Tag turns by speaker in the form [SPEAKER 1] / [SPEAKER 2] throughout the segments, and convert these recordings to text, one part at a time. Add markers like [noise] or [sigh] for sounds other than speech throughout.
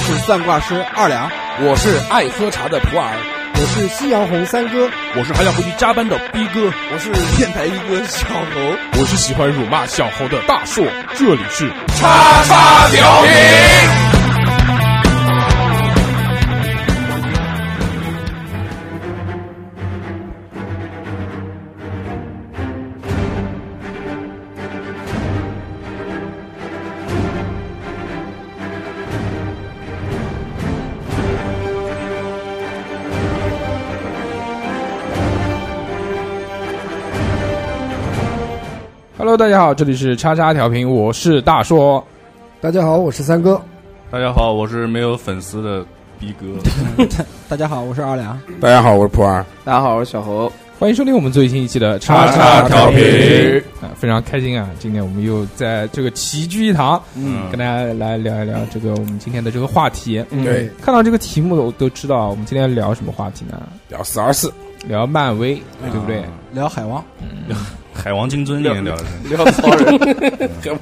[SPEAKER 1] 是算卦师二两，
[SPEAKER 2] 我是爱喝茶的普洱，
[SPEAKER 3] 我是夕阳红三哥，
[SPEAKER 4] 我是还想回去加班的逼哥，
[SPEAKER 5] 我是电台一哥小猴，
[SPEAKER 6] 我是喜欢辱骂小猴的大硕。这里是
[SPEAKER 7] 叉叉调频。
[SPEAKER 2] Hello，大家好，这里是叉叉调频，我是大硕。
[SPEAKER 3] 大家好，我是三哥。
[SPEAKER 8] 大家好，我是没有粉丝的逼哥。
[SPEAKER 1] 大家好，我是二两。
[SPEAKER 9] 大家好，我是普洱。
[SPEAKER 5] 大家好，我是小猴。
[SPEAKER 2] 欢迎收听我们最新一期的
[SPEAKER 7] 叉叉调频
[SPEAKER 2] 啊，非常开心啊！今天我们又在这个齐聚一堂，嗯，跟大家来聊一聊这个我们今天的这个话题。
[SPEAKER 3] 嗯、对，
[SPEAKER 2] 看到这个题目我都知道我们今天聊什么话题呢？
[SPEAKER 9] 聊四二四，
[SPEAKER 2] 聊漫威，
[SPEAKER 7] 啊
[SPEAKER 2] 对不对？
[SPEAKER 1] 嗯、聊海王。
[SPEAKER 8] 嗯海王金尊今天聊的
[SPEAKER 5] 是聊超
[SPEAKER 1] [laughs]
[SPEAKER 5] 人，海王。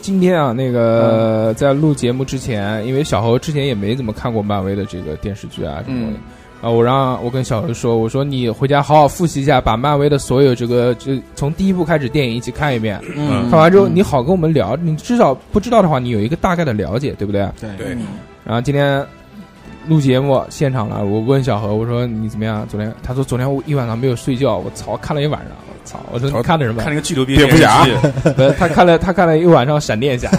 [SPEAKER 2] 今天啊，那个在录节目之前，因为小侯之前也没怎么看过漫威的这个电视剧啊什么的，啊，我让我跟小侯说，我说你回家好好复习一下，把漫威的所有这个就从第一部开始电影一起看一遍，
[SPEAKER 1] 嗯，
[SPEAKER 2] 看完之后你好跟我们聊，你至少不知道的话，你有一个大概的了解，对不对？
[SPEAKER 1] 对
[SPEAKER 9] 对。
[SPEAKER 2] 然后今天。录节目现场了，我问小何，我说你怎么样？昨天他说昨天我一晚上没有睡觉，我操，看了一晚上，我操！我说你看的什么？
[SPEAKER 8] 看那个巨头
[SPEAKER 9] 蝙蝠侠。
[SPEAKER 2] 他看了他看了一晚上闪电侠。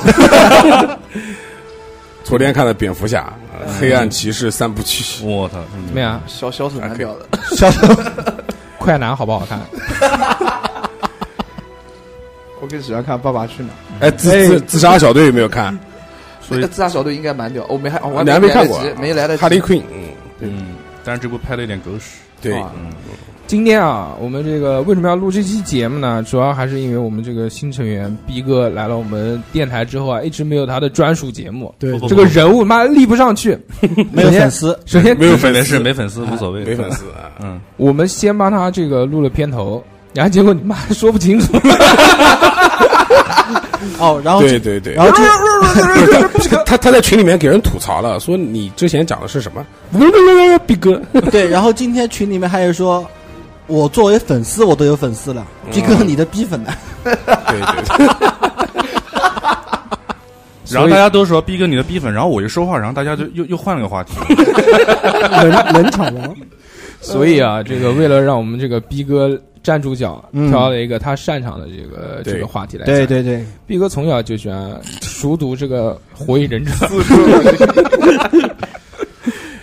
[SPEAKER 9] 昨天看的蝙蝠侠、黑暗骑士三部 [laughs] 曲。
[SPEAKER 8] 我操！嗯
[SPEAKER 2] 怎么样？
[SPEAKER 5] 小小丑蛮屌的。
[SPEAKER 2] 小丑快男好不好看？
[SPEAKER 5] 我更喜欢看《爸爸去哪儿》。
[SPEAKER 9] 哎，自自自杀小队有没有看？
[SPEAKER 5] 那个自杀小队应该蛮屌，我没还，哦我
[SPEAKER 9] 还
[SPEAKER 5] 没
[SPEAKER 9] 看过，
[SPEAKER 5] 没来得及。
[SPEAKER 9] 哈利 Queen，嗯，
[SPEAKER 5] 对，
[SPEAKER 8] 但是这部拍了一点狗屎。嗯
[SPEAKER 9] 对，
[SPEAKER 2] 今天啊，我们这个为什么要录这期节目呢？主要还是因为我们这个新成员逼哥来了我们电台之后啊，一直没有他的专属节目，
[SPEAKER 3] 对，
[SPEAKER 2] 这个人物妈立不上去，
[SPEAKER 1] 没有粉丝，
[SPEAKER 2] 首先
[SPEAKER 9] 没有粉
[SPEAKER 8] 丝是没粉丝无所谓，
[SPEAKER 9] 没粉丝，啊
[SPEAKER 8] 嗯，
[SPEAKER 2] 我们先帮他这个录了片头，然后结果你妈说不清楚。
[SPEAKER 1] 哦，然后
[SPEAKER 9] 对对对，
[SPEAKER 1] 然后
[SPEAKER 3] 啊
[SPEAKER 9] [laughs] 就他他在群里面给人吐槽了，说你之前讲的是什么？逼哥，
[SPEAKER 1] 对，然后今天群里面还有说，我作为粉丝我都有粉丝了，逼哥你的逼粉
[SPEAKER 3] [laughs]
[SPEAKER 1] 呢？
[SPEAKER 9] 对对。
[SPEAKER 8] 然后大家都说逼哥你的逼粉，然后我一说话，然后大家就又又换了个话题，
[SPEAKER 3] 冷冷场王。
[SPEAKER 2] 所以啊，这个为了让我们这个逼哥。站住脚，挑了一个他擅长的这个这个话题来
[SPEAKER 1] 对对对，
[SPEAKER 2] 毕哥从小就喜欢熟读这个《火影忍
[SPEAKER 8] [laughs]
[SPEAKER 2] 者》，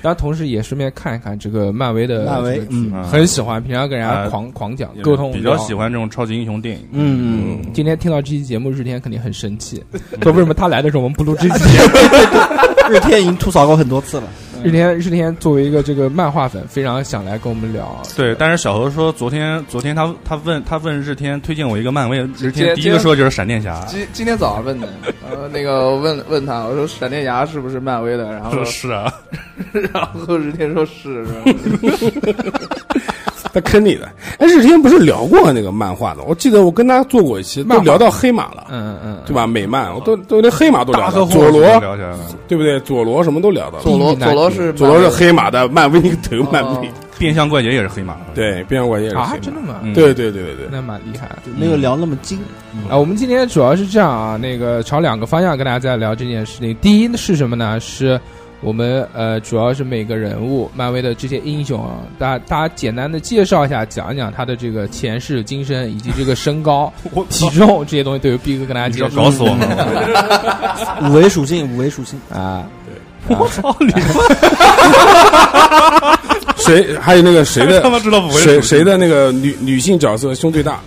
[SPEAKER 2] 然后同时也顺便看一看这个漫威的
[SPEAKER 1] 漫威，
[SPEAKER 2] 嗯，很喜欢，平常跟人家狂狂讲沟通，
[SPEAKER 8] 啊比较喜欢这种超级英雄电影。
[SPEAKER 1] 嗯
[SPEAKER 2] 嗯，今天听到这期节目，日天肯定很生
[SPEAKER 8] [laughs]
[SPEAKER 2] 气，说为什么他来的时候我们不录这期？节目？
[SPEAKER 1] 日天已经吐槽过很多次了。
[SPEAKER 2] 日天日天作为一个这个漫画粉，非常想来跟我们聊。
[SPEAKER 8] 对，但是小何说昨天昨天他他问他问日天推荐我一个漫威，日天第一个说就是闪电侠。
[SPEAKER 5] 今今天早上问的，呃，那个我问问他，我说闪电侠是不是漫威的？然后
[SPEAKER 8] 说是啊，
[SPEAKER 5] [laughs] 然后日天说是，
[SPEAKER 9] [laughs] 他坑你的。哎，日天不是聊过那个漫画的？我记得我跟他做过一期，都聊到黑马了，
[SPEAKER 2] 嗯嗯，
[SPEAKER 9] 对吧？美漫，我都都连黑马都聊
[SPEAKER 8] 大啊和
[SPEAKER 9] 佐罗
[SPEAKER 8] 聊起来了，
[SPEAKER 9] 对不对？佐罗什么都聊到了。
[SPEAKER 5] 佐罗佐罗是
[SPEAKER 9] 佐罗是黑马的，漫威那个头漫威。
[SPEAKER 8] 变相怪杰也是黑马，
[SPEAKER 9] 对，变相怪杰也是黑马。
[SPEAKER 2] 啊真的吗？
[SPEAKER 8] 嗯
[SPEAKER 9] 对对对对对，
[SPEAKER 2] 那蛮厉害的。
[SPEAKER 1] 没有聊那么精
[SPEAKER 2] 啊，我们今天主要是这样啊，那个朝两个方向跟大家在聊这件事情。第一是什么呢？是我们呃，主要是每个人物，漫威的这些英雄啊，大大家简单的介绍一下，讲一讲他的这个前世今生，以及这个身
[SPEAKER 8] [laughs]
[SPEAKER 2] 高、体重这些东西，对于逼哥跟大家
[SPEAKER 8] 你
[SPEAKER 2] 介
[SPEAKER 8] 要
[SPEAKER 2] 绍。
[SPEAKER 8] 搞死我们！
[SPEAKER 1] 五维属性，五维属性
[SPEAKER 2] 啊！
[SPEAKER 8] 我操你！
[SPEAKER 9] 谁还有那个谁的
[SPEAKER 8] [laughs] 他妈知道不会
[SPEAKER 9] 谁谁的那个女女性角色胸最大？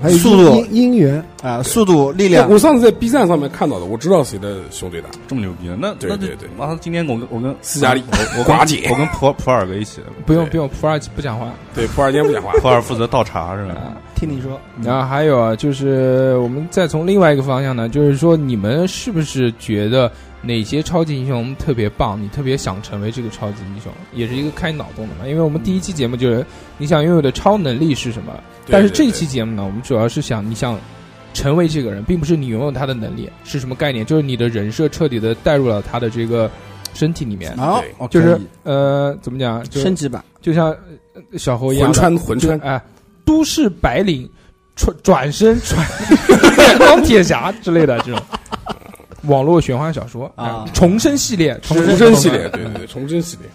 [SPEAKER 3] 还有
[SPEAKER 1] 速度
[SPEAKER 3] 因因缘，
[SPEAKER 1] 啊，速度、力量。
[SPEAKER 9] 我上次在 B 站上面看到的，我知道谁的胸最大。 [laughs]
[SPEAKER 8] 这么牛逼？那
[SPEAKER 9] 对对对
[SPEAKER 8] 妈，今天我跟我跟
[SPEAKER 9] 斯嘉丽
[SPEAKER 8] 我我
[SPEAKER 9] 寡
[SPEAKER 8] 跟
[SPEAKER 9] 姐
[SPEAKER 8] 我跟普普洱哥一起，
[SPEAKER 2] 不用不用，普洱不讲话。
[SPEAKER 9] 对，普洱今天不讲话。
[SPEAKER 8] 普洱负责倒茶是
[SPEAKER 2] 啊
[SPEAKER 8] 吧？
[SPEAKER 1] 听你说，
[SPEAKER 9] 嗯
[SPEAKER 2] 然后还有啊，就是我们再从另外一个方向呢，就是说你们是不是觉得哪些超级英雄特别棒？你特别想成为这个超级英雄，也是一个开脑洞的嘛。因为我们第一期节目就是你想拥有的超能力是什么，
[SPEAKER 9] 对
[SPEAKER 2] 但是这一期节目呢，我们主要是想你想成为这个人，并不是你拥有他的能力，是什么概念？就是你的人设彻底的带入了他的这个身体里面，
[SPEAKER 1] 好，哦
[SPEAKER 2] 就是
[SPEAKER 1] 可以
[SPEAKER 2] 呃，怎么讲？就
[SPEAKER 1] 升级版，
[SPEAKER 2] 就像呃小猴一样
[SPEAKER 9] 魂
[SPEAKER 2] 的，
[SPEAKER 9] 穿魂穿，
[SPEAKER 2] 哎，都市白领转转身转钢铁侠之类的这种网络玄幻小说
[SPEAKER 1] 啊
[SPEAKER 2] 哎重生系列，重
[SPEAKER 9] 重生
[SPEAKER 2] 生
[SPEAKER 9] 系
[SPEAKER 2] [laughs]
[SPEAKER 9] 列，对对对，重生系列，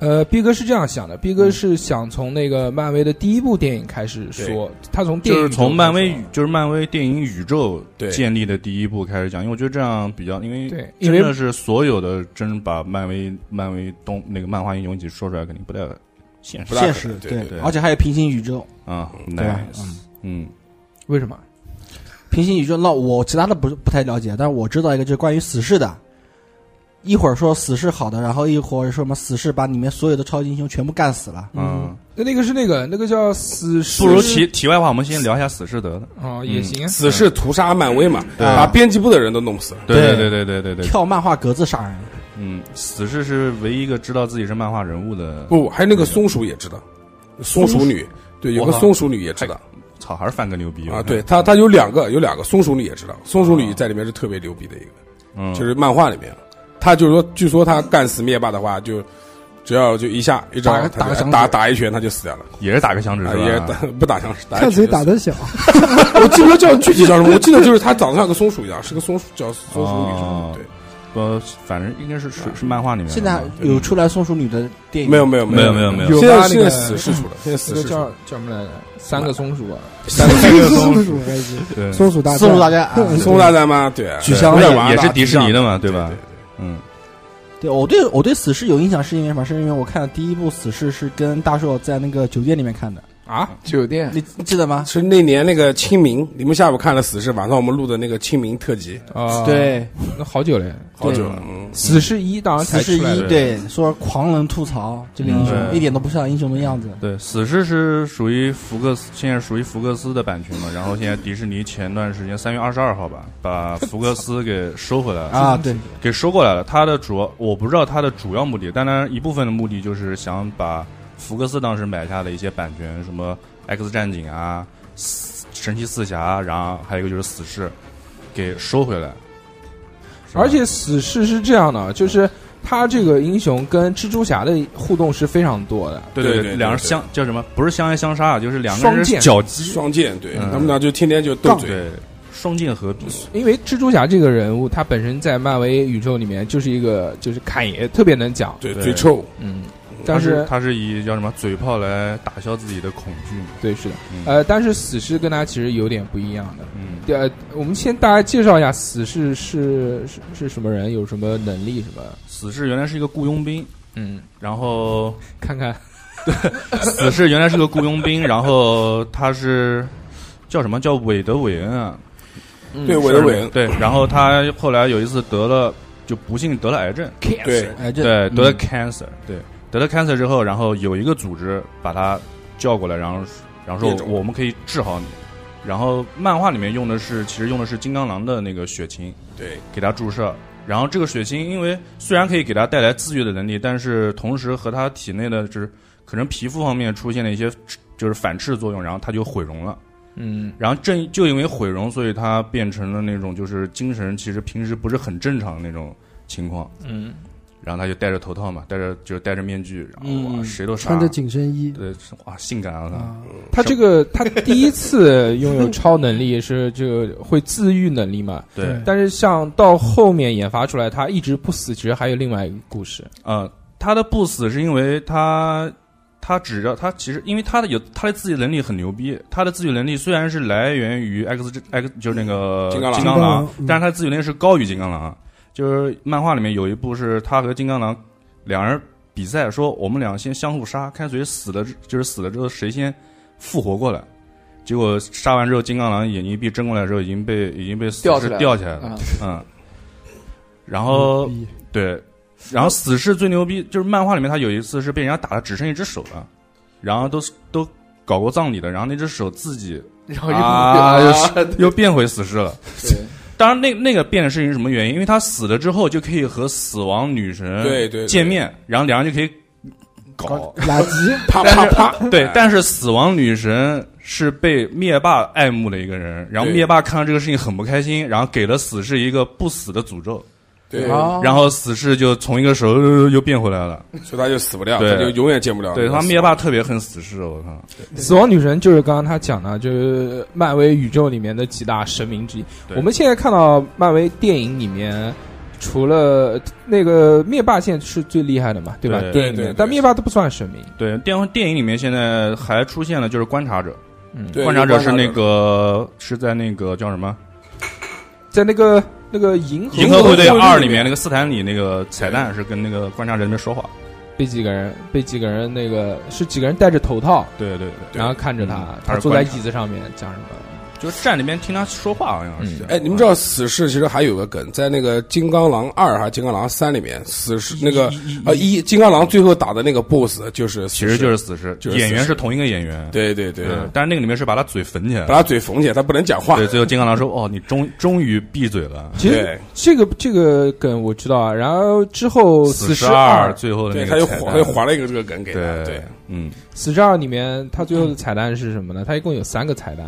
[SPEAKER 2] 呃，毕哥是这样想的，毕哥是想从那个漫威的第一部电影开始说，他从电
[SPEAKER 8] 就
[SPEAKER 2] 影
[SPEAKER 8] 是
[SPEAKER 2] 中
[SPEAKER 8] 从漫威
[SPEAKER 2] 开始
[SPEAKER 8] 宇就是漫威电影宇宙
[SPEAKER 9] 对
[SPEAKER 8] 建立的第一步开始讲，因为我觉得这样比较，因为
[SPEAKER 2] 对因为
[SPEAKER 8] 真的是所有的真把漫威漫威东那个漫画英雄一起说出来，肯定不太现实
[SPEAKER 1] 现实
[SPEAKER 9] 对
[SPEAKER 8] 对
[SPEAKER 1] 而且还有平行宇宙，
[SPEAKER 8] 啊，
[SPEAKER 1] 对吧
[SPEAKER 8] nice，？嗯，
[SPEAKER 2] 为什么？
[SPEAKER 1] 平行宇宙，那我其他的不不太了解，但是我知道一个就是关于死侍的，一会儿说死侍好的，然后一会儿说什么死侍把里面所有的超级英雄全部干死了，
[SPEAKER 8] 嗯，
[SPEAKER 2] 那那个是那个那个叫死侍，
[SPEAKER 8] 不如题题外话，我们先聊一下死侍得了。
[SPEAKER 2] 哦也行，
[SPEAKER 9] 死侍屠杀漫威嘛，
[SPEAKER 8] 对
[SPEAKER 9] 把编辑部的人都弄死了。
[SPEAKER 8] 对对对对对对，对
[SPEAKER 1] 跳漫画格子杀人，
[SPEAKER 8] 嗯，死侍是唯一一个知道自己是漫画人物的，
[SPEAKER 9] 不，还有那个松鼠也知道，松鼠女，对，有个
[SPEAKER 8] 我靠
[SPEAKER 9] 松鼠女也知道
[SPEAKER 8] 操，还是范哥牛逼
[SPEAKER 9] 啊。对，她，她有两个，有两个松鼠女也知道，松鼠女在里面是特别牛逼的一个，
[SPEAKER 8] 嗯，
[SPEAKER 9] 就是漫画里面，她就是说，据说她干死灭霸的话，就只要就一下一招
[SPEAKER 2] 打个，
[SPEAKER 9] 她就
[SPEAKER 2] 打个响指
[SPEAKER 9] 打打一拳，她就死掉了，
[SPEAKER 8] 也是打个响指
[SPEAKER 9] 啊，
[SPEAKER 8] 是吧？
[SPEAKER 9] 也打不打枪，打一拳
[SPEAKER 3] 看谁
[SPEAKER 9] 就死
[SPEAKER 3] 打得响。
[SPEAKER 9] [laughs] 我记不得叫具体叫什么，我记得就是她长得像个松鼠一样，是个松鼠，叫松鼠女什么
[SPEAKER 8] 哦
[SPEAKER 9] 的。对，
[SPEAKER 8] 呃，反正应该是是是漫画里面的
[SPEAKER 1] 现在
[SPEAKER 8] 嘛
[SPEAKER 1] [laughs] 有出来松鼠女的电影
[SPEAKER 9] 没有没有
[SPEAKER 8] 没有
[SPEAKER 9] 有
[SPEAKER 8] 没有没有
[SPEAKER 2] 有
[SPEAKER 9] 现在
[SPEAKER 2] 吧那
[SPEAKER 9] 现在
[SPEAKER 2] 个
[SPEAKER 9] 死侍出了，现在
[SPEAKER 2] 那
[SPEAKER 9] 死
[SPEAKER 2] 个
[SPEAKER 9] 侍出
[SPEAKER 2] 叫
[SPEAKER 9] 了，
[SPEAKER 2] 叫什么来着？三个松鼠啊，
[SPEAKER 3] 松鼠还行，
[SPEAKER 8] 对
[SPEAKER 3] 松鼠大战
[SPEAKER 1] 松鼠大家，啊
[SPEAKER 9] 松鼠大战吗？对啊，
[SPEAKER 1] 举枪
[SPEAKER 9] 对
[SPEAKER 1] 也
[SPEAKER 9] 玩
[SPEAKER 8] 也
[SPEAKER 9] 的
[SPEAKER 8] 是
[SPEAKER 9] 啊
[SPEAKER 8] 迪士尼的嘛，对
[SPEAKER 9] 对
[SPEAKER 8] 吧
[SPEAKER 9] 对？对
[SPEAKER 8] 嗯，
[SPEAKER 1] 对我对我对死侍有印象是因为什么？是因为我看的第一部死侍是跟大硕在那个酒店里面看的，
[SPEAKER 5] 酒店
[SPEAKER 1] 你你记得吗？
[SPEAKER 9] 啊是那年那个清明，你们下午看了《死侍》，晚上我们录的那个清明特辑，
[SPEAKER 2] 啊，，
[SPEAKER 1] 对，
[SPEAKER 2] 那好久了。
[SPEAKER 9] 好久
[SPEAKER 1] 对
[SPEAKER 9] 了。嗯，
[SPEAKER 2] 死侍一当然才
[SPEAKER 1] 死侍
[SPEAKER 2] 出来的
[SPEAKER 1] 一对说狂人吐槽这个英雄
[SPEAKER 8] 嗯
[SPEAKER 1] 一点都不像英雄的样子，
[SPEAKER 8] 对，死侍是属于福克斯，现在属于福克斯的版权嘛，然后现在迪士尼前段时间三月二十二号吧，把福克斯给收回来了，
[SPEAKER 1] 啊，对，
[SPEAKER 8] 给收过来了。它的主要我不知道它的主要目的，当然一部分的目的就是想把福克斯当时买下的一些版权，什么 X 战警啊、死神奇四侠，啊然后还有一个就是死侍，给收回来。是吧
[SPEAKER 2] 而且死侍是这样的，啊就是他这个英雄跟蜘蛛侠的互动是非常多的，
[SPEAKER 8] 对
[SPEAKER 9] 对对
[SPEAKER 8] 对，
[SPEAKER 9] 对
[SPEAKER 8] 两人
[SPEAKER 9] 对
[SPEAKER 8] 相叫什么？不是相爱相杀啊，就是两个人
[SPEAKER 2] 双剑
[SPEAKER 8] 角击，
[SPEAKER 9] 双剑，对
[SPEAKER 8] 嗯
[SPEAKER 9] 他们俩就天天就斗嘴，
[SPEAKER 8] 对，双剑合璧。
[SPEAKER 2] 因为蜘蛛侠这个人物，他本身在漫威宇宙里面就是一个就是侃爷，特别能讲，
[SPEAKER 9] 对
[SPEAKER 8] 对
[SPEAKER 9] 嘴臭，
[SPEAKER 2] 嗯，
[SPEAKER 8] 他
[SPEAKER 2] 但
[SPEAKER 8] 是
[SPEAKER 2] 是
[SPEAKER 8] 他是以叫什么嘴炮来打消自己的恐惧嘛。
[SPEAKER 2] 对是的，
[SPEAKER 8] 嗯
[SPEAKER 2] 呃，但是死侍跟他其实有点不一样的。
[SPEAKER 8] 嗯，
[SPEAKER 2] 对呃，我们先大家介绍一下死侍是是是什么人，有什么能力什么，
[SPEAKER 8] 死侍原来是一个雇佣兵，
[SPEAKER 2] 嗯，
[SPEAKER 8] 然后
[SPEAKER 2] 看看
[SPEAKER 8] 死侍原来是个雇佣兵，然后他是叫什么叫韦德韦恩啊？
[SPEAKER 9] 对韦德韦恩，
[SPEAKER 8] 对，然后他后来有一次得了，就不幸得了癌症，
[SPEAKER 9] 对
[SPEAKER 1] 哎，这
[SPEAKER 8] 对，得了
[SPEAKER 1] 嗯
[SPEAKER 8] cancer，对，得了 cancer 之后，然后有一个组织把他叫过来，然后然后
[SPEAKER 9] 灭
[SPEAKER 8] 说
[SPEAKER 9] 种
[SPEAKER 8] 我们可以治好你。然后漫画里面用的是，其实用的是金刚狼的那个血清，
[SPEAKER 9] 对
[SPEAKER 8] 给他注射。然后这个血清，因为虽然可以给他带来自愈的能力，但是同时和他体内的就是可能皮肤方面出现了一些就是反斥作用，然后他就毁容了。
[SPEAKER 2] 嗯，
[SPEAKER 8] 然后正就因为毁容，所以他变成了那种就是精神其实平时不是很正常的那种情况。
[SPEAKER 2] 嗯，
[SPEAKER 8] 然后他就戴着头套嘛，戴着就是戴着面具，然后哇
[SPEAKER 1] 嗯
[SPEAKER 8] 谁都杀，
[SPEAKER 3] 穿着嗯紧身衣，
[SPEAKER 8] 对哇性感啊！他
[SPEAKER 2] 他这个他第一次拥有超能力是就会自愈能力嘛，
[SPEAKER 8] 对，
[SPEAKER 3] 对
[SPEAKER 2] 但是像到后面研发出来，他一直不死，其实还有另外一个故事。
[SPEAKER 8] 呃，他的不死是因为他他只要他其实因为他的有他的自愈能力很牛逼，他的自愈能力虽然是来源于 X X 就是那个
[SPEAKER 9] 金刚狼
[SPEAKER 3] 金刚狼嗯
[SPEAKER 8] 但是他的自愈能力是高于金刚狼。就是漫画里面有一部是他和金刚狼两人比赛，说我们俩先相互杀，看谁死了之，就是死了之后谁先复活过来。结果杀完之后，金刚狼眼睛一闭睁过来之后，已经被已经被死
[SPEAKER 5] 吊起
[SPEAKER 8] 侍
[SPEAKER 5] 来了
[SPEAKER 8] 吊起来了，
[SPEAKER 5] 啊，
[SPEAKER 8] 嗯。然后
[SPEAKER 3] 牛逼
[SPEAKER 8] 对，然后死侍最牛逼，就是漫画里面他有一次是被人家打的只剩一只手了，然后都是都搞过葬礼的，然后那只手自己
[SPEAKER 5] 然后
[SPEAKER 8] 啊
[SPEAKER 5] 哦又
[SPEAKER 8] 又是 [laughs]
[SPEAKER 5] [laughs]
[SPEAKER 8] 又变回死侍了。
[SPEAKER 5] 对
[SPEAKER 8] 当然那，那个变的是因为什么原因？因为他死了之后就可以和死亡女神
[SPEAKER 9] 对对，
[SPEAKER 8] 见面，然后两人就可以搞。
[SPEAKER 3] 垃圾，
[SPEAKER 9] 嗯
[SPEAKER 8] [laughs]
[SPEAKER 9] 啪啪啪，
[SPEAKER 8] 对，但是死亡女神是被灭霸爱慕的一个人，然后
[SPEAKER 9] 对
[SPEAKER 8] 灭霸看到这个事情很不开心，然后给了死侍一个不死的诅咒，
[SPEAKER 9] 对，
[SPEAKER 5] 哦
[SPEAKER 8] 然后死侍就从一个手呃又又变回来了，
[SPEAKER 9] 所以他就死不了，
[SPEAKER 8] 对
[SPEAKER 9] 他就永远见不了。
[SPEAKER 8] 对他灭霸特别恨死侍，我靠，
[SPEAKER 2] 死亡女神就是刚刚他讲的，就是漫威宇宙里面的几大神明之一。
[SPEAKER 8] 对
[SPEAKER 2] 我们现在看到漫威电影里面，除了那个灭霸现在是最厉害的嘛，对吧？
[SPEAKER 8] 对
[SPEAKER 2] 电影里面
[SPEAKER 9] 对对对
[SPEAKER 2] 但灭霸都不算神明。
[SPEAKER 8] 对电电影里面现在还出现了就是观察者，
[SPEAKER 2] 嗯，
[SPEAKER 9] 对
[SPEAKER 8] 观察者是那个是在那个叫什么
[SPEAKER 2] 在那个那个银河
[SPEAKER 8] 《银河护卫队
[SPEAKER 2] 护
[SPEAKER 8] 二》
[SPEAKER 2] 里
[SPEAKER 8] 里面那个斯坦李那个彩蛋是跟那个观察者那边说话，
[SPEAKER 2] 被几个人被几个人那个是几个人戴着头套，
[SPEAKER 8] 对对
[SPEAKER 9] 对
[SPEAKER 2] 然后看着他
[SPEAKER 8] 嗯，他
[SPEAKER 2] 他
[SPEAKER 8] 是
[SPEAKER 2] 坐在
[SPEAKER 8] 观察
[SPEAKER 2] 椅子上面讲什么？
[SPEAKER 8] 对，就站那边听他说话好像是
[SPEAKER 2] 嗯。
[SPEAKER 9] 哎，你们知道死侍其实还有个梗，在那个《金刚狼二》还是《金刚狼三》里面，死侍那个呃一金刚狼最后打的那个 BOSS 就是死侍
[SPEAKER 8] 其实就是死侍，
[SPEAKER 9] 就是死侍
[SPEAKER 8] 演员是同一个演员，
[SPEAKER 9] 对对对
[SPEAKER 8] 对，，但是那个里面是把他嘴缝起来了。
[SPEAKER 9] 把他嘴缝起来，他不能讲话。
[SPEAKER 8] 对，最后金刚狼说：“哦，你终终于闭嘴了。
[SPEAKER 2] 其实
[SPEAKER 9] 对
[SPEAKER 2] 这个这个梗我知道啊，然后之后”死侍
[SPEAKER 8] 十二最后的那
[SPEAKER 9] 对，
[SPEAKER 8] 个
[SPEAKER 9] 他又
[SPEAKER 8] 彩
[SPEAKER 9] 还
[SPEAKER 8] 蛋
[SPEAKER 9] 他又还了一个这个梗给他。
[SPEAKER 8] 对
[SPEAKER 9] 对，，
[SPEAKER 8] 嗯，
[SPEAKER 2] 死侍二里面，它最后的彩蛋是什么呢？它一共有三个彩蛋。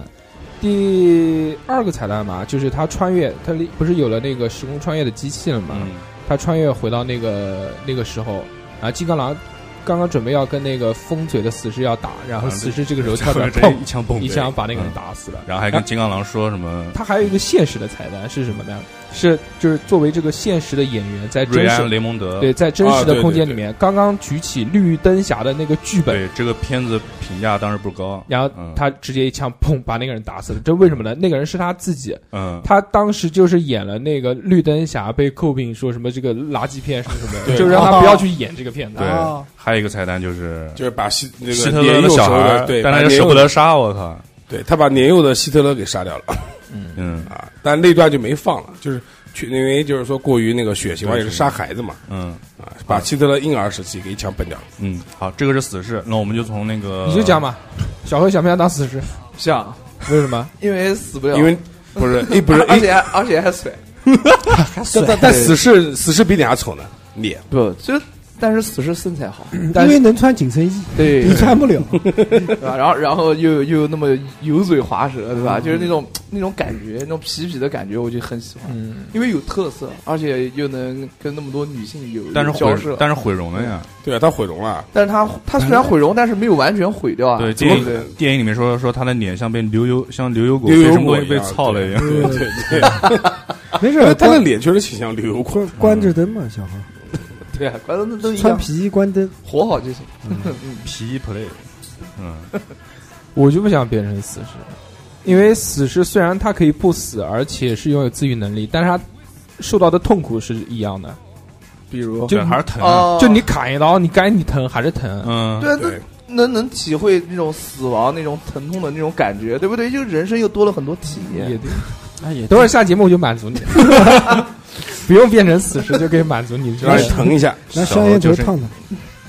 [SPEAKER 2] 第二个彩蛋嘛，就是他穿越，他离不是有了那个时空穿越的机器了嘛？
[SPEAKER 8] 嗯
[SPEAKER 2] 他穿越回到那个那个时候，啊，金刚狼刚刚准备要跟那个封嘴的死侍要打，然后
[SPEAKER 8] 啊嗯
[SPEAKER 2] 死侍这个时候跳出来
[SPEAKER 8] 这
[SPEAKER 2] 砰
[SPEAKER 8] 一枪崩
[SPEAKER 2] 一枪，把那个人打死了。
[SPEAKER 8] 然后还跟金刚狼说什么？
[SPEAKER 2] 他还有一个现实的彩蛋是什么呢？是就是作为这个现实的演员在
[SPEAKER 8] 瑞
[SPEAKER 2] 真
[SPEAKER 8] 安
[SPEAKER 2] 实
[SPEAKER 8] 雷蒙德
[SPEAKER 2] 对在真
[SPEAKER 9] 啊
[SPEAKER 2] 实的
[SPEAKER 9] 对
[SPEAKER 2] 空
[SPEAKER 9] 对
[SPEAKER 2] 间里
[SPEAKER 9] 对
[SPEAKER 2] 面刚刚举起绿灯侠的那个剧本，
[SPEAKER 8] 对这个片子评价当时不高，
[SPEAKER 2] 然后
[SPEAKER 8] 嗯
[SPEAKER 2] 他直接一枪砰把那个人打死了。这为什么呢？那个人是他自己，
[SPEAKER 8] 嗯，
[SPEAKER 2] 他当时就是演了那个绿灯侠被诟病说什么这个垃圾片什么什么的，
[SPEAKER 9] 对
[SPEAKER 2] 就让他不要去演这个片子啊
[SPEAKER 8] 对。
[SPEAKER 3] 哦
[SPEAKER 8] 还有一个彩蛋就是
[SPEAKER 9] 就是把希那
[SPEAKER 8] 希
[SPEAKER 9] 个
[SPEAKER 8] 特
[SPEAKER 9] 年
[SPEAKER 8] 勒
[SPEAKER 9] 幼
[SPEAKER 8] 的
[SPEAKER 9] 时
[SPEAKER 8] 小
[SPEAKER 9] 候
[SPEAKER 8] 孩
[SPEAKER 9] 的
[SPEAKER 8] 儿，
[SPEAKER 9] 对，
[SPEAKER 8] 但
[SPEAKER 9] 把
[SPEAKER 8] 他
[SPEAKER 9] 年
[SPEAKER 8] 舍不
[SPEAKER 9] 幼
[SPEAKER 8] 得杀，我靠，
[SPEAKER 9] 对他把年幼的希特勒给杀掉了。 [laughs]
[SPEAKER 8] 嗯
[SPEAKER 9] 啊，但那段就没放了，就是去因为就是说过于那个血腥嘛，也是杀孩子嘛，
[SPEAKER 8] 嗯
[SPEAKER 9] 啊，把希特勒婴儿时期给一枪崩掉了。
[SPEAKER 8] 嗯，好，这个是死侍，那我们就从那个
[SPEAKER 2] 你就讲嘛，小何想不想当死尸？
[SPEAKER 5] 像，
[SPEAKER 2] 为什么？
[SPEAKER 5] 因为死不了，
[SPEAKER 9] 因为不是，哎，不是，
[SPEAKER 5] 哦而
[SPEAKER 9] 哎，
[SPEAKER 5] 且还而且
[SPEAKER 9] [laughs]
[SPEAKER 5] 还甩。
[SPEAKER 9] 但但但死侍死侍比你还丑呢，脸
[SPEAKER 5] 不，就但是死侍身材好，
[SPEAKER 2] 但
[SPEAKER 3] 嗯
[SPEAKER 2] 是
[SPEAKER 3] 因为能穿紧身衣，
[SPEAKER 5] 对
[SPEAKER 3] 你穿不
[SPEAKER 5] [laughs]
[SPEAKER 3] 了。
[SPEAKER 5] 对吧？然后然后又又那么油嘴滑舌，对吧？
[SPEAKER 3] 嗯
[SPEAKER 5] 就是那种那种感觉，那种痞痞的感觉，我就很喜欢，
[SPEAKER 2] 嗯，
[SPEAKER 5] 因为有特色，而且又能跟那么多女性有
[SPEAKER 8] 但是
[SPEAKER 5] 交
[SPEAKER 8] 毁
[SPEAKER 5] 涉。
[SPEAKER 8] 但是毁容了呀。
[SPEAKER 9] 对啊，他毁容了，
[SPEAKER 5] 但是他他虽然毁容，但是没有完全毁掉啊，
[SPEAKER 8] 对，
[SPEAKER 5] 对
[SPEAKER 8] 电
[SPEAKER 5] 不对？
[SPEAKER 8] 影电影里面说说他的脸像被牛油像牛油果
[SPEAKER 9] 刘
[SPEAKER 8] 被
[SPEAKER 9] 油
[SPEAKER 8] 什么
[SPEAKER 9] 果
[SPEAKER 8] 东西被操了一样。
[SPEAKER 9] 对对对，
[SPEAKER 3] 没事
[SPEAKER 9] 但，他的
[SPEAKER 3] 关
[SPEAKER 9] 脸确实挺像刘油坤，
[SPEAKER 3] 关着灯嘛，小孩
[SPEAKER 5] 对啊，反正都一
[SPEAKER 3] 穿
[SPEAKER 5] 样，
[SPEAKER 3] 皮衣关灯。
[SPEAKER 5] 活好就行。
[SPEAKER 8] 皮 play，嗯，
[SPEAKER 2] 我就不想变成死尸，因为死尸虽然他可以不死，而且是拥有自愈能力，但是他受到的痛苦是一样的。
[SPEAKER 5] 比如
[SPEAKER 8] 就还是疼啊，
[SPEAKER 5] 哦，
[SPEAKER 2] 就你砍一刀，你该你疼还是疼。
[SPEAKER 8] 嗯，
[SPEAKER 5] 对啊，
[SPEAKER 9] 对
[SPEAKER 5] 那能能体会那种死亡那种疼痛的那种感觉，对不对？就人生又多了很多体验
[SPEAKER 2] 也。对
[SPEAKER 1] 那哎也
[SPEAKER 2] 等会儿下节目我就满足你， [laughs] 不用变成死尸就可以满足你，知道
[SPEAKER 9] 让
[SPEAKER 2] 吗
[SPEAKER 9] 你？疼一下，
[SPEAKER 3] 拿香烟头烫烫，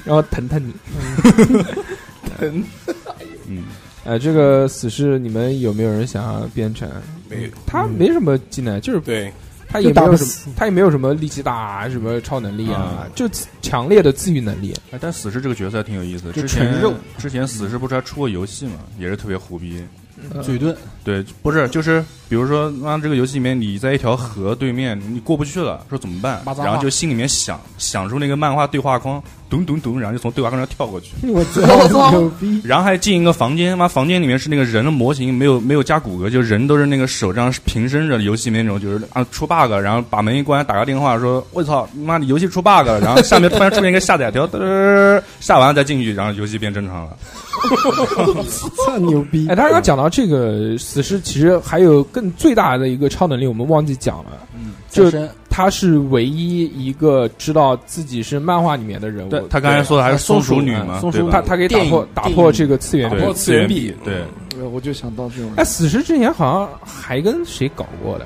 [SPEAKER 2] 然后疼疼你。
[SPEAKER 8] 嗯，
[SPEAKER 2] [laughs] 呃，这个死侍你们有没有人想要变成？
[SPEAKER 9] 没有
[SPEAKER 2] 他没什么技能，就是
[SPEAKER 9] 对
[SPEAKER 2] 他也
[SPEAKER 3] 嗯就
[SPEAKER 2] 没
[SPEAKER 3] 打
[SPEAKER 2] 有
[SPEAKER 3] 不
[SPEAKER 2] 什
[SPEAKER 3] 死嗯
[SPEAKER 2] 么，他也没有什么力气大啊，什么超能力啊
[SPEAKER 8] 啊，
[SPEAKER 2] 就强烈的自愈能力。
[SPEAKER 8] 哎，但死侍这个角色还挺有意思的，
[SPEAKER 2] 就
[SPEAKER 8] 之前
[SPEAKER 2] 纯肉
[SPEAKER 8] 之前死侍不是还出过游戏嘛，也是特别胡逼，
[SPEAKER 1] 嘴遁，
[SPEAKER 8] 对，不是就是比如说，那这个游戏里面你在一条河对面你过不去了，说怎么办？
[SPEAKER 1] 骂脏话
[SPEAKER 8] 然后就心里面想想出那个漫画对话框，咚咚咚，然后就从对话框上跳过去，
[SPEAKER 3] [laughs] 我
[SPEAKER 5] 我操
[SPEAKER 3] 操，牛逼！
[SPEAKER 8] 然后还进一个房间，妈房间里面是那个人的模型，没有没有加骨骼，就人都是那个手这样平伸着，游戏里面那种就是啊出 bug，然后把门一关，打个电话说我操，妈你游戏出 bug 了，然后下面突然出现一个下载条，嘚儿下完了再进去，然后游戏变正常了。
[SPEAKER 3] 操，牛逼
[SPEAKER 2] 哎，！他刚刚讲到这个死侍，其实还有更最大的一个超能力，我们忘记讲了，就
[SPEAKER 1] 上身
[SPEAKER 2] 他是唯一一个知道自己是漫画里面的人
[SPEAKER 8] 对
[SPEAKER 2] 物。
[SPEAKER 8] 他刚才说的还是松鼠女嘛，
[SPEAKER 1] 松鼠
[SPEAKER 8] 对吧
[SPEAKER 2] 他他可以打
[SPEAKER 1] 电
[SPEAKER 2] 破
[SPEAKER 1] 影
[SPEAKER 2] 打
[SPEAKER 1] 电
[SPEAKER 2] 破
[SPEAKER 1] 影
[SPEAKER 2] 这个次元壁
[SPEAKER 8] 对。
[SPEAKER 9] 破次元壁
[SPEAKER 8] 对，
[SPEAKER 5] 呃我就想当这种
[SPEAKER 2] 哎，
[SPEAKER 5] 人，
[SPEAKER 2] 死侍之前好像还跟谁搞过的？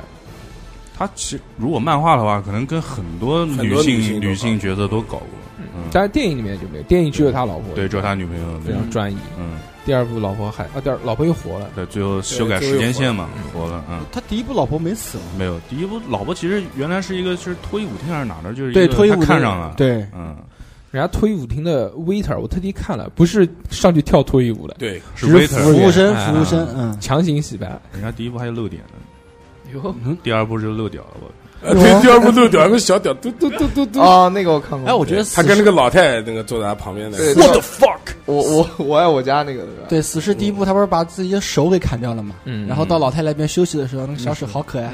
[SPEAKER 8] 他其实如果漫画的话，可能跟很多
[SPEAKER 9] 很
[SPEAKER 8] 女
[SPEAKER 9] 多
[SPEAKER 8] 性
[SPEAKER 9] 女性都搞
[SPEAKER 8] 性角色都搞过，嗯，
[SPEAKER 2] 但是电影里面就没有，电影只有他老婆
[SPEAKER 8] 对，只有他女朋友
[SPEAKER 2] 非
[SPEAKER 9] 啊
[SPEAKER 2] 常专一。
[SPEAKER 8] 嗯，
[SPEAKER 2] 第二部老婆还啊，第二老婆又活了，
[SPEAKER 8] 对，最后修改
[SPEAKER 9] 最后
[SPEAKER 8] 时间
[SPEAKER 9] 又
[SPEAKER 8] 线嘛，活了，嗯。
[SPEAKER 1] 他第一部老婆没死嘛？
[SPEAKER 8] 没有，第一部老婆其实原来是一个，就是脱衣舞厅还是哪儿的，就是一
[SPEAKER 1] 对，
[SPEAKER 8] 个
[SPEAKER 1] 脱衣舞
[SPEAKER 8] 他看上了，，
[SPEAKER 1] 对，
[SPEAKER 8] 嗯，
[SPEAKER 2] 人家脱衣舞厅的 waiter，我特地看了，不是上去跳脱衣舞的，
[SPEAKER 9] 对，
[SPEAKER 8] 是
[SPEAKER 2] 只是服
[SPEAKER 1] 服
[SPEAKER 2] 务
[SPEAKER 8] waiter，
[SPEAKER 1] 务生，
[SPEAKER 2] 哎
[SPEAKER 1] 服务生，嗯，
[SPEAKER 2] 强行洗白。
[SPEAKER 8] 人家第一部还有漏点呢，嗯
[SPEAKER 5] 哟
[SPEAKER 8] 第二部就漏掉了。我
[SPEAKER 9] 呃对，第二部都屌，那个小屌嘟嘟嘟嘟嘟，
[SPEAKER 5] 啊，那个我看过。
[SPEAKER 1] 哎，我觉得死
[SPEAKER 9] 他跟那个老太那个坐在他旁边的，
[SPEAKER 5] 对
[SPEAKER 9] 我
[SPEAKER 5] the fuck！我 [laughs] 我我爱我家那个，对吧？
[SPEAKER 1] 对死侍第一
[SPEAKER 9] 嗯
[SPEAKER 1] 部，他不是把自己的手给砍掉了嘛？
[SPEAKER 2] 嗯
[SPEAKER 1] 然后到老太太那边休息的时候，那个小手好可爱，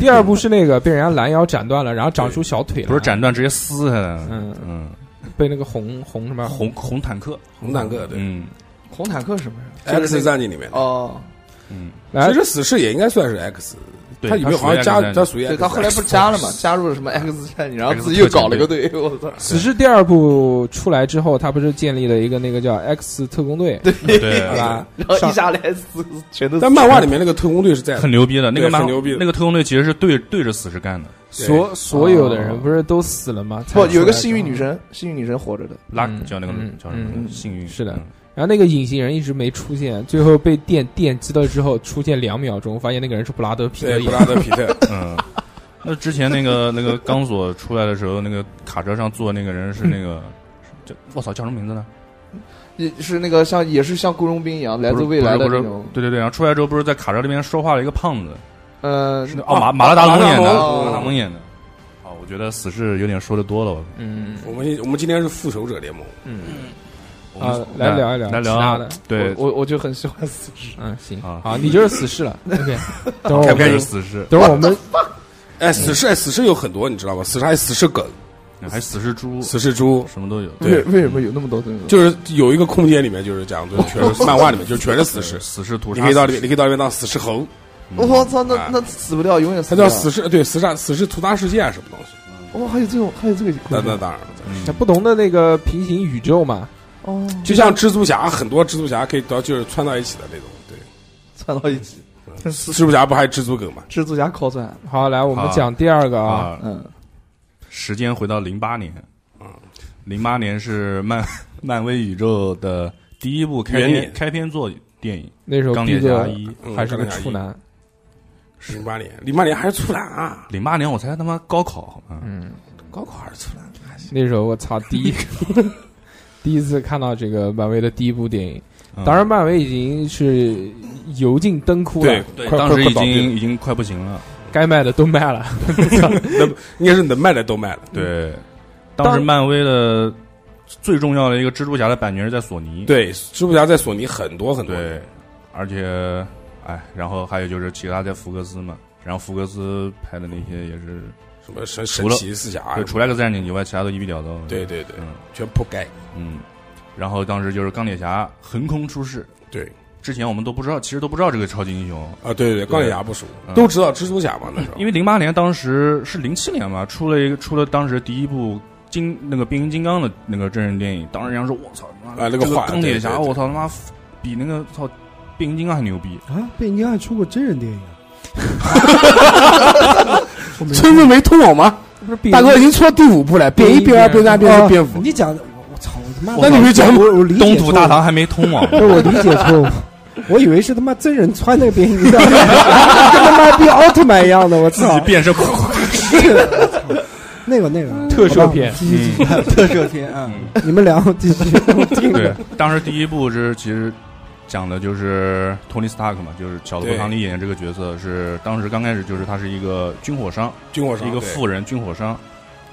[SPEAKER 2] 第二部是那个被人家拦腰斩断了，然后长出小
[SPEAKER 9] 嗯
[SPEAKER 2] 腿来，
[SPEAKER 8] 不是斩断，直接撕开的。
[SPEAKER 2] 嗯
[SPEAKER 8] 嗯，
[SPEAKER 2] 被那个红红什么
[SPEAKER 8] 红红坦克，
[SPEAKER 9] 红坦克，对
[SPEAKER 8] 嗯
[SPEAKER 5] 红坦克什么呀？
[SPEAKER 9] ，X 战警里面的，
[SPEAKER 5] 哦，
[SPEAKER 8] 嗯，
[SPEAKER 2] 来
[SPEAKER 9] 其实死侍也应该算是 X，
[SPEAKER 8] 对
[SPEAKER 9] 它里面好像
[SPEAKER 8] 它属于 X 战警
[SPEAKER 9] 加它属于 X，
[SPEAKER 5] 对他后来不是加了嘛，加入了什么 X 战警，然后
[SPEAKER 8] X
[SPEAKER 5] 自己又搞了个队，我操！
[SPEAKER 2] 此时第二部出来之后，他不是建立了一个那个叫 X 特工队，
[SPEAKER 8] 对
[SPEAKER 9] [laughs]
[SPEAKER 2] 对，
[SPEAKER 9] 啊
[SPEAKER 2] 吧？
[SPEAKER 5] 然后一
[SPEAKER 2] 上
[SPEAKER 5] 下来死全都
[SPEAKER 9] 但漫画里面那个特工队是在的
[SPEAKER 8] 很牛逼的那个
[SPEAKER 9] 对
[SPEAKER 8] 漫
[SPEAKER 9] 很牛逼的
[SPEAKER 8] 那个特工队其实是对对着死侍干的，
[SPEAKER 2] 所所有的哦人不是都死了吗？才
[SPEAKER 5] 不有一
[SPEAKER 2] 出来
[SPEAKER 5] 个幸运
[SPEAKER 2] 之
[SPEAKER 5] 女
[SPEAKER 2] 后，
[SPEAKER 9] [laughs]
[SPEAKER 5] 神，幸运女神活着的，
[SPEAKER 8] 拉
[SPEAKER 2] 嗯
[SPEAKER 8] 叫那个
[SPEAKER 2] 嗯
[SPEAKER 8] 叫什么
[SPEAKER 2] 嗯
[SPEAKER 8] 幸运
[SPEAKER 2] 是的
[SPEAKER 8] 嗯
[SPEAKER 2] 然后那个隐形人一直没出现，最后被电电击了之后出现两秒钟，发现那个人是布拉德皮特
[SPEAKER 9] 对
[SPEAKER 2] 演
[SPEAKER 9] 布
[SPEAKER 2] 的。
[SPEAKER 9] 拉德皮特，
[SPEAKER 8] 嗯，那之前那个 [laughs] 那个钢索出来的时候，那个卡车上坐的那个人是那个，叫我操叫什么名字呢？
[SPEAKER 5] 也是那个像也是像雇佣兵一样来
[SPEAKER 8] 不
[SPEAKER 5] 自
[SPEAKER 8] 是
[SPEAKER 5] 未来的
[SPEAKER 8] 不是不
[SPEAKER 5] 那
[SPEAKER 8] 是
[SPEAKER 5] 种，
[SPEAKER 8] 对对对，然后出来之后不是在卡车那边说话的一个胖子，
[SPEAKER 5] 嗯
[SPEAKER 8] 是那哦马马拉达蒙演的，
[SPEAKER 5] 哦
[SPEAKER 8] 马拉达蒙演的。啊，我觉得死侍有点说的多了，我
[SPEAKER 2] 嗯
[SPEAKER 9] [laughs] 我们我们今天是复仇者联盟，
[SPEAKER 2] 嗯
[SPEAKER 8] 我们
[SPEAKER 2] 啊，来聊一聊
[SPEAKER 8] 来
[SPEAKER 2] 其他
[SPEAKER 8] 聊啊
[SPEAKER 2] 的。
[SPEAKER 8] 对
[SPEAKER 5] 我我我就很喜欢死侍，
[SPEAKER 2] 嗯，行
[SPEAKER 8] 啊
[SPEAKER 2] 好，你就是死 [laughs] 侍了。OK，等会儿
[SPEAKER 9] 开不
[SPEAKER 2] 我
[SPEAKER 9] 开
[SPEAKER 2] 们
[SPEAKER 9] 心
[SPEAKER 8] 死侍，
[SPEAKER 2] 等会儿我们
[SPEAKER 9] 哎，死侍哎死侍有很多，你知道吗？死侍还有死侍梗、
[SPEAKER 8] 还死侍猪，
[SPEAKER 9] 死侍猪，
[SPEAKER 8] 什么都有。
[SPEAKER 9] 对
[SPEAKER 5] 为为什么有那么多这种？
[SPEAKER 9] 就是有一个空间里面就是这样，就是全是漫画里面就全是
[SPEAKER 2] [laughs]
[SPEAKER 9] 死侍，
[SPEAKER 8] 死侍屠
[SPEAKER 9] 你
[SPEAKER 8] 杀，
[SPEAKER 9] 可以到
[SPEAKER 8] 死
[SPEAKER 9] 里面，你可以到里面当死侍猴，
[SPEAKER 5] 我操，
[SPEAKER 8] 啊
[SPEAKER 5] 那那死不掉，永远死
[SPEAKER 9] 它
[SPEAKER 5] 不掉。
[SPEAKER 9] 叫死侍对死杀死侍屠杀世界啊什么东西？
[SPEAKER 2] 嗯
[SPEAKER 5] 哇，还有这种，还有这个
[SPEAKER 9] 那
[SPEAKER 5] 功
[SPEAKER 9] 那
[SPEAKER 5] 能
[SPEAKER 9] 当然了，
[SPEAKER 8] 嗯
[SPEAKER 2] 不同的那个平行宇宙嘛，
[SPEAKER 5] 哦，
[SPEAKER 9] 就像蜘蛛侠，很多蜘蛛侠可以到就是串到一起的那种，对，
[SPEAKER 5] 窜到一起， [laughs]
[SPEAKER 9] 蜘蛛侠不还有蜘蛛梗吗？
[SPEAKER 5] 蜘蛛侠靠钻，
[SPEAKER 2] 好，来我们
[SPEAKER 8] 好
[SPEAKER 2] 讲第二个啊，
[SPEAKER 8] 啊，
[SPEAKER 5] 嗯，
[SPEAKER 8] 时间回到零八年，零八年是漫 [laughs] 漫威宇宙的第一部开
[SPEAKER 9] 元
[SPEAKER 8] 篇
[SPEAKER 9] 年
[SPEAKER 8] 开篇作电影
[SPEAKER 2] 那时
[SPEAKER 8] 《
[SPEAKER 2] 候
[SPEAKER 8] 钢
[SPEAKER 2] 逼
[SPEAKER 8] 铁
[SPEAKER 2] 哥
[SPEAKER 8] 侠一》。
[SPEAKER 9] 嗯
[SPEAKER 2] 还是个处，男，
[SPEAKER 9] 零八年，零八年还是处男啊？
[SPEAKER 8] 零八年我才他妈高考，啊好吗？
[SPEAKER 2] 嗯，
[SPEAKER 9] 高考还是处男？还行
[SPEAKER 2] 那时候我操，第一个第一次看到这个漫威的第一部电影，
[SPEAKER 8] 嗯
[SPEAKER 2] 当然漫威已经是油尽灯枯了，
[SPEAKER 8] 对，
[SPEAKER 9] 快
[SPEAKER 8] 当
[SPEAKER 9] 快
[SPEAKER 8] 时
[SPEAKER 9] 快
[SPEAKER 8] 已
[SPEAKER 9] 倒闭
[SPEAKER 8] 经已经快不行了。
[SPEAKER 2] 该卖的都卖了，
[SPEAKER 9] 应该是能卖的都卖了，
[SPEAKER 8] 对，当时
[SPEAKER 2] 当
[SPEAKER 8] 漫威的最重要的一个蜘蛛侠的版权是在索尼。
[SPEAKER 9] 对，蜘蛛侠在索尼很多很多，
[SPEAKER 8] 嗯对，而且哎，然后还有就是其他在福克斯嘛，然后福克斯拍的那些也是，
[SPEAKER 9] 什么神
[SPEAKER 8] 除
[SPEAKER 9] 神
[SPEAKER 8] 了
[SPEAKER 9] 奇四侠啊，
[SPEAKER 8] 就除了个战警以外，其他都一笔了之。
[SPEAKER 9] 对，对对，
[SPEAKER 8] 嗯
[SPEAKER 9] 全铺盖，
[SPEAKER 8] 嗯，然后当时就是钢铁侠横空出世，
[SPEAKER 9] 对
[SPEAKER 8] 之前我们都不知道，其实都不知道这个超级英雄，
[SPEAKER 9] 啊，对对对，钢铁侠不熟，
[SPEAKER 8] 嗯
[SPEAKER 9] 都知道蜘蛛侠嘛那时候，
[SPEAKER 8] 因为零八年当时是零七年嘛，出了一个出了当时第一部金那个变形金刚的那个真人电影，当时人家说我操他妈
[SPEAKER 9] 啊那
[SPEAKER 8] 这
[SPEAKER 9] 个
[SPEAKER 8] 个
[SPEAKER 9] 画
[SPEAKER 8] 钢铁
[SPEAKER 9] 对
[SPEAKER 8] 侠
[SPEAKER 9] 对对
[SPEAKER 8] 我操他妈比那个操变形金刚还牛逼，
[SPEAKER 3] 啊，被人家还出过真人电影，
[SPEAKER 9] 村子没通网吗？
[SPEAKER 2] 不是
[SPEAKER 9] 大哥已经出到第五部了，变一、变二、变三、变四、变五。
[SPEAKER 3] 你讲的我我操，我他妈
[SPEAKER 9] 那
[SPEAKER 3] 的，
[SPEAKER 9] 你们讲
[SPEAKER 3] 我我理解
[SPEAKER 8] 东
[SPEAKER 3] 错
[SPEAKER 8] 土
[SPEAKER 3] 误
[SPEAKER 8] 大唐还没通
[SPEAKER 9] [laughs]
[SPEAKER 8] 网，
[SPEAKER 3] 不是我理解错误， [laughs] 我以为是他妈真人穿那个变形金刚， [laughs] 跟他妈变奥特曼一样的，我
[SPEAKER 8] 自
[SPEAKER 3] 操
[SPEAKER 8] 己！变
[SPEAKER 9] [laughs]
[SPEAKER 8] 身，
[SPEAKER 3] 我操那个那个
[SPEAKER 2] 特摄片
[SPEAKER 3] 好吧继
[SPEAKER 8] 嗯
[SPEAKER 3] 续继续
[SPEAKER 1] 特摄片啊，
[SPEAKER 3] 你们聊继续，我听
[SPEAKER 8] 对
[SPEAKER 3] 着。，
[SPEAKER 8] 当时第一部是其实讲的就是托尼·斯塔克嘛，就是小罗伯
[SPEAKER 9] 对
[SPEAKER 8] ·唐尼演这个角色是当时刚开始就是他是一个军火商，
[SPEAKER 9] 军火
[SPEAKER 8] 是
[SPEAKER 9] 商
[SPEAKER 8] 一个
[SPEAKER 9] 对
[SPEAKER 8] 富人军火商，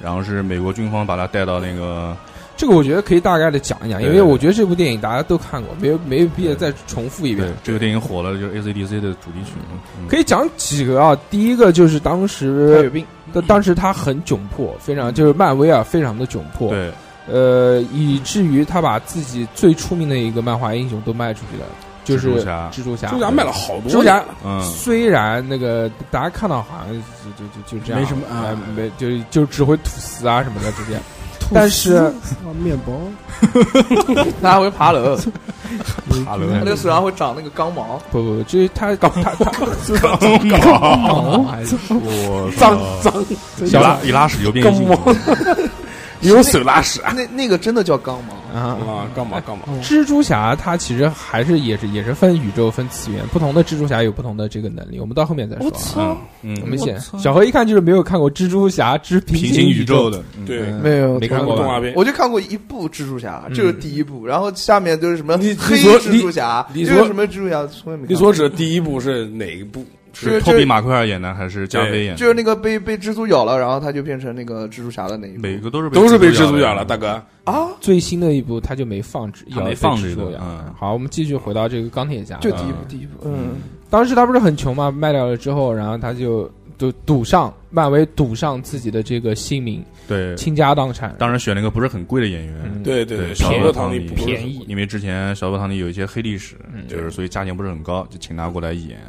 [SPEAKER 8] 然后是美国军方把他带到那个
[SPEAKER 2] 这个我觉得可以大概的讲一讲，
[SPEAKER 8] 对
[SPEAKER 2] 因为我觉得这部电影大家都看过，没有没有必要再重复一遍
[SPEAKER 8] 对。这个电影火了，就是 AC/DC 的主题曲，嗯
[SPEAKER 2] 可以讲几个啊，第一个就是当
[SPEAKER 5] 他有
[SPEAKER 2] 时，
[SPEAKER 5] 病，
[SPEAKER 2] 当当时他很窘迫，非常就是漫威啊，非常的窘迫。
[SPEAKER 8] 对
[SPEAKER 2] 呃，以至于他把自己最出名的一个漫画英雄都卖出去了，就是
[SPEAKER 8] 蜘蛛侠
[SPEAKER 2] 蜘蛛侠。
[SPEAKER 9] 蜘蛛侠卖了好
[SPEAKER 2] 蜘蛛
[SPEAKER 9] 多
[SPEAKER 2] 侠
[SPEAKER 9] 家，
[SPEAKER 8] 嗯，
[SPEAKER 2] 虽然那个大家看到好像就就就就这样，
[SPEAKER 1] 没什么啊
[SPEAKER 2] 哎没就就只会吐丝啊什么的这些，但是
[SPEAKER 3] 啊面包，
[SPEAKER 5] 他还会爬楼，
[SPEAKER 8] 爬楼
[SPEAKER 5] 他那个
[SPEAKER 8] [laughs]
[SPEAKER 5] 手上会长那个钢毛，
[SPEAKER 2] 不不不，就是他他他
[SPEAKER 8] 我
[SPEAKER 9] 脏脏
[SPEAKER 8] 嗯一拉一拉屎就变硬，
[SPEAKER 9] 用手拉屎啊
[SPEAKER 5] 那那个真的叫钢毛，
[SPEAKER 2] 啊。
[SPEAKER 9] 啊！干嘛干嘛？
[SPEAKER 2] 蜘蛛侠它其实还是也是也是分宇宙分次元，不同的蜘蛛侠有不同的这个能力，我们到后面再说啊。
[SPEAKER 8] 嗯
[SPEAKER 2] 我
[SPEAKER 8] 嗯，
[SPEAKER 2] 们先，小何一看就是没有看过《蜘蛛侠之
[SPEAKER 8] 平
[SPEAKER 2] 平
[SPEAKER 8] 行
[SPEAKER 2] 行
[SPEAKER 8] 宇
[SPEAKER 2] 宙
[SPEAKER 8] 宙》的，嗯
[SPEAKER 9] 对，
[SPEAKER 2] 嗯，
[SPEAKER 5] 没有
[SPEAKER 2] 没看过
[SPEAKER 9] 动
[SPEAKER 2] 吧
[SPEAKER 9] 画？片。
[SPEAKER 5] 我就看过一部蜘蛛侠，这是第一部，然后下面就是什么
[SPEAKER 9] 你
[SPEAKER 5] 黑
[SPEAKER 9] 你说
[SPEAKER 5] 蜘蛛侠，
[SPEAKER 9] 你你
[SPEAKER 5] 这
[SPEAKER 9] 说
[SPEAKER 5] 是什么蜘蛛侠，从来没看过
[SPEAKER 9] 你所指的第一部是哪一部？
[SPEAKER 5] 就是是
[SPEAKER 8] 托比马奎尔演的还是加菲演
[SPEAKER 5] 就是
[SPEAKER 8] 的？
[SPEAKER 5] 那个被被蜘蛛咬了，然后他就变成那个蜘蛛侠的那一部
[SPEAKER 8] 每个都是
[SPEAKER 9] 都是被蜘蛛
[SPEAKER 8] 蛛
[SPEAKER 9] 咬
[SPEAKER 8] 了嗯
[SPEAKER 9] 了，大哥。
[SPEAKER 5] 啊，
[SPEAKER 2] 最新的一部他就没放只，
[SPEAKER 8] 他没
[SPEAKER 2] 要
[SPEAKER 8] 放
[SPEAKER 2] 被
[SPEAKER 8] 这
[SPEAKER 2] 蜘蛛
[SPEAKER 8] 个
[SPEAKER 2] 呀
[SPEAKER 8] 嗯
[SPEAKER 2] 好，我们继续回到这个钢铁侠。
[SPEAKER 5] 就第一部第一部，嗯，
[SPEAKER 2] 当时他不是很穷嘛，卖掉了之后，然后他就就赌上漫威赌上自己的这个性命，
[SPEAKER 8] 对，
[SPEAKER 2] 倾家荡产。
[SPEAKER 8] 当然选了一个不是很贵的演员，
[SPEAKER 2] 嗯
[SPEAKER 9] 对对对，小
[SPEAKER 8] 罗
[SPEAKER 9] 罗唐尼不
[SPEAKER 2] 便宜
[SPEAKER 8] 因为之前小罗唐尼有一些黑历史，
[SPEAKER 2] 嗯
[SPEAKER 8] 就是所以价钱不是很高，就请他过来演，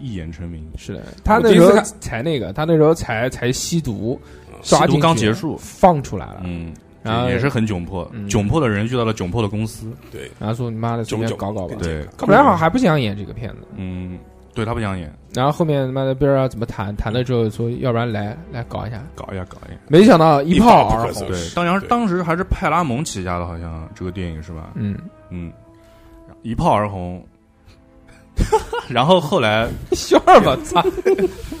[SPEAKER 8] 一演成名。
[SPEAKER 2] 是的，他那时候才那个，他那时候才才吸毒，
[SPEAKER 8] 吸
[SPEAKER 2] 抓进
[SPEAKER 8] 毒
[SPEAKER 2] 去
[SPEAKER 8] 刚结束，
[SPEAKER 2] 放出来了，
[SPEAKER 8] 嗯，
[SPEAKER 2] 然后
[SPEAKER 8] 也是很窘迫，
[SPEAKER 2] 嗯
[SPEAKER 8] 窘迫的人遇到了窘迫的公司，
[SPEAKER 2] 然后说你妈的随
[SPEAKER 9] 囧
[SPEAKER 2] 便
[SPEAKER 9] 囧
[SPEAKER 2] 搞搞吧。
[SPEAKER 8] 对，
[SPEAKER 2] 本来好像还不想演这个片子，
[SPEAKER 8] 嗯，对他不想演，
[SPEAKER 2] 然后后面他妈的不知道怎么谈，谈了之后说要不然来来搞一下，
[SPEAKER 8] 搞一下，搞一下。
[SPEAKER 2] 没想到一炮
[SPEAKER 9] 一炮不
[SPEAKER 2] 而
[SPEAKER 9] 可收
[SPEAKER 2] 红
[SPEAKER 9] 拾。
[SPEAKER 8] 对，当时
[SPEAKER 9] 对
[SPEAKER 8] 当时还是派拉蒙旗下的，好像这个电影是吧？
[SPEAKER 2] 嗯，
[SPEAKER 8] 嗯，一炮而红。 [laughs] 然后后来
[SPEAKER 2] 笑吧，操！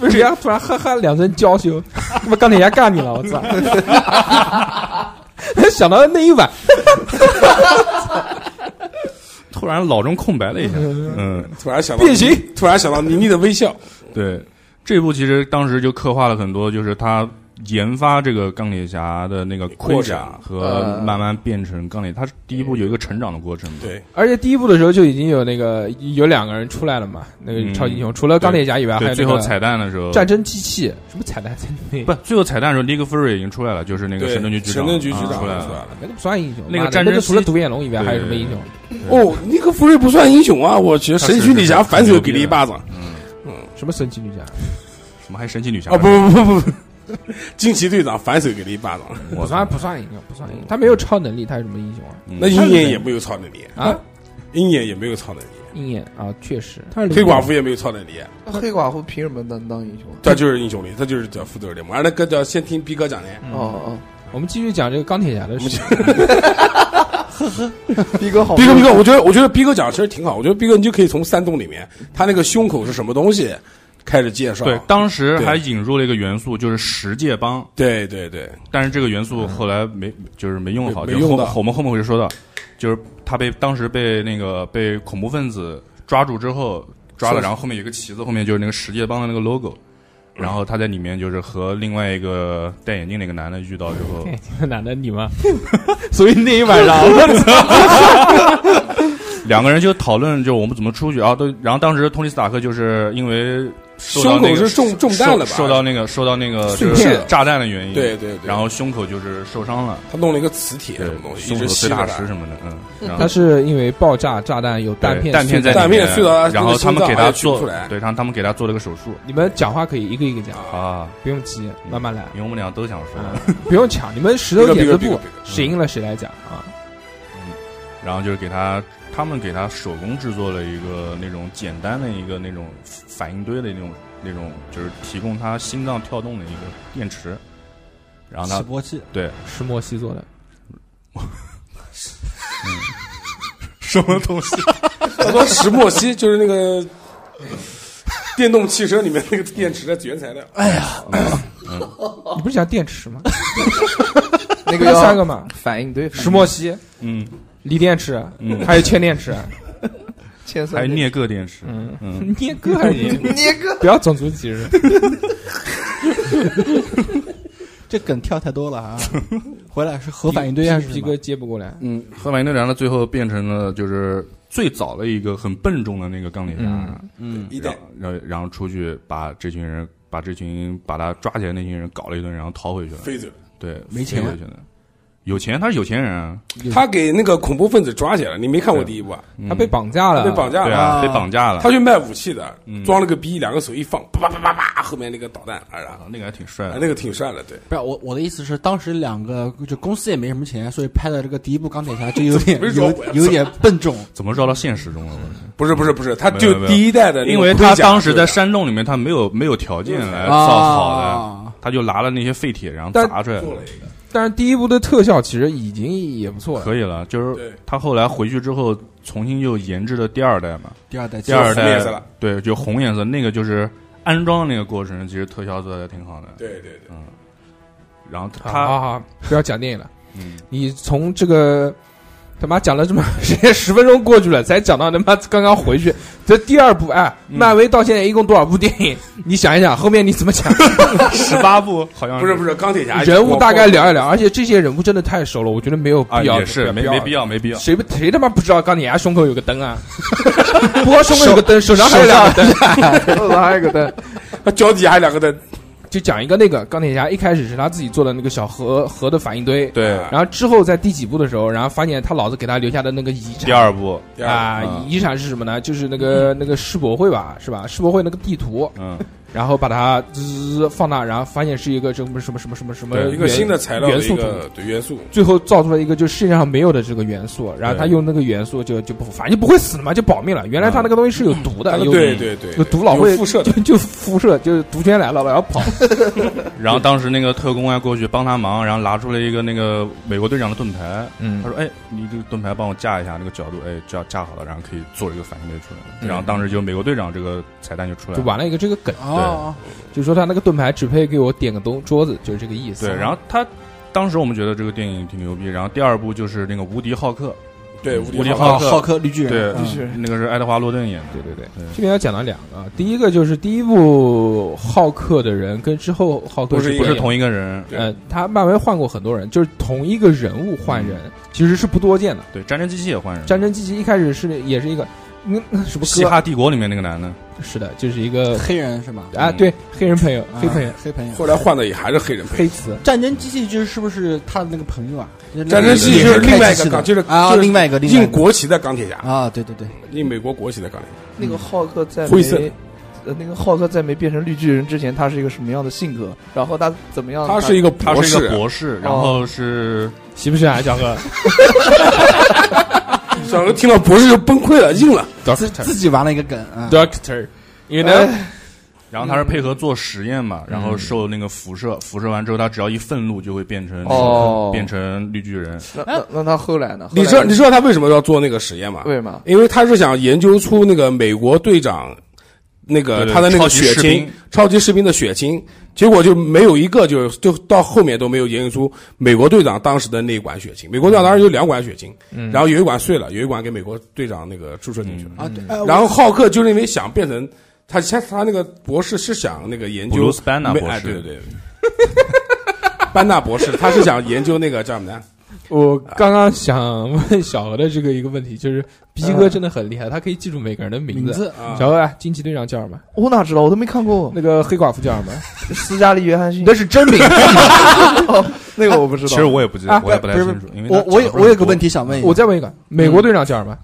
[SPEAKER 2] 为什么要突然哈哈两声娇羞？ [laughs] 他妈钢铁侠干你了，我操！ [laughs] 想到那一晚，
[SPEAKER 8] 突然脑中空白了一
[SPEAKER 2] [laughs]
[SPEAKER 8] 下，嗯，
[SPEAKER 9] 突然想到变形，突然想到倪妮的微笑。
[SPEAKER 8] 对，这部其实当时就刻画了很多，就是他研发这个钢铁侠的那个盔甲
[SPEAKER 9] 过程
[SPEAKER 8] 和慢慢变成钢铁，他是第一部有一个成长的过程嘛。
[SPEAKER 9] 对
[SPEAKER 2] 而且第一部的时候就已经有那个有两个人出来了嘛，那个
[SPEAKER 8] 嗯
[SPEAKER 2] 超级英雄除了钢铁侠以外，还有
[SPEAKER 8] 对，
[SPEAKER 2] 那
[SPEAKER 8] 最后
[SPEAKER 2] 个
[SPEAKER 8] 彩蛋的时候，
[SPEAKER 2] 战争机器，什么彩蛋在里
[SPEAKER 8] 不，最后彩蛋的时候，Nick Fury 已经出来了，就是那个
[SPEAKER 9] 对，
[SPEAKER 8] 神盾局局长，
[SPEAKER 9] 神盾局局
[SPEAKER 8] 啊
[SPEAKER 9] 长
[SPEAKER 8] 出来
[SPEAKER 9] 出来
[SPEAKER 8] 了。
[SPEAKER 9] 了。
[SPEAKER 2] 那个不算英雄，
[SPEAKER 8] 那个
[SPEAKER 2] 妈的
[SPEAKER 8] 战
[SPEAKER 2] 那
[SPEAKER 8] 争
[SPEAKER 2] 个除了
[SPEAKER 8] 机
[SPEAKER 2] 独眼龙以外还有什么
[SPEAKER 8] 对
[SPEAKER 2] 英雄？
[SPEAKER 9] 哦，尼克弗瑞不算英雄啊！我去，神奇女
[SPEAKER 8] 啊
[SPEAKER 9] 侠反手给了一巴掌。
[SPEAKER 2] 什么神奇女侠？
[SPEAKER 8] 什么还神奇女侠
[SPEAKER 9] 啊！不不不不不，惊奇队长反手给了一巴
[SPEAKER 8] 嗯
[SPEAKER 9] 掌。
[SPEAKER 2] 不算不算英雄，不算英雄，他没有超能力，他有什么英雄啊？
[SPEAKER 8] 嗯
[SPEAKER 9] 那鹰眼也没有超能力，
[SPEAKER 2] 啊，
[SPEAKER 9] 鹰眼也没有超能力，
[SPEAKER 2] 鹰眼啊，确实，
[SPEAKER 8] 嗯
[SPEAKER 9] 黑寡妇也没有超能力，
[SPEAKER 5] 黑寡妇凭什么能当英雄啊？
[SPEAKER 9] 他就是英雄力，他就是叫复仇者联盟。而那个叫先听逼哥讲的，
[SPEAKER 5] 哦
[SPEAKER 2] 我们继续讲这个钢铁侠的事情。
[SPEAKER 5] 哦，逼哥好，
[SPEAKER 9] 逼哥逼哥，我觉得我觉得逼哥讲的其实挺好，我觉得逼哥你就可以从山洞里面他那个胸口是什么东西开始介绍。
[SPEAKER 8] 对，当时还引入了一个元素，就是十界帮，
[SPEAKER 9] 对对对，
[SPEAKER 8] 但是这个元素后来没，就是没用好，
[SPEAKER 9] 嗯没
[SPEAKER 8] 就
[SPEAKER 9] 没用
[SPEAKER 8] 后
[SPEAKER 9] 到
[SPEAKER 8] 我们后面会说到，就是他被当时被那个被恐怖分子抓住之后抓了，
[SPEAKER 9] 是嗯
[SPEAKER 8] 然后后面有个旗子，后面就是那个十界帮的那个 logo，然后他在里面就是和另外一个戴眼镜那个男的遇到之
[SPEAKER 9] [laughs]
[SPEAKER 8] 后，
[SPEAKER 2] 那 [laughs] 男的你吗？所以那一晚上，
[SPEAKER 8] 两个人就讨论就我们怎么出去啊，都然后当时托尼斯塔克就是因为受到
[SPEAKER 9] 胸
[SPEAKER 8] 那
[SPEAKER 9] 口
[SPEAKER 8] 个
[SPEAKER 9] 是中中弹了吧？
[SPEAKER 8] 受受到那个受到那个
[SPEAKER 9] 碎
[SPEAKER 8] 就
[SPEAKER 9] 片
[SPEAKER 8] 是炸弹的原因，
[SPEAKER 9] 对对对
[SPEAKER 8] 然后胸口就是受伤了，
[SPEAKER 9] 他弄了一个磁铁
[SPEAKER 8] 对
[SPEAKER 9] 什么，东西，
[SPEAKER 8] 胸
[SPEAKER 9] 一
[SPEAKER 8] 口
[SPEAKER 9] 直
[SPEAKER 8] 碎
[SPEAKER 9] 吸
[SPEAKER 8] 大
[SPEAKER 9] 着
[SPEAKER 8] 石
[SPEAKER 9] 他。
[SPEAKER 8] 什么的，嗯，然后
[SPEAKER 2] 他是因为爆炸炸弹有弹
[SPEAKER 8] 对
[SPEAKER 2] 片，
[SPEAKER 8] 弹片在里
[SPEAKER 9] 弹片
[SPEAKER 8] 面
[SPEAKER 9] 碎啊到
[SPEAKER 8] 然
[SPEAKER 9] 他那个
[SPEAKER 8] 后他
[SPEAKER 9] 心
[SPEAKER 8] 们
[SPEAKER 9] 脏
[SPEAKER 8] 给
[SPEAKER 9] 还
[SPEAKER 8] 他
[SPEAKER 9] 取不
[SPEAKER 8] 做
[SPEAKER 9] 哎出来，
[SPEAKER 8] 对，让他们给他做了个手术
[SPEAKER 2] 你们讲话可以一个一个讲，
[SPEAKER 8] 啊，
[SPEAKER 2] 不用急，慢慢来，啊
[SPEAKER 8] 因为我们俩都想说，
[SPEAKER 9] 嗯
[SPEAKER 2] 不用抢。你们石头剪子布，谁赢了谁来讲啊？
[SPEAKER 8] 然后就是给他他们给他手工制作了一个那种简单的一个那种反应堆的那种那种，就是提供他心脏跳动的一个电池，然后
[SPEAKER 1] 起
[SPEAKER 8] 他
[SPEAKER 1] 搏器，
[SPEAKER 8] 对
[SPEAKER 2] 石墨烯做的，
[SPEAKER 8] 什么东西，
[SPEAKER 9] 他说石墨烯就是那个电动汽车里面那个电池的原材料。
[SPEAKER 8] 哎
[SPEAKER 1] 哦
[SPEAKER 2] 你不是讲电池吗？
[SPEAKER 5] 那个
[SPEAKER 2] 那三个
[SPEAKER 5] 要
[SPEAKER 2] 嘛，
[SPEAKER 5] 反应对
[SPEAKER 2] 石墨烯、
[SPEAKER 8] 嗯，
[SPEAKER 2] 锂电池，
[SPEAKER 8] 嗯
[SPEAKER 2] 还有铅电
[SPEAKER 8] [laughs]
[SPEAKER 2] 池。
[SPEAKER 5] 千岁
[SPEAKER 8] 还有镍铬电池，嗯，
[SPEAKER 2] 你哥还是你
[SPEAKER 5] 捏
[SPEAKER 2] [laughs]
[SPEAKER 5] 个
[SPEAKER 2] 不要种族歧视。
[SPEAKER 1] 这梗跳太多了
[SPEAKER 9] [laughs]
[SPEAKER 1] 啊！回来是核反应堆还是
[SPEAKER 2] 皮
[SPEAKER 1] 什
[SPEAKER 2] 哥
[SPEAKER 1] 么？
[SPEAKER 2] 接不过来？
[SPEAKER 8] 嗯，喝完那然后最后变成了就是最早的一个很笨重的那个钢铁侠，
[SPEAKER 2] 嗯
[SPEAKER 1] 嗯，
[SPEAKER 9] 一
[SPEAKER 8] 然
[SPEAKER 9] 代
[SPEAKER 8] 后然后然后出去把这群人把这群把他抓起来那群人搞了一顿，然后逃回去了。
[SPEAKER 9] 飞走了，
[SPEAKER 8] 对，
[SPEAKER 1] 没
[SPEAKER 8] 飞
[SPEAKER 1] 钱
[SPEAKER 8] 回去了。有钱，他是有钱人啊，
[SPEAKER 9] 他给那个恐怖分子抓起来了。你没看过第一部啊？
[SPEAKER 2] 他被绑架了，
[SPEAKER 9] 被绑
[SPEAKER 8] 嗯
[SPEAKER 9] 架
[SPEAKER 8] 对
[SPEAKER 9] 了，
[SPEAKER 8] 啊，嗯被绑架了。
[SPEAKER 9] 他去卖武器的，装了个逼，两个手一放，啪啪啪啪啪，后面那个导弹啊，然后
[SPEAKER 8] 啊那个还挺帅
[SPEAKER 9] 啊
[SPEAKER 8] 的，
[SPEAKER 9] 那个挺帅的，对。
[SPEAKER 1] 不是我我的意思是，当时两个就公司也没什么钱，所以拍的这个第一部钢铁侠就有
[SPEAKER 9] [laughs]
[SPEAKER 1] 点
[SPEAKER 9] 不是说
[SPEAKER 1] 有
[SPEAKER 9] 我要
[SPEAKER 1] 有点笨重。
[SPEAKER 8] 怎么绕到现实中了？
[SPEAKER 9] 不是不是不是，他
[SPEAKER 8] 没有
[SPEAKER 9] 就
[SPEAKER 8] 没有
[SPEAKER 9] 第一代的那个
[SPEAKER 8] 因为
[SPEAKER 9] 盔
[SPEAKER 8] 他
[SPEAKER 9] 甲
[SPEAKER 8] 当时在
[SPEAKER 9] 是吧
[SPEAKER 8] 山洞里面，他没有没有条件来造好的，
[SPEAKER 1] 啊
[SPEAKER 8] 他就拿了那些废铁，然后
[SPEAKER 2] 但
[SPEAKER 8] 砸出来
[SPEAKER 9] 做
[SPEAKER 8] 了
[SPEAKER 9] 了。一个，
[SPEAKER 2] 但是第一部的特效其实已经也不错了，
[SPEAKER 8] 可以了，就是他后来回去之后重新又研制的第二代嘛，
[SPEAKER 1] 第二代
[SPEAKER 8] 第二
[SPEAKER 9] 就红
[SPEAKER 8] 代
[SPEAKER 9] 颜色了
[SPEAKER 8] 对，就红颜色那个就是安装的那个过程，其实特效做的挺好的。
[SPEAKER 9] 对对对，
[SPEAKER 8] 嗯，然后
[SPEAKER 2] 好
[SPEAKER 8] 他
[SPEAKER 2] 啊好好，不要讲电影了。
[SPEAKER 8] 嗯，
[SPEAKER 2] 你从这个他妈讲了这么时间，十分钟过去了，才讲到他妈刚刚回去。这第二部，哎，
[SPEAKER 8] 嗯
[SPEAKER 2] 漫威到现在一共多少部电
[SPEAKER 8] [laughs]
[SPEAKER 2] 影？你想一想，后面你怎么讲？
[SPEAKER 8] 十八部好像
[SPEAKER 9] 不是不是，钢铁
[SPEAKER 8] 哎
[SPEAKER 9] 侠
[SPEAKER 2] 人物大概
[SPEAKER 9] 我
[SPEAKER 2] 聊一聊，而且这些人物真的太熟了，我觉得没有
[SPEAKER 8] 啊，
[SPEAKER 2] 必要，
[SPEAKER 8] 也是没没必要，没必
[SPEAKER 9] [laughs]
[SPEAKER 8] 要。
[SPEAKER 2] 谁不谁他妈不知道钢铁侠胸口有个灯
[SPEAKER 8] [laughs]
[SPEAKER 2] 啊？不光胸口有个灯，手上还有两个灯。
[SPEAKER 5] 还有一个灯，
[SPEAKER 9] 脚底下还有两个灯，
[SPEAKER 2] 就讲一个那个钢铁侠一开始是他自己做的那个小核核的反应堆，
[SPEAKER 8] 对，
[SPEAKER 9] 啊
[SPEAKER 2] 然后之后在第几部的时候，然后发现他老子给他留下的那个遗产
[SPEAKER 8] 第。二部，
[SPEAKER 9] 第二
[SPEAKER 2] 啊
[SPEAKER 8] 嗯，
[SPEAKER 2] 遗产是什么呢？就是那个那个世博会吧，是吧？世博会那个地图，
[SPEAKER 8] 嗯，
[SPEAKER 2] 然后把它滋放大，然后发现是一个什么什么什么什么什么
[SPEAKER 8] 对
[SPEAKER 9] 一个
[SPEAKER 2] 元
[SPEAKER 9] 新的材料的
[SPEAKER 2] 元素
[SPEAKER 9] 一
[SPEAKER 2] 图，
[SPEAKER 9] 个对元素，
[SPEAKER 2] 最后造出了一个就是世界上没有的这个元素，然后他
[SPEAKER 8] 对
[SPEAKER 2] 用那个元素就就不反正就不会死了嘛，就保命了。原来他那个东西是有毒的，
[SPEAKER 9] 嗯它的
[SPEAKER 2] 有
[SPEAKER 9] 对对对，
[SPEAKER 2] 有毒老会
[SPEAKER 9] 有辐射
[SPEAKER 2] 就
[SPEAKER 9] 的，
[SPEAKER 2] 就辐射，就是毒圈来了，然后跑。
[SPEAKER 8] 然后当时那个特工还啊过去帮他忙，然后拿出了一个那个美国队长的盾牌，
[SPEAKER 2] 嗯
[SPEAKER 8] 他说：“哎，你这个盾牌帮我架一下，那个角度，哎，架架好了，然后可以做一个反应堆出来。”然后当时就美国队长这个彩蛋就出来
[SPEAKER 2] 就
[SPEAKER 8] 了。
[SPEAKER 2] 玩了一个这个梗，
[SPEAKER 1] 哦，
[SPEAKER 2] 就说他那个盾牌只配给我点个东桌子，就是这个意思。
[SPEAKER 8] 对，然后他当时我们觉得这个电影挺牛逼。然后第二部就是那个《无敌浩克
[SPEAKER 9] 对
[SPEAKER 8] 无敌
[SPEAKER 9] 浩
[SPEAKER 8] 浩克
[SPEAKER 1] 哦浩克绿巨》，人，
[SPEAKER 8] 对，
[SPEAKER 1] 嗯
[SPEAKER 8] 那个是爱德华·罗顿演的。
[SPEAKER 2] 对对对
[SPEAKER 8] 对，
[SPEAKER 2] 这边要讲到两个，啊第一个就是第一部浩克的人跟之后浩克
[SPEAKER 9] 不是
[SPEAKER 8] 不是
[SPEAKER 2] 同，
[SPEAKER 8] 同一个人，
[SPEAKER 9] 对
[SPEAKER 2] 呃，他漫威换过很多人，就是同一个人物换人，其实是不多见的。
[SPEAKER 8] 对，战争机器也换人，
[SPEAKER 2] 战争机器一开始是也是一个，嗯那、 [laughs] 那什么
[SPEAKER 8] 嘻
[SPEAKER 2] 哥？
[SPEAKER 8] 哈帝国里面那个男的，
[SPEAKER 2] 是的，就是一 [laughs] 个
[SPEAKER 1] 黑人是吗？
[SPEAKER 2] 啊，对，黑人朋友，黑朋友，
[SPEAKER 1] 啊，黑朋友。
[SPEAKER 9] 后来换的也还是黑人配。
[SPEAKER 2] 黑词。
[SPEAKER 1] 战争机器就是是不是他的那个朋友啊？
[SPEAKER 9] 战争机器就是另外一个
[SPEAKER 1] 钢，
[SPEAKER 9] 钢，就是
[SPEAKER 1] 啊，
[SPEAKER 9] 就是
[SPEAKER 1] 另外一个另外一
[SPEAKER 9] 印
[SPEAKER 1] 个
[SPEAKER 9] 国旗的钢铁侠，
[SPEAKER 1] 啊，对对对，
[SPEAKER 9] 印美国国旗的钢铁侠，
[SPEAKER 5] 那个浩克在
[SPEAKER 9] 灰色
[SPEAKER 5] 没，呃，那个浩克在没变成绿巨人之前，他是一个什么样的性格？然后他怎么样？
[SPEAKER 9] 他是一个
[SPEAKER 8] 他
[SPEAKER 9] 博
[SPEAKER 8] 是一
[SPEAKER 9] 士
[SPEAKER 8] 个，博士，然后是
[SPEAKER 2] 是不是啊，小 [laughs] 哥？
[SPEAKER 9] 小哥听到博士就崩溃了，硬了。
[SPEAKER 1] 自自己玩了一个梗啊，
[SPEAKER 2] Doctor，you
[SPEAKER 5] 哎
[SPEAKER 2] know，
[SPEAKER 8] 然后他是配合做实验嘛，然后受那个辐射，辐射完之后，他只要一愤怒就会变成那个
[SPEAKER 5] 哦
[SPEAKER 8] 变成绿巨人。
[SPEAKER 5] 那那那他后来呢？
[SPEAKER 9] 你知
[SPEAKER 5] 这
[SPEAKER 9] 道你知道他为什么要做那个实验吗？
[SPEAKER 5] 为嘛？
[SPEAKER 9] 因为他是想研究出那个美国队长那个
[SPEAKER 8] 对对
[SPEAKER 9] 他的那
[SPEAKER 8] 超
[SPEAKER 9] 个
[SPEAKER 8] 级
[SPEAKER 9] 血
[SPEAKER 8] 士
[SPEAKER 9] 清
[SPEAKER 8] 兵，
[SPEAKER 9] 超级士兵的血清，结果就没有一个就是就到后面都没有研究出美国队长当时的那一管血清。美国队长当时有两管血清，
[SPEAKER 8] 嗯
[SPEAKER 9] 然后有一管碎了，有一管给美国队长那个注射进去了。
[SPEAKER 1] 啊，对，
[SPEAKER 8] 哎
[SPEAKER 1] 呃
[SPEAKER 9] 然后浩克就是因为想变成他，他他那个博士是想那个研究
[SPEAKER 8] Bruce Banner
[SPEAKER 9] 美
[SPEAKER 8] 博士
[SPEAKER 9] 哎对对对。 [laughs] 班纳博士，他是想研究那个叫什
[SPEAKER 8] [laughs]
[SPEAKER 9] 么呢？
[SPEAKER 2] 我刚刚想问小何的这个一个问题，就是逼哥真的很厉害，他可以记住每个人的嗯名
[SPEAKER 1] 名
[SPEAKER 2] 字。
[SPEAKER 1] 字
[SPEAKER 9] 啊
[SPEAKER 2] 小何，啊，惊奇队长叫什么？
[SPEAKER 5] 我哪知道？我都没看过
[SPEAKER 2] 那个黑寡妇叫什么？
[SPEAKER 5] 斯嘉丽·约翰逊
[SPEAKER 1] 那。是真名。
[SPEAKER 5] [laughs] 那个我不知道。
[SPEAKER 8] 其实我也不记
[SPEAKER 2] 啊
[SPEAKER 8] 得，我也不太
[SPEAKER 2] 不是
[SPEAKER 8] 清楚，因为
[SPEAKER 1] 我
[SPEAKER 8] 他
[SPEAKER 1] 我
[SPEAKER 8] 讲
[SPEAKER 1] 有
[SPEAKER 8] 得不是
[SPEAKER 1] 我有
[SPEAKER 8] 很
[SPEAKER 1] 个
[SPEAKER 8] 多
[SPEAKER 1] 问，题想问一下，
[SPEAKER 2] 我再问一个，美国队长叫什
[SPEAKER 8] 嗯
[SPEAKER 2] 么？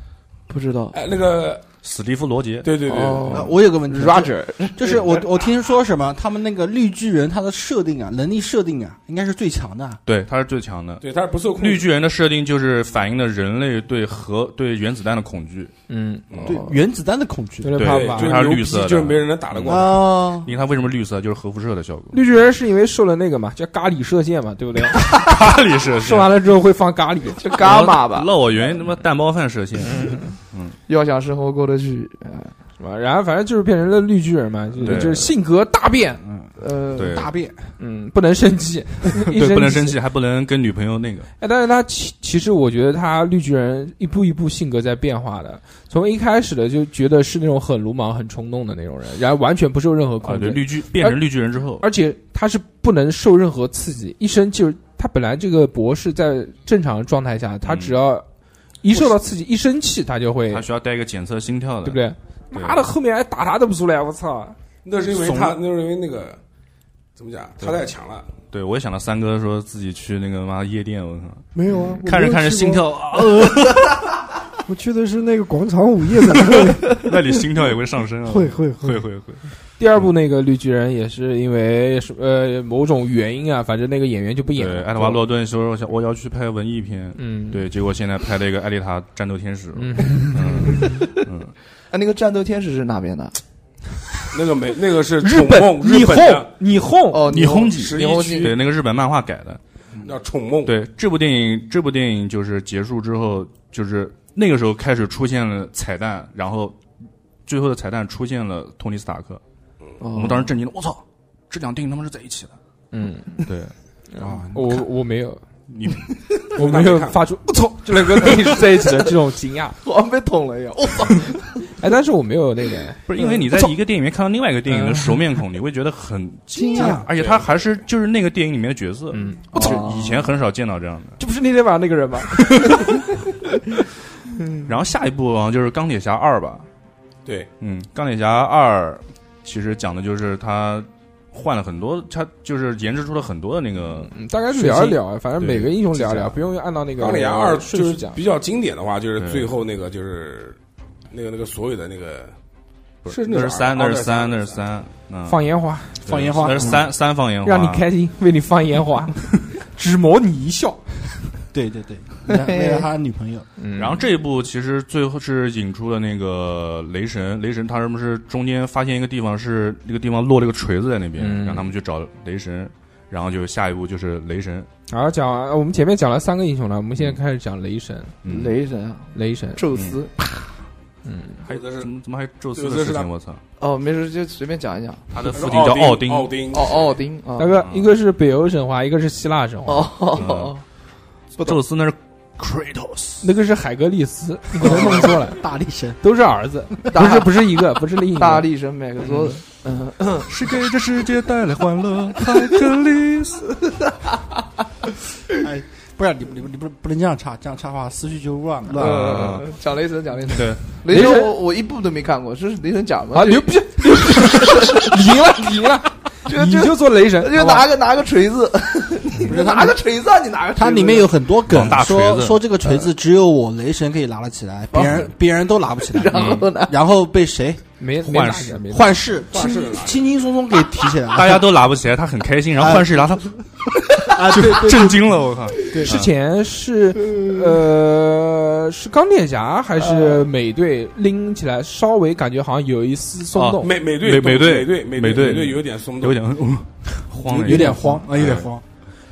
[SPEAKER 5] 不知道。
[SPEAKER 9] 哎，那个，
[SPEAKER 8] 史蒂夫·罗杰，
[SPEAKER 9] 对对对，
[SPEAKER 8] 哦
[SPEAKER 1] 呃我有个问题就是
[SPEAKER 5] Roger，
[SPEAKER 1] 就是我我听说什么，他们那个绿巨人他的设定啊，能力设定啊，应该是最强的啊。
[SPEAKER 8] 对，他是最强的。
[SPEAKER 9] 对，他是不受控制
[SPEAKER 8] 绿巨人的设定就是反映了人类对核对原子弹的恐惧，
[SPEAKER 2] 嗯，
[SPEAKER 9] 哦
[SPEAKER 1] 对原子弹的恐惧
[SPEAKER 2] 有点
[SPEAKER 8] 对
[SPEAKER 2] 怕
[SPEAKER 9] 对，
[SPEAKER 2] 吧
[SPEAKER 9] 就？是
[SPEAKER 8] 它是绿
[SPEAKER 9] 牛逼
[SPEAKER 8] 色的
[SPEAKER 9] 就是没人能打得过他。
[SPEAKER 1] 啊，
[SPEAKER 8] 因为它为什么绿色？就是核辐射的效
[SPEAKER 2] [laughs]
[SPEAKER 8] 果。
[SPEAKER 2] 绿巨人是因为受了那个嘛，叫咖喱射线嘛，对不对？
[SPEAKER 8] 咖喱射
[SPEAKER 2] 射完了之后会放咖喱。
[SPEAKER 5] 就伽马吧，
[SPEAKER 8] 那我原他妈蛋包饭射线，
[SPEAKER 5] 要想生活过得去，
[SPEAKER 2] 是吧？然后反正就是变成了绿巨人嘛，就
[SPEAKER 8] 对
[SPEAKER 2] 是就是性格大变，
[SPEAKER 5] 呃，
[SPEAKER 8] 对，
[SPEAKER 1] 大便
[SPEAKER 2] 嗯，不能生气，一
[SPEAKER 8] [laughs] 对，不能生。气，还不能跟女朋友那个。
[SPEAKER 2] 哎，但是他其其实我觉得他绿巨人一步一步性格在变化的，从一开始的就觉得是那种很鲁莽、很冲动的那种人，然后完全不受任何
[SPEAKER 8] 啊，
[SPEAKER 2] 控
[SPEAKER 8] 对，
[SPEAKER 2] 制，
[SPEAKER 8] 绿巨变成绿巨人之后，
[SPEAKER 2] 而且他是不能受任何刺激，一生就是他本来这个博士在正常状态下，他只要一受到刺激、一生气，他就会
[SPEAKER 8] 嗯他需要带一个检测心跳的，
[SPEAKER 2] 哎对不？对？
[SPEAKER 8] 对
[SPEAKER 2] 妈的，后面还打他都不出来，我操！
[SPEAKER 9] 那是因为
[SPEAKER 8] 怂
[SPEAKER 9] 他
[SPEAKER 8] 了，
[SPEAKER 9] 那是因为那个怎么讲，他太强了。
[SPEAKER 8] 对，我也想到三哥说自己去那个妈夜店，我靠，
[SPEAKER 3] 没有啊，
[SPEAKER 8] 看着看着心
[SPEAKER 3] 心，
[SPEAKER 8] 跳啊， [laughs]
[SPEAKER 3] 我去的是那个广场舞夜总会，
[SPEAKER 8] 那你心跳也会上升啊，
[SPEAKER 3] 会会
[SPEAKER 8] 会
[SPEAKER 3] 会，
[SPEAKER 8] 会会，
[SPEAKER 2] 第二
[SPEAKER 8] 嗯
[SPEAKER 2] 部那个绿巨人也是因为是呃某种原因啊，反正那个演员就不演
[SPEAKER 8] 对，
[SPEAKER 2] 了。
[SPEAKER 8] 爱德华·洛顿说我想我要去拍文艺片，
[SPEAKER 2] 嗯，
[SPEAKER 8] 对，结果现在拍了一个《艾丽塔：战斗天使》，
[SPEAKER 2] 嗯，
[SPEAKER 5] 哎，那个战斗天使是哪边的？
[SPEAKER 9] 那个没，那个是
[SPEAKER 2] 日
[SPEAKER 9] 本
[SPEAKER 2] 本
[SPEAKER 9] 日
[SPEAKER 2] 霓
[SPEAKER 9] 本的
[SPEAKER 2] 虹，霓虹，
[SPEAKER 5] 哦，
[SPEAKER 8] 霓虹几
[SPEAKER 9] 十
[SPEAKER 5] 霓虹
[SPEAKER 9] 一
[SPEAKER 5] 几
[SPEAKER 9] 区
[SPEAKER 8] 对，那个日本漫画改的，
[SPEAKER 9] 叫宠梦，
[SPEAKER 8] 对，这部电影，这部电影就是结束之后，就是那个时候开始出现了彩蛋，然后最后的彩蛋出现了托尼斯塔克，我们当时震惊了，我操，这两个电影他妈是在一起的，
[SPEAKER 2] 嗯，
[SPEAKER 8] 对，啊，
[SPEAKER 2] 我我没有，
[SPEAKER 8] 你 [laughs]
[SPEAKER 2] 我没有发出我操，这两个电影是在一起的这种惊讶。
[SPEAKER 5] 好像被捅了一样。哦
[SPEAKER 2] 哎，但是我没有那
[SPEAKER 8] [laughs]
[SPEAKER 2] 个，
[SPEAKER 8] 不是因为
[SPEAKER 2] 呃
[SPEAKER 8] 你在一个电影里面看到另外一个电
[SPEAKER 2] 嗯
[SPEAKER 8] 影的熟面孔，你会觉得很
[SPEAKER 2] [laughs]
[SPEAKER 8] 惊讶，而且他还是就是那个电影里面的角色，
[SPEAKER 2] 嗯，
[SPEAKER 8] 我操，以前很少见到这样的。
[SPEAKER 2] 这不是那天晚上那个人吗？嗯
[SPEAKER 8] 然后下一部好像就是钢铁侠二吧，
[SPEAKER 9] 对，
[SPEAKER 8] 嗯，钢铁侠二其实讲的就是他换了很多，他就是研制出了很多的那个，
[SPEAKER 2] 嗯大概聊一聊，反正每个英雄聊一聊，
[SPEAKER 8] 对
[SPEAKER 2] 不用按照那个
[SPEAKER 9] 钢铁侠二
[SPEAKER 2] 顺
[SPEAKER 9] 就
[SPEAKER 2] 序
[SPEAKER 9] 是
[SPEAKER 2] 讲。
[SPEAKER 9] 比较经典的话，就是
[SPEAKER 8] 对
[SPEAKER 9] 最后那个就是那个那个所有的那个
[SPEAKER 8] 不
[SPEAKER 9] 是
[SPEAKER 8] 那
[SPEAKER 9] 那
[SPEAKER 8] 是三，那
[SPEAKER 9] 二
[SPEAKER 8] 是
[SPEAKER 9] 二
[SPEAKER 8] 三，那
[SPEAKER 9] 二
[SPEAKER 8] 是三，嗯，
[SPEAKER 2] 放烟花，
[SPEAKER 1] 放烟花
[SPEAKER 8] 那是三三放烟花，
[SPEAKER 2] 让你开心，为你放烟花，只磨你一笑。
[SPEAKER 1] 对对对，为了为了他女朋友，
[SPEAKER 2] 嗯
[SPEAKER 8] 然后这一部其实最后是引出了那个雷神，雷神他们是中间发现一个地方是那个地方落了个锤子在那边，
[SPEAKER 2] 嗯
[SPEAKER 8] 让他们去找雷神，然后就下一步就是雷神，
[SPEAKER 2] 然后讲完，我们前面讲了三个英雄了，我们现在开始讲雷神。
[SPEAKER 8] 嗯、
[SPEAKER 5] 雷神啊，
[SPEAKER 2] 雷神，
[SPEAKER 5] 宙斯。
[SPEAKER 8] 还有怎么怎么还有宙斯
[SPEAKER 9] 宙斯
[SPEAKER 8] 的
[SPEAKER 9] 是
[SPEAKER 8] 事
[SPEAKER 9] 他
[SPEAKER 8] 情？我操，
[SPEAKER 5] 哦，没事，就随便讲一讲。
[SPEAKER 8] 他的父亲叫奥丁，
[SPEAKER 9] 奥丁，
[SPEAKER 5] 哦，奥丁啊
[SPEAKER 2] 大，哥，
[SPEAKER 8] 嗯
[SPEAKER 2] 一个是北欧神话，一个是希腊神话，
[SPEAKER 5] 哦哦哦，不懂
[SPEAKER 8] 宙斯那是
[SPEAKER 2] [laughs]
[SPEAKER 8] Kratos，
[SPEAKER 2] 那个是海格力斯，你可能弄错了，
[SPEAKER 1] 大力神，
[SPEAKER 2] 都是儿子，不嗯是
[SPEAKER 5] 大
[SPEAKER 2] 不是一个，不是另一个。
[SPEAKER 5] 大力神麦克索斯，嗯，
[SPEAKER 8] 是给这世界带来欢乐，海格力斯。
[SPEAKER 1] 哎，不是你你你不不能这样插，这样插话思绪就乱了。
[SPEAKER 8] 嗯
[SPEAKER 5] 呃，讲雷神，讲雷神，
[SPEAKER 8] 对，
[SPEAKER 5] 雷
[SPEAKER 2] 雷
[SPEAKER 5] 神
[SPEAKER 2] 神
[SPEAKER 5] 我我一部都没看过，这是雷神讲吗？
[SPEAKER 2] 啊，牛逼，牛逼 [laughs] 赢了，赢了，
[SPEAKER 5] 就
[SPEAKER 2] 你
[SPEAKER 5] 就
[SPEAKER 2] 就做雷神，
[SPEAKER 5] 就
[SPEAKER 2] 好吧
[SPEAKER 5] 拿个拿个锤子， [laughs] 你拿个锤子啊，你拿个锤子，
[SPEAKER 1] 它里面有很多梗
[SPEAKER 8] 往大，锤
[SPEAKER 1] 说
[SPEAKER 8] 子
[SPEAKER 1] 说这个锤子只有我雷神可以拿得起来，别人别人都拿不起来。
[SPEAKER 5] [laughs]
[SPEAKER 1] 嗯
[SPEAKER 5] 然后呢？
[SPEAKER 1] 然后被谁
[SPEAKER 2] 没没
[SPEAKER 8] 幻
[SPEAKER 2] 拿
[SPEAKER 8] 视
[SPEAKER 2] 着没拿着啊
[SPEAKER 1] 幻视轻轻轻松松给提起来
[SPEAKER 8] 大 [laughs]
[SPEAKER 1] 了。
[SPEAKER 8] 家都拿不起来，他很开心，然后幻视拿他
[SPEAKER 1] 啊，对对
[SPEAKER 8] 震惊了，我靠！
[SPEAKER 2] 之前是
[SPEAKER 8] 嗯
[SPEAKER 2] 呃是钢铁侠还
[SPEAKER 8] 啊
[SPEAKER 2] 是美队拎起来，稍微感觉好像有一丝松
[SPEAKER 8] 啊
[SPEAKER 2] 动，
[SPEAKER 9] 美美队
[SPEAKER 8] 哦美
[SPEAKER 9] 美
[SPEAKER 8] 美队
[SPEAKER 9] 队
[SPEAKER 8] 美
[SPEAKER 9] 美
[SPEAKER 8] 队
[SPEAKER 9] 美队有点松动，
[SPEAKER 8] 有点嗯慌了一下，
[SPEAKER 1] 有点慌啊，有点慌。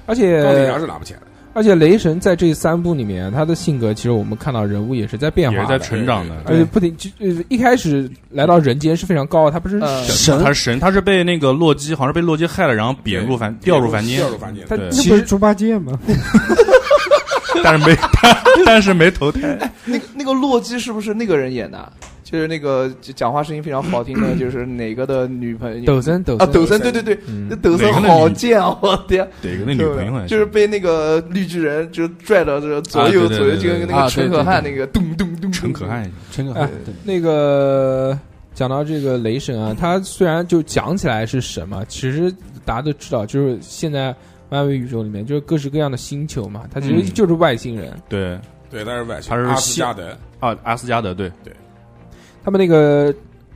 [SPEAKER 2] 而
[SPEAKER 9] 钢铁侠
[SPEAKER 2] 且
[SPEAKER 9] 是拿不起
[SPEAKER 8] 呃
[SPEAKER 9] 来的，
[SPEAKER 2] 而且雷神在这三部里面，他的性格其实我们看到人物也是在变
[SPEAKER 8] 也是
[SPEAKER 2] 化
[SPEAKER 8] 在
[SPEAKER 2] 的，
[SPEAKER 8] 成长的。
[SPEAKER 2] 而且不停就呃一开始来到人间是非常高，他不是
[SPEAKER 8] 嗯
[SPEAKER 5] 呃
[SPEAKER 1] 神
[SPEAKER 8] 他是神，他是被那个洛基，好像是被洛基害了，然后贬入凡掉入凡间
[SPEAKER 9] 掉，入凡间。
[SPEAKER 2] 他
[SPEAKER 8] 对
[SPEAKER 3] 那
[SPEAKER 2] 其
[SPEAKER 3] 不是
[SPEAKER 2] 实
[SPEAKER 3] 猪八戒吗？
[SPEAKER 8] [laughs] 但是没但是没投胎。
[SPEAKER 5] 那个那个洛基是不是那个人演的？就是那个就讲话声音非常好听的，就是哪个的女朋友
[SPEAKER 2] 抖森抖
[SPEAKER 5] 啊？
[SPEAKER 2] 森
[SPEAKER 5] 抖森，对对对，那抖森
[SPEAKER 8] 嗯哪个的
[SPEAKER 5] 好
[SPEAKER 8] 女
[SPEAKER 5] 贱啊！我天，
[SPEAKER 8] 对，那女朋友还
[SPEAKER 5] 就是被那个绿巨人就拽着这个左右
[SPEAKER 8] 啊对对
[SPEAKER 5] 左右，
[SPEAKER 8] 对
[SPEAKER 5] 就
[SPEAKER 8] 对
[SPEAKER 5] 跟那
[SPEAKER 1] 啊对
[SPEAKER 5] 个陈
[SPEAKER 1] 对
[SPEAKER 5] 可汗
[SPEAKER 1] 对
[SPEAKER 5] 那个咚咚咚，
[SPEAKER 8] 很可爱。
[SPEAKER 1] 陈可
[SPEAKER 2] 哎
[SPEAKER 1] 汗，对
[SPEAKER 2] 那个讲到这个雷神啊，他虽然就讲起来是神嘛，其实大家都知道，就是现在漫威宇宙里面就是各式各样的星球嘛，他其实
[SPEAKER 8] 嗯
[SPEAKER 2] 就是外星人。
[SPEAKER 8] 对
[SPEAKER 9] 对，他是外星，
[SPEAKER 8] 他是
[SPEAKER 9] 阿斯
[SPEAKER 8] 西
[SPEAKER 9] 加德，
[SPEAKER 8] 啊，阿斯加德对，
[SPEAKER 2] 他们那个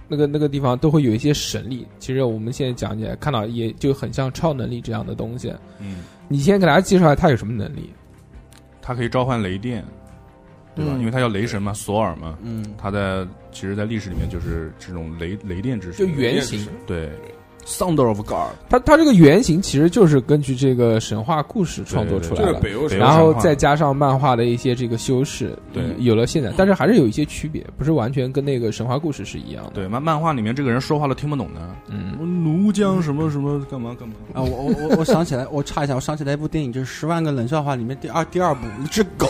[SPEAKER 2] 那个那个地方都会有一些神力，其实我们现在讲起来看到也就很像超能力这样的东西。
[SPEAKER 8] 嗯，
[SPEAKER 2] 你先给大家介绍一下他有什么能力？
[SPEAKER 8] 他可以召唤雷电，对吧？
[SPEAKER 5] 嗯
[SPEAKER 8] 因为他叫雷神嘛，索尔嘛，
[SPEAKER 1] 嗯，
[SPEAKER 8] 他在其实，在历史里面就是这种雷雷电之
[SPEAKER 2] 就
[SPEAKER 8] 神，
[SPEAKER 2] 原型，
[SPEAKER 8] 对，Thunder of God，
[SPEAKER 2] 他他这个原型其实就是根据这个神话故事创作出
[SPEAKER 8] 对
[SPEAKER 9] 就
[SPEAKER 2] 来
[SPEAKER 9] 是
[SPEAKER 2] 的。
[SPEAKER 9] 北欧神
[SPEAKER 8] 北
[SPEAKER 9] 话
[SPEAKER 8] 欧
[SPEAKER 2] 然后
[SPEAKER 8] 神话
[SPEAKER 2] 再加上漫画的一些这个修饰，
[SPEAKER 8] 对
[SPEAKER 2] 有了现在，但是还是有一些区别，不是完全跟那个神话故事是一样的。
[SPEAKER 8] 对漫漫画里面这个人说话都听不懂的，
[SPEAKER 2] 嗯，
[SPEAKER 8] 奴将什么什么干嘛干嘛，
[SPEAKER 1] 啊，我我我我想起来，我插一下，我想起来一部电影，就是《十万个冷笑话》里面第二第二部，一只狗，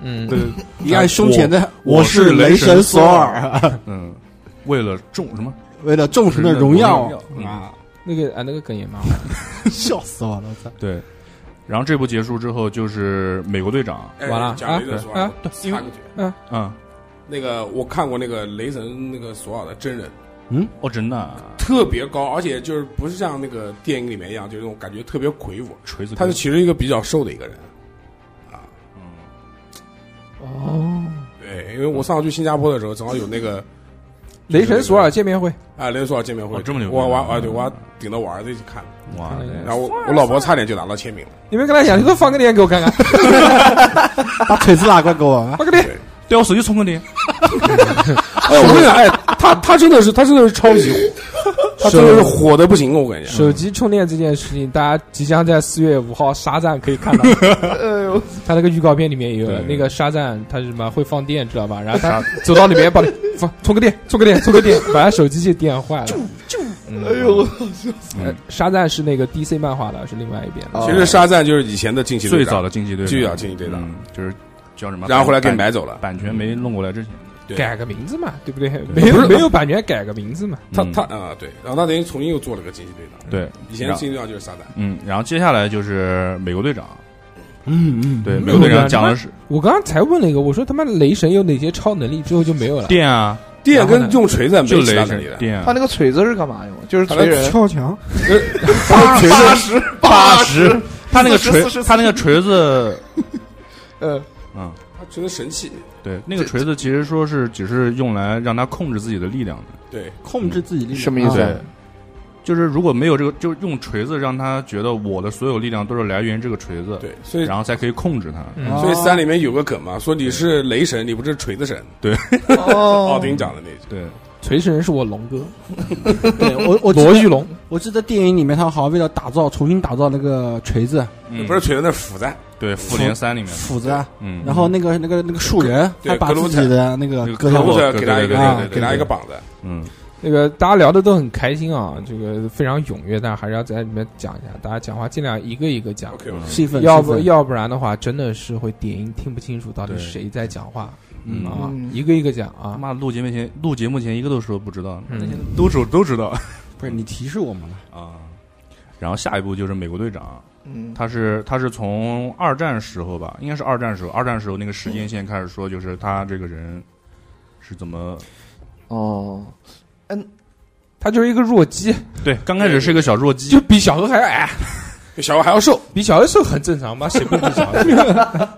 [SPEAKER 2] 嗯，
[SPEAKER 8] 对，
[SPEAKER 1] 一按胸前的，
[SPEAKER 8] [laughs] 我
[SPEAKER 1] 是
[SPEAKER 8] 雷
[SPEAKER 1] 神
[SPEAKER 8] 索
[SPEAKER 1] 尔，
[SPEAKER 8] [laughs] 嗯，为了众什么
[SPEAKER 1] 为了众神的荣耀
[SPEAKER 9] 嗯
[SPEAKER 8] 嗯
[SPEAKER 1] 啊，
[SPEAKER 2] 那个啊，那个梗也蛮好。
[SPEAKER 1] 笑死我了，我操！
[SPEAKER 8] 对。然后这部结束之后，就是美国队长，
[SPEAKER 9] 哎
[SPEAKER 2] 完了
[SPEAKER 9] 讲雷神
[SPEAKER 8] 啊
[SPEAKER 9] 索
[SPEAKER 2] 啊
[SPEAKER 9] 尔，插个嘴
[SPEAKER 8] 嗯，
[SPEAKER 9] 那个我看过那个雷神那个索尔的真人，
[SPEAKER 8] 哦，真的啊，
[SPEAKER 9] 特别高，而且就是不是像那个电影里面一样，就是那种感觉特别魁梧。
[SPEAKER 8] 锤子
[SPEAKER 9] 他
[SPEAKER 8] 哥
[SPEAKER 9] 是其实一个比较瘦的一个人，啊
[SPEAKER 8] 嗯
[SPEAKER 2] 哦，
[SPEAKER 9] 对，因为我上次去新加坡的时候，正好有那个
[SPEAKER 2] 雷神索尔见面会，
[SPEAKER 9] 啊雷神索尔见面会，
[SPEAKER 8] 嗯哦这么牛逼嗯
[SPEAKER 9] 我我啊对，我还顶着我儿子去看了，
[SPEAKER 8] 哇
[SPEAKER 2] 看了一眼
[SPEAKER 9] 然后我我老婆差点就拿到签名了。
[SPEAKER 2] 你们跟他讲，你都放个脸给我看看，
[SPEAKER 1] 把锤子拿过来给我啊，
[SPEAKER 2] 放个脸。
[SPEAKER 8] 对我手机充个电，
[SPEAKER 9] [laughs] 哎，我跟你讲，哎，他他真的是他真的是超级火，他真的是火的不行，我跟你讲。
[SPEAKER 2] 手机充电这件事情，大家即将在四月五号沙赞可以看到，
[SPEAKER 5] 哎
[SPEAKER 2] 他那个预告片里面也有了
[SPEAKER 8] 对
[SPEAKER 2] 那个沙赞，他是什么会放电，知道吧？然后他走到里面帮你放充个电， [laughs] 充个电，充个电，把他手机就电坏了。嗯
[SPEAKER 5] 哎呦，我
[SPEAKER 2] 呃沙赞是那个 DC 漫画的，是另外一边的。
[SPEAKER 9] 其实沙赞就是以前的惊奇
[SPEAKER 8] 最
[SPEAKER 9] 队
[SPEAKER 8] 早
[SPEAKER 9] 长，
[SPEAKER 8] 的竞技队长，
[SPEAKER 9] 最早竞技队长
[SPEAKER 8] 嗯，就是叫什么？
[SPEAKER 9] 然后后来给
[SPEAKER 8] 版
[SPEAKER 9] 买走了。
[SPEAKER 8] 版权没弄过来之前，
[SPEAKER 9] 对
[SPEAKER 2] 改个名字嘛，对不对？没有没有版权，改个名字嘛。
[SPEAKER 9] 他
[SPEAKER 8] 嗯
[SPEAKER 9] 他啊，对，然后他等于重新又做了个惊奇队长。
[SPEAKER 8] 对
[SPEAKER 9] 以前
[SPEAKER 8] 然
[SPEAKER 9] 的
[SPEAKER 8] 后
[SPEAKER 9] 惊奇队长就是沙赞，
[SPEAKER 8] 嗯，然后接下来就是美国队长，
[SPEAKER 1] 嗯嗯，
[SPEAKER 8] 对，
[SPEAKER 2] 嗯
[SPEAKER 8] 美国队长讲的是
[SPEAKER 2] 我刚刚才问了一个，我说他妈雷神有哪些超能力之后就没有了。
[SPEAKER 8] 电啊，
[SPEAKER 9] 电跟用锤子没
[SPEAKER 8] 就
[SPEAKER 9] 其他
[SPEAKER 8] 雷
[SPEAKER 9] 能力了
[SPEAKER 8] 神。电
[SPEAKER 5] 他
[SPEAKER 8] 啊，
[SPEAKER 5] 那个锤子是干嘛用的？就是
[SPEAKER 9] 他
[SPEAKER 5] 锤人，
[SPEAKER 3] 超强，
[SPEAKER 5] 八八十
[SPEAKER 8] 八十，他那个锤
[SPEAKER 5] 四十四，
[SPEAKER 8] 他那个锤子，
[SPEAKER 5] 呃，
[SPEAKER 8] 嗯，
[SPEAKER 9] 他锤子神器，
[SPEAKER 8] 对，那个锤子其实说是只是用来让他控制自己的力量的，
[SPEAKER 9] 对，
[SPEAKER 1] 控制自己力量
[SPEAKER 5] 什么意思
[SPEAKER 1] 啊
[SPEAKER 8] 对，就是如果没有这个，就是用锤子让他觉得我的所有力量都是来源于这个锤子，
[SPEAKER 9] 对，所以
[SPEAKER 8] 然后才可以控制他。
[SPEAKER 1] 啊
[SPEAKER 2] 嗯
[SPEAKER 9] 所以三里面有个梗嘛，说你是雷神，你不是锤子神。 [laughs] 奥
[SPEAKER 5] 哦，
[SPEAKER 9] 丁讲的那句，
[SPEAKER 8] 对，
[SPEAKER 2] 锤神是我龙哥，
[SPEAKER 1] 对我我记
[SPEAKER 2] 罗
[SPEAKER 1] 得
[SPEAKER 2] 玉龙。
[SPEAKER 1] 我记得电影里面他好像为了打造重新打造那个锤子
[SPEAKER 8] 嗯
[SPEAKER 9] 不是锤子，那是斧子。
[SPEAKER 8] 对复联三里面，
[SPEAKER 1] 斧子啊，
[SPEAKER 8] 嗯，
[SPEAKER 1] 然后那个那个那个树人
[SPEAKER 9] 对
[SPEAKER 1] 还把
[SPEAKER 9] 格鲁
[SPEAKER 1] 自
[SPEAKER 9] 特
[SPEAKER 1] 己的那个
[SPEAKER 8] 那个
[SPEAKER 1] 割
[SPEAKER 8] 格
[SPEAKER 1] 下来
[SPEAKER 8] 鲁特
[SPEAKER 9] 不是给他一个
[SPEAKER 1] 对
[SPEAKER 9] 那
[SPEAKER 1] 对
[SPEAKER 9] 个，
[SPEAKER 1] 对
[SPEAKER 9] 给他一个膀子。
[SPEAKER 8] 嗯，
[SPEAKER 2] 那个大家聊的都很开心啊，这个非常踊跃，但是还是要在里面讲一下，大家讲话尽量一个一个讲，
[SPEAKER 9] OK，
[SPEAKER 1] 兴奋，
[SPEAKER 2] 要
[SPEAKER 1] 兴
[SPEAKER 2] 不
[SPEAKER 1] 奋
[SPEAKER 2] 要不然的话，真的是会点音听不清楚到底
[SPEAKER 8] 对
[SPEAKER 2] 谁在讲话
[SPEAKER 8] 嗯
[SPEAKER 2] 啊
[SPEAKER 5] 嗯，
[SPEAKER 2] 一个一个讲
[SPEAKER 8] 他
[SPEAKER 2] 啊。
[SPEAKER 8] 妈录节目前录节目前一个都说不知道，
[SPEAKER 2] 嗯，
[SPEAKER 8] 都知都知道
[SPEAKER 1] 不是你提示我们了，
[SPEAKER 8] [laughs] 啊。然后下一步就是美国队长，
[SPEAKER 5] 嗯，
[SPEAKER 8] 他是他是从二战时候吧，应该是二战时候，二战时候那个时间线开始说，就是他这个人是怎么
[SPEAKER 5] 哦，
[SPEAKER 2] 他就是一个弱鸡，
[SPEAKER 8] 对，刚开始是一个小弱鸡
[SPEAKER 2] 就，比小何还要矮，
[SPEAKER 9] 比小孩还要瘦，
[SPEAKER 2] 比小何瘦很正常吧？谁不比小何？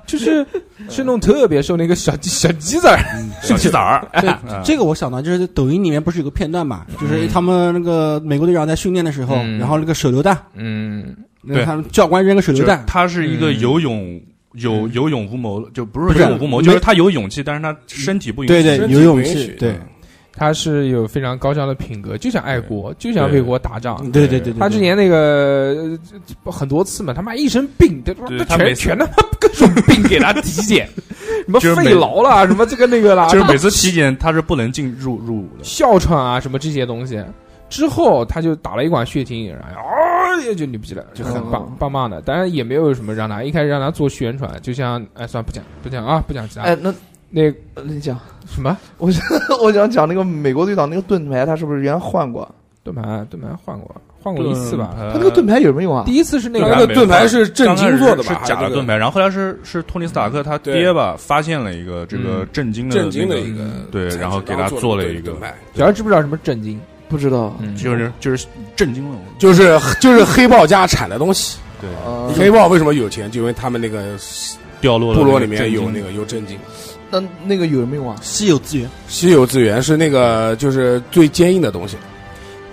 [SPEAKER 2] 就是是那种特别瘦那个小鸡小鸡子儿，
[SPEAKER 8] 小鸡崽儿，
[SPEAKER 1] 对，这个我想到就是抖音里面不是有个片段嘛，就是他们那个美国队长在训练的时候，
[SPEAKER 2] 嗯
[SPEAKER 1] 然后那个手榴弹，
[SPEAKER 2] 嗯，
[SPEAKER 1] 那
[SPEAKER 8] 对
[SPEAKER 1] 个他们教官扔个手
[SPEAKER 8] 就
[SPEAKER 1] 榴
[SPEAKER 8] 是
[SPEAKER 1] 弹，
[SPEAKER 8] 他是一个
[SPEAKER 2] 嗯
[SPEAKER 8] 有勇有有勇无谋，就不
[SPEAKER 1] 不
[SPEAKER 8] 是
[SPEAKER 1] 是
[SPEAKER 8] 有勇无谋，就
[SPEAKER 1] 没
[SPEAKER 8] 是他有勇气，但是他身体不允许。
[SPEAKER 1] 对对
[SPEAKER 9] 身，体
[SPEAKER 1] 有
[SPEAKER 9] 不
[SPEAKER 1] 勇
[SPEAKER 9] 允
[SPEAKER 1] 气
[SPEAKER 9] 许，
[SPEAKER 1] 对
[SPEAKER 2] 他是有非常高尚的品格，就想爱国，就想为国打仗。
[SPEAKER 1] 对对对，
[SPEAKER 2] 他之
[SPEAKER 1] 之前。
[SPEAKER 2] 前那个呃很多次嘛，他妈一身病，他妈
[SPEAKER 8] 对
[SPEAKER 2] 他
[SPEAKER 8] 他
[SPEAKER 2] 全
[SPEAKER 8] 每次
[SPEAKER 2] 全他妈 [laughs] 各种病给他体
[SPEAKER 8] [laughs]
[SPEAKER 2] 检，什么
[SPEAKER 8] 就是每
[SPEAKER 2] 肺痨啊
[SPEAKER 8] [laughs]
[SPEAKER 2] 啦，什么这个那个啦，
[SPEAKER 8] 就是每次体检他是不能进入入伍的。
[SPEAKER 2] 哮喘啊什么这些东西。之后他就打了一管血清，然后哎就牛逼了，就很棒棒棒的。当然也没有什么让他一开始让他做宣传，就像哎算了不讲不讲啊不讲其他
[SPEAKER 5] 哎，那
[SPEAKER 2] 那
[SPEAKER 5] 呃你讲， [laughs]
[SPEAKER 2] 什么
[SPEAKER 5] 我想我想讲那个美国队长那个盾牌，他是不是原来换过？啊
[SPEAKER 2] 盾牌盾牌换过换过一次吧。
[SPEAKER 8] 他
[SPEAKER 5] 他那个盾牌有什么用啊？
[SPEAKER 2] 第一次是那
[SPEAKER 9] 他
[SPEAKER 2] 个
[SPEAKER 9] 那个盾牌是震惊做的吧？
[SPEAKER 8] 是假的盾
[SPEAKER 9] 牌，
[SPEAKER 8] 牌，然后后来是是托尼斯塔克他爹吧发现了一个这个震惊的
[SPEAKER 9] 震惊的
[SPEAKER 8] 的
[SPEAKER 9] 一个嗯
[SPEAKER 8] 对
[SPEAKER 9] 材质
[SPEAKER 8] 然后给他
[SPEAKER 9] 做
[SPEAKER 8] 做
[SPEAKER 9] 了
[SPEAKER 8] 了一个
[SPEAKER 9] 盾牌，
[SPEAKER 2] 小孩知不知道什么震惊？
[SPEAKER 5] 不知道，
[SPEAKER 2] 嗯
[SPEAKER 8] 就是就是震惊了我。
[SPEAKER 9] 就是就是黑豹家产的东西。
[SPEAKER 8] 对，
[SPEAKER 5] 呃
[SPEAKER 9] 黑豹为什么有钱？就因为他们那个
[SPEAKER 8] 掉落了
[SPEAKER 9] 部落里面有
[SPEAKER 8] 那
[SPEAKER 9] 那
[SPEAKER 8] 个
[SPEAKER 9] 个有震惊，
[SPEAKER 5] 那那个有什么用啊？
[SPEAKER 1] 稀有资源，
[SPEAKER 9] 稀有资源是那个就是最坚硬的东西，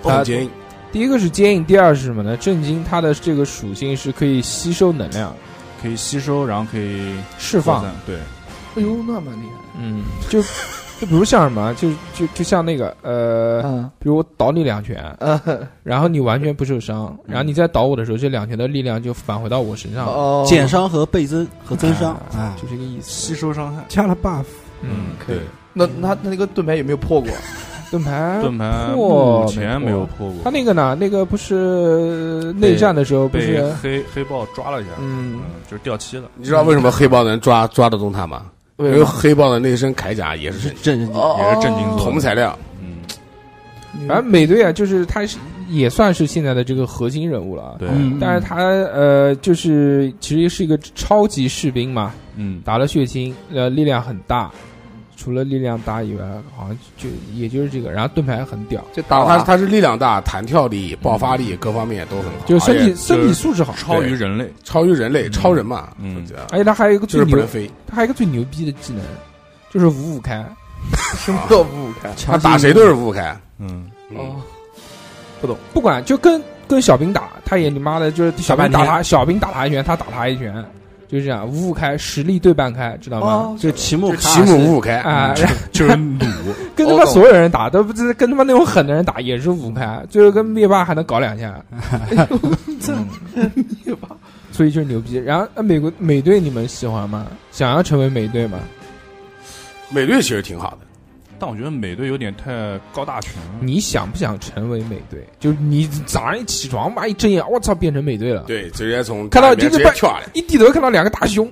[SPEAKER 2] 它
[SPEAKER 9] 很坚硬。
[SPEAKER 2] 第一个是坚硬，第二是什么呢？震惊它的这个属性是可以吸收能量、
[SPEAKER 8] 可以吸收，然后可以
[SPEAKER 2] 释放
[SPEAKER 8] 扩。散。对，
[SPEAKER 5] 哎呦，那蛮厉害
[SPEAKER 2] 嗯， [laughs] 就就比如像什么，就就就像那个呃，
[SPEAKER 5] 的。嗯
[SPEAKER 2] 比如我倒你两拳，
[SPEAKER 5] 嗯
[SPEAKER 2] 然后你完全不受伤，然后你再倒我的时候，这两拳的力量就返回到我身上了，
[SPEAKER 5] 哦，
[SPEAKER 1] 减伤和倍增和增伤
[SPEAKER 2] 啊
[SPEAKER 1] 啊，
[SPEAKER 2] 就这个意思。
[SPEAKER 8] 吸收伤害。
[SPEAKER 3] 加了 buff，
[SPEAKER 2] 嗯，
[SPEAKER 8] 对，
[SPEAKER 5] 那那他那个盾牌有没有破过？
[SPEAKER 2] 盾牌，啊
[SPEAKER 8] 盾牌
[SPEAKER 2] 破
[SPEAKER 8] 目前
[SPEAKER 2] 没
[SPEAKER 8] 没有
[SPEAKER 2] 破
[SPEAKER 8] 破
[SPEAKER 2] 嗯他
[SPEAKER 8] 过，
[SPEAKER 2] 那个呢？那个不是内战的时候不
[SPEAKER 8] 被
[SPEAKER 2] 是？
[SPEAKER 8] 黑黑豹抓了一下，
[SPEAKER 2] 嗯
[SPEAKER 8] 嗯，，就是掉漆了。
[SPEAKER 9] 你知道为什么黑豹能抓抓得动他吗？因为黑豹的那身铠甲也是
[SPEAKER 1] 震震惊
[SPEAKER 5] 哦
[SPEAKER 8] 也是震惊
[SPEAKER 9] 铜材料，
[SPEAKER 8] 嗯，
[SPEAKER 2] 反正美队啊，就是他是也算是现在的这个核心人物了啊。
[SPEAKER 8] 对，
[SPEAKER 1] 嗯
[SPEAKER 2] 但是他呃，就是其实是一个超级士兵嘛，
[SPEAKER 8] 嗯，
[SPEAKER 2] 打了血清，呃，力量很大，除了力量大以外，好像就也就是这个。然后盾牌很屌，
[SPEAKER 5] 就打
[SPEAKER 9] 然后
[SPEAKER 5] 完
[SPEAKER 9] 啊他他是力量大、弹跳力、爆发力各方面都很好，
[SPEAKER 2] 就是身
[SPEAKER 9] 而
[SPEAKER 2] 体
[SPEAKER 9] 且
[SPEAKER 2] 身体素质好，
[SPEAKER 8] 超于人类。
[SPEAKER 9] 超于人类，超人嘛，
[SPEAKER 8] 嗯
[SPEAKER 9] 就这样
[SPEAKER 2] 而且他还有一个最
[SPEAKER 9] 就是不
[SPEAKER 2] 牛
[SPEAKER 9] 能，飞，
[SPEAKER 2] 他还有一个最牛逼的技能，就是五五开。
[SPEAKER 5] 什 [laughs] 么都不开。
[SPEAKER 9] 啊他打谁都是五五开。
[SPEAKER 8] 嗯，
[SPEAKER 2] 哦
[SPEAKER 9] 嗯，
[SPEAKER 2] 不管就跟跟小兵打，他也你妈的就是小兵打他，小兵打他一拳，他打他一拳，就就是这样，五五开，实力对半开，知道吗？
[SPEAKER 5] 哦
[SPEAKER 1] 就齐木卡
[SPEAKER 9] 骑
[SPEAKER 1] 尔斯
[SPEAKER 9] 母五五开
[SPEAKER 2] 啊，
[SPEAKER 9] 嗯
[SPEAKER 2] 然后
[SPEAKER 8] 就是鲁，
[SPEAKER 2] 跟他妈所有人打都不知跟他妈那种狠的人打也是五开，最后跟灭霸还能搞两下，
[SPEAKER 5] 灭霸
[SPEAKER 2] 所以就是牛逼。然后呃美国美队你们喜欢吗？想要成为美队吗？
[SPEAKER 9] 美队其实挺好的，
[SPEAKER 8] [laughs] 但我觉得美队有点太高大全了。
[SPEAKER 2] 你想不想成为美队？就是你早上一起床，妈一睁眼，我操，变成美队了。
[SPEAKER 9] 对，直接从
[SPEAKER 2] 看到
[SPEAKER 9] 家里面
[SPEAKER 2] 就是
[SPEAKER 9] 直接跳下来，
[SPEAKER 2] 一低头看到两个大胸，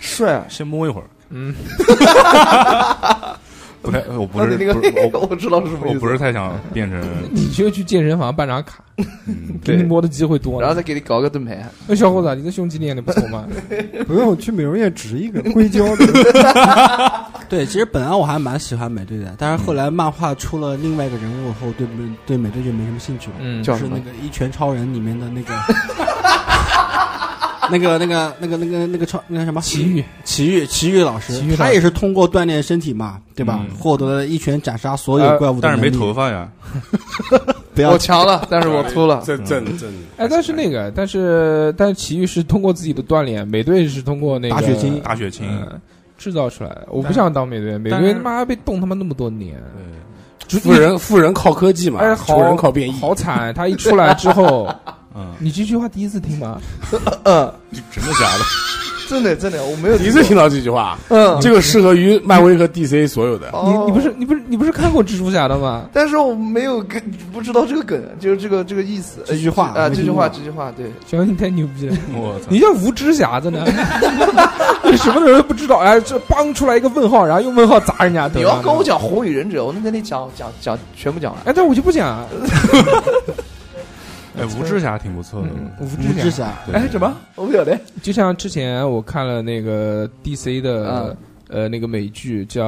[SPEAKER 5] 帅啊！
[SPEAKER 8] 先摸一会儿，
[SPEAKER 2] 嗯，
[SPEAKER 8] [laughs] 不太，我不
[SPEAKER 5] 那
[SPEAKER 8] 是，
[SPEAKER 5] 哦你那
[SPEAKER 8] 不是
[SPEAKER 5] 个
[SPEAKER 8] 我
[SPEAKER 5] [laughs] 我知道是什么意
[SPEAKER 8] 我
[SPEAKER 5] 思，
[SPEAKER 8] 不是太想变成，
[SPEAKER 2] 你就去健身房办张卡，
[SPEAKER 8] 嗯
[SPEAKER 2] 给你摸的机会多
[SPEAKER 5] 然后
[SPEAKER 2] 了。
[SPEAKER 5] 再给你搞个盾牌，
[SPEAKER 2] 那小伙子，你的胸肌练的不错嘛？
[SPEAKER 3] 不用去美容院植一个硅胶的，
[SPEAKER 1] 对，其实本来我还蛮喜欢美队的，但是后来漫画出了另外一个人物后，对美对美队就没什么兴趣了。
[SPEAKER 2] 嗯，
[SPEAKER 5] 叫
[SPEAKER 1] 就
[SPEAKER 5] 什
[SPEAKER 1] 是那
[SPEAKER 5] 么？
[SPEAKER 1] 个《一拳超人》里面的那个，那个那个那个那个那个超那个什么
[SPEAKER 2] 奇遇，
[SPEAKER 1] 奇遇奇遇老师
[SPEAKER 2] 奇遇老，师嗯
[SPEAKER 1] 他也是通过锻炼身体嘛，对吧？获得了一拳斩杀所有怪物的
[SPEAKER 8] 但
[SPEAKER 1] 能
[SPEAKER 8] 是
[SPEAKER 1] 力。
[SPEAKER 8] 没头发呀，
[SPEAKER 1] 不要
[SPEAKER 5] 我强了，但是我
[SPEAKER 9] [laughs]
[SPEAKER 5] 秃了。
[SPEAKER 9] 正正正。
[SPEAKER 2] 哎，但是那个，但是但是奇遇是通过自己的锻炼，美队是通过那个
[SPEAKER 1] 打血清
[SPEAKER 8] 大血清，
[SPEAKER 2] 嗯制造出来的。我不想当美队，美
[SPEAKER 8] 但
[SPEAKER 2] 队
[SPEAKER 8] 是
[SPEAKER 2] 他妈被冻他妈那么多年，就
[SPEAKER 9] 富人富人靠科技嘛，
[SPEAKER 2] 哎，
[SPEAKER 9] 穷
[SPEAKER 2] 好
[SPEAKER 9] 人靠变异。
[SPEAKER 2] 好惨！他一出来之后，
[SPEAKER 8] 嗯，
[SPEAKER 2] 你这句话第一次听吗？
[SPEAKER 5] 嗯，
[SPEAKER 8] 真的假的？
[SPEAKER 5] 真的真的，我没有
[SPEAKER 9] 你是听到这句话，
[SPEAKER 5] 嗯，
[SPEAKER 9] 这个适合于漫威和 DC 所有的。
[SPEAKER 2] 你
[SPEAKER 5] 哦
[SPEAKER 2] 你不是你不是你不是看过蜘蛛侠的吗？
[SPEAKER 5] 但是我没有跟不知道这个梗，就是这个这个意思。
[SPEAKER 1] 这句话
[SPEAKER 5] 啊，
[SPEAKER 1] 没
[SPEAKER 5] 这句
[SPEAKER 1] 听
[SPEAKER 5] 话，
[SPEAKER 1] 过
[SPEAKER 5] 这句话，对，
[SPEAKER 2] 小你太牛逼了！
[SPEAKER 8] 我操！
[SPEAKER 2] 你叫无知匣子呢？ [laughs] 你什么人都不知道？哎，这帮出来一个问号，然后用问号砸人家头。
[SPEAKER 5] 你要跟我？讲红与忍者，我能跟你讲讲讲全部讲完。
[SPEAKER 2] 哎，但我就不讲啊。
[SPEAKER 8] 哎，无知侠挺不错的，
[SPEAKER 2] 嗯无
[SPEAKER 1] 无
[SPEAKER 2] 知
[SPEAKER 1] 知
[SPEAKER 2] 侠，
[SPEAKER 1] 侠，
[SPEAKER 8] 对
[SPEAKER 5] 哎，什么？我不晓得。
[SPEAKER 2] 就像之前我看了那个 DC 的
[SPEAKER 1] 啊
[SPEAKER 5] 嗯。
[SPEAKER 2] 呃，那个美剧叫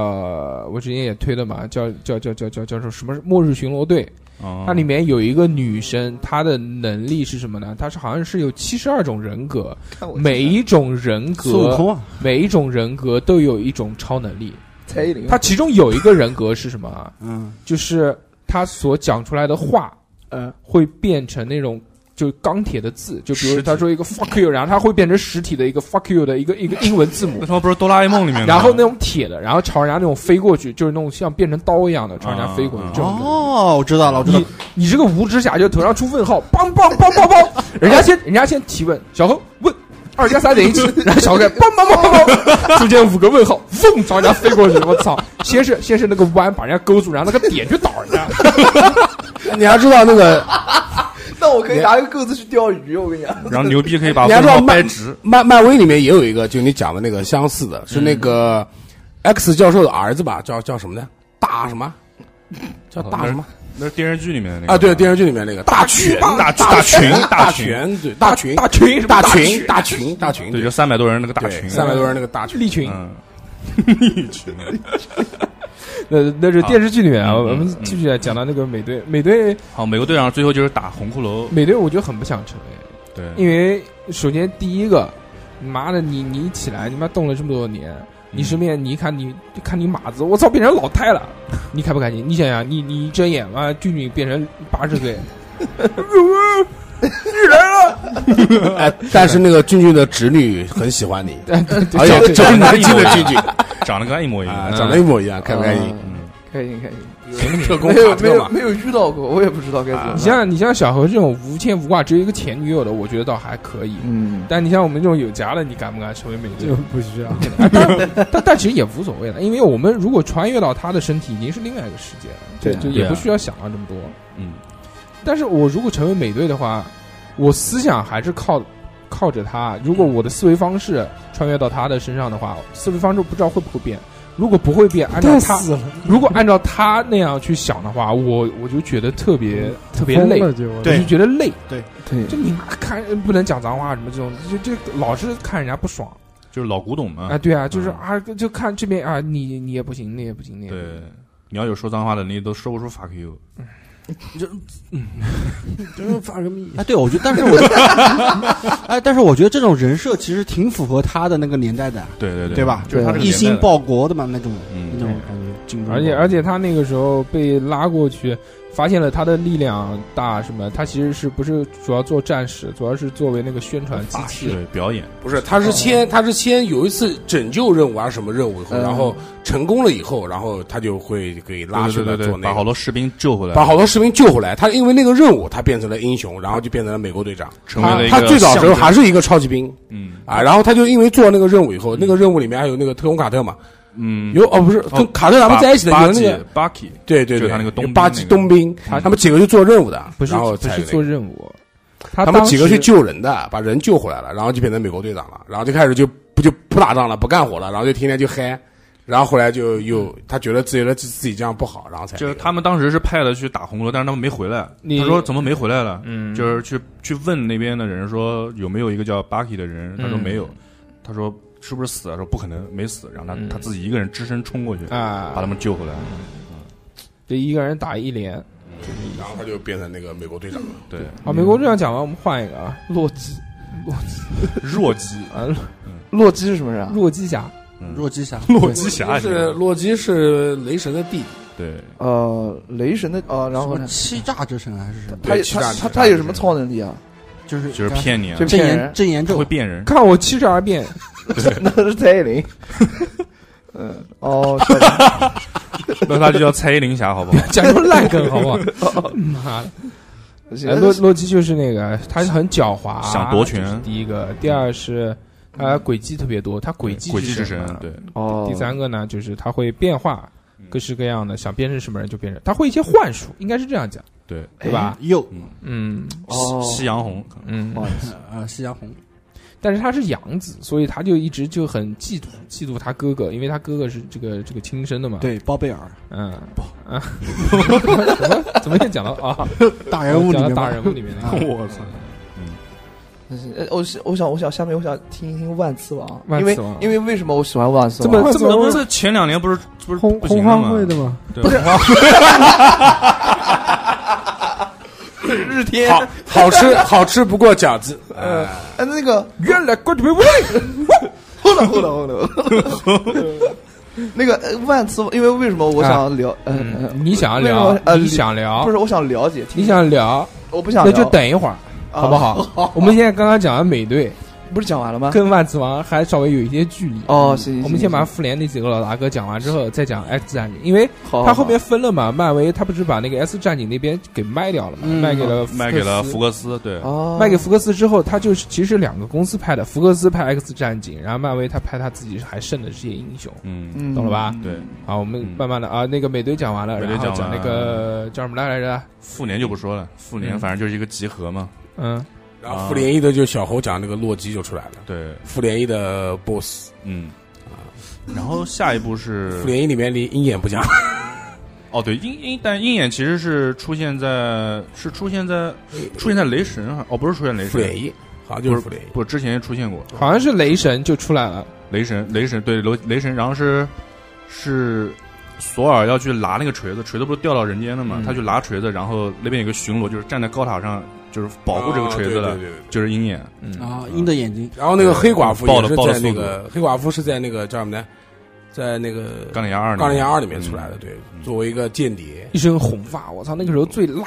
[SPEAKER 2] 我之前也推的嘛，叫叫叫叫叫叫什么什么《末日巡逻队》，
[SPEAKER 8] 嗯
[SPEAKER 2] 它里面有一个女生，她的能力是什么呢？她是好像是有七十二种人格，
[SPEAKER 5] 看我
[SPEAKER 2] 每一种人
[SPEAKER 1] 孙悟
[SPEAKER 2] 格，
[SPEAKER 1] 空啊，
[SPEAKER 2] 每一种人格都有一种超能力。
[SPEAKER 5] 蔡依林，
[SPEAKER 2] 她其中有一个人格是什么啊？
[SPEAKER 1] 嗯，
[SPEAKER 2] 就是她所讲出来的话
[SPEAKER 5] 嗯，
[SPEAKER 2] 会变成那种。就钢铁的字，就比如
[SPEAKER 8] 实体
[SPEAKER 2] 她说一个 fuck you，然后她会变成实体的一个 fuck you 的一个一个英文字母
[SPEAKER 8] 那，他妈不是哆啦 A 梦里面的吗？
[SPEAKER 2] 然后那种铁的，然后朝人家那种飞过去，就是那种像变成刀一样的朝人家飞过去
[SPEAKER 8] 啊，
[SPEAKER 2] 这种能力。
[SPEAKER 1] 哦，我知道了，我知道
[SPEAKER 2] 你
[SPEAKER 1] 了，
[SPEAKER 2] 你这个无知侠就头上出问号，梆梆梆梆梆，人家先人家先提问，小何问二加三等于几，然后小何梆梆梆梆梆，中间五个问号，嗡朝人家飞过去，我操！先是先是那个弯把人家勾住，然后那个点去倒人家，
[SPEAKER 9] 你还知道那个，
[SPEAKER 5] 那我可以拿一个钩子去钓鱼，我跟你讲。
[SPEAKER 8] 然后牛逼可以把
[SPEAKER 9] 你还
[SPEAKER 8] 问
[SPEAKER 9] 知道
[SPEAKER 8] 号
[SPEAKER 9] 漫
[SPEAKER 8] 掰直，
[SPEAKER 9] 漫漫威里面也有一个，就你讲的那个相似的，是那个 X 教授的儿子吧？叫叫什么呢？大什么？叫大什么？
[SPEAKER 8] 那是电视剧里面的那个
[SPEAKER 9] 啊，对，电视剧里面那个大群，
[SPEAKER 8] 大
[SPEAKER 9] 大
[SPEAKER 8] 群
[SPEAKER 9] 大
[SPEAKER 8] 大
[SPEAKER 9] 群，对，大群，
[SPEAKER 2] 大群什么
[SPEAKER 9] 大群，大群，大群，
[SPEAKER 8] 对，就三百多人那个大群，[laughs]
[SPEAKER 9] 对，三百多人那个
[SPEAKER 2] [laughs]
[SPEAKER 9] 大群。
[SPEAKER 2] 利群，
[SPEAKER 8] 嗯，
[SPEAKER 2] 那呃那是电视剧里面啊，
[SPEAKER 8] 好嗯
[SPEAKER 2] 我们
[SPEAKER 8] 嗯
[SPEAKER 2] 继续来讲到那个美队，美队
[SPEAKER 8] 好，美国队长最后就是打红骷髅，
[SPEAKER 2] 美队，我就很不想成为。
[SPEAKER 8] 对，
[SPEAKER 2] 因为首先第一个，妈的你你一起来，你妈冻了这么多年，你
[SPEAKER 8] 嗯
[SPEAKER 2] 身边你一看你就看你马子，我操，变成老太了， [laughs] 你开不开心？你想想，你你一睁眼，妈俊俊变成八十岁，
[SPEAKER 9] 哎，但是那个俊俊的侄女很喜欢你，而且
[SPEAKER 2] 这
[SPEAKER 9] 长得年轻的俊俊
[SPEAKER 8] 长得跟他一模一
[SPEAKER 9] 啊，
[SPEAKER 8] 样，
[SPEAKER 9] 长得一模一样，开不开心？
[SPEAKER 8] 嗯，
[SPEAKER 5] 开心开心，
[SPEAKER 9] 特工
[SPEAKER 5] 没
[SPEAKER 9] 卡
[SPEAKER 5] 有没
[SPEAKER 9] 特
[SPEAKER 5] 有
[SPEAKER 9] 嘛，
[SPEAKER 5] 没有遇到过，我也不知道该怎么
[SPEAKER 2] 你
[SPEAKER 5] 办。
[SPEAKER 2] 像你像小何这种无牵无挂，只有一个前女友的，我觉得倒还可以。
[SPEAKER 5] 嗯，
[SPEAKER 2] 但你像我们这种有家的，你敢不敢成为美
[SPEAKER 3] 就
[SPEAKER 2] 队？
[SPEAKER 3] 不需要。
[SPEAKER 2] 但但其实也无所谓了，因为我们如果穿越到他的身体，已经是另外一个世界了，就
[SPEAKER 3] 对啊
[SPEAKER 2] 就也不需要想到这么多。
[SPEAKER 8] 嗯，
[SPEAKER 2] 但是我如果成为美队的话，我思想还是靠靠着他。如果我的思维方式穿越到他的身上的话，思维方式不知道会不会变。如果不会变，按照
[SPEAKER 3] 太
[SPEAKER 2] 他
[SPEAKER 3] [laughs] 死了，
[SPEAKER 2] 如果按照他那样去想的话，我我就觉得特
[SPEAKER 3] 嗯
[SPEAKER 2] 别特别累
[SPEAKER 3] 疯，了就
[SPEAKER 2] 我就觉得累。
[SPEAKER 5] 对
[SPEAKER 2] 就你妈看不能讲脏话什么这种，就就老是看人家不爽
[SPEAKER 8] 就是老古董嘛
[SPEAKER 2] 啊，，对啊，就是
[SPEAKER 8] 嗯
[SPEAKER 2] 啊，就看这边啊，你你也不行，那也不行，那也不行
[SPEAKER 8] 对，你要有说脏话的能力，都说不出 fuck you，
[SPEAKER 3] 真发什么意？
[SPEAKER 1] 哎，对，我觉得，但是我， [laughs] 哎，但是我觉得这种人设其实挺符合他的那个年代的，
[SPEAKER 8] 对对对
[SPEAKER 1] 对吧？
[SPEAKER 8] 就是他这个
[SPEAKER 1] 一
[SPEAKER 8] 年代
[SPEAKER 1] 心
[SPEAKER 8] 的，
[SPEAKER 1] 报国的嘛，那种那
[SPEAKER 8] 嗯，
[SPEAKER 1] 种感觉。进中
[SPEAKER 2] 而且
[SPEAKER 1] 国
[SPEAKER 2] 而且他那个时候被拉过去，发现了他的力量大什么，他其实是不是主要做战士，主要是作为那个宣传机器。
[SPEAKER 8] 对表演，
[SPEAKER 9] 不是，他是
[SPEAKER 8] 哦
[SPEAKER 9] 先他是先有一次拯救任务还是什么任务以后，
[SPEAKER 5] 嗯
[SPEAKER 9] 然后成功了以后，然后他就会给拉去
[SPEAKER 8] 对
[SPEAKER 9] 了
[SPEAKER 8] 对对
[SPEAKER 9] 做
[SPEAKER 8] 对，
[SPEAKER 9] 那
[SPEAKER 8] 把好
[SPEAKER 9] 个。
[SPEAKER 8] 多士兵救回来，
[SPEAKER 9] 把好多士兵救回来，他因为那个任务，他变成了英雄，然后就变成了美国队长。
[SPEAKER 8] 成为了一个
[SPEAKER 9] 他最早时候
[SPEAKER 8] 象征
[SPEAKER 9] 还是一个超级兵
[SPEAKER 8] 嗯
[SPEAKER 9] 啊，然后他就因为做那个任务以后，那个任务里面还有那个特工卡特嘛，
[SPEAKER 8] 嗯，
[SPEAKER 9] 有哦不是
[SPEAKER 8] 哦
[SPEAKER 9] 跟卡特他们在一起的有那个
[SPEAKER 8] 巴基
[SPEAKER 9] 对对
[SPEAKER 8] 就是
[SPEAKER 9] 对，
[SPEAKER 8] 他那个冬兵
[SPEAKER 9] 巴基
[SPEAKER 8] 那个
[SPEAKER 9] 冬兵，
[SPEAKER 2] 他
[SPEAKER 9] 他们几个去做任务的，
[SPEAKER 2] 不是
[SPEAKER 9] 然后
[SPEAKER 2] 不
[SPEAKER 9] 才有
[SPEAKER 2] 是
[SPEAKER 9] 那个
[SPEAKER 2] 做任务，他
[SPEAKER 9] 他们
[SPEAKER 2] 当
[SPEAKER 9] 几个去
[SPEAKER 2] 时
[SPEAKER 9] 救人的，把人救回来了，然后就变成美国队长了，然后就开始就不就不打仗了，不干活了，然后就天天就嗨，然后后来就又他觉得自己的自自己这样不好，然后才
[SPEAKER 8] 就是他们当时是派了去打红楼，但是他们没回来。
[SPEAKER 2] 你
[SPEAKER 8] 他说怎么没回来了？嗯，就是去去问那边的人说有没有一个叫 Bucky 的人，他说
[SPEAKER 2] 嗯
[SPEAKER 8] 没有，他说是不是死了？说不可能，没死。然后他、
[SPEAKER 2] 嗯
[SPEAKER 8] 他自己一个人只身冲过去，把他
[SPEAKER 2] 啊，
[SPEAKER 8] 们救回来。
[SPEAKER 2] 这一个人打一连。
[SPEAKER 9] 嗯然后他就变成那个美国队长了。
[SPEAKER 8] 对，
[SPEAKER 2] 好，美国队长讲完，我们换一个啊，
[SPEAKER 5] 洛基，
[SPEAKER 8] 弱鸡，
[SPEAKER 2] 啊，
[SPEAKER 5] 洛基是什么人啊？
[SPEAKER 2] 洛基侠，
[SPEAKER 8] 嗯
[SPEAKER 1] 弱鸡侠，
[SPEAKER 8] 洛基侠
[SPEAKER 9] 是洛基是雷神的弟弟，
[SPEAKER 8] 对，
[SPEAKER 5] 呃，雷神的哦，然
[SPEAKER 1] 然
[SPEAKER 5] 后
[SPEAKER 1] 后
[SPEAKER 5] 呢
[SPEAKER 1] 欺诈之神还是什么，
[SPEAKER 5] 他
[SPEAKER 9] 对欺诈
[SPEAKER 5] 他
[SPEAKER 9] 之
[SPEAKER 5] 他
[SPEAKER 9] 神
[SPEAKER 5] 他有什么超能力啊？
[SPEAKER 1] 就是
[SPEAKER 8] 就是骗你啊
[SPEAKER 5] 就，
[SPEAKER 1] 正
[SPEAKER 5] 骗
[SPEAKER 1] 言
[SPEAKER 5] 人
[SPEAKER 1] 正言咒
[SPEAKER 8] 会，变人。
[SPEAKER 2] 看我七十二变，
[SPEAKER 5] 那是蔡依林。嗯，哦，晓得
[SPEAKER 8] 那他就叫蔡依林侠，好不
[SPEAKER 2] [laughs]
[SPEAKER 8] 好？
[SPEAKER 2] 讲什么烂梗好不好？
[SPEAKER 9] [laughs]
[SPEAKER 2] 妈的！
[SPEAKER 5] 行
[SPEAKER 2] 呃洛洛基就是那个，他是很狡猾，
[SPEAKER 8] 想夺权
[SPEAKER 2] 这是第一个，第二是他诡计特别多，他诡计
[SPEAKER 8] 诡计之神啊
[SPEAKER 2] 神嘛，。
[SPEAKER 8] 对，嗯
[SPEAKER 5] 哦，
[SPEAKER 2] 第三个呢，就是他会变化，各式各样的，想变成什么人就变成，他会一些幻术，应该是这样讲，
[SPEAKER 8] 对
[SPEAKER 1] 哎
[SPEAKER 2] 对吧？
[SPEAKER 1] 右
[SPEAKER 2] 嗯
[SPEAKER 5] 哦，
[SPEAKER 8] 夕夕阳红，
[SPEAKER 2] 嗯，
[SPEAKER 5] 哦
[SPEAKER 1] 呃夕阳红，
[SPEAKER 2] 但是他是养子，所以他就一直就很嫉妒嫉妒他哥哥，因为他哥哥是这个这个亲生的嘛。，
[SPEAKER 1] 对包贝尔
[SPEAKER 2] 嗯，啊， [laughs] 怎么怎么又讲到啊？
[SPEAKER 1] [laughs] 大人物里
[SPEAKER 2] 讲到
[SPEAKER 1] 面吧
[SPEAKER 2] 大人物里面了， [laughs]
[SPEAKER 8] 我操！
[SPEAKER 5] 呃我是我想我想下面我想听一听万磁王，
[SPEAKER 2] 万
[SPEAKER 5] 因为
[SPEAKER 2] 磁王
[SPEAKER 5] 因为为什么我喜欢万磁
[SPEAKER 2] 这
[SPEAKER 5] 王？
[SPEAKER 2] 么
[SPEAKER 8] 这
[SPEAKER 2] 这么
[SPEAKER 8] 不是前两年不是不是
[SPEAKER 3] 红
[SPEAKER 8] 不行
[SPEAKER 3] 红
[SPEAKER 8] 了
[SPEAKER 3] 花会
[SPEAKER 8] 吗？
[SPEAKER 3] 的嘛，
[SPEAKER 8] 对，红花
[SPEAKER 5] 日天，
[SPEAKER 9] 好好吃好吃不过饺子，呃，
[SPEAKER 5] 哎那个
[SPEAKER 2] 原来关注没问
[SPEAKER 5] 后头后头后头， [laughs] 那个呃万磁王，因为为什么我想聊？呃
[SPEAKER 2] 啊嗯，你想
[SPEAKER 5] 为什
[SPEAKER 2] 聊
[SPEAKER 5] 么，呃
[SPEAKER 2] 你想聊
[SPEAKER 5] 不，是我想了解，听
[SPEAKER 2] 你想聊，
[SPEAKER 5] 我不想
[SPEAKER 2] 那
[SPEAKER 5] 聊，
[SPEAKER 2] 就等一会儿，
[SPEAKER 5] 啊
[SPEAKER 2] 好不好？我们现在刚刚讲完美队，
[SPEAKER 5] 不是讲完了吗？
[SPEAKER 2] 跟万磁王还稍微有一些距离。
[SPEAKER 5] 啊哦，行，行
[SPEAKER 2] 我们先把
[SPEAKER 5] 行
[SPEAKER 2] 复联那几个老大哥讲完之后，再讲 X 战警，因为
[SPEAKER 5] 行好，哦好
[SPEAKER 2] 他后面分了嘛，漫威他不是把那个 X 战警那边给卖掉了嘛，
[SPEAKER 1] 嗯
[SPEAKER 2] 卖给了福克斯
[SPEAKER 8] 卖给了福克斯，对，
[SPEAKER 5] 好哦，
[SPEAKER 2] 卖给福克斯之后，他就是其实两个公司拍的，福克斯拍 X 战警，然后漫威他拍他自己还剩的这些英雄，
[SPEAKER 8] 嗯，
[SPEAKER 5] 嗯，
[SPEAKER 2] 懂了吧？
[SPEAKER 8] 对，
[SPEAKER 2] 好，我们
[SPEAKER 8] 嗯
[SPEAKER 2] 慢慢的啊，那个美队讲完了，
[SPEAKER 8] 美队
[SPEAKER 2] 然后
[SPEAKER 8] 讲
[SPEAKER 2] 讲
[SPEAKER 8] 完
[SPEAKER 2] 那个叫什么来着？
[SPEAKER 8] 复联就不说了，复联
[SPEAKER 2] 嗯
[SPEAKER 8] 反正就是一个集合嘛，
[SPEAKER 2] 嗯，
[SPEAKER 9] 然后复联一的就小猴讲那个洛基就出来了，
[SPEAKER 8] 对，
[SPEAKER 9] 复联一的 BOSS，
[SPEAKER 8] 嗯，然后下一步是
[SPEAKER 9] 复联一里面连鹰眼不讲，
[SPEAKER 8] 哦，对，鹰鹰，但鹰眼其实是出现在是出现在出现在雷神还哦，不是出现雷
[SPEAKER 9] 复联
[SPEAKER 8] 神，
[SPEAKER 9] 一好像就
[SPEAKER 8] 不
[SPEAKER 9] 是
[SPEAKER 8] 是
[SPEAKER 9] 复联一，
[SPEAKER 8] 不是之前出现过
[SPEAKER 2] 好像是雷神就出来了，
[SPEAKER 8] 雷神，雷神对雷雷神，然后是是索尔要去拿那个锤子，锤子不是掉到人间了嘛，
[SPEAKER 2] 嗯
[SPEAKER 8] 他去拿锤子，然后那边有个巡逻，就是站在高塔上，就是保护这个锤子的，
[SPEAKER 9] 啊对对对对
[SPEAKER 8] 就是鹰眼，
[SPEAKER 2] 嗯
[SPEAKER 1] 啊鹰的眼睛
[SPEAKER 9] 然后那个黑寡妇
[SPEAKER 8] 爆
[SPEAKER 9] 也
[SPEAKER 8] 了
[SPEAKER 9] 是
[SPEAKER 8] 爆了
[SPEAKER 9] 在那
[SPEAKER 8] 速度
[SPEAKER 9] 个黑寡妇是在那个叫什么呢？在那个
[SPEAKER 8] 嗯钢铁侠二，
[SPEAKER 9] 钢铁侠二里面出来的，，对，
[SPEAKER 8] 嗯
[SPEAKER 9] 作为一个间谍，
[SPEAKER 2] 一身红发，我操，那个时候最辣，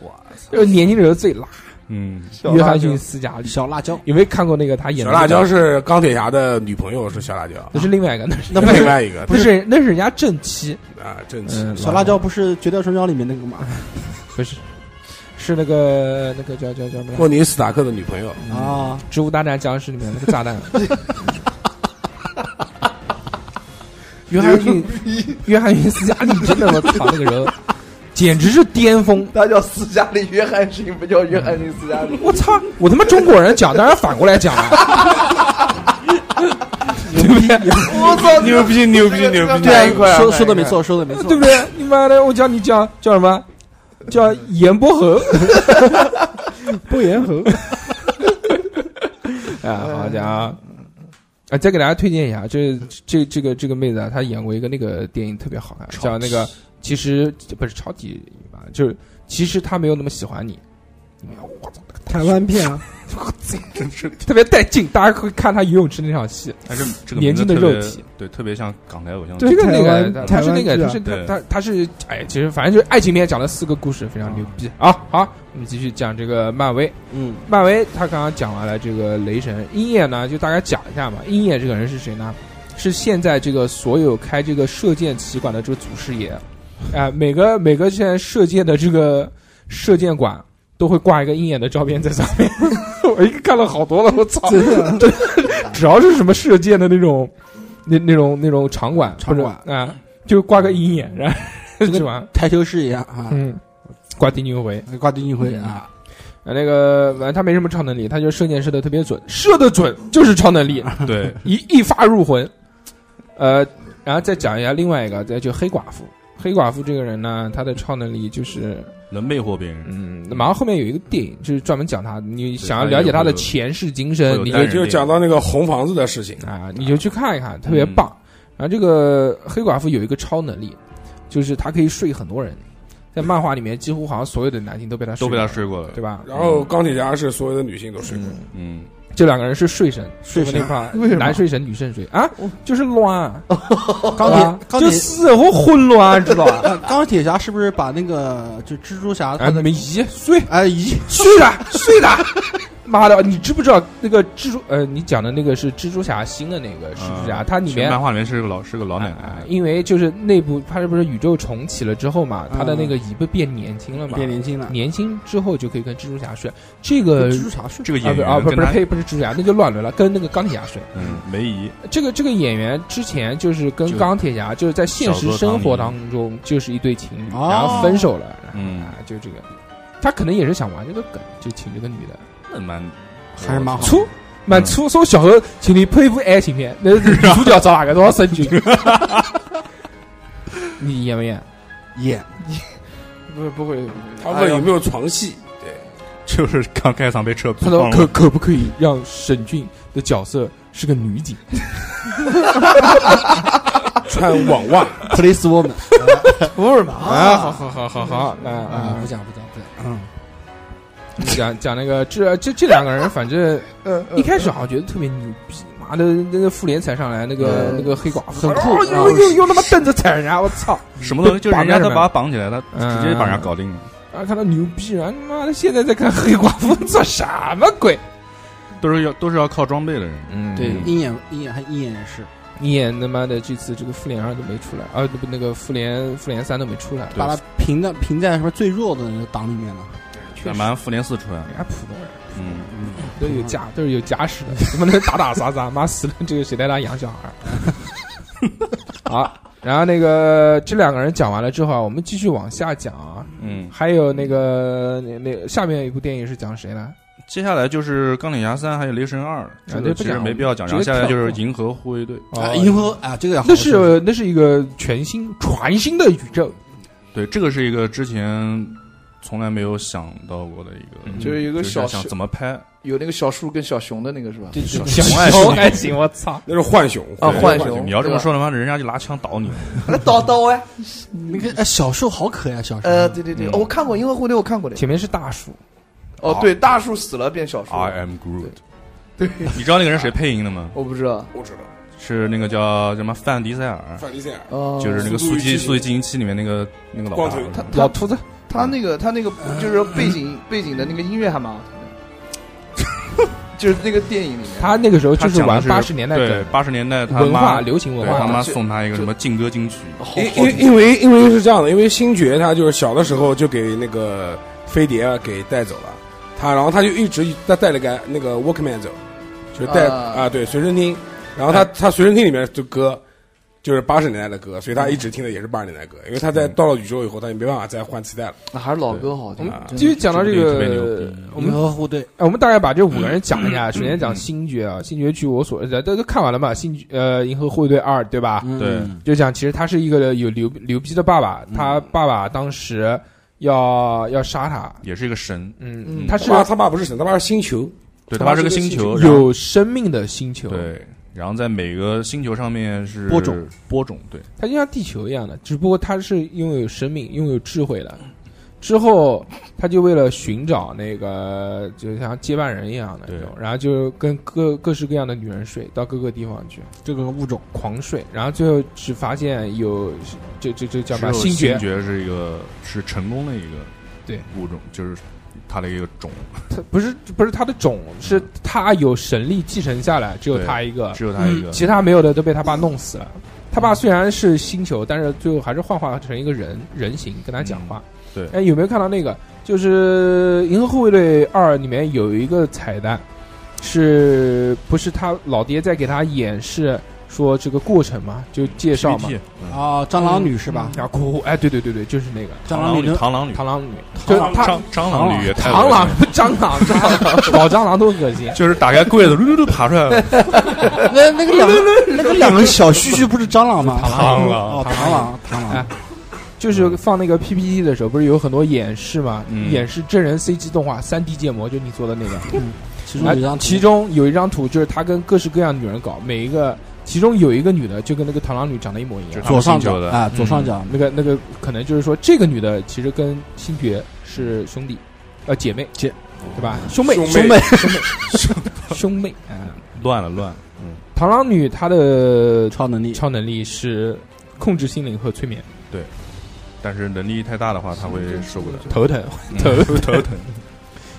[SPEAKER 2] 我年轻的时候最辣，
[SPEAKER 8] 嗯，
[SPEAKER 5] 小
[SPEAKER 2] 约
[SPEAKER 5] 辣
[SPEAKER 2] 翰
[SPEAKER 5] 椒
[SPEAKER 2] 逊斯嘉丽，
[SPEAKER 1] 啊小辣椒，
[SPEAKER 2] 有没有看过那个他演的
[SPEAKER 9] 小辣
[SPEAKER 2] 那个
[SPEAKER 9] 椒？是钢铁侠的女朋友，是小辣椒，啊
[SPEAKER 2] 那是另外一个，那
[SPEAKER 1] [laughs]
[SPEAKER 2] 是
[SPEAKER 1] 那不
[SPEAKER 9] 另
[SPEAKER 1] 是 [laughs]
[SPEAKER 9] 外一个
[SPEAKER 2] 不是那是人家正妻，
[SPEAKER 9] 啊，正气
[SPEAKER 2] 嗯，
[SPEAKER 1] 小辣椒不是《绝代双骄》里面那个吗？
[SPEAKER 2] 不是，是那个那个叫叫叫什么来着？
[SPEAKER 9] 霍尼斯塔克的女朋友，
[SPEAKER 1] 啊，
[SPEAKER 2] 《植物大战僵尸》里面那个炸弹。约翰逊，约翰逊斯嘉丽真的，我操，那个人简直是巅峰！
[SPEAKER 5] 他叫斯嘉丽·约翰逊，不叫约翰逊·斯嘉丽。
[SPEAKER 2] 我操，我他妈中国人讲，当然反过来讲了，
[SPEAKER 3] [laughs]
[SPEAKER 2] 对不对？
[SPEAKER 5] 我
[SPEAKER 8] 嗯
[SPEAKER 2] 哦
[SPEAKER 5] 操，
[SPEAKER 9] 牛逼牛逼
[SPEAKER 5] 这个
[SPEAKER 9] 牛逼
[SPEAKER 5] 这个太
[SPEAKER 2] 啊
[SPEAKER 5] 快了
[SPEAKER 1] 啊说
[SPEAKER 5] 太
[SPEAKER 1] 说的没
[SPEAKER 5] 快
[SPEAKER 1] 错，说的没错，
[SPEAKER 2] 对不对？你妈的，我叫你叫叫什么？叫严伯侯，
[SPEAKER 3] [laughs]
[SPEAKER 2] [laughs]
[SPEAKER 3] 不言和。
[SPEAKER 2] 啊，好讲啊。啊，再给大家推荐一下，这这这个这个妹子啊，她演过一个那个电影特别好看，啊叫那个其实不是超级吧，就是其实她没有那么喜欢你，
[SPEAKER 3] 台湾片啊，
[SPEAKER 2] 特别带劲，大家会看他游泳池那场戏，
[SPEAKER 8] 但是哎这个
[SPEAKER 2] 年轻的
[SPEAKER 8] 名字特
[SPEAKER 2] 肉
[SPEAKER 8] 别
[SPEAKER 2] 体，
[SPEAKER 8] 对，特别像港台偶像剧。
[SPEAKER 2] 这
[SPEAKER 3] 对
[SPEAKER 2] 个那
[SPEAKER 3] 台
[SPEAKER 2] 个
[SPEAKER 3] 湾
[SPEAKER 2] 他是那
[SPEAKER 3] 台湾剧
[SPEAKER 2] 个他是
[SPEAKER 3] 啊
[SPEAKER 2] 他
[SPEAKER 8] 对
[SPEAKER 2] 他他是哎，其实反正就是爱情片讲了四个故事，非常牛逼啊！好，我们继续讲这个漫威，
[SPEAKER 1] 嗯，
[SPEAKER 2] 漫威他刚刚讲完了这个雷神，鹰眼呢就大概讲一下嘛。鹰眼这个人是谁呢？是现在这个所有开这个射箭棋馆的这个祖师爷，啊、每个每个现在射箭的这个射箭馆都会挂一个鹰眼的照片在上
[SPEAKER 1] [laughs]
[SPEAKER 2] 面。我一看了好多了，我操！
[SPEAKER 3] 真的
[SPEAKER 2] [laughs] 只要是什么射箭的那种，那那种那种场馆，
[SPEAKER 1] 场馆
[SPEAKER 2] 不是啊、就挂个鹰眼，然后 [laughs] 是吧？
[SPEAKER 1] 台球室一样 [laughs] 啊，
[SPEAKER 2] 嗯，挂丁俊晖。
[SPEAKER 1] 挂丁俊晖啊，
[SPEAKER 2] 啊，那个反正他没什么超能力，他就射箭射的特别准，射的准就是超能
[SPEAKER 1] 啊
[SPEAKER 2] 力，
[SPEAKER 8] 对，
[SPEAKER 2] 一一发入魂。呃，然后再讲一下另外一个，再就黑寡妇。黑寡妇这个人呢，她的超能力就是，
[SPEAKER 8] 能魅惑别人，
[SPEAKER 2] 嗯，马上后面有一个电影，就是专门讲她。你想要
[SPEAKER 8] 她也
[SPEAKER 2] 了解她的
[SPEAKER 8] 会有
[SPEAKER 2] 前世今
[SPEAKER 8] 会
[SPEAKER 2] 生，
[SPEAKER 8] 有
[SPEAKER 2] 你就
[SPEAKER 8] 单人
[SPEAKER 9] 就
[SPEAKER 8] 恋
[SPEAKER 9] 讲到那个红房子的事情，
[SPEAKER 2] 啊，你就去看一看，特别棒。然后这个黑寡妇有一个超能力，就是她可以睡很多人，在漫画里面几乎好像所有的男性都被她
[SPEAKER 8] 都被他
[SPEAKER 2] 睡
[SPEAKER 8] 睡过了
[SPEAKER 2] 过，。对吧？
[SPEAKER 9] 然后钢铁侠是所有的女性都睡过，
[SPEAKER 8] 嗯，
[SPEAKER 2] 这两个人是睡神，
[SPEAKER 1] 睡神
[SPEAKER 2] 那块
[SPEAKER 1] 为什么哦
[SPEAKER 2] 男睡神女圣睡啊，就是乱，
[SPEAKER 1] [laughs] 钢
[SPEAKER 2] 啊
[SPEAKER 1] 铁钢
[SPEAKER 2] 就
[SPEAKER 1] 铁
[SPEAKER 2] 死活混乱，
[SPEAKER 1] [laughs]
[SPEAKER 2] 啊知道吧？
[SPEAKER 1] 呃钢铁侠是不是把那个就蜘蛛侠
[SPEAKER 2] 哎，
[SPEAKER 1] 他
[SPEAKER 2] 没
[SPEAKER 1] 的
[SPEAKER 2] 移睡
[SPEAKER 1] 哎一
[SPEAKER 2] 睡的睡的， [laughs] 妈的，你知不知道那个蜘蛛？呃，你讲的那个是蜘蛛侠新的那个蜘蛛侠，
[SPEAKER 8] 嗯
[SPEAKER 2] 它里
[SPEAKER 8] 其实
[SPEAKER 2] 面
[SPEAKER 8] 漫画里面是个老是个老奶
[SPEAKER 2] 啊
[SPEAKER 8] 奶，
[SPEAKER 2] 因为就是内部，它是不是宇宙重启了之后嘛，
[SPEAKER 1] 嗯
[SPEAKER 2] 它的那个尾巴变年轻了嘛，
[SPEAKER 1] 变年轻了，
[SPEAKER 2] 年轻之后就可以跟蜘蛛侠睡。这个
[SPEAKER 1] 蜘蛛侠睡
[SPEAKER 8] 这个
[SPEAKER 2] 啊
[SPEAKER 8] 演
[SPEAKER 2] 不啊
[SPEAKER 8] 员
[SPEAKER 2] 不
[SPEAKER 8] 跟
[SPEAKER 2] 不是
[SPEAKER 8] 他
[SPEAKER 2] 呸不是蜘蛛侠，那就乱伦了，跟那个钢铁侠睡。
[SPEAKER 8] 嗯梅姨
[SPEAKER 2] 这个这个演员之前就是跟
[SPEAKER 8] 就
[SPEAKER 2] 钢铁侠就是在现实生活
[SPEAKER 8] 小泽
[SPEAKER 2] 当中就是一对情侣，
[SPEAKER 1] 哦
[SPEAKER 2] 然后分手了，
[SPEAKER 8] 嗯
[SPEAKER 2] 啊就这个，他可能也是想玩这个梗，就请这个女的。
[SPEAKER 8] 那蛮
[SPEAKER 1] 还是蛮好的。
[SPEAKER 2] 粗，哦
[SPEAKER 1] 嗯
[SPEAKER 2] 蛮粗。说小何，请你佩服爱情片，那女主角找哪个多少
[SPEAKER 1] [laughs]
[SPEAKER 2] 神剧？你演不演？
[SPEAKER 1] 演
[SPEAKER 5] 不不会，
[SPEAKER 9] 他问有没有床戏，
[SPEAKER 8] 就是刚开场被车
[SPEAKER 2] 他
[SPEAKER 8] 碰
[SPEAKER 2] 说
[SPEAKER 8] 了
[SPEAKER 2] 可可不可以让沈俊的角色是个女警？
[SPEAKER 9] 穿网袜，
[SPEAKER 1] police woman
[SPEAKER 5] 不是吧？
[SPEAKER 2] 啊，好好好好好，那
[SPEAKER 1] 啊，
[SPEAKER 2] 啊
[SPEAKER 1] 不，讲不讲不讲，
[SPEAKER 2] 讲讲那个这这这两个人，反正
[SPEAKER 5] 嗯，嗯
[SPEAKER 2] 一开始好像觉得特别牛逼，妈的，那个复联踩上来，那个
[SPEAKER 1] 嗯
[SPEAKER 2] 那个黑寡妇，
[SPEAKER 1] 很酷
[SPEAKER 2] 哦
[SPEAKER 1] 啊
[SPEAKER 2] 又又又他妈蹬着踩人家，我操！
[SPEAKER 8] 什么东西，就是人家
[SPEAKER 2] 绑架
[SPEAKER 8] 他
[SPEAKER 2] 人
[SPEAKER 8] 把他绑起来，他
[SPEAKER 2] 嗯
[SPEAKER 8] 直接把人家搞定了，
[SPEAKER 2] 啊，看到牛逼，然后他妈的现在在看黑寡妇做什么鬼？
[SPEAKER 8] 都是要都是要靠装备的人。
[SPEAKER 2] 嗯
[SPEAKER 1] 对，鹰眼鹰眼还鹰眼也是，
[SPEAKER 2] 鹰眼他妈的这次这个复联二都没出来，啊不那个复联复联三都没出来，
[SPEAKER 1] 把他评在评在什么最弱的那个档里面了，
[SPEAKER 8] 那
[SPEAKER 2] 确实
[SPEAKER 8] 蛮复联四出来了
[SPEAKER 2] 人，家普通人
[SPEAKER 8] 嗯，
[SPEAKER 2] 都有家都是有家室的，怎么能打打杀杀？妈死了这个谁带他养小孩 [laughs] 儿？好，然后那个这两个人讲完了之后啊，我们继续往下讲啊，
[SPEAKER 8] 嗯，
[SPEAKER 2] 还有那个那那下面一部电影是讲谁呢？
[SPEAKER 8] 接下来就是钢铁侠三还有雷神二，这
[SPEAKER 2] 啊对
[SPEAKER 8] 个
[SPEAKER 2] 不
[SPEAKER 8] 其实
[SPEAKER 2] 讲
[SPEAKER 8] 没必要讲。
[SPEAKER 2] 直
[SPEAKER 8] 然
[SPEAKER 2] 接
[SPEAKER 8] 后下来就
[SPEAKER 2] 跳
[SPEAKER 8] 是
[SPEAKER 2] 过
[SPEAKER 8] 银河护卫队，
[SPEAKER 1] 啊，
[SPEAKER 2] 哦，
[SPEAKER 1] 银河啊，这个要好
[SPEAKER 2] 那
[SPEAKER 1] 好说
[SPEAKER 2] 是那是一个全新全新的宇宙，
[SPEAKER 8] 对，这个是一个之前从来没有想到过的一个，
[SPEAKER 5] 就是一
[SPEAKER 8] 就
[SPEAKER 5] 个
[SPEAKER 8] 是
[SPEAKER 5] 小
[SPEAKER 8] 想
[SPEAKER 5] 时
[SPEAKER 8] 怎么拍，
[SPEAKER 5] 有那个小树跟小熊的那个是吧？
[SPEAKER 1] 对对对
[SPEAKER 2] 小
[SPEAKER 8] 熊爱
[SPEAKER 2] 熊
[SPEAKER 8] 情
[SPEAKER 2] 爱情，哎我操！
[SPEAKER 9] 那是浣熊
[SPEAKER 5] 啊
[SPEAKER 9] 对
[SPEAKER 5] 浣熊
[SPEAKER 8] 你要这么
[SPEAKER 5] 对吧
[SPEAKER 8] 说的话，人家就拿枪倒你。
[SPEAKER 5] [laughs] 那刀刀哎，
[SPEAKER 1] 那个哎小兽好可爱，小兽
[SPEAKER 5] 呃，对对对，
[SPEAKER 8] 嗯
[SPEAKER 5] 哦我看过《银河护卫队》，我看过的。
[SPEAKER 2] 前面是大树，
[SPEAKER 5] 哦，对，大树死了变小树，
[SPEAKER 8] I am Groot。对，你知道那个人谁
[SPEAKER 2] 啊
[SPEAKER 8] 配音的吗？
[SPEAKER 5] 我不知道。
[SPEAKER 9] 我知道，
[SPEAKER 8] 是那个叫什么范迪塞尔，
[SPEAKER 9] 范迪塞尔
[SPEAKER 5] 哦，
[SPEAKER 8] 就是那个《速
[SPEAKER 9] 速度与
[SPEAKER 8] 激
[SPEAKER 9] 激
[SPEAKER 8] 速激进七》里面那个那个老
[SPEAKER 9] 光
[SPEAKER 8] 大
[SPEAKER 9] 头
[SPEAKER 5] 他
[SPEAKER 2] 老
[SPEAKER 5] 他
[SPEAKER 2] 秃子，
[SPEAKER 5] 他那个他那个就是背景背景的那个音乐还蛮好听的， [laughs] 就是那个电影里面
[SPEAKER 2] 他那个时候
[SPEAKER 8] 他
[SPEAKER 2] 就是
[SPEAKER 8] 讲的
[SPEAKER 2] 玩
[SPEAKER 8] 是
[SPEAKER 2] 八十年代
[SPEAKER 8] 对
[SPEAKER 2] 的
[SPEAKER 8] 八十年代他
[SPEAKER 2] 文化
[SPEAKER 8] 妈对
[SPEAKER 2] 流行文
[SPEAKER 8] 他
[SPEAKER 2] 化，
[SPEAKER 8] 妈
[SPEAKER 5] 就
[SPEAKER 8] 送他一个什么劲歌金曲，
[SPEAKER 5] 好
[SPEAKER 9] 因
[SPEAKER 5] 好
[SPEAKER 9] 因因为因为是这样的，因为星爵他就是小的时候就给那个飞碟啊给带走了，他然后他就一直他带了个那个 Walkman 走，就是带
[SPEAKER 5] 啊
[SPEAKER 9] 啊对随身听，然后他、他随身听里面的歌就是八十年代的歌，所以他一直听的也是八十年代的歌，因为他在到了宇宙以后，他也没办法再换磁带了。
[SPEAKER 5] 那还是老歌好
[SPEAKER 2] 我
[SPEAKER 5] 听
[SPEAKER 2] 们。继续讲到这
[SPEAKER 8] 这个电影特别
[SPEAKER 2] 个
[SPEAKER 8] 牛逼，
[SPEAKER 2] 我
[SPEAKER 1] 银
[SPEAKER 2] 们
[SPEAKER 1] 河护队
[SPEAKER 2] 哎，我们大概把这五个人讲一下。首先讲星爵啊，星爵据我所知，大家都看完了嘛？星爵呃，《银河护卫队二》啊对吧？
[SPEAKER 1] 嗯
[SPEAKER 8] 对
[SPEAKER 2] 就讲其实他是一个有牛牛逼的爸爸，他爸爸当时要要杀他，
[SPEAKER 8] 也是一个神，
[SPEAKER 2] 嗯，
[SPEAKER 5] 嗯
[SPEAKER 2] 他
[SPEAKER 9] 他
[SPEAKER 2] 是
[SPEAKER 9] 爸他爸不是神，他爸是星球，
[SPEAKER 8] 对
[SPEAKER 9] 他
[SPEAKER 8] 他
[SPEAKER 9] 妈
[SPEAKER 8] 是
[SPEAKER 9] 是
[SPEAKER 8] 个
[SPEAKER 9] 个
[SPEAKER 8] 星
[SPEAKER 9] 星
[SPEAKER 8] 球，
[SPEAKER 9] 球
[SPEAKER 8] 然后
[SPEAKER 2] 有生命的星球，
[SPEAKER 8] 对，然后在每个星球上面是
[SPEAKER 1] 播种
[SPEAKER 8] 播种，对，
[SPEAKER 2] 它就像地球一样的，只不过它是拥有生命、拥有智慧的。之后，他就为了寻找那个，就像接班人一样的那种，然后就跟各各式各样的女人睡，到各个地方去
[SPEAKER 1] 这个物种
[SPEAKER 2] 狂睡，然后最后只发现有这这这叫什么
[SPEAKER 8] 只有
[SPEAKER 2] 星
[SPEAKER 8] 星
[SPEAKER 2] 爵，
[SPEAKER 8] 爵是一个是成功的一个
[SPEAKER 2] 对
[SPEAKER 8] 物种，就是它的一个种，
[SPEAKER 2] 它不是不是他的种，是他有神力继承下来，只有他一个，
[SPEAKER 8] 只有它一个。
[SPEAKER 2] 啊嗯其他没有的都被他爸弄死了。他爸虽然是星球，但是最后还是幻化成一个人人形跟他讲话。
[SPEAKER 8] 对
[SPEAKER 2] 哎，有没有看到那个？就是《银河护卫队二》里面有一个彩蛋，是不是他老爹在给他演示说这个过程嘛？就介绍嘛。
[SPEAKER 8] PPT
[SPEAKER 1] 哦，蟑螂女是吧？
[SPEAKER 2] 然后哭，哎，对对对对，就是那个
[SPEAKER 1] 蟑
[SPEAKER 8] 螳
[SPEAKER 1] 螂
[SPEAKER 8] 螂女，
[SPEAKER 1] 女
[SPEAKER 8] 螳螂女，
[SPEAKER 2] 螳螂女，就是他
[SPEAKER 8] 蟑蟑螂女也太恶心
[SPEAKER 2] 螳
[SPEAKER 8] 了
[SPEAKER 2] 螂、 [laughs] 蟑螂、蟑螂，老蟑螂都恶心。
[SPEAKER 8] 就是打开柜子，噜噜噜爬出来
[SPEAKER 2] [laughs]
[SPEAKER 8] 了，
[SPEAKER 1] 那那个两个那个两个小须须不是蟑螂吗？
[SPEAKER 8] 螳螂
[SPEAKER 1] 哦，螳螂，螳
[SPEAKER 2] 哎
[SPEAKER 1] 螂，
[SPEAKER 2] 就是放那个 PPT 的时候，不是有很多演示嘛？
[SPEAKER 8] 嗯
[SPEAKER 2] 演示真人 CG 动画三 D 建模，就你做的那个。
[SPEAKER 1] 其中有一张
[SPEAKER 2] 啊
[SPEAKER 1] 图，
[SPEAKER 2] 其中有一张图就是他跟各式各样女人搞，每一个其中有一个女的就跟那个螳螂女长得一模一
[SPEAKER 8] 就是
[SPEAKER 2] 样。嗯
[SPEAKER 1] 左上角
[SPEAKER 8] 他们星球的
[SPEAKER 1] 啊，左上角
[SPEAKER 2] 那个那个可能就是说，这个女的其实跟星爵是兄弟，呃姐妹
[SPEAKER 1] 姐，
[SPEAKER 2] 对吧？兄妹
[SPEAKER 9] 兄
[SPEAKER 2] 妹兄妹兄妹啊！
[SPEAKER 8] 乱了乱了。
[SPEAKER 2] 螳螂女她的
[SPEAKER 1] 超能力，
[SPEAKER 2] 超能力是控制心灵和催眠，
[SPEAKER 8] 但是能力太大的话，他会受不了。
[SPEAKER 2] 头 [laughs] 疼。
[SPEAKER 8] 嗯头头疼，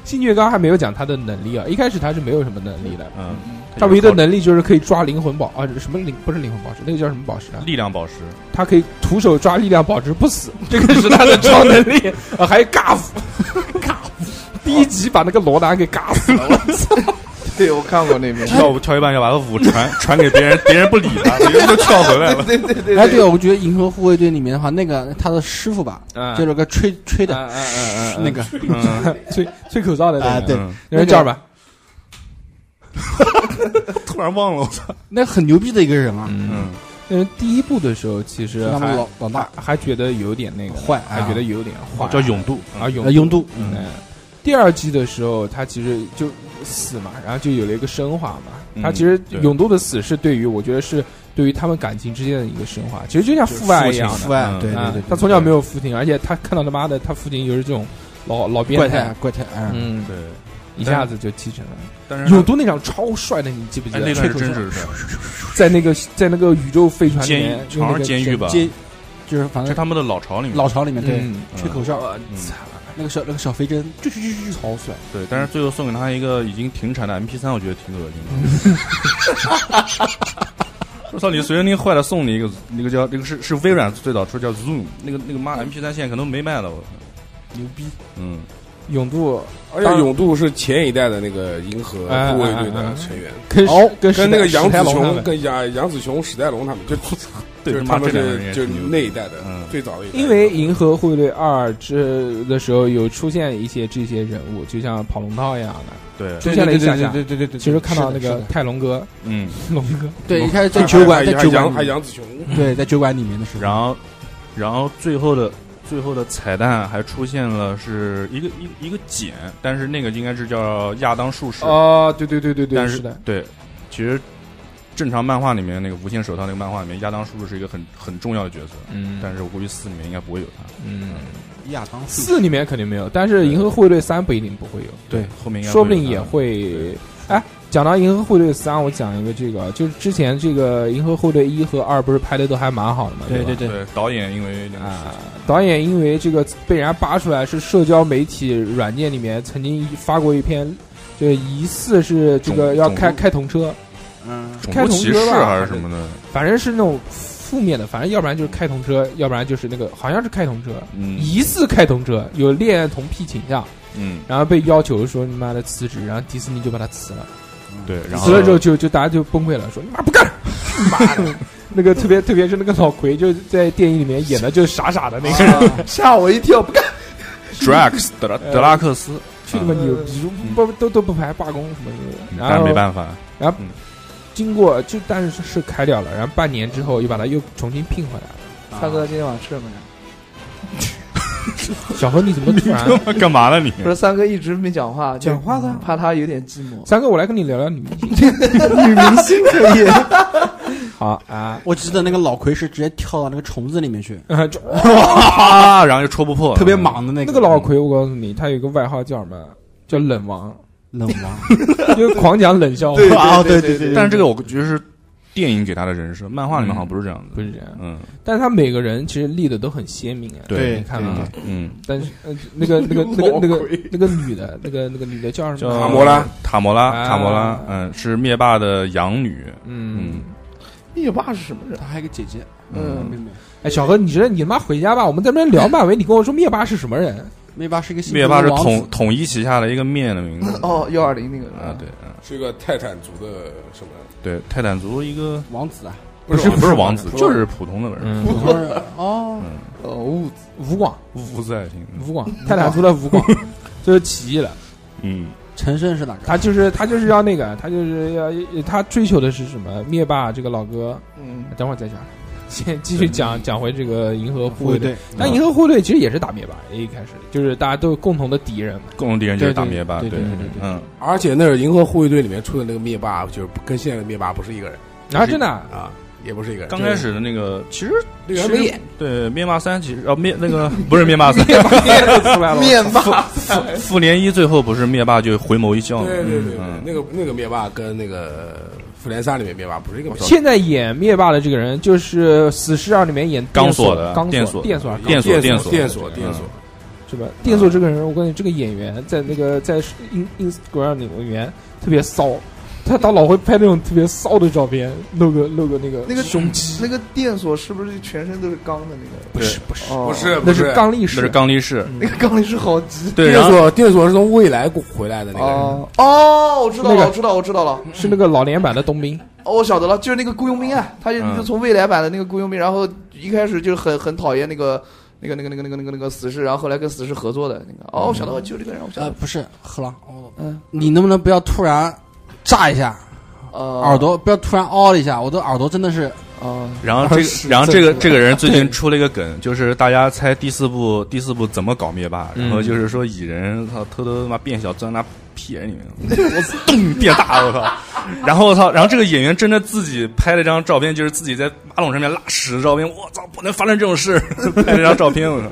[SPEAKER 2] 星爵刚刚还没有讲她的能力啊，一开始她是没有什么能力的，
[SPEAKER 8] 嗯，
[SPEAKER 2] 她唯一的能力就是可以抓灵魂宝啊，什么灵不是灵魂宝石，那个叫什么宝石啊？
[SPEAKER 8] 力量宝石，
[SPEAKER 2] 他可以徒手抓力量保持不死，这个是他的超能力。呃、还有尬夫，尬夫，第一集把那个罗南给尬死了。
[SPEAKER 5] 对我看过那边， [laughs]
[SPEAKER 8] 跳舞跳一半要把个舞传 [laughs] 传给别人，别人不理 [laughs] 他，别人就跳回来了。
[SPEAKER 5] 对对对
[SPEAKER 1] 哎，对，我觉得《银河护卫队》里面的话，那个他的师傅吧，
[SPEAKER 2] 啊
[SPEAKER 1] 就是个吹吹的
[SPEAKER 2] 嗯
[SPEAKER 1] 那个
[SPEAKER 8] 嗯，
[SPEAKER 2] 吹吹口哨的那
[SPEAKER 1] 啊，
[SPEAKER 2] 个，
[SPEAKER 1] 对，
[SPEAKER 8] 嗯
[SPEAKER 2] 那人叫什么？
[SPEAKER 8] 突然忘了，我操！
[SPEAKER 1] 那很牛逼的一个人啊，
[SPEAKER 8] 嗯，
[SPEAKER 2] 那人第一部的时候其
[SPEAKER 1] 是
[SPEAKER 2] 实
[SPEAKER 1] 他们
[SPEAKER 2] 还
[SPEAKER 1] 老老大
[SPEAKER 2] 还觉得有点那个，
[SPEAKER 1] 坏啊，
[SPEAKER 2] 还觉得有点坏，
[SPEAKER 8] 哦叫勇度，
[SPEAKER 2] 啊
[SPEAKER 1] 呃
[SPEAKER 2] 勇。
[SPEAKER 1] 拥堵，
[SPEAKER 2] 嗯，第二季的时候他其实就死嘛，然后就有了一个升华嘛。
[SPEAKER 8] 嗯
[SPEAKER 2] 他其实
[SPEAKER 8] 对
[SPEAKER 2] 勇度的死是对于我觉得是对于他们感情之间的一个升华，其实就像父爱一样的。
[SPEAKER 1] 父爱，
[SPEAKER 8] 嗯
[SPEAKER 1] 对对
[SPEAKER 2] 啊
[SPEAKER 1] 对，
[SPEAKER 2] 他从小没有父亲，而且他看到他妈的他父亲又是这种老老
[SPEAKER 1] 怪
[SPEAKER 2] 变
[SPEAKER 1] 胎
[SPEAKER 2] 态
[SPEAKER 1] 啊，，怪胎，嗯，
[SPEAKER 2] 嗯，
[SPEAKER 8] 对，
[SPEAKER 2] 一下子就继承了。
[SPEAKER 8] 但是他
[SPEAKER 2] 有都那场超帅的，你记不记
[SPEAKER 8] 哎，
[SPEAKER 2] 得？
[SPEAKER 8] 那
[SPEAKER 2] 吹
[SPEAKER 8] 段
[SPEAKER 2] 口
[SPEAKER 8] 是
[SPEAKER 2] 哨
[SPEAKER 8] 真实的，
[SPEAKER 2] 在那个在那个宇宙飞船里
[SPEAKER 8] 监
[SPEAKER 2] 面
[SPEAKER 8] 狱，，好像是监狱吧，
[SPEAKER 1] 接就是反
[SPEAKER 8] 是
[SPEAKER 1] 正
[SPEAKER 8] 他们的老巢里面。
[SPEAKER 1] 老巢里面对
[SPEAKER 2] 嗯，
[SPEAKER 1] 吹口哨，
[SPEAKER 8] 嗯
[SPEAKER 1] 那个小那个小飞针，就就就就
[SPEAKER 2] 超帅。
[SPEAKER 8] 对，但是最后送给他一个已经停产的 MP 三，我觉得挺恶心 [laughs] 的。我操！你随身听坏了，送你一个，那个叫那个是是微软最早出叫 Zoom，那个那个妈 MP 三现在可能没卖了，我
[SPEAKER 2] 牛逼！
[SPEAKER 8] 嗯，
[SPEAKER 2] 勇度
[SPEAKER 9] 而且勇度是前一代的那个银河护卫队的成员，
[SPEAKER 2] 跟
[SPEAKER 1] 哦
[SPEAKER 2] 跟
[SPEAKER 9] 跟那个杨紫
[SPEAKER 2] 紫
[SPEAKER 9] 琼、跟杨杨紫琼、史泰龙他们，就
[SPEAKER 8] 对
[SPEAKER 9] 就是
[SPEAKER 8] 他
[SPEAKER 9] 他
[SPEAKER 8] 妈
[SPEAKER 9] 们
[SPEAKER 8] 这两个人
[SPEAKER 9] 是
[SPEAKER 8] 也
[SPEAKER 9] 就是
[SPEAKER 8] 挺牛
[SPEAKER 9] 那
[SPEAKER 8] 逼
[SPEAKER 9] 一代的
[SPEAKER 8] 嗯
[SPEAKER 9] 最早的一代。
[SPEAKER 2] 因为《银河护卫队二》这的时候有出现一些这些人物，就像跑龙套一样的，
[SPEAKER 8] 对，
[SPEAKER 2] 出现了一下下。
[SPEAKER 1] 对对对，
[SPEAKER 2] 其实看到
[SPEAKER 1] 是的
[SPEAKER 2] 那个
[SPEAKER 1] 是的
[SPEAKER 2] 泰隆哥、 [laughs]
[SPEAKER 8] 嗯，
[SPEAKER 2] 龙哥，
[SPEAKER 1] 对，一开始在
[SPEAKER 9] 还
[SPEAKER 1] 酒馆，
[SPEAKER 9] 还
[SPEAKER 1] 在
[SPEAKER 9] 还
[SPEAKER 1] 酒
[SPEAKER 9] 杨
[SPEAKER 1] 馆
[SPEAKER 9] 还
[SPEAKER 1] 里面，
[SPEAKER 9] 杨紫琼，
[SPEAKER 1] 对，在酒馆里面的时候，
[SPEAKER 8] 然后然后最后的最后的彩蛋还出现了是一个一一个茧，但是那个应该是叫亚当术士，
[SPEAKER 2] 哦，对对对对对，
[SPEAKER 8] 但
[SPEAKER 2] 是
[SPEAKER 8] 是
[SPEAKER 2] 的，
[SPEAKER 8] 对，其实正常漫画里面那个无限手套那个漫画里面，亚当术士是一个很很重要的角色，
[SPEAKER 2] 嗯
[SPEAKER 8] 但是我估计四里面应该不会有他，
[SPEAKER 2] 嗯，
[SPEAKER 1] 亚当斯
[SPEAKER 2] 四里面肯定没有，但是《银河护卫队三》不一定不会有，
[SPEAKER 8] 对，后面应该
[SPEAKER 2] 说不定
[SPEAKER 8] 有
[SPEAKER 2] 也
[SPEAKER 8] 他
[SPEAKER 2] 会。哎，讲到《银河护卫队三》，我讲一个这个，就是之前这个《银河护卫队一》和二不是拍的都还蛮好的嘛，
[SPEAKER 1] 对
[SPEAKER 2] 吧
[SPEAKER 1] 对对，
[SPEAKER 8] 对导演因为那个
[SPEAKER 2] 啊，导演因为这个被人家扒出来是社交媒体软件里面曾经发过一篇，就是疑似是这个
[SPEAKER 8] 种
[SPEAKER 2] 要
[SPEAKER 8] 种
[SPEAKER 2] 开
[SPEAKER 8] 族
[SPEAKER 2] 开童车，
[SPEAKER 1] 嗯，
[SPEAKER 8] 种
[SPEAKER 2] 开
[SPEAKER 8] 族
[SPEAKER 2] 童
[SPEAKER 8] 歧
[SPEAKER 2] 车
[SPEAKER 8] 视
[SPEAKER 2] 吧
[SPEAKER 8] 还是什么的，
[SPEAKER 2] 反正是那种负面的，反正要不然就是开童车，要不然就是那个好像是开童车，
[SPEAKER 8] 嗯
[SPEAKER 2] 疑似开童车有恋童癖倾向，
[SPEAKER 8] 嗯
[SPEAKER 2] 然后被要求说你妈的辞职，然后迪士尼就把他辞了，
[SPEAKER 1] 嗯
[SPEAKER 8] 对，然后
[SPEAKER 2] 辞了之后就就大家就崩溃了，说你妈不干了，妈的。那个特别特别是那个老奎，就在电影里面演的就是傻傻的那个，
[SPEAKER 5] 吓我一跳，不敢。
[SPEAKER 8] Drax 德拉德拉克斯，
[SPEAKER 2] 去他妈牛逼，不不都都不排罢工什么的，然后
[SPEAKER 8] 但是没嗯办法，
[SPEAKER 2] 经过就但是是开掉了，然后半年之后又把它又重新聘回来了。
[SPEAKER 5] 大哥今天晚上吃什么呀？
[SPEAKER 2] 小何，你怎么突然？
[SPEAKER 8] [laughs] 干嘛呢你？
[SPEAKER 5] 不是三哥一直没讲话，就
[SPEAKER 1] 讲话的
[SPEAKER 5] 怕他有点寂寞。
[SPEAKER 2] 三哥，我来跟你聊聊女明星。 [laughs]
[SPEAKER 5] 女明星可以，
[SPEAKER 2] 好啊，
[SPEAKER 1] 我记得那个老魁是直接跳到那个虫子里面去，
[SPEAKER 2] 呃就
[SPEAKER 8] 啊，然后又戳不破，
[SPEAKER 1] 特别莽的那个嗯
[SPEAKER 2] 那个老奎，我告诉你，他有个外号叫什么？叫冷王，
[SPEAKER 1] 冷王。
[SPEAKER 2] 就是狂讲冷笑话，
[SPEAKER 1] 啊，对对对，
[SPEAKER 8] 但是这个我觉得是电影给他的人设，漫画里面好像不是这样
[SPEAKER 2] 不
[SPEAKER 8] 的。
[SPEAKER 2] 是这样。
[SPEAKER 8] 嗯
[SPEAKER 2] 但是他每个人其实立的都很鲜明啊，
[SPEAKER 8] 对
[SPEAKER 2] 你看了吗？
[SPEAKER 8] 嗯，
[SPEAKER 2] 但是呃，那个那个那个那个那个女的，那个那个女的叫什
[SPEAKER 8] 叫
[SPEAKER 2] 么？
[SPEAKER 9] 卡摩拉，
[SPEAKER 8] 塔摩拉，
[SPEAKER 2] 啊
[SPEAKER 8] 塔摩拉，嗯，是灭霸的养女。
[SPEAKER 2] 嗯
[SPEAKER 8] 嗯，，
[SPEAKER 5] 灭霸是什么人？
[SPEAKER 1] 他还有个姐姐，
[SPEAKER 5] 嗯，
[SPEAKER 2] 哎，小何，你这你他妈回家吧，我们在那边聊漫威，你跟我说灭霸是什么人？
[SPEAKER 1] 灭霸是一个
[SPEAKER 8] 灭霸是
[SPEAKER 1] 王子
[SPEAKER 8] 统统一旗下的一个灭的名字。
[SPEAKER 5] 哦，幺二零那个人
[SPEAKER 8] 啊，对，嗯
[SPEAKER 9] 是一个泰坦族的什么？
[SPEAKER 8] 对，泰坦族一个
[SPEAKER 1] 王子啊，
[SPEAKER 9] 不
[SPEAKER 8] 是不
[SPEAKER 9] 是
[SPEAKER 8] 王子，
[SPEAKER 9] 是
[SPEAKER 8] 就是普通的人，
[SPEAKER 2] 嗯，
[SPEAKER 1] 不是哦，
[SPEAKER 5] 哦，物
[SPEAKER 2] 吴广，
[SPEAKER 8] 无字爱听。
[SPEAKER 2] 吴广，泰坦族的 [laughs] 吴广，就是起义了。
[SPEAKER 8] 嗯，
[SPEAKER 1] 陈胜是哪个？
[SPEAKER 2] 他就是他就是要那个，他就是要呃他追求的是什么？灭霸这个老哥，
[SPEAKER 5] 嗯，
[SPEAKER 2] 等会儿再讲。 [laughs] 先继续讲讲回这个银河嗯护卫队，
[SPEAKER 1] 对，
[SPEAKER 2] 但银河护卫队其实也是打灭霸，一开始就是大家都有共同的敌人嘛。
[SPEAKER 8] 共同敌人就是打
[SPEAKER 1] 对对
[SPEAKER 8] 灭霸，
[SPEAKER 1] 对对对对
[SPEAKER 8] 嗯，
[SPEAKER 9] 而且那是银河护卫队里面出的那个灭霸，就是跟现在的灭霸不是一个人
[SPEAKER 2] 然后真的 [laughs] 啊，
[SPEAKER 9] 啊，也不是一个人。
[SPEAKER 8] 刚开始的那个其实
[SPEAKER 9] 那个人没演，
[SPEAKER 8] 对灭霸三其实啊灭那个不是灭霸三，
[SPEAKER 2] 出来了，
[SPEAKER 5] 灭霸，
[SPEAKER 8] 复联一最后不是灭霸就回眸一笑吗？
[SPEAKER 9] 对对对，对
[SPEAKER 8] 嗯，
[SPEAKER 9] 那个那个灭霸跟那个复联三里面灭霸不是一个灭霸。
[SPEAKER 2] 现在演灭霸的这个人就是《死侍二》里面演
[SPEAKER 8] 钢
[SPEAKER 2] 索
[SPEAKER 8] 索的
[SPEAKER 2] 钢
[SPEAKER 8] 电
[SPEAKER 2] 索
[SPEAKER 8] 索
[SPEAKER 2] 电索
[SPEAKER 8] 电
[SPEAKER 9] 索
[SPEAKER 8] 索电
[SPEAKER 9] 电索
[SPEAKER 8] 索嗯
[SPEAKER 9] 电索电索，
[SPEAKER 2] 是吧？电索这个人，我感觉这个演员在那个在 in Instagram 里面特别骚，他他老会拍那种特别骚的照片，露个露个那个
[SPEAKER 5] 那个
[SPEAKER 2] 胸肌，
[SPEAKER 5] 那个电索是不是全身都是钢的那个？
[SPEAKER 8] 不是不是，
[SPEAKER 5] 哦
[SPEAKER 9] 不是
[SPEAKER 2] 那
[SPEAKER 9] 不
[SPEAKER 2] 是
[SPEAKER 9] 是。
[SPEAKER 2] 刚力
[SPEAKER 8] 那是
[SPEAKER 2] 士，
[SPEAKER 8] 钢力士，
[SPEAKER 5] 那个钢力士好鸡
[SPEAKER 8] 对，
[SPEAKER 9] 电
[SPEAKER 8] 然后
[SPEAKER 9] 索电索是从未来过回来的那个人，
[SPEAKER 5] 哦哦，我知道
[SPEAKER 2] 那个
[SPEAKER 5] 了，我知道，我知道了，
[SPEAKER 2] 是那个老年版的冬兵，
[SPEAKER 5] 哦，我晓得了，就是那个雇佣兵啊，他就
[SPEAKER 8] 嗯
[SPEAKER 5] 就从未来版的那个雇佣兵，然后一开始就很很讨厌那个那个那个那个那个那个那个死侍，然后后来跟死侍合作的那个，哦，我晓得了，就这个人，我晓
[SPEAKER 1] 呃，
[SPEAKER 5] 得了，
[SPEAKER 1] 不是荷兰，哦
[SPEAKER 5] 嗯，
[SPEAKER 1] 你能不能不要突然炸一下
[SPEAKER 5] 呃，
[SPEAKER 1] 耳朵，不要突然嗷一下，我的耳朵真的是
[SPEAKER 5] 啊，
[SPEAKER 8] 然后这个然后这个这个人最近出了一个梗，就是大家猜第四部第四部怎么搞灭霸，然后就是说蚁人他偷偷他妈变小钻他屁眼里 [laughs] 面，我咚变大我操，然后我操，然后这个演员真的自己拍了张照片，就是自己在马桶上面拉屎的照片，我操，不能发生这种事， [laughs] 拍了张照片我操。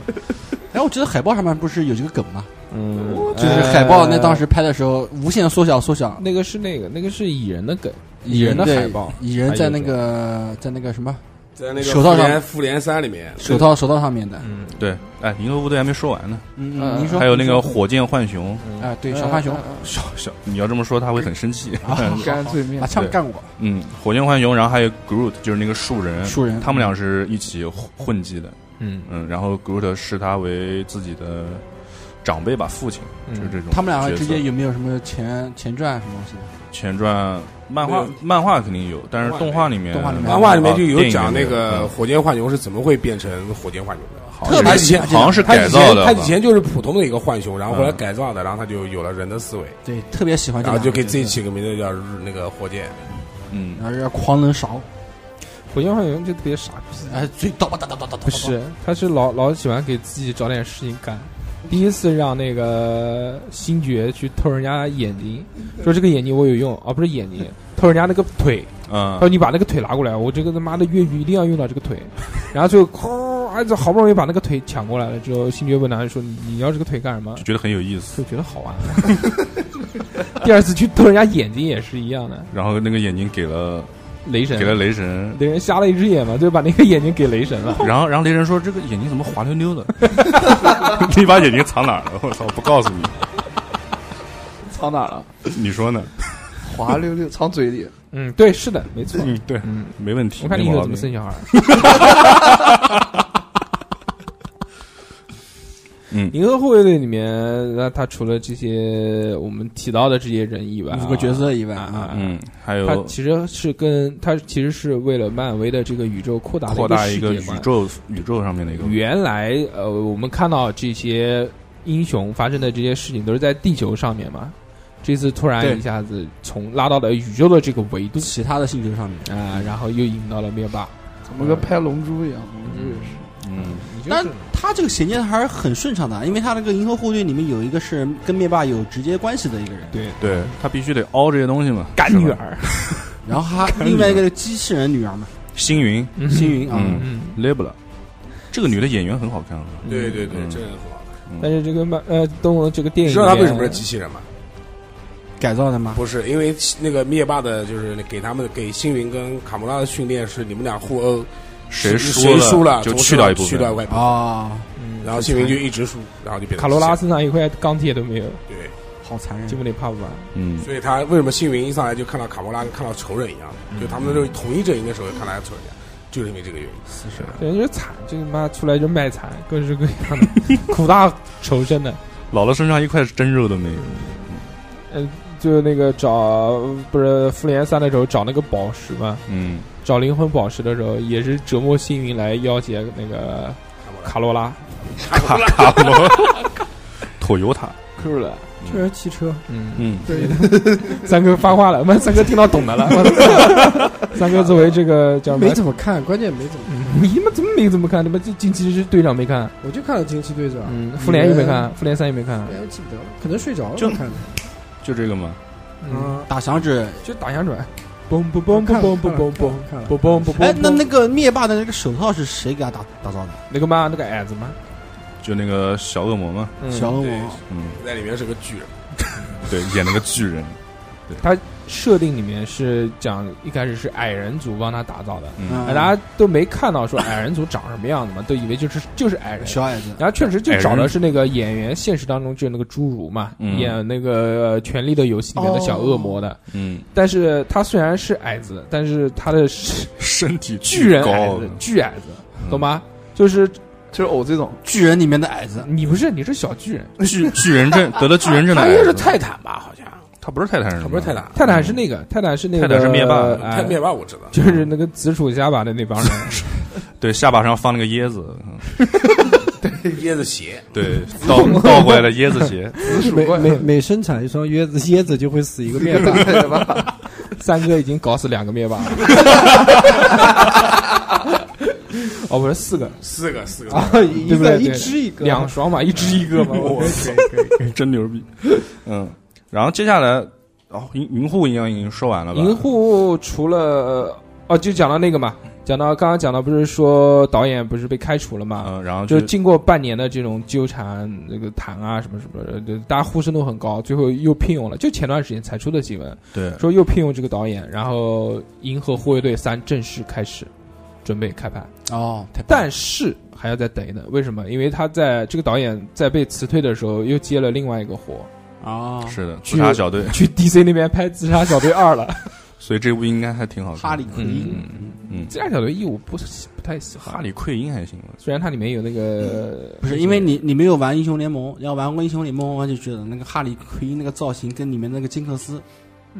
[SPEAKER 1] 哎，我记得海报上面不是有这个梗吗？
[SPEAKER 2] 嗯，
[SPEAKER 1] 就是海报那当时拍的时候，无限缩小缩小，
[SPEAKER 2] 那个是那个那个是蚁人的梗，蚁人的
[SPEAKER 1] 对
[SPEAKER 2] 海报，
[SPEAKER 1] 蚁人在那个在那个什么
[SPEAKER 9] 在那个
[SPEAKER 1] 手套
[SPEAKER 9] 复
[SPEAKER 1] 上
[SPEAKER 9] 联复联三里
[SPEAKER 8] 啊
[SPEAKER 9] 面，
[SPEAKER 1] 手套手套上面的，
[SPEAKER 8] 对，哎，银河护卫队还没说完呢，
[SPEAKER 1] 嗯，
[SPEAKER 5] 嗯
[SPEAKER 1] 嗯，您说
[SPEAKER 8] 还有那个火箭浣熊，
[SPEAKER 1] 啊，对，小浣熊
[SPEAKER 8] 小小，你要这么说他会很生气。
[SPEAKER 5] 干脆面
[SPEAKER 1] 把，枪啊干过，
[SPEAKER 8] 嗯，火箭浣熊，然后还有 Groot，就是那个树人，
[SPEAKER 1] 树人
[SPEAKER 8] 嗯他们俩是一起混混迹的。
[SPEAKER 2] 嗯
[SPEAKER 8] 嗯，然后 Groot 视他为自己的长辈吧，父亲，就是这种角色。
[SPEAKER 1] 嗯他们两个之间有没有什么前前传啊什么东西？
[SPEAKER 8] 前传漫画
[SPEAKER 9] 没有
[SPEAKER 8] 漫画肯定有，但是动画里面
[SPEAKER 1] 动画里面
[SPEAKER 9] 漫画里面就
[SPEAKER 8] 啊
[SPEAKER 9] 有
[SPEAKER 8] 电影
[SPEAKER 9] 讲那个
[SPEAKER 8] 嗯
[SPEAKER 9] 火箭浣熊是怎么会变成火箭浣熊的，
[SPEAKER 8] 好像
[SPEAKER 9] 他
[SPEAKER 8] 嗯是
[SPEAKER 9] 以前
[SPEAKER 8] 好像是
[SPEAKER 9] 他
[SPEAKER 8] 改
[SPEAKER 9] 以
[SPEAKER 8] 造
[SPEAKER 9] 前
[SPEAKER 8] 的吧，
[SPEAKER 9] 他以前就是普通的一个浣熊，然后后来
[SPEAKER 8] 嗯
[SPEAKER 9] 改造的，然后他就有了人的思维，
[SPEAKER 1] 对，特别喜欢这
[SPEAKER 9] 然
[SPEAKER 1] 两
[SPEAKER 9] 后
[SPEAKER 1] 个角色，
[SPEAKER 9] 就给自己起个名字叫日那个火箭。
[SPEAKER 8] 嗯，
[SPEAKER 1] 然后要狂能勺，
[SPEAKER 2] 火箭浣熊就特别傻逼，
[SPEAKER 1] 哎，嘴叨吧叨叨叨叨叨，
[SPEAKER 2] 不是，他是老老喜欢给自己找点事情干。第一次让那个星爵去偷人家眼睛，说这个眼睛我有用啊，不是眼睛，偷人家那个腿，他
[SPEAKER 8] 嗯
[SPEAKER 2] 说你把那个腿拿过来，我这个他妈的越狱一定要用到这个腿。 [laughs] 然后最后，哐，哎，这好不容易把那个腿抢过来了之后，星爵问他说：“你你要这个腿干什么
[SPEAKER 8] 就觉得很有意？”思。
[SPEAKER 2] 就觉得好玩。 [laughs] 第二次去偷人家眼睛也是一样的，
[SPEAKER 8] 然后那个眼睛给了
[SPEAKER 2] 雷神
[SPEAKER 8] 给了雷神，
[SPEAKER 2] 雷神瞎了一只眼嘛，就把那个眼睛给雷神
[SPEAKER 8] [laughs]
[SPEAKER 2] 了。
[SPEAKER 8] 然后然后雷神说这个眼睛怎么滑溜溜的？ [laughs] 你把眼睛藏哪儿了？我操，不告诉你，
[SPEAKER 5] 藏哪了？
[SPEAKER 8] 你说呢？
[SPEAKER 5] 滑溜溜，藏嘴里。
[SPEAKER 2] 嗯，对，是的，没错。
[SPEAKER 8] 嗯，对，
[SPEAKER 2] 嗯，
[SPEAKER 8] 没问题。
[SPEAKER 2] 我看你以
[SPEAKER 8] 没
[SPEAKER 2] 后
[SPEAKER 8] 毛
[SPEAKER 2] 怎么
[SPEAKER 8] 病。
[SPEAKER 2] 生小孩儿。
[SPEAKER 8] 嗯
[SPEAKER 2] 银河护卫队里面，那他除了这些我们提到的这些人以外啊，
[SPEAKER 1] 五个角色以外
[SPEAKER 2] 啊
[SPEAKER 1] 啊，
[SPEAKER 2] 啊，
[SPEAKER 8] 嗯，还
[SPEAKER 2] 他
[SPEAKER 8] 有
[SPEAKER 2] 其实是跟他其实是为了漫威的这个宇宙扩大
[SPEAKER 8] 扩大一
[SPEAKER 2] 个
[SPEAKER 8] 个
[SPEAKER 2] 世界
[SPEAKER 8] 宇
[SPEAKER 2] 观。
[SPEAKER 8] 宙宇宙上面的一个
[SPEAKER 2] 原来呃，我们看到这些英雄发生的这些事情都是在地球上面嘛，这次突然
[SPEAKER 1] 对
[SPEAKER 2] 一下子从拉到了宇宙的这个维度
[SPEAKER 1] 其他的星球上面。
[SPEAKER 2] 啊、然后又引到了灭霸。
[SPEAKER 5] 怎么跟拍龙珠一样？龙珠也是。
[SPEAKER 8] 嗯
[SPEAKER 2] 你就
[SPEAKER 1] 但
[SPEAKER 2] 是
[SPEAKER 1] 他这个衔接的还是很顺畅的，因为他那个银河护卫队里面有一个是跟灭霸有直接关系的一个人，
[SPEAKER 2] 对
[SPEAKER 8] 对他必须得凹这些东西嘛，
[SPEAKER 2] 干
[SPEAKER 8] 是吧
[SPEAKER 2] 女，儿，
[SPEAKER 1] 然后他另外一个机器人女儿嘛，
[SPEAKER 8] 星云，
[SPEAKER 1] 星云啊，
[SPEAKER 8] 嗯
[SPEAKER 2] 嗯，
[SPEAKER 8] ，Label，这个女的演员很好看啊，
[SPEAKER 9] 对对对，
[SPEAKER 8] 嗯
[SPEAKER 9] 这个很好。
[SPEAKER 2] 但是这个漫呃东龙这个电
[SPEAKER 9] 你
[SPEAKER 2] 影，
[SPEAKER 9] 知道他为什么是机器人吗？
[SPEAKER 1] 改造的吗？
[SPEAKER 9] 不是，因为那个灭霸的，就是给他们给星云跟卡魔拉的训练是你们俩互殴，
[SPEAKER 8] 谁
[SPEAKER 9] 输
[SPEAKER 8] 输了
[SPEAKER 9] 输了
[SPEAKER 8] 就
[SPEAKER 9] 从
[SPEAKER 8] 去掉一部分
[SPEAKER 9] 去掉一块
[SPEAKER 1] 啊、
[SPEAKER 9] 然后星云就一直输，然后就变成
[SPEAKER 2] 卡罗拉
[SPEAKER 9] 机
[SPEAKER 2] 身上一块钢铁都没有，
[SPEAKER 9] 器人
[SPEAKER 1] 好残
[SPEAKER 2] 吉
[SPEAKER 1] 忍！
[SPEAKER 2] 姆里帕布啊，
[SPEAKER 8] 嗯
[SPEAKER 9] 对，，所以他为什么星云一上来就看到卡魔拉跟看到仇人一样，就他们都是同一阵营的时候看到仇人一样，就是因为这个原因。是的，
[SPEAKER 2] 人家惨，这个妈出来就卖惨，各式各样的，苦大仇深的。
[SPEAKER 8] 老了身上一块真肉都没有，
[SPEAKER 2] 就那个找不是复联三的时候找那个宝石嘛，
[SPEAKER 8] 嗯，
[SPEAKER 2] 找灵魂宝石的时候也是折磨星云来要挟那个卡罗拉，
[SPEAKER 8] 卡卡罗，妥油塔，
[SPEAKER 2] 酷了，
[SPEAKER 8] 嗯
[SPEAKER 3] 这是汽车，
[SPEAKER 2] 嗯，
[SPEAKER 8] 嗯，
[SPEAKER 3] 对，
[SPEAKER 2] 三哥发话了，妈三哥听到懂 [laughs] 的了，三哥作为这个叫什
[SPEAKER 3] 没
[SPEAKER 2] 么？
[SPEAKER 3] 怎么看，关键没怎么，
[SPEAKER 2] 嗯你们怎么没怎么看？你们这近期是队长没看，
[SPEAKER 3] 我就看了惊奇队长，
[SPEAKER 2] 嗯，复联又没看，复联三又没看
[SPEAKER 3] 哎，，我记不得了，可能睡着了
[SPEAKER 8] 就
[SPEAKER 3] 看的，
[SPEAKER 8] 就这个嘛，
[SPEAKER 2] 嗯，
[SPEAKER 3] 嗯，
[SPEAKER 1] 打响指，
[SPEAKER 2] 就打响指，嘣嘣嘣嘣嘣嘣嘣嘣
[SPEAKER 3] 看了，
[SPEAKER 2] 嘣嘣嘣嘣，
[SPEAKER 1] 哎，那那个灭霸的那个手套是谁给他打打造的？
[SPEAKER 2] 那个嘛，那个矮子嘛，
[SPEAKER 8] 就那个小恶魔嘛，
[SPEAKER 2] 嗯
[SPEAKER 1] 小恶
[SPEAKER 9] 对
[SPEAKER 1] 魔，
[SPEAKER 8] 嗯，
[SPEAKER 9] 在里面是个巨人，
[SPEAKER 8] 对，演了个巨人，
[SPEAKER 2] 设定里面是讲一开始是矮人族帮他打造的，
[SPEAKER 8] 嗯，
[SPEAKER 2] 哎大家都没看到说矮人族长什么样子嘛，都以为就是就是矮人。
[SPEAKER 1] 小矮子，
[SPEAKER 2] 然后确实就找的是那个演员，现实当中就那个侏儒嘛，
[SPEAKER 8] 嗯
[SPEAKER 2] 演那个呃《权力的游戏》里面的小恶魔的。
[SPEAKER 8] 嗯，
[SPEAKER 2] 但是他虽然是矮子，但是他的是
[SPEAKER 8] 身体
[SPEAKER 2] 巨人哎矮
[SPEAKER 8] 高啊嗯
[SPEAKER 2] 子，，巨矮子，懂吗？就是
[SPEAKER 5] 就是我 [laughs] 这种，
[SPEAKER 1] 巨人里面的矮子，
[SPEAKER 2] 你不是你是小巨人，
[SPEAKER 8] 巨巨人症得了巨人症嗯的
[SPEAKER 9] 他
[SPEAKER 8] 矮
[SPEAKER 9] 应该是
[SPEAKER 8] 子，
[SPEAKER 9] 泰坦吧？好像
[SPEAKER 8] 他不是泰坦人，
[SPEAKER 9] 他不是泰，坦，
[SPEAKER 2] 泰坦是那个泰坦是那个
[SPEAKER 8] 泰坦是灭霸
[SPEAKER 9] 泰
[SPEAKER 2] 哎
[SPEAKER 9] 灭霸我知道，
[SPEAKER 2] 就是那个紫薯虾吧的那帮人，
[SPEAKER 8] 对，下巴上放了个椰子，嗯
[SPEAKER 9] 椰子鞋，
[SPEAKER 8] 对，倒 [laughs] 倒过来的椰子鞋，
[SPEAKER 3] 每每每生产一双椰子，椰子就会死一个灭霸。
[SPEAKER 5] 对吧？
[SPEAKER 2] 三哥已经搞死两个灭霸
[SPEAKER 8] [laughs]
[SPEAKER 2] 了。哦，不是四个，
[SPEAKER 9] 四个四个，
[SPEAKER 3] 啊，一
[SPEAKER 2] 对不对
[SPEAKER 3] 个一
[SPEAKER 2] 对
[SPEAKER 3] 只一个
[SPEAKER 2] 两双嘛，一只一个嘛。我
[SPEAKER 8] [laughs] 真牛逼，嗯，然后接下来，哦，银银护应该已经说完了吧？
[SPEAKER 2] 银护除了哦，就讲到那个嘛，讲到刚刚讲到不是说导演不是被开除了嘛，
[SPEAKER 8] 嗯，然后
[SPEAKER 2] 就
[SPEAKER 8] 就是
[SPEAKER 2] 经过半年的这种纠缠，那个谈啊什么什么的，就大家呼声都很高，最后又聘用了，就前段时间才出的新闻，
[SPEAKER 8] 对，
[SPEAKER 2] 说又聘用这个导演，然后《银河护卫队三》正式开始准备开拍。
[SPEAKER 1] 哦，太棒了
[SPEAKER 2] 但是还要再等一等，为什么？因为他在这个导演在被辞退的时候，又接了另外一个活，
[SPEAKER 1] 哦，
[SPEAKER 8] 是的，
[SPEAKER 2] 巨
[SPEAKER 8] 自杀小队，
[SPEAKER 2] 去 DC 那边拍《自杀小队二》了。
[SPEAKER 8] 所以这部应该还挺好看。
[SPEAKER 1] 哈利奎因，
[SPEAKER 8] 嗯，
[SPEAKER 2] 自杀小队一我不是不太喜欢
[SPEAKER 8] 哈，利奎因还行吧，
[SPEAKER 2] 虽然它里面有那个
[SPEAKER 1] 不是嗯因为你你没有玩英雄联盟，要玩过英雄联盟，我就觉得那个哈利奎因那个造型跟里面那个金克斯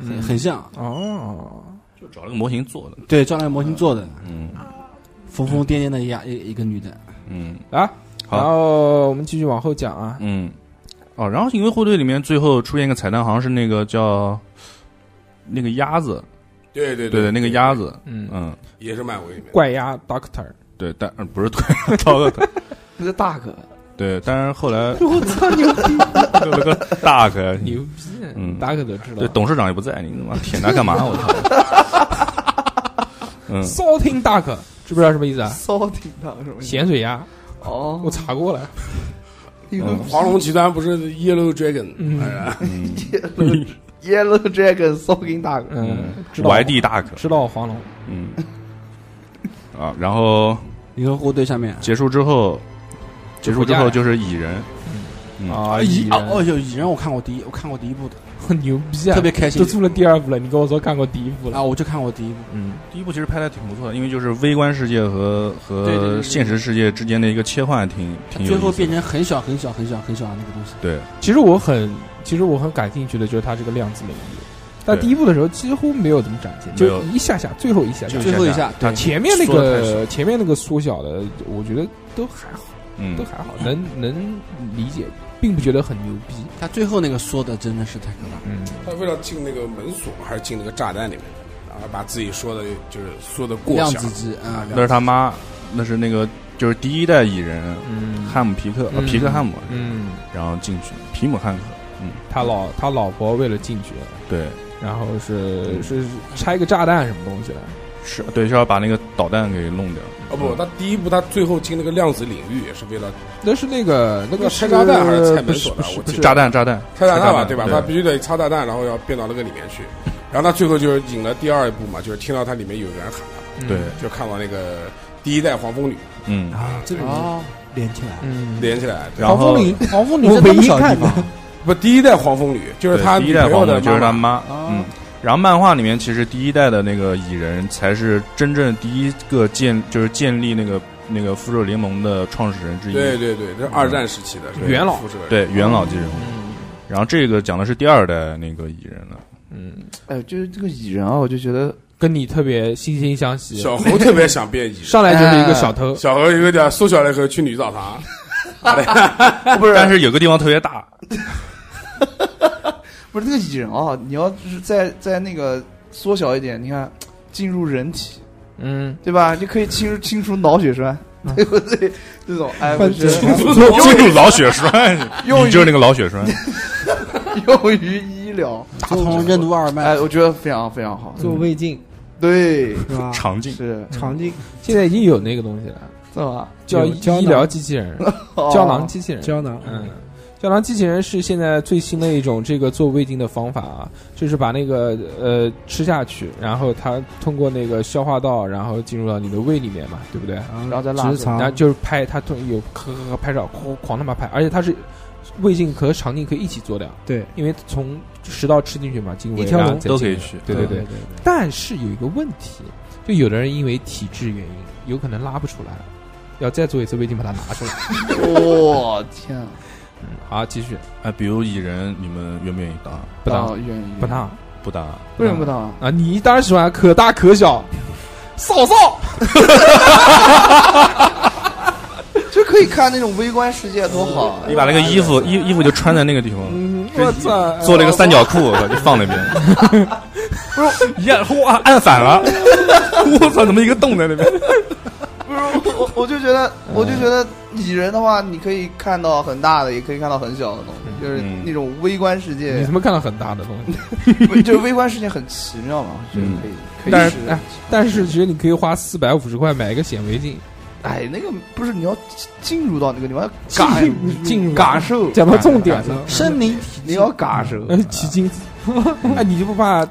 [SPEAKER 1] 很、很像，
[SPEAKER 2] 哦，
[SPEAKER 8] 就找了个模型做的。
[SPEAKER 1] 对，照那个模型做的，
[SPEAKER 8] 嗯
[SPEAKER 1] 疯疯癫癫的一呀一一个女的，
[SPEAKER 8] 嗯
[SPEAKER 2] 啊，
[SPEAKER 8] 好
[SPEAKER 2] 然后我们继续往后讲啊，
[SPEAKER 8] 嗯，哦，然后因为护队里面最后出现一个彩蛋，好像是那个叫那个鸭子，
[SPEAKER 9] 对对
[SPEAKER 8] 对对，那个鸭子，
[SPEAKER 2] 嗯，
[SPEAKER 8] 嗯，
[SPEAKER 9] 也是漫威里面。
[SPEAKER 2] 怪鸭 Doctor，
[SPEAKER 8] 对，但呃不是对， [laughs] 刀个
[SPEAKER 5] 不是大哥，
[SPEAKER 8] 对，但是后来
[SPEAKER 3] 我操牛
[SPEAKER 8] [laughs]
[SPEAKER 3] 逼！
[SPEAKER 8] 有了个大哥，
[SPEAKER 2] 牛逼，
[SPEAKER 8] 嗯
[SPEAKER 2] 大家可都知
[SPEAKER 8] 对，
[SPEAKER 2] 道。
[SPEAKER 8] 董事长也不在，你他妈舔他干嘛？啊我操！嗯，
[SPEAKER 2] Salting Duck，知不知道什么意思啊？
[SPEAKER 5] 骚挺大什么？
[SPEAKER 2] 咸水鸭，
[SPEAKER 5] 哦
[SPEAKER 2] 我，查过了，
[SPEAKER 5] 嗯
[SPEAKER 9] 黄龙集团不是 Yellow Dragon，
[SPEAKER 2] 嗯
[SPEAKER 9] 哎
[SPEAKER 5] Yellow Yellow Dragon 骚挺大哥，
[SPEAKER 2] 嗯，知道
[SPEAKER 8] 怀地大哥，
[SPEAKER 2] 知道黄龙，
[SPEAKER 8] 嗯，啊，然后
[SPEAKER 1] 银河护队下面
[SPEAKER 8] 结束之后，结束之后就是蚁人，嗯
[SPEAKER 2] 啊，蚁
[SPEAKER 1] 蚁
[SPEAKER 2] 人
[SPEAKER 1] 啊哦哟蚁人我看过第一，我看过第一部的，
[SPEAKER 2] 牛逼啊，
[SPEAKER 1] 特别开心
[SPEAKER 2] 都出了第二部了，你跟我说看过第一部了
[SPEAKER 1] 啊，，我就看过第一部，
[SPEAKER 2] 嗯
[SPEAKER 8] 第一部其实拍的挺不错的，因为就是微观世界和
[SPEAKER 5] 对对对
[SPEAKER 8] 和
[SPEAKER 5] 对
[SPEAKER 8] 现实世界之间的一个切换挺，
[SPEAKER 1] 最
[SPEAKER 8] 挺有意思
[SPEAKER 1] 后
[SPEAKER 8] 的
[SPEAKER 1] 变成很小很小很小很小的那个东西，
[SPEAKER 8] 对，
[SPEAKER 2] 其实我很，其实我很感兴趣的就是它这个量子领域，但
[SPEAKER 8] 对
[SPEAKER 2] 第一部的时候几乎没有怎么展现，
[SPEAKER 8] 没有
[SPEAKER 2] 就一下下，最后一下下
[SPEAKER 8] 就，
[SPEAKER 1] 最后一下
[SPEAKER 8] 他
[SPEAKER 2] 前面那
[SPEAKER 8] 缩得太小
[SPEAKER 2] 个前面那个缩小的，我觉得都还好，
[SPEAKER 8] 嗯
[SPEAKER 2] 都，还好，能能理解，并不觉得很牛逼。
[SPEAKER 1] 他最后那个缩的真的是太可怕了，
[SPEAKER 2] 嗯，
[SPEAKER 9] 他为了进那个门锁还是进那个炸弹里面，然后把自己说的就是说的过
[SPEAKER 1] 量
[SPEAKER 9] 响
[SPEAKER 1] 子，机啊，
[SPEAKER 8] 那是他妈，那是那个就是第一代蚁人汉姆皮克，呃
[SPEAKER 2] 嗯
[SPEAKER 8] 皮克汉姆，
[SPEAKER 2] 嗯，
[SPEAKER 8] 然后进去皮姆汉克，
[SPEAKER 2] 他老他老婆为了进去，
[SPEAKER 8] 对，
[SPEAKER 2] 嗯然后是是拆个炸弹什么东西的，
[SPEAKER 8] 是对，是要把那个导弹给弄掉。
[SPEAKER 9] 哦不，他第一部他最后进那个量子领域也是为了
[SPEAKER 2] 那是那个那个
[SPEAKER 9] 拆炸弹还是拆
[SPEAKER 2] 不
[SPEAKER 9] 门
[SPEAKER 2] 是
[SPEAKER 9] 锁
[SPEAKER 2] 不
[SPEAKER 9] 的？
[SPEAKER 2] 是
[SPEAKER 9] 我
[SPEAKER 2] 不
[SPEAKER 9] 记
[SPEAKER 2] 是
[SPEAKER 9] 得
[SPEAKER 8] 炸弹，炸弹，
[SPEAKER 9] 拆炸弹嘛，
[SPEAKER 8] 对
[SPEAKER 9] 吧？他必须得插炸弹，然后要变到那个里面去。然后他最后就是引了第二部嘛，就是听到他里面有个人喊他，
[SPEAKER 8] 对，
[SPEAKER 9] 就看到那个第一代黄蜂女
[SPEAKER 8] 嗯，
[SPEAKER 1] 啊，这个
[SPEAKER 5] 哦，
[SPEAKER 1] 连起来了。
[SPEAKER 2] 嗯，
[SPEAKER 9] 连起来，对
[SPEAKER 8] 然后
[SPEAKER 1] 女，黄蜂女
[SPEAKER 3] 我
[SPEAKER 1] 在那
[SPEAKER 3] 唯
[SPEAKER 1] 么
[SPEAKER 3] 一
[SPEAKER 1] 小地
[SPEAKER 3] 看
[SPEAKER 1] 方 [laughs]
[SPEAKER 3] 的，
[SPEAKER 9] 不第一代黄蜂女就是
[SPEAKER 8] 对
[SPEAKER 9] 他
[SPEAKER 8] 第一代
[SPEAKER 9] 女
[SPEAKER 8] 黄
[SPEAKER 9] 朋友的
[SPEAKER 8] 蜂就是他
[SPEAKER 9] 妈
[SPEAKER 8] 妈，嗯。然后漫画里面其实第一代的那个蚁人才是真正第一个建，就是建立那个那个复仇者联盟的创始人之一，
[SPEAKER 9] 对对对，这是二战时期的是吧
[SPEAKER 2] 元老
[SPEAKER 9] 辐射人
[SPEAKER 8] 对元老级人物。然后这个讲的是第二代那个蚁人了，
[SPEAKER 5] 哎，就是这个蚁人啊，我就觉得
[SPEAKER 2] 嗯跟你特别惺惺相惜，
[SPEAKER 9] 小猴特别想变蚁人，
[SPEAKER 2] 上来就是一个小偷，
[SPEAKER 9] 小猴有点缩小了以后去女澡堂，
[SPEAKER 5] 哎
[SPEAKER 8] 不是？但是有个地方特别大，
[SPEAKER 5] 不是那个蚁人啊，你要就是再再那个缩小一点，你看进入人体，
[SPEAKER 2] 嗯，
[SPEAKER 5] 对吧？你可以清清除脑血栓，对不对？这种
[SPEAKER 2] [laughs]
[SPEAKER 5] 哎，我觉
[SPEAKER 8] [laughs]
[SPEAKER 3] 清
[SPEAKER 5] 得
[SPEAKER 8] 进入老血栓，
[SPEAKER 5] 用
[SPEAKER 8] [laughs]
[SPEAKER 5] 于
[SPEAKER 8] 你就是那个老血栓。
[SPEAKER 5] 用于医疗，
[SPEAKER 1] 打通任督二脉
[SPEAKER 5] 哎，。我觉得非常非常好。
[SPEAKER 3] 做胃镜
[SPEAKER 5] 对，
[SPEAKER 3] 是吧？
[SPEAKER 8] 肠镜，
[SPEAKER 5] 是，
[SPEAKER 3] 肠镜
[SPEAKER 2] 现在已经有那个东西了，
[SPEAKER 5] 是吧？
[SPEAKER 2] 叫
[SPEAKER 3] 有胶囊
[SPEAKER 2] 医疗机器人，[laughs]
[SPEAKER 5] 哦
[SPEAKER 2] 胶囊机器人，
[SPEAKER 3] 胶囊，
[SPEAKER 2] 嗯，胶囊机器人是现在最新的一种这个做胃镜的方法啊，就是把那个呃吃下去，然后它通过那个消化道，然后进入到你的胃里面嘛，对不
[SPEAKER 3] 啊
[SPEAKER 2] 对？
[SPEAKER 5] 然后再拉
[SPEAKER 3] 直
[SPEAKER 5] 出来
[SPEAKER 3] 肠
[SPEAKER 2] 然后就是拍它通有咳咳咳拍照，哐狂他妈拍，而且它是胃镜和肠镜可以一起做掉，
[SPEAKER 3] 对，
[SPEAKER 2] 因为从食道吃进去嘛，进胃
[SPEAKER 3] 一条龙
[SPEAKER 2] 然后再
[SPEAKER 8] 都可以
[SPEAKER 2] 进去
[SPEAKER 8] 去
[SPEAKER 2] 对对
[SPEAKER 3] 对
[SPEAKER 2] 对。但是有一个问题，就有的人因为体质原因，有可能拉不出来，要再做一次胃镜把它拿出来。
[SPEAKER 5] 我天啊，
[SPEAKER 2] 嗯好，继续，
[SPEAKER 8] 哎，比如蚁人，你们愿不愿意当？
[SPEAKER 2] 不当、
[SPEAKER 5] 啊愿意
[SPEAKER 2] 不当。
[SPEAKER 8] 不当，
[SPEAKER 5] 为什么不当啊？
[SPEAKER 2] 啊，你当然喜欢可大可小，嫂嫂，
[SPEAKER 5] 就可以看那种微观世界多好啊！
[SPEAKER 2] 嗯
[SPEAKER 8] 你把那个衣服衣衣服就穿在那个地方，
[SPEAKER 2] 我操，
[SPEAKER 8] 做了一个三角裤，我就放那边。呃 [laughs] 不是，一按哇按反了， [laughs] 我操，怎么一个洞在那边？
[SPEAKER 5] 不是我，我我就觉得，我就觉得蚁人的话，你可以看到很大的，也可以看到很小的东西，就是
[SPEAKER 8] 嗯
[SPEAKER 5] 那种微观世
[SPEAKER 2] 你
[SPEAKER 5] 界
[SPEAKER 2] 他，妈看到很大的东西，
[SPEAKER 5] [laughs] 不就是微观世界很奇妙嘛，我觉得可以，可以
[SPEAKER 2] 但是
[SPEAKER 5] 试
[SPEAKER 2] 哎，但是其实你可以花四百五十块买一个显微镜，
[SPEAKER 5] 哎，那个不是你要进入到那个地方，要
[SPEAKER 2] 进
[SPEAKER 5] 感
[SPEAKER 2] 入进入
[SPEAKER 5] 感受，
[SPEAKER 3] 讲到重点了，
[SPEAKER 2] 了，
[SPEAKER 1] 身临体
[SPEAKER 5] 你要感受，
[SPEAKER 2] [laughs] 嗯，起
[SPEAKER 8] [laughs]
[SPEAKER 2] 镜子，哎，你就不怕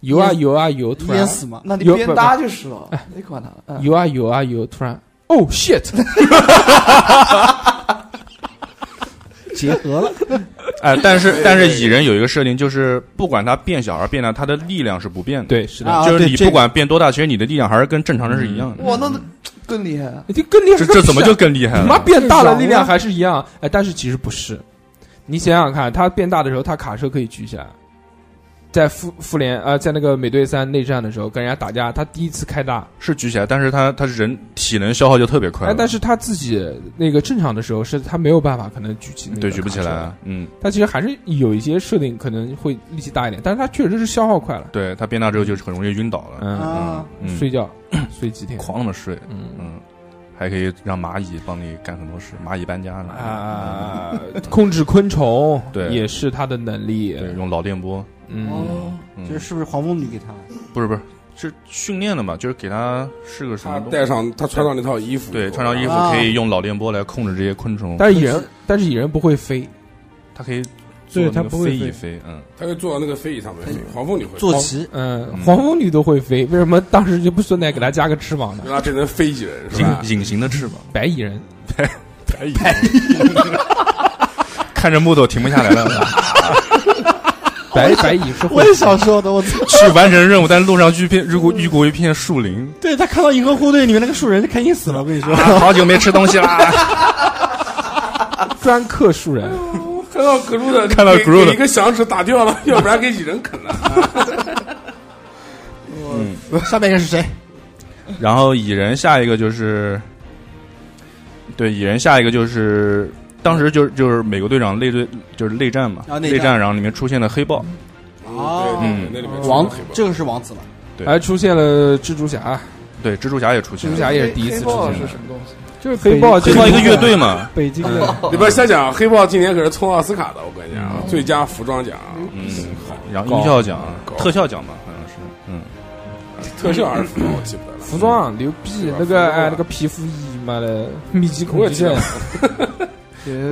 [SPEAKER 2] 游啊游啊游，突然
[SPEAKER 1] 淹死嘛？
[SPEAKER 5] 那你
[SPEAKER 2] 有
[SPEAKER 5] 边
[SPEAKER 2] 不
[SPEAKER 5] 搭就是了，你管他，嗯
[SPEAKER 2] 游啊游啊游，突然哦 shit，
[SPEAKER 1] 结合了，
[SPEAKER 8] 哎，但是但是蚁人有一个设定，就是不管他变小还是变大，他的力量是不变的。
[SPEAKER 2] 对，是的，
[SPEAKER 1] 啊
[SPEAKER 8] 就是
[SPEAKER 1] 对
[SPEAKER 8] 你
[SPEAKER 1] 这
[SPEAKER 8] 不管变多大，其实你的力量还是跟正常人是一样的。
[SPEAKER 5] 哇，那更厉害，
[SPEAKER 2] 就哎更厉害，
[SPEAKER 8] 这这怎么就更厉害
[SPEAKER 2] 他啊妈
[SPEAKER 8] 了？
[SPEAKER 2] 变大了，力量还是一样，哎，但是其实不是。你想想看，他变大的时候，他卡车可以举起来。在复复联啊、呃在那个美队三内战的时候跟人家打架，他第一次开大，
[SPEAKER 8] 是举起来，但是他他人体能消耗就特别快
[SPEAKER 2] 哎
[SPEAKER 8] 了。，
[SPEAKER 2] 但是他自己那个正常的时候是他没有办法可能举起那个
[SPEAKER 8] 对举不起
[SPEAKER 2] 卡车
[SPEAKER 8] 来，。嗯，
[SPEAKER 2] 他其实还是有一些设定可能会力气大一点，但是他确实是消耗快了，
[SPEAKER 8] 对他变大之后就是很容易晕倒了，
[SPEAKER 2] 嗯，
[SPEAKER 1] 啊
[SPEAKER 8] 嗯，
[SPEAKER 2] 睡觉睡几天，
[SPEAKER 8] 狂那么睡，
[SPEAKER 2] 嗯
[SPEAKER 8] 嗯，还可以让蚂蚁帮你干很多事，蚂蚁搬家呢，
[SPEAKER 2] 啊，控制昆虫
[SPEAKER 8] [laughs] 对
[SPEAKER 2] 也是他的能力，
[SPEAKER 8] 对，用脑电波，
[SPEAKER 2] 嗯，
[SPEAKER 1] 哦，
[SPEAKER 8] 嗯
[SPEAKER 1] 这是不是黄蜂女给他？
[SPEAKER 8] 不是不是，是训练的嘛，就是给他是个什
[SPEAKER 9] 他
[SPEAKER 8] 么东西
[SPEAKER 9] 啊戴上他穿上那套衣服，
[SPEAKER 8] 对，穿上衣服
[SPEAKER 1] 啊
[SPEAKER 8] 可以用脑电波来控制这些昆虫，
[SPEAKER 2] 但是蚁人但是蚁人不会飞，嗯
[SPEAKER 8] 它可以做
[SPEAKER 3] 对
[SPEAKER 8] 那
[SPEAKER 3] 他
[SPEAKER 8] 个
[SPEAKER 3] 不会
[SPEAKER 8] 飞一
[SPEAKER 3] 飞
[SPEAKER 8] 飞，嗯，
[SPEAKER 9] 他会坐到那个飞椅上面飞，黄蜂女会
[SPEAKER 1] 坐骑
[SPEAKER 2] 嗯
[SPEAKER 8] 嗯，
[SPEAKER 2] 黄蜂女都会飞，为什么当时就不顺带给她加个翅膀呢？
[SPEAKER 9] 让他变成飞蚁人是
[SPEAKER 8] 隐
[SPEAKER 9] 吧？哎
[SPEAKER 8] 隐形的翅膀，
[SPEAKER 2] 白蚁人，
[SPEAKER 9] 白蚁
[SPEAKER 8] 看着木头停不下来了， [laughs]
[SPEAKER 2] 白白蚁是会
[SPEAKER 1] 我也想说的，我操！
[SPEAKER 8] 去完成任务，但路上遇片如果遇过一片树林，
[SPEAKER 1] 对他看到银河护卫队里面那个树人，就开心死了。我跟你说，
[SPEAKER 8] 啊好久没吃东西啦，
[SPEAKER 2] 专克树人，
[SPEAKER 9] 看到 Groot 的
[SPEAKER 8] 看到
[SPEAKER 9] 给
[SPEAKER 8] Groot 的
[SPEAKER 9] 给一个响指打掉了，要不然给蚁人啃了。
[SPEAKER 1] [laughs] 下面一个是谁？
[SPEAKER 8] 然后蚁人下一个就是，对，蚁人下一个就是。当时就是就是美国队长内队就是内战嘛，
[SPEAKER 1] 啊内
[SPEAKER 8] 内
[SPEAKER 1] 战
[SPEAKER 8] 战然后里面出现了黑豹，
[SPEAKER 1] 哦
[SPEAKER 9] 嗯，对对对那里面
[SPEAKER 1] 王
[SPEAKER 9] 黑，豹
[SPEAKER 1] 这个是王子了。
[SPEAKER 8] 对
[SPEAKER 2] 还哎出现了蜘蛛侠，
[SPEAKER 8] 对，蜘蛛侠也出现
[SPEAKER 2] 蜘
[SPEAKER 8] 了，
[SPEAKER 2] 蛛侠也是第一次
[SPEAKER 5] 黑
[SPEAKER 2] 出
[SPEAKER 5] 豹
[SPEAKER 2] 现
[SPEAKER 5] 是
[SPEAKER 2] 的，
[SPEAKER 5] 什么东西？
[SPEAKER 2] 就是黑豹，
[SPEAKER 8] 黑豹一个乐队嘛，
[SPEAKER 3] 北京的
[SPEAKER 9] 你不要瞎讲，黑豹今年可是冲奥斯卡的，我跟你讲，最佳服装奖。
[SPEAKER 8] 嗯，然后音效奖、特效奖嘛，好像是，嗯，
[SPEAKER 9] 特效还是服装，我记不得了。
[SPEAKER 2] 服装啊牛逼，那个哎那个皮肤衣，妈的密集恐惧症，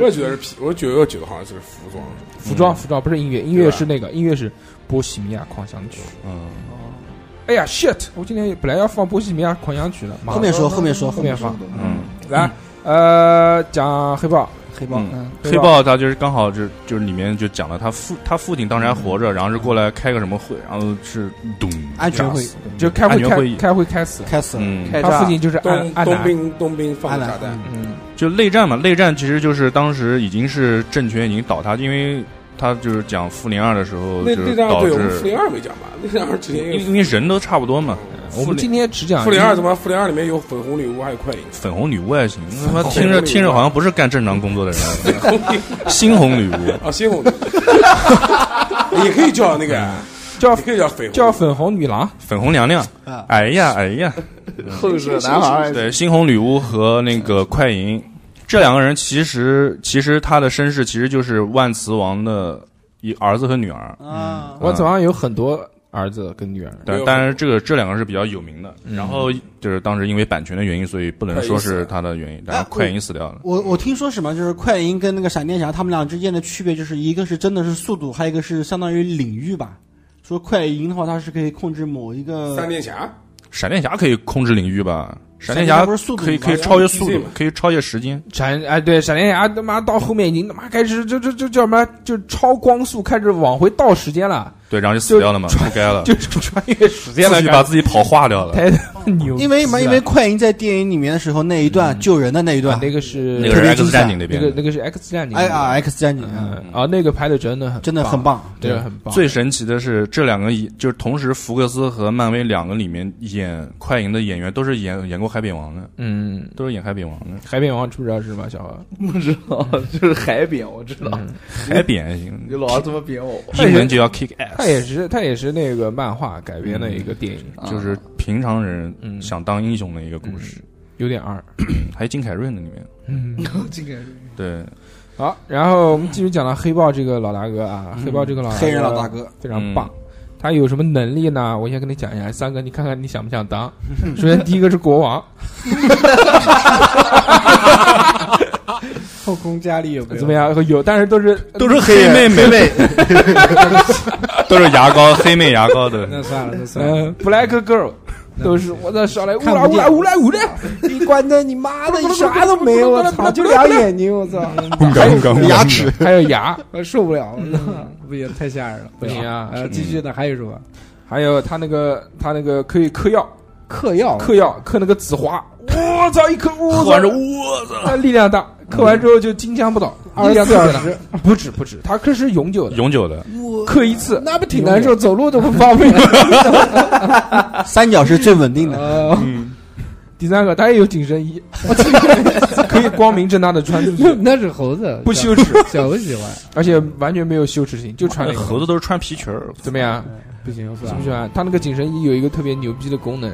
[SPEAKER 9] 我也觉得是皮，我觉得我觉得好像是服装。
[SPEAKER 2] 服装服装不是音乐，音乐是那个音乐是波西米亚狂想曲。
[SPEAKER 8] 嗯，
[SPEAKER 5] 哦
[SPEAKER 2] 哎呀 shit，我今天本来要放波西米亚狂想曲的，
[SPEAKER 1] 后面说，后面说，
[SPEAKER 2] 后面
[SPEAKER 1] 面
[SPEAKER 2] 放
[SPEAKER 1] 说，
[SPEAKER 8] 嗯，
[SPEAKER 2] 来呃讲黑豹，
[SPEAKER 1] 黑豹，嗯，
[SPEAKER 8] 黑豹他就是刚好就就是里面就讲了他父他父亲当时还活着，然后是过来开个什么会，然后是咚，
[SPEAKER 1] 安全会
[SPEAKER 2] 就开会哎
[SPEAKER 8] 安全会
[SPEAKER 2] 开
[SPEAKER 8] 议
[SPEAKER 2] 开会开死，
[SPEAKER 1] 开始了，
[SPEAKER 8] 嗯，
[SPEAKER 5] 开
[SPEAKER 2] 他
[SPEAKER 5] 炸
[SPEAKER 2] 父亲就是安
[SPEAKER 9] 冬
[SPEAKER 2] 安
[SPEAKER 9] 冬
[SPEAKER 2] 南，
[SPEAKER 9] 兵冬兵放的炸弹，
[SPEAKER 2] 嗯，
[SPEAKER 8] 就内战嘛，内战其实就是当时已经是政权已经倒塌，因为他就是讲复联二的时候
[SPEAKER 9] 那
[SPEAKER 8] 就
[SPEAKER 9] 那
[SPEAKER 8] 是
[SPEAKER 9] 张
[SPEAKER 8] 导
[SPEAKER 9] 对我们复
[SPEAKER 8] 致
[SPEAKER 9] 联，二没讲吧？那张二直接
[SPEAKER 8] 因为因为人都差不多嘛，
[SPEAKER 2] 我们
[SPEAKER 8] 复联
[SPEAKER 2] 今天只讲
[SPEAKER 9] 复联二怎么？复联二里面有粉红女巫还有快银，
[SPEAKER 8] 粉红女巫还行，他妈
[SPEAKER 9] 红
[SPEAKER 8] 听
[SPEAKER 9] 女
[SPEAKER 8] 着
[SPEAKER 9] 巫
[SPEAKER 8] 听着好像不是干正常工作的人， [laughs] 猩红女巫，
[SPEAKER 9] 啊，猩红女巫，也可以叫那个，
[SPEAKER 2] 叫
[SPEAKER 9] 也可以叫绯红，
[SPEAKER 2] 叫粉红女郎，
[SPEAKER 8] 粉红娘娘
[SPEAKER 1] 啊，
[SPEAKER 8] 哎呀哎呀，
[SPEAKER 5] 后世
[SPEAKER 9] 哎
[SPEAKER 5] 男孩，
[SPEAKER 8] 对，猩红女巫和那个快银这两个人，其实其实他的身世其实就是万磁王的一儿子和女儿，
[SPEAKER 2] 嗯
[SPEAKER 1] 啊，
[SPEAKER 2] 我早上有很多儿子跟女儿，
[SPEAKER 8] 但但是这个这两个是比较有名的。然后就是当时因为版权的原因，所以不能说是他的原因。然后快银死掉了，
[SPEAKER 1] 我我听说什么，就是快银跟那个闪电侠他们俩之间的区别，就是一个是真的是速度，还有一个是相当于领域吧。说快银的话，它是可以控制某一个
[SPEAKER 9] 闪电侠，
[SPEAKER 8] 闪电侠可以控制领域吧？闪
[SPEAKER 1] 闪电
[SPEAKER 8] 电
[SPEAKER 1] 侠
[SPEAKER 8] 侠
[SPEAKER 1] 不是速度
[SPEAKER 8] 可以
[SPEAKER 1] 吗
[SPEAKER 8] 可以超越速
[SPEAKER 9] 然
[SPEAKER 8] 度
[SPEAKER 9] 后 DC 嘛，
[SPEAKER 8] 可以超越时间。
[SPEAKER 2] 闪哎对，闪电侠他妈到后面已经他妈开始就就就叫什么，就超光速开始往回倒时间了，
[SPEAKER 8] 对，然后就死掉了嘛，不该了，
[SPEAKER 2] 就是 [laughs] 穿越时间了
[SPEAKER 8] 自己，把自己跑化掉了。
[SPEAKER 2] 太他妈牛逼了，
[SPEAKER 1] 因为嘛，因为快银在电影里面的时候那一段救人的那一段
[SPEAKER 2] 啊，那个是
[SPEAKER 8] 那个是 X 战警那
[SPEAKER 2] 那
[SPEAKER 8] 边
[SPEAKER 2] 个
[SPEAKER 8] 的
[SPEAKER 2] 那个是 X 战警，
[SPEAKER 1] 哎啊 X 战警，嗯
[SPEAKER 2] 嗯啊那个拍的真的很
[SPEAKER 1] 真的很
[SPEAKER 2] 棒，
[SPEAKER 1] 棒。
[SPEAKER 2] 真的很棒，
[SPEAKER 8] 最神奇的是，这两个演就是同时，福克斯和漫威两个里面演快银的演员都是演演过海扁王的，
[SPEAKER 2] 嗯。
[SPEAKER 8] 都是演海扁王的。
[SPEAKER 2] 海扁王知不知道是什么小何？
[SPEAKER 5] 不知道， [laughs] 就是海扁，我知道，
[SPEAKER 8] 海扁还行
[SPEAKER 5] 你，老是这么扁我，
[SPEAKER 8] 英文就要 kick
[SPEAKER 2] 他
[SPEAKER 8] ass，
[SPEAKER 2] 也是他也是那个漫画改编的一
[SPEAKER 1] 嗯
[SPEAKER 2] 个电影，
[SPEAKER 8] 就是平常人
[SPEAKER 2] 嗯
[SPEAKER 8] 想当英雄的一个故事。
[SPEAKER 2] 有点二。
[SPEAKER 8] 还有金凯瑞呢里面。
[SPEAKER 2] 嗯
[SPEAKER 5] 竟然
[SPEAKER 8] 对，
[SPEAKER 2] 好，然后我们继续讲到黑豹这个老大哥啊，黑豹这个老
[SPEAKER 1] 黑人老大哥
[SPEAKER 2] 非常棒。他有什么能力呢？我先跟你讲一下，三哥，你看看你想不想当？首先第一个是国王，
[SPEAKER 3] 后宫佳丽有没
[SPEAKER 2] 怎
[SPEAKER 3] 有
[SPEAKER 2] 么？样？有，但是都是
[SPEAKER 8] 都是黑妹妹妹，都是牙膏黑妹牙膏的。
[SPEAKER 3] 那算了，那算了。
[SPEAKER 2] 嗯、b l a c k girl，都是我的少来，乌
[SPEAKER 3] 看
[SPEAKER 2] 来
[SPEAKER 3] 不
[SPEAKER 2] 乌
[SPEAKER 3] 见
[SPEAKER 2] 来乌来乌来，
[SPEAKER 3] 你管他，你妈的，你啥都没有，我操，就俩眼睛，我操，
[SPEAKER 2] 牙齿
[SPEAKER 3] [laughs]
[SPEAKER 2] 还有牙，
[SPEAKER 3] 我呃受不了，我操， [laughs] 不行，太吓人了，不
[SPEAKER 2] 不行啊
[SPEAKER 3] 呃，继续呢，还有什么？
[SPEAKER 2] 还有他那个他那个可以嗑药，
[SPEAKER 3] 嗑药，
[SPEAKER 2] 嗑药嗑那个紫花，我操一嗑，我
[SPEAKER 8] 喝
[SPEAKER 3] [laughs]
[SPEAKER 2] 操
[SPEAKER 8] 完之，后，我操，
[SPEAKER 2] 呃那力量大，嗑完之后就金枪不倒，力
[SPEAKER 3] 二十
[SPEAKER 2] 量
[SPEAKER 3] 四
[SPEAKER 2] 特
[SPEAKER 3] 小
[SPEAKER 2] 别大，
[SPEAKER 3] 时，
[SPEAKER 2] 不止不止，他嗑是永久的，
[SPEAKER 8] 永久的，
[SPEAKER 2] 嗑一次
[SPEAKER 3] 那不挺难受，走路都不方便。
[SPEAKER 1] 三角是最稳定的，
[SPEAKER 2] 呃， [laughs] 第三个，他也有紧身
[SPEAKER 3] [laughs]
[SPEAKER 2] 衣，可以光明正大的穿出去，
[SPEAKER 3] 那是猴子，
[SPEAKER 2] 不羞耻，
[SPEAKER 3] 小猴喜欢，
[SPEAKER 2] 而且完全没有羞耻心，就穿那个
[SPEAKER 8] 猴子都是穿皮裙儿。
[SPEAKER 2] 怎么样？
[SPEAKER 3] 不行，
[SPEAKER 2] 喜不喜欢？他啊那个紧身衣有一个特别牛逼的功能，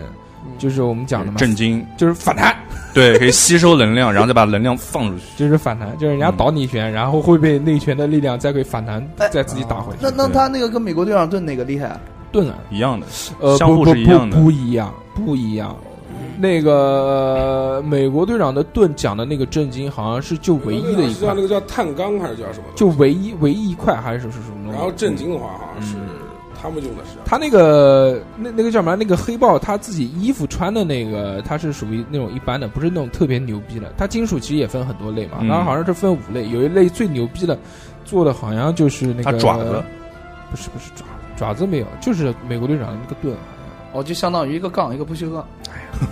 [SPEAKER 2] 就是我们讲的嘛，
[SPEAKER 8] 震惊，
[SPEAKER 2] 就是反弹，
[SPEAKER 8] 对，可以吸收能量，然后再把能量放出去。
[SPEAKER 2] 就是反弹，就是人家倒你一拳，然后会被那一拳的力量再给反弹，再自己打回去
[SPEAKER 5] 那。那他那个跟美国队长盾哪个厉害啊？
[SPEAKER 2] 盾啊，
[SPEAKER 8] 一样的，
[SPEAKER 2] 呃，
[SPEAKER 8] 相
[SPEAKER 2] 不
[SPEAKER 8] 互
[SPEAKER 2] 不
[SPEAKER 8] 是一样的
[SPEAKER 2] 不不一样，不一样。那个呃美国队长的盾讲的那个震惊，好像是就唯一的一
[SPEAKER 9] 叫
[SPEAKER 2] 块
[SPEAKER 9] 那，个叫碳钢还是叫什么？
[SPEAKER 2] 就唯一唯一一块还是什么什么东西？
[SPEAKER 9] 然后震惊的话好像是他们用的是
[SPEAKER 2] 他那个那那个叫什么？那个黑豹他自己衣服穿的那个，他是属于那种一般的，不是那种特别牛逼的。他金属其实也分很多类嘛，
[SPEAKER 8] 嗯
[SPEAKER 2] 然后好像是分五类，有一类最牛逼的，做的好像就是那个
[SPEAKER 8] 它爪子，
[SPEAKER 2] 不是不是爪子爪子没有，就是美国队长的那个
[SPEAKER 8] [laughs]
[SPEAKER 2] 盾。
[SPEAKER 5] 哦，就相当于一个杠，一个不锈钢，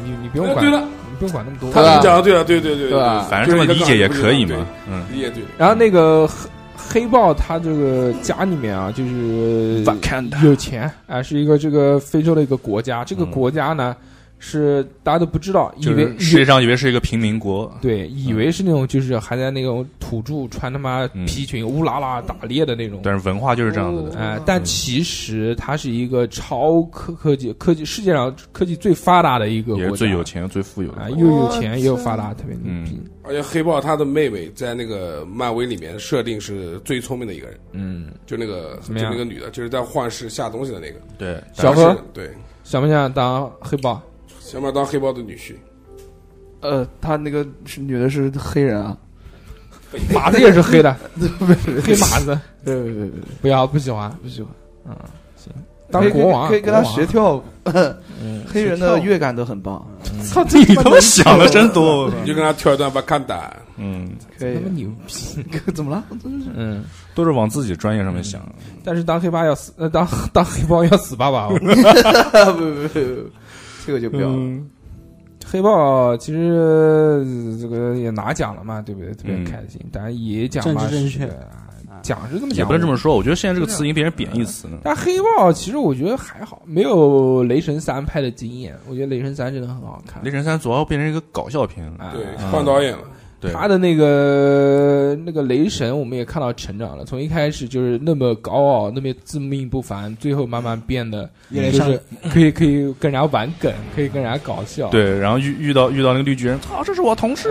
[SPEAKER 2] 你你不
[SPEAKER 9] 不
[SPEAKER 8] 哎
[SPEAKER 2] 用管，
[SPEAKER 9] 哎对
[SPEAKER 2] 你
[SPEAKER 9] 的，
[SPEAKER 2] 不用管那么多。
[SPEAKER 9] 他们讲的对的，对对对
[SPEAKER 5] 对
[SPEAKER 2] 啊
[SPEAKER 5] 吧？
[SPEAKER 8] 反正这么理解也可以嘛。嗯，
[SPEAKER 9] 理解对的。
[SPEAKER 2] 然后那个黑黑豹他这个家里面啊，就是
[SPEAKER 5] 看
[SPEAKER 2] 有钱啊，是一个这个非洲的一个国家。这个
[SPEAKER 8] 嗯
[SPEAKER 2] 国家呢，是大家都不知道，以
[SPEAKER 8] 就
[SPEAKER 2] 为
[SPEAKER 8] 是世界上以为是一个贫民国，
[SPEAKER 2] 对，以为是那种就是还在那种土著穿他妈
[SPEAKER 8] 嗯
[SPEAKER 2] 皮裙乌拉拉打猎的那种。
[SPEAKER 8] 但是文化就是这样
[SPEAKER 5] 哦
[SPEAKER 8] 子的。
[SPEAKER 2] 哎、但其实它是一个超科科技科技世界上科技最发达的一个国
[SPEAKER 8] 也
[SPEAKER 2] 家，
[SPEAKER 8] 是最有钱、最富有
[SPEAKER 2] 啊、
[SPEAKER 8] 的。嗯
[SPEAKER 2] 又有钱又发达，特别牛逼。
[SPEAKER 9] 而且黑豹他的妹妹在那个漫威里面设定是最聪明的一个人，
[SPEAKER 2] 嗯，
[SPEAKER 9] 就那个就
[SPEAKER 2] 么样
[SPEAKER 9] 那个女的，就是在幻视下东西的那个
[SPEAKER 8] 对，
[SPEAKER 2] 小
[SPEAKER 9] 她是
[SPEAKER 2] 何
[SPEAKER 9] 对，
[SPEAKER 2] 想不想当黑豹？
[SPEAKER 9] 想把当黑豹的女婿，
[SPEAKER 5] 呃，他那个是女的是黑人啊，
[SPEAKER 2] 马子也是
[SPEAKER 5] [laughs]
[SPEAKER 2] 黑的，黑马子，
[SPEAKER 5] 对对对对，
[SPEAKER 2] 不要不喜欢。嗯
[SPEAKER 5] 不喜欢。
[SPEAKER 2] 当国王啊
[SPEAKER 5] 可以跟他
[SPEAKER 2] 国王啊嗯
[SPEAKER 5] 学跳舞，黑人的乐感都很棒。
[SPEAKER 1] [laughs]
[SPEAKER 3] 操，
[SPEAKER 8] 你他妈想的真多，
[SPEAKER 9] 你就跟他跳一段《瓦坎达
[SPEAKER 8] 嗯，
[SPEAKER 5] 可以
[SPEAKER 2] 那么，牛逼，
[SPEAKER 5] 怎么了？
[SPEAKER 2] 嗯，
[SPEAKER 8] 都是往自己专业上面想。
[SPEAKER 2] 但是当黑爸要死，呃，当当黑豹要死爸爸哦。
[SPEAKER 5] 不不不不，这个就不要了。
[SPEAKER 2] 黑豹其实呃这个也拿奖了嘛，对不对？特别
[SPEAKER 8] 嗯
[SPEAKER 2] 开心，当然也讲嘛，
[SPEAKER 1] 政治正
[SPEAKER 2] 是
[SPEAKER 1] 确
[SPEAKER 2] 啊奖是这么
[SPEAKER 8] 也
[SPEAKER 2] 讲，
[SPEAKER 8] 不能这么。说，我觉得现在这个词已经变成贬义词了。
[SPEAKER 2] 但黑豹其实我觉得还好，没有雷神三拍的惊艳。我觉得雷神三真的很好看
[SPEAKER 8] 雷，神三主要变成一个搞笑片了，
[SPEAKER 2] 啊》，
[SPEAKER 9] 对，
[SPEAKER 2] 啊
[SPEAKER 9] 换导演了，
[SPEAKER 8] 对，
[SPEAKER 2] 他的那个那个雷神，我们也看到成长了，从一开始就是那么高傲，那么自命不凡，最后慢慢变得
[SPEAKER 1] 越来越
[SPEAKER 2] 就
[SPEAKER 1] 像
[SPEAKER 2] 是可以可以跟人家玩梗，可以跟人家搞笑，
[SPEAKER 8] 对，然后遇遇到遇到那个绿巨人，操，这是我同事，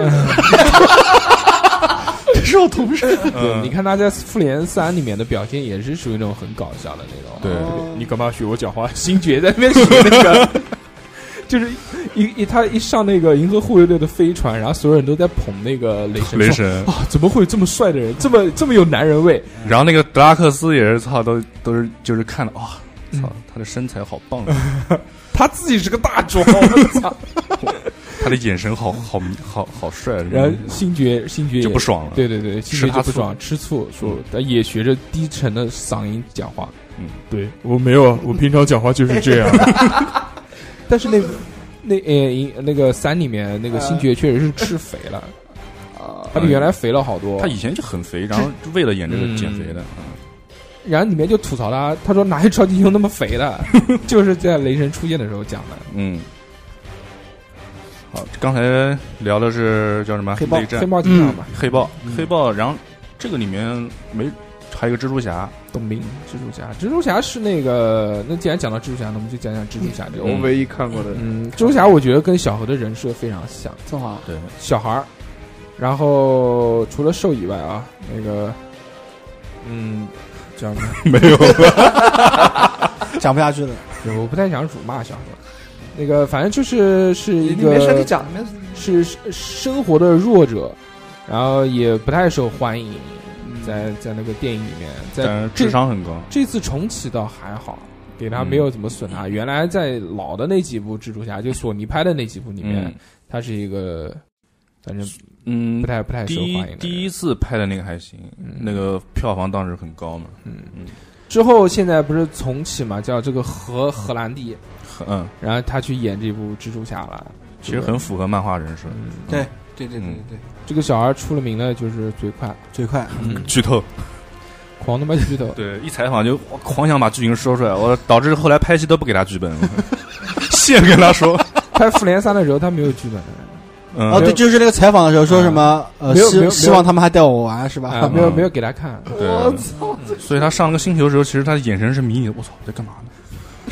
[SPEAKER 5] 这是我同事，
[SPEAKER 2] 对，
[SPEAKER 8] 嗯
[SPEAKER 2] 你看他在《复联三》里面的表现也是属于那种很搞笑的那种。
[SPEAKER 8] 对
[SPEAKER 2] 你干嘛学我讲话？ [laughs] 星爵在那边学那个， [laughs] 就是一一他一上那个银河护卫队的飞船，然后所有人都在捧那个雷神。
[SPEAKER 8] 雷
[SPEAKER 2] 说
[SPEAKER 8] 神。
[SPEAKER 2] 啊，怎么会有这么帅的人，这么这么有男人味？
[SPEAKER 8] 然后那个德拉克斯也是，操，都都是就是看了啊，操，他的身材好棒，啊
[SPEAKER 2] 他自己是个大
[SPEAKER 8] [laughs]
[SPEAKER 2] 壮，我操！
[SPEAKER 8] 他的眼神好好好好帅，啊
[SPEAKER 2] 然后星爵星爵也
[SPEAKER 8] 就不爽了。
[SPEAKER 2] 对对对，星爵就
[SPEAKER 8] 啊他
[SPEAKER 2] 不
[SPEAKER 8] 醋嗯
[SPEAKER 2] 爽，吃醋说，他也学着低沉的嗓音讲话。
[SPEAKER 6] 对我没有，啊我平常讲话就是这样。
[SPEAKER 2] [laughs]
[SPEAKER 8] [laughs]
[SPEAKER 2] 但是那那呃银那个三里面那个
[SPEAKER 8] 呃
[SPEAKER 2] 星爵确实是吃肥
[SPEAKER 8] [laughs]
[SPEAKER 2] 了，他比原来肥了好多。
[SPEAKER 8] 啊他以前就很肥，然后就为了演这
[SPEAKER 2] 嗯
[SPEAKER 8] 个减肥的，
[SPEAKER 2] 然后里面就吐槽他，他说哪有超级英雄那么肥
[SPEAKER 8] [laughs]
[SPEAKER 2] 的？就是在雷神出现的时候讲的。
[SPEAKER 8] 嗯。好，刚才聊的是叫什么？
[SPEAKER 1] 黑豹
[SPEAKER 8] 内战
[SPEAKER 2] 黑豹
[SPEAKER 6] 嗯
[SPEAKER 2] 警长嘛，
[SPEAKER 8] 黑豹，黑豹。然后这个里面没还有一个蜘蛛侠，
[SPEAKER 2] 董明、蜘蛛侠，蜘蛛侠是那个，那既然讲到蜘蛛侠，那我们就讲讲蜘蛛侠这个。
[SPEAKER 5] 我唯一看过的
[SPEAKER 2] 嗯，蜘蛛侠我觉得跟小何的人设非常像，
[SPEAKER 5] 正好
[SPEAKER 8] 对，
[SPEAKER 2] 小孩儿，然后除了兽以外啊，那个，嗯，叫什么？
[SPEAKER 1] 讲不下去了。
[SPEAKER 2] 我不太想辱骂小何。那个，反正就是是
[SPEAKER 5] 你
[SPEAKER 2] 一
[SPEAKER 5] 你
[SPEAKER 2] 个
[SPEAKER 5] 没事，你讲，没事
[SPEAKER 2] 是生活的弱者，然后也不太受欢迎，
[SPEAKER 8] 嗯
[SPEAKER 2] 在在那个电影里面，在
[SPEAKER 8] 但是
[SPEAKER 2] 这
[SPEAKER 8] 智商很高。
[SPEAKER 2] 这次重启倒还好，给他
[SPEAKER 8] 嗯
[SPEAKER 2] 没有怎么损他。原来在老的那几部蜘蛛侠，就索尼拍的那几部里面，
[SPEAKER 8] 嗯
[SPEAKER 2] 他是一个反正
[SPEAKER 8] 嗯
[SPEAKER 2] 不，太不太受
[SPEAKER 8] 第
[SPEAKER 2] 欢迎
[SPEAKER 8] 一
[SPEAKER 2] 的人。嗯
[SPEAKER 8] 第一次拍的那个还行，那个票房当时很高嘛。
[SPEAKER 2] 之后现在不是重启嘛，叫这个荷荷兰弟，
[SPEAKER 8] 嗯，
[SPEAKER 2] 然后他去演这部蜘蛛侠了。
[SPEAKER 8] 其实很符合漫画人设。
[SPEAKER 1] 对对
[SPEAKER 8] 对
[SPEAKER 1] 对，
[SPEAKER 2] 这个小孩出了名的就是嘴快，
[SPEAKER 1] 最快
[SPEAKER 2] 嗯
[SPEAKER 8] 剧透，
[SPEAKER 2] 狂他妈
[SPEAKER 1] [laughs]
[SPEAKER 2] 剧透。
[SPEAKER 8] 对，一采访就哇狂想把剧情说出来，我导致后来拍戏都不给他剧本，
[SPEAKER 2] [laughs]
[SPEAKER 8] 现跟他说。
[SPEAKER 2] 拍复联三的时候他没有剧
[SPEAKER 1] [laughs]
[SPEAKER 2] 本，
[SPEAKER 8] 嗯
[SPEAKER 2] 啊
[SPEAKER 1] 哦，对，就是那个采访的时候说什么呃，
[SPEAKER 2] 嗯没有没
[SPEAKER 1] 希
[SPEAKER 2] 有
[SPEAKER 1] 希望他们还带我玩是
[SPEAKER 2] 啊，
[SPEAKER 1] 吧？
[SPEAKER 2] 没有没有给他看。
[SPEAKER 8] 对，嗯所以他上那个星球的时候，其实他的眼神是迷你的。我操，我在干嘛
[SPEAKER 2] [laughs]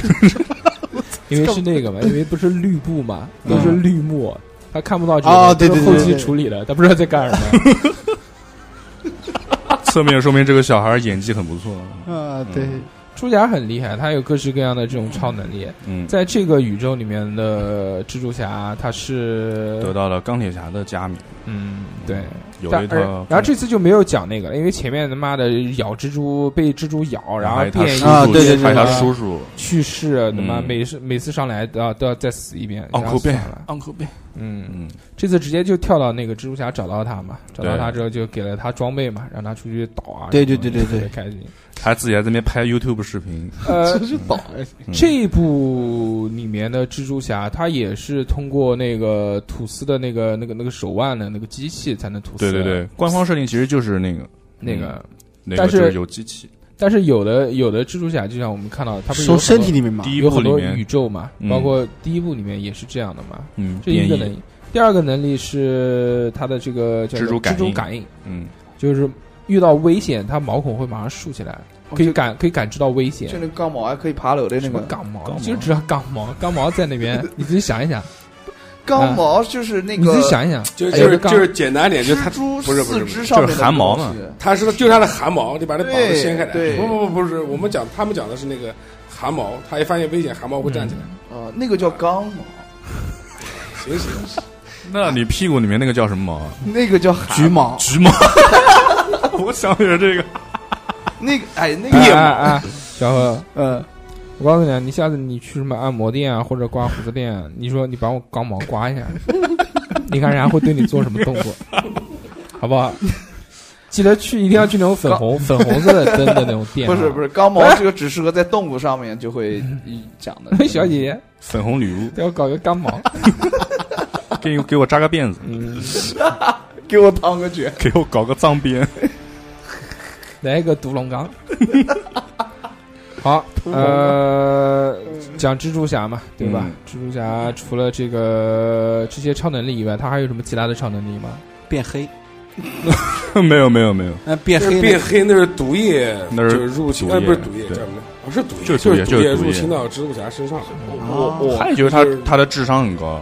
[SPEAKER 8] 呢？
[SPEAKER 2] 因为是
[SPEAKER 1] [laughs]
[SPEAKER 2] 那个嘛，因为不是绿布嘛，都是绿幕，他看不到这
[SPEAKER 1] 嗯哦
[SPEAKER 2] 个，
[SPEAKER 1] 对
[SPEAKER 2] 都是
[SPEAKER 1] 对
[SPEAKER 2] 后
[SPEAKER 1] 对
[SPEAKER 2] 期
[SPEAKER 1] 对
[SPEAKER 2] 处理的，他不知道在干
[SPEAKER 1] [laughs]
[SPEAKER 2] 什么。
[SPEAKER 8] 侧面说明这个小孩演技很不错。
[SPEAKER 1] [laughs] 啊，对，
[SPEAKER 2] 嗯蜘蛛侠很厉害，他有各式各样的这种超能力。
[SPEAKER 8] 嗯，
[SPEAKER 2] 在这个宇宙里面的蜘蛛侠，他是
[SPEAKER 8] 得到了钢铁侠的加冕，
[SPEAKER 2] 嗯，对，
[SPEAKER 8] 有
[SPEAKER 2] 但
[SPEAKER 8] 一
[SPEAKER 2] 而
[SPEAKER 8] 套。
[SPEAKER 2] 然后这次就没有讲那个了，因为前面他妈的咬蜘蛛，被蜘蛛咬，然后
[SPEAKER 8] 还有他
[SPEAKER 2] 变异
[SPEAKER 8] 叔
[SPEAKER 1] 啊
[SPEAKER 8] 叔，
[SPEAKER 1] 对对对
[SPEAKER 8] 还有他
[SPEAKER 2] 对
[SPEAKER 8] 叔叔
[SPEAKER 2] 去世，他妈
[SPEAKER 8] 嗯
[SPEAKER 2] 每次每次上来都要都要再死一遍，然后
[SPEAKER 8] Uncle
[SPEAKER 2] 算
[SPEAKER 8] Ben
[SPEAKER 2] 了，
[SPEAKER 8] ，Uncle Ben。
[SPEAKER 2] 嗯。
[SPEAKER 8] 嗯，
[SPEAKER 2] 这次直接就跳到那个蜘蛛侠找到他嘛，找到
[SPEAKER 8] 对
[SPEAKER 2] 他之后就给了他装备嘛，让他出去倒啊。
[SPEAKER 1] 对对
[SPEAKER 2] 什么的
[SPEAKER 1] 对对对
[SPEAKER 2] 特别开心。
[SPEAKER 8] 他自己还在那边拍 YouTube 视频。
[SPEAKER 2] 呃，
[SPEAKER 5] 就倒
[SPEAKER 2] 这一部里面的蜘蛛侠，他也是通过那个吐丝的那个那个那个手腕的那个机器才能吐丝。
[SPEAKER 8] 对对，对，嗯官方设定其实就是那个
[SPEAKER 2] 那个。
[SPEAKER 8] 那
[SPEAKER 2] 但
[SPEAKER 8] 个
[SPEAKER 2] 是
[SPEAKER 8] 就是有机器。
[SPEAKER 2] 但是有的有的蜘蛛侠，就像我们看到，他不是有
[SPEAKER 1] 从身体
[SPEAKER 2] 里
[SPEAKER 1] 里面嘛，
[SPEAKER 8] 第一
[SPEAKER 2] 有
[SPEAKER 8] 部
[SPEAKER 2] 很
[SPEAKER 8] 里
[SPEAKER 2] 多宇
[SPEAKER 8] 面，
[SPEAKER 2] 宙嘛，
[SPEAKER 8] 嗯
[SPEAKER 2] 包括第一部里面也是这样的嘛。
[SPEAKER 8] 嗯，
[SPEAKER 2] 这一个
[SPEAKER 8] 变
[SPEAKER 2] 能
[SPEAKER 8] 异，
[SPEAKER 2] 力，第二个能力是他的这个叫什么
[SPEAKER 8] 蜘蛛感
[SPEAKER 2] 蜘蛛
[SPEAKER 8] 应
[SPEAKER 2] 感应，
[SPEAKER 8] 嗯，
[SPEAKER 2] 就是遇到危险，它毛孔会马上竖起来，可以感可以感知到危险
[SPEAKER 5] 就。那个钢毛还可以爬楼的那
[SPEAKER 2] 什么
[SPEAKER 5] 个
[SPEAKER 2] 钢毛？
[SPEAKER 8] 钢毛
[SPEAKER 2] 你就知道钢毛，钢毛在那边，你自己想一想，
[SPEAKER 5] 钢毛，就是那
[SPEAKER 2] 你自
[SPEAKER 5] 个
[SPEAKER 2] 己想一想，
[SPEAKER 9] 就
[SPEAKER 2] 哎有
[SPEAKER 9] 就
[SPEAKER 2] 个
[SPEAKER 9] 是
[SPEAKER 2] 钢
[SPEAKER 9] 就是简单点，就他
[SPEAKER 5] 蜘蛛
[SPEAKER 9] 不是不是
[SPEAKER 5] 四
[SPEAKER 9] 不是
[SPEAKER 5] 肢上面的
[SPEAKER 8] 就是汗毛嘛
[SPEAKER 5] 东西
[SPEAKER 9] 他是就他的汗毛，你把那膀子
[SPEAKER 5] 对
[SPEAKER 9] 掀开来。
[SPEAKER 5] 对
[SPEAKER 8] 嗯
[SPEAKER 9] 不不不，不是，我们讲他们讲的是那个汗毛，他一发现危险，汗毛会站起来。
[SPEAKER 5] 啊，那个叫钢毛，
[SPEAKER 9] 行行，
[SPEAKER 8] [laughs] 那你屁股里面那个叫什么毛啊？
[SPEAKER 5] 那个叫汗
[SPEAKER 1] 橘毛，
[SPEAKER 8] 橘毛。 [laughs] 我想起了这个，
[SPEAKER 5] 那个
[SPEAKER 2] [laughs]
[SPEAKER 5] 哎那
[SPEAKER 2] 哎
[SPEAKER 5] 个
[SPEAKER 2] 哎哎，小何，
[SPEAKER 5] 嗯，
[SPEAKER 2] 我告诉你啊，你下次你去什么按摩店啊，或者刮胡子店啊，你说你把我钢毛刮一下， [laughs] 你看人家会对你做什么动 [laughs] 作，好不好？记得去，一定要去那种粉红粉红色的灯的那种 [laughs] 店、啊
[SPEAKER 5] 不是不
[SPEAKER 2] 是，。
[SPEAKER 5] 是，钢毛这个只适合在动物上面就会讲的
[SPEAKER 2] 小姐姐
[SPEAKER 8] 粉红女巫，
[SPEAKER 2] 给我搞个钢 [laughs] 毛，
[SPEAKER 8] 给给我扎个辫子，
[SPEAKER 5] 给我烫个卷，
[SPEAKER 8] 给我搞个脏辫， [laughs]
[SPEAKER 2] 来一个独龙 [laughs] 钢。好，呃，讲蜘蛛侠嘛，对吧？
[SPEAKER 8] 嗯
[SPEAKER 2] 蜘蛛侠除了这个这些超能力以外，他还有什么其他的超能力吗？
[SPEAKER 1] 变黑，
[SPEAKER 8] 没有没有没有，
[SPEAKER 1] 那呃变黑
[SPEAKER 9] 变黑那是毒液，
[SPEAKER 8] 那是
[SPEAKER 9] 就是入侵，
[SPEAKER 8] 毒
[SPEAKER 9] 哎，
[SPEAKER 8] 液
[SPEAKER 9] 不是毒液，叫
[SPEAKER 8] 对
[SPEAKER 9] 什么？不哦是毒液，
[SPEAKER 8] 就是
[SPEAKER 9] 就
[SPEAKER 8] 毒液
[SPEAKER 9] 毒液
[SPEAKER 8] 就是毒液
[SPEAKER 9] 入侵到蜘蛛侠身上了。
[SPEAKER 1] 哦
[SPEAKER 5] 我我
[SPEAKER 8] 还有就是他
[SPEAKER 9] 就是
[SPEAKER 8] 他的智商很高，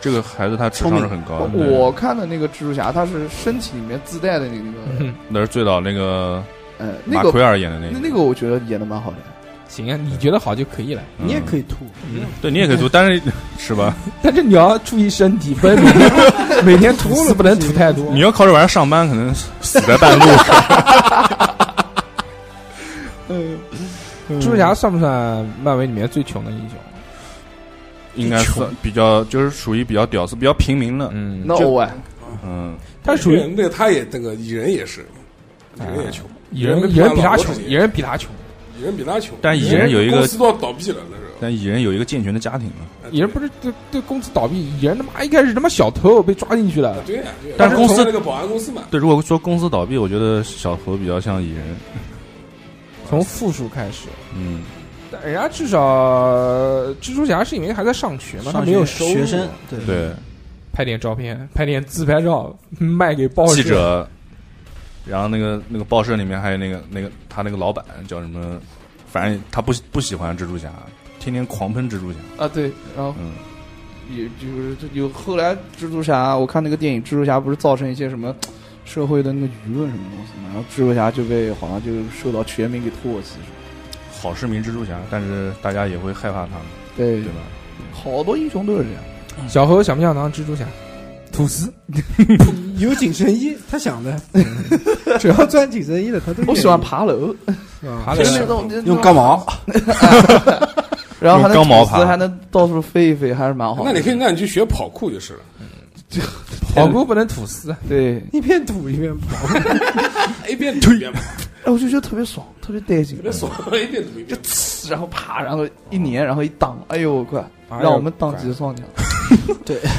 [SPEAKER 8] 这个孩子他智商是很高的。
[SPEAKER 5] 我看的那个蜘蛛侠，他是身体里面自带的那个，
[SPEAKER 2] 嗯 [laughs]
[SPEAKER 8] 那是最早那个
[SPEAKER 5] 呃，那
[SPEAKER 8] 马
[SPEAKER 5] 个
[SPEAKER 8] 奎尔演的那
[SPEAKER 5] 那
[SPEAKER 8] 个，
[SPEAKER 5] 那个我觉得演的蛮好的。
[SPEAKER 2] 行啊，你觉得好就可以了。
[SPEAKER 8] 嗯
[SPEAKER 1] 你也可以吐，
[SPEAKER 8] 对你也可以读，但是 [laughs] 是吧？
[SPEAKER 2] 但是你要注意身体，不能每天每天吐死，不能吐太多。
[SPEAKER 8] 你要靠着晚上上班，可能死在半路。
[SPEAKER 2] 蜘蛛侠算不算漫威里面最穷的英雄？
[SPEAKER 8] 应该算比较，就是属于比较屌丝、比较平民的。
[SPEAKER 2] 嗯，
[SPEAKER 5] 那我
[SPEAKER 8] 嗯，
[SPEAKER 2] 他属于
[SPEAKER 9] 那个他也那个蚁人也是，蚁
[SPEAKER 8] 啊
[SPEAKER 9] 人也穷，
[SPEAKER 2] 蚁人，
[SPEAKER 9] 人
[SPEAKER 2] 蚁人比他穷
[SPEAKER 9] 人，
[SPEAKER 2] 蚁人比他穷，
[SPEAKER 9] 蚁人比他穷，
[SPEAKER 8] 但蚁人有一个
[SPEAKER 9] 公司都要倒闭了那时候。
[SPEAKER 8] 但蚁人有一个健全的家庭嘛，
[SPEAKER 2] 蚁人不是对对公司倒闭，蚁人他妈一开始他妈小偷被抓进去了，
[SPEAKER 9] 啊对呀，对呀
[SPEAKER 8] 但是公司
[SPEAKER 9] 他从那个保安公司嘛，
[SPEAKER 8] 对，如果说公司倒闭，我觉得小何比较像蚁人。
[SPEAKER 2] 从负数开始。
[SPEAKER 8] 嗯，
[SPEAKER 2] 但人家至少蜘蛛侠是因为还在上学嘛，他
[SPEAKER 1] 上
[SPEAKER 2] 没有
[SPEAKER 1] 学
[SPEAKER 2] 收入
[SPEAKER 1] 学生，对，
[SPEAKER 8] 对，
[SPEAKER 2] 拍点照片，拍点自拍照卖给报
[SPEAKER 8] 记
[SPEAKER 2] 纸，
[SPEAKER 8] 者，然后那个那个报社里面还有那个那个他那个老板叫什么，反正他不不喜欢蜘蛛侠，天天狂喷蜘蛛侠。
[SPEAKER 5] 啊对，然后
[SPEAKER 8] 嗯，
[SPEAKER 5] 也就是这有后来蜘蛛侠，我看那个电影蜘蛛侠不是造成一些什么社会的那个舆论什么东西嘛，然后蜘蛛侠就被好像就受到全民给唾弃，
[SPEAKER 8] 好市民蜘蛛侠，但是大家也会害怕他们，
[SPEAKER 5] 对
[SPEAKER 8] 对吧？
[SPEAKER 5] 好多英雄都是这样。
[SPEAKER 2] 小何想不想当蜘蛛侠？吐司，
[SPEAKER 3] 有紧身衣，他想的，只要穿紧身衣的，他都
[SPEAKER 5] 我喜欢爬楼，
[SPEAKER 2] 爬
[SPEAKER 5] 就是
[SPEAKER 2] 楼
[SPEAKER 5] 那种
[SPEAKER 1] 用钢，毛，
[SPEAKER 5] 那种然后还
[SPEAKER 8] 用
[SPEAKER 5] 能
[SPEAKER 8] 钢毛
[SPEAKER 5] 吐丝
[SPEAKER 8] 爬
[SPEAKER 5] 还能到处飞一飞，还是蛮
[SPEAKER 8] 哦
[SPEAKER 5] 好的。
[SPEAKER 9] 那你可以，那你去学跑酷就是了。
[SPEAKER 2] 跑酷不能吐司，
[SPEAKER 5] 对，
[SPEAKER 3] 一边吐一边跑，
[SPEAKER 9] 一边吐一边跑，
[SPEAKER 5] 哎，我就觉得特别爽，特别带劲
[SPEAKER 9] 特，别爽， [laughs] 一边吐一边跑。
[SPEAKER 5] [laughs] 然后啪，然后一粘，然后一挡，哎呦快，
[SPEAKER 2] 哎呦
[SPEAKER 5] 让我们荡几双桨。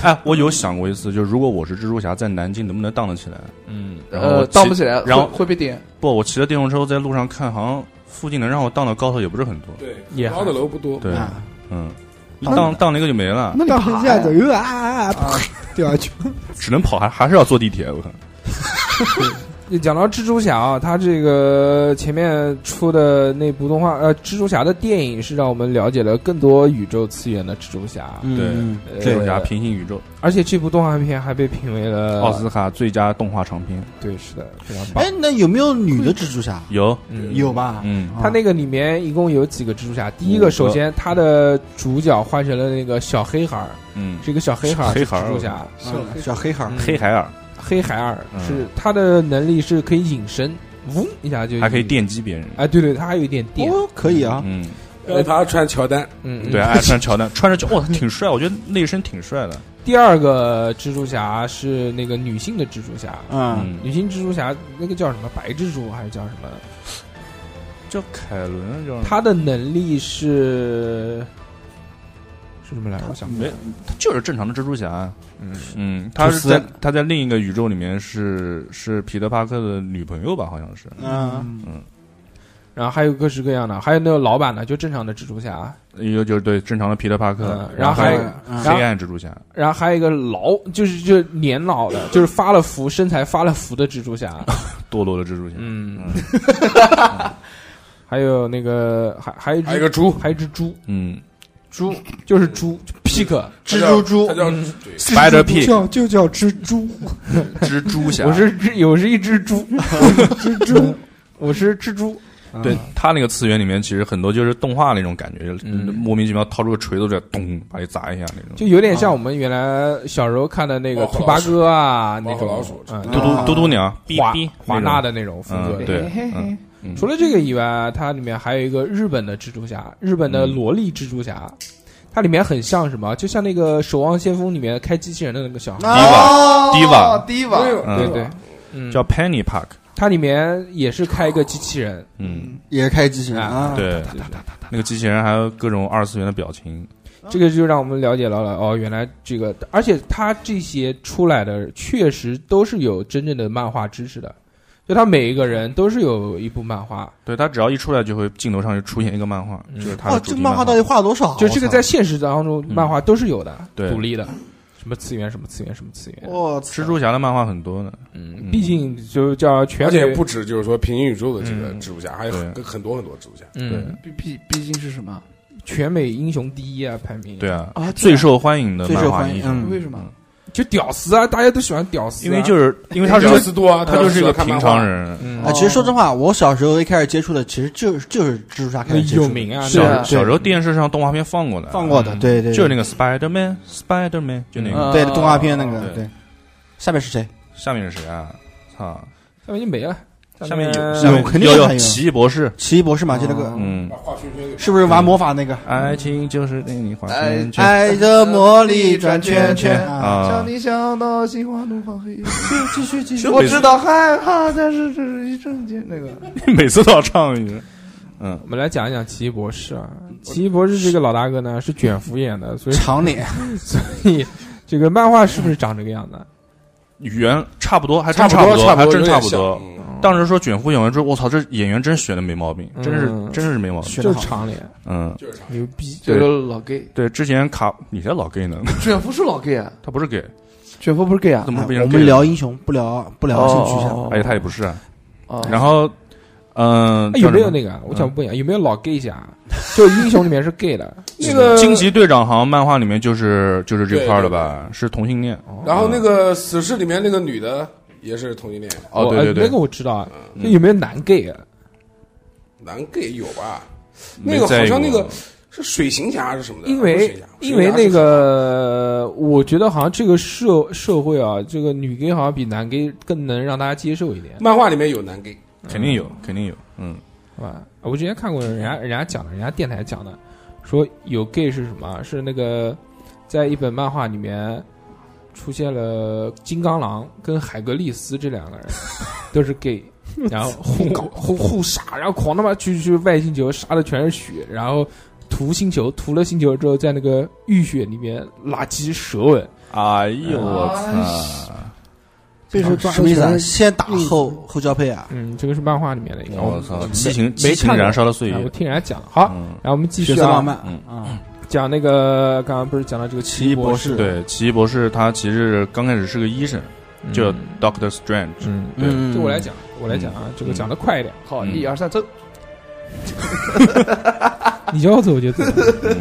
[SPEAKER 8] 哎，我有想过一次，就是如果我是蜘蛛侠，在南京能不能荡得起来？
[SPEAKER 2] 嗯，
[SPEAKER 8] 然后
[SPEAKER 5] 呃，
[SPEAKER 8] 我骑
[SPEAKER 5] 荡不起来，
[SPEAKER 8] 然后
[SPEAKER 5] 会会被点。
[SPEAKER 8] 不，我骑着电动车在路上看，好像附近能让我荡的高头也不是很多。
[SPEAKER 9] 对，
[SPEAKER 2] 也
[SPEAKER 9] 高的楼不多。
[SPEAKER 8] 对，嗯，
[SPEAKER 5] 荡
[SPEAKER 8] 荡荡那个就没了，
[SPEAKER 5] 那你
[SPEAKER 3] 到
[SPEAKER 5] 爬
[SPEAKER 3] 楼下
[SPEAKER 5] 呀
[SPEAKER 3] 走，又啊啊啊啪，掉下去。
[SPEAKER 8] 只能跑，还还是要坐地铁。我看，
[SPEAKER 2] 讲到蜘蛛侠啊，他这个前面出的那部动画，呃，蜘蛛侠的电影是让我们了解了更多宇宙次元的蜘蛛侠，
[SPEAKER 8] 对呃
[SPEAKER 1] 嗯，
[SPEAKER 2] 呃
[SPEAKER 8] 蜘蛛侠平行宇宙
[SPEAKER 2] 而且这部动画片还被评为了
[SPEAKER 8] 奥斯卡最佳动画长片
[SPEAKER 2] 对，是的，非常棒
[SPEAKER 1] 哎。，那有没有女的蜘蛛侠？
[SPEAKER 8] 有，
[SPEAKER 2] 嗯，
[SPEAKER 1] 有吧？
[SPEAKER 8] 嗯，
[SPEAKER 1] 啊
[SPEAKER 2] 他那个里面一共有几个蜘蛛侠？第一个，首先他的主角换成了那个小黑孩儿，
[SPEAKER 8] 嗯，
[SPEAKER 2] 是一个小黑孩儿，
[SPEAKER 8] 黑
[SPEAKER 2] 是
[SPEAKER 8] 孩儿
[SPEAKER 2] 蜘蛛侠，
[SPEAKER 1] 嗯小黑孩儿
[SPEAKER 2] 嗯
[SPEAKER 8] 黑海尔
[SPEAKER 2] 黑海尔
[SPEAKER 8] 嗯
[SPEAKER 2] 是他的能力是可以隐身，嗡一下就
[SPEAKER 8] 还可以
[SPEAKER 2] 隐
[SPEAKER 8] 电击别人，
[SPEAKER 2] 哎，对对，他还有一点电，
[SPEAKER 1] 哦，可以啊，
[SPEAKER 8] 嗯，
[SPEAKER 9] 然后他穿乔丹，
[SPEAKER 2] 嗯，
[SPEAKER 8] 对，
[SPEAKER 2] 嗯
[SPEAKER 8] 爱穿乔丹，穿着乔，哇，他挺帅，我觉得那一身挺帅的，
[SPEAKER 2] 第二个蜘蛛侠是那个女性的蜘蛛侠，
[SPEAKER 1] 嗯，
[SPEAKER 8] 嗯，
[SPEAKER 2] 女性蜘蛛侠那个叫什么白蜘蛛还是叫什么？
[SPEAKER 8] 叫凯伦，啊叫
[SPEAKER 2] 她的能力是是什么来着？我想不起
[SPEAKER 8] 没
[SPEAKER 2] 来，，
[SPEAKER 8] 他就是正常的蜘蛛侠，啊
[SPEAKER 2] 嗯
[SPEAKER 8] 嗯，他
[SPEAKER 1] 吐
[SPEAKER 8] 是
[SPEAKER 1] 司
[SPEAKER 8] 在他在另一个宇宙里面是是彼得帕克的女朋友吧，好像是，
[SPEAKER 1] 嗯，
[SPEAKER 2] 然后还有各式各样的，还有那个老板呢，就正常的蜘蛛侠，
[SPEAKER 8] 一个就是对正常的彼得帕克
[SPEAKER 2] 嗯，然后还有
[SPEAKER 1] 嗯
[SPEAKER 8] 黑暗蜘蛛侠，
[SPEAKER 2] 然后还有一个老，就是就是年老的，就是发了福，身材发了福的蜘蛛侠，
[SPEAKER 8] 堕落的蜘蛛侠，
[SPEAKER 2] 嗯，还有那个还还有一只
[SPEAKER 9] 还有一个猪，
[SPEAKER 2] 还有一只猪，
[SPEAKER 8] 嗯
[SPEAKER 2] 猪就是猪就，pig，
[SPEAKER 9] 蜘蛛猪，他叫
[SPEAKER 8] 嗯
[SPEAKER 9] 对
[SPEAKER 8] ，Spider Pig
[SPEAKER 3] 叫就叫蜘蛛，
[SPEAKER 8] 蜘蛛
[SPEAKER 2] [laughs]
[SPEAKER 8] 侠，
[SPEAKER 2] 嗯我是只有是一只猪，蜘蛛，我是蜘蛛，
[SPEAKER 8] 对他那个次元里面，其实很多就是动画那种感觉，
[SPEAKER 2] 嗯
[SPEAKER 8] 莫名其妙掏出个锤子在咚把你砸一下那种。
[SPEAKER 2] 就有点像我们原来小时候看的那个
[SPEAKER 9] 猫和
[SPEAKER 2] 兔八
[SPEAKER 9] 老鼠
[SPEAKER 2] 哥啊，
[SPEAKER 9] 猫
[SPEAKER 2] 那
[SPEAKER 9] 和
[SPEAKER 2] 种
[SPEAKER 9] 老鼠
[SPEAKER 2] 嗯
[SPEAKER 8] 嘟嘟嘟嘟娘，哔
[SPEAKER 2] 华
[SPEAKER 8] 哔
[SPEAKER 2] 华
[SPEAKER 8] 啊那
[SPEAKER 2] 纳
[SPEAKER 8] 种
[SPEAKER 2] 的那种风格。
[SPEAKER 8] 嗯，对，嗯
[SPEAKER 2] 除了这个以外，它里面还有一个日本的蜘蛛侠，日本的萝莉蜘蛛侠，它里面很像什么？就像那个《守望先锋》里面开机器人的那个小
[SPEAKER 1] 啊
[SPEAKER 2] 孩，
[SPEAKER 1] 哦
[SPEAKER 8] Diva，Diva
[SPEAKER 5] 低吧，
[SPEAKER 2] 对
[SPEAKER 8] 嗯，
[SPEAKER 2] 对，嗯，
[SPEAKER 8] 叫 Penny Park，
[SPEAKER 2] 它里面也是开一个机器人，
[SPEAKER 8] 嗯，
[SPEAKER 1] 也是开机器人啊，
[SPEAKER 2] 嗯
[SPEAKER 8] 对，那个机器人还有各种二次元的表情，
[SPEAKER 2] 这个就让我们了解到了哦，原来这个，而且它这些出来的确实都是有真正的漫画知识的，就他每一个人都是有一部漫画，
[SPEAKER 8] 对他只要一出来就会镜头上就出现一个漫画，
[SPEAKER 2] 嗯
[SPEAKER 8] 就是他
[SPEAKER 1] 哇，
[SPEAKER 8] 的
[SPEAKER 1] 这
[SPEAKER 8] 主
[SPEAKER 1] 个
[SPEAKER 8] 题
[SPEAKER 1] 漫
[SPEAKER 8] 漫
[SPEAKER 1] 画到底画了多少啊？
[SPEAKER 2] 就这个
[SPEAKER 1] 我操
[SPEAKER 2] 在现实当中
[SPEAKER 8] 嗯
[SPEAKER 2] 漫画都是有的，
[SPEAKER 8] 对
[SPEAKER 2] 独立的，什么次元什么次元什么次元，
[SPEAKER 1] 我操
[SPEAKER 8] 蜘蛛侠的漫画很多呢，
[SPEAKER 2] 嗯，毕竟就叫全
[SPEAKER 9] 而且
[SPEAKER 2] 美
[SPEAKER 9] 不止就是说平行宇宙的这个
[SPEAKER 2] 嗯
[SPEAKER 9] 蜘蛛侠，还有很
[SPEAKER 8] 对
[SPEAKER 9] 很多很多蜘蛛侠。
[SPEAKER 2] 嗯
[SPEAKER 5] 毕毕毕竟是什么
[SPEAKER 2] 全美英雄第一啊排名，
[SPEAKER 8] 对，啊，
[SPEAKER 5] 啊？
[SPEAKER 8] 最受欢迎的
[SPEAKER 1] 最
[SPEAKER 8] 漫
[SPEAKER 1] 受
[SPEAKER 8] 画
[SPEAKER 1] 欢
[SPEAKER 8] 英
[SPEAKER 1] 迎，
[SPEAKER 8] 雄，
[SPEAKER 1] 嗯，
[SPEAKER 5] 为什么？
[SPEAKER 2] 就屌丝啊，大家都喜欢屌丝啊、
[SPEAKER 8] 因为就是因为他是
[SPEAKER 9] 屌
[SPEAKER 8] 个
[SPEAKER 9] 丝多啊，
[SPEAKER 8] 他就是一
[SPEAKER 9] 喜欢
[SPEAKER 8] 个
[SPEAKER 9] 看
[SPEAKER 8] 平
[SPEAKER 9] 漫画
[SPEAKER 8] 常。人，
[SPEAKER 2] 嗯
[SPEAKER 1] 啊，其实说真话，我小时候一开始接触的，其实就是就是蜘蛛侠开始接触
[SPEAKER 2] 有
[SPEAKER 1] 的
[SPEAKER 2] 名啊，
[SPEAKER 5] 是啊
[SPEAKER 8] 小小时候电视上动画片放过的，
[SPEAKER 1] 放过的，对对，
[SPEAKER 8] 就是那
[SPEAKER 1] 个
[SPEAKER 8] 个 Spider Man，Spider Man 就那个。
[SPEAKER 5] 嗯
[SPEAKER 1] 对动画片那个
[SPEAKER 8] 对
[SPEAKER 1] 对。下面是谁？
[SPEAKER 8] 下面是谁啊？操，
[SPEAKER 2] 下面就没了，嗯
[SPEAKER 8] 下面有
[SPEAKER 1] 下面肯定
[SPEAKER 8] 有
[SPEAKER 1] 还
[SPEAKER 8] 有
[SPEAKER 1] 有
[SPEAKER 8] 奇异博士，
[SPEAKER 1] 奇异博士嘛，就那个
[SPEAKER 8] 嗯，
[SPEAKER 1] 是不是玩魔法那个？
[SPEAKER 8] 爱情就是令你花
[SPEAKER 5] 哎
[SPEAKER 8] 圈圈，
[SPEAKER 1] 爱的魔力转圈圈啊！
[SPEAKER 8] 啊 [laughs]
[SPEAKER 5] 想你想到心花怒放 [laughs] 黑夜，
[SPEAKER 1] 继续继续，
[SPEAKER 5] 我知道害怕，但是这是一瞬间。那个
[SPEAKER 8] 每次都要唱一个。
[SPEAKER 2] 我们来讲一讲奇异博士啊。奇异博士这个老大哥呢是卷福演的，所以
[SPEAKER 1] 长脸，
[SPEAKER 2] 这个漫画是不是长这个样子？
[SPEAKER 8] 原差不多，还
[SPEAKER 9] 差
[SPEAKER 8] 真
[SPEAKER 9] 不
[SPEAKER 8] 不
[SPEAKER 9] 多，
[SPEAKER 8] 多，还
[SPEAKER 9] 不
[SPEAKER 8] 真
[SPEAKER 9] 有
[SPEAKER 8] 差
[SPEAKER 9] 点
[SPEAKER 8] 不
[SPEAKER 9] 像
[SPEAKER 8] 多。
[SPEAKER 9] 嗯
[SPEAKER 8] 当时说卷福演完之后，我操，这演员真选的没毛病，
[SPEAKER 2] 嗯
[SPEAKER 8] 真是真是没毛病。
[SPEAKER 1] 选
[SPEAKER 2] 就
[SPEAKER 1] 得
[SPEAKER 2] 是
[SPEAKER 1] 好
[SPEAKER 2] 长脸，
[SPEAKER 8] 嗯，
[SPEAKER 2] 牛逼！
[SPEAKER 5] 这个老 gay，
[SPEAKER 8] 对，之前卡你才老 gay 呢，
[SPEAKER 5] 卷福是老 gay 啊，
[SPEAKER 8] 他不是 gay，
[SPEAKER 5] 卷福不是 gay 啊
[SPEAKER 8] 怎，么
[SPEAKER 1] 哎
[SPEAKER 8] 会变
[SPEAKER 1] 我
[SPEAKER 8] 成 gay？
[SPEAKER 1] 们
[SPEAKER 8] 了
[SPEAKER 1] 聊英雄，不聊不聊性取向。
[SPEAKER 5] 哦
[SPEAKER 8] 而且他也不是啊。
[SPEAKER 5] 哦
[SPEAKER 8] 然后，嗯，
[SPEAKER 2] 哎有没有
[SPEAKER 8] 叫什么
[SPEAKER 2] 那个？我讲不一样，有没有老 gay [laughs] 侠？就英雄里面是 gay 的，
[SPEAKER 9] 那个
[SPEAKER 8] 惊奇队长好像漫画里面就是就是这
[SPEAKER 9] 对
[SPEAKER 8] 块儿的
[SPEAKER 9] 对
[SPEAKER 8] 吧？是同性恋。
[SPEAKER 2] 哦
[SPEAKER 9] 然后那个死侍里面那个女的也是同性恋，
[SPEAKER 8] 哦，
[SPEAKER 2] 我
[SPEAKER 8] 对
[SPEAKER 2] 哎
[SPEAKER 8] 对对
[SPEAKER 2] 那个，我知道啊。
[SPEAKER 8] 嗯
[SPEAKER 2] 那有没有男 gay 啊？
[SPEAKER 9] 男 gay 有吧？
[SPEAKER 8] 没
[SPEAKER 9] 那个
[SPEAKER 8] 在
[SPEAKER 9] 好像
[SPEAKER 8] 意
[SPEAKER 9] 那
[SPEAKER 8] 过
[SPEAKER 9] 个是水行侠还是什么的？
[SPEAKER 2] 因
[SPEAKER 9] 不是水
[SPEAKER 2] 为
[SPEAKER 9] 行侠
[SPEAKER 2] 因为
[SPEAKER 9] 水
[SPEAKER 2] 那
[SPEAKER 9] 行侠是
[SPEAKER 2] 个，我觉得好像这个社社会啊，这个女 gay 好像比男 gay 更能让大家接受一点，
[SPEAKER 9] 漫画里面有男 gay，
[SPEAKER 8] 肯定有，肯定有。嗯，
[SPEAKER 2] 是吧？啊我之前看过人家人家讲的，人家电台讲的，说有 gay 是什么？是那个在一本漫画里面出现了金刚狼跟海格力斯这两个人都是 gay。然后互互互杀，然后狂他妈去去外星球杀的全是血，然后屠星球，屠了星球之后，在那个浴血里面拉起舌吻，
[SPEAKER 8] 哎呦我
[SPEAKER 5] 哎
[SPEAKER 8] 操！
[SPEAKER 1] 被说什么意思啊？先打后后交配啊？
[SPEAKER 2] 嗯，这个是漫画里面的一个。
[SPEAKER 8] 哎我操！
[SPEAKER 2] 没
[SPEAKER 8] 激情
[SPEAKER 2] 没
[SPEAKER 8] 激情
[SPEAKER 2] 看过
[SPEAKER 8] 燃烧的岁
[SPEAKER 2] 哎我
[SPEAKER 8] 月。
[SPEAKER 2] 听人家讲好，
[SPEAKER 8] 嗯，
[SPEAKER 2] 然后我们继
[SPEAKER 1] 血
[SPEAKER 2] 续
[SPEAKER 1] 色浪
[SPEAKER 2] 啊，
[SPEAKER 1] 漫
[SPEAKER 8] 嗯
[SPEAKER 1] 啊！
[SPEAKER 2] 讲那个刚刚不是讲到这个
[SPEAKER 1] 奇异博
[SPEAKER 2] 博
[SPEAKER 1] 士，
[SPEAKER 8] 对，奇异博士他其实刚开始是个医生，
[SPEAKER 2] 嗯
[SPEAKER 8] 叫 Doctor Strange。
[SPEAKER 2] 嗯，
[SPEAKER 8] 对
[SPEAKER 1] 嗯
[SPEAKER 2] 就我来，讲，我来讲啊，这个讲的快一点，
[SPEAKER 5] 好，
[SPEAKER 8] 嗯
[SPEAKER 5] 一二三，走。
[SPEAKER 8] [laughs]
[SPEAKER 2] 你叫我走我就走。
[SPEAKER 8] 嗯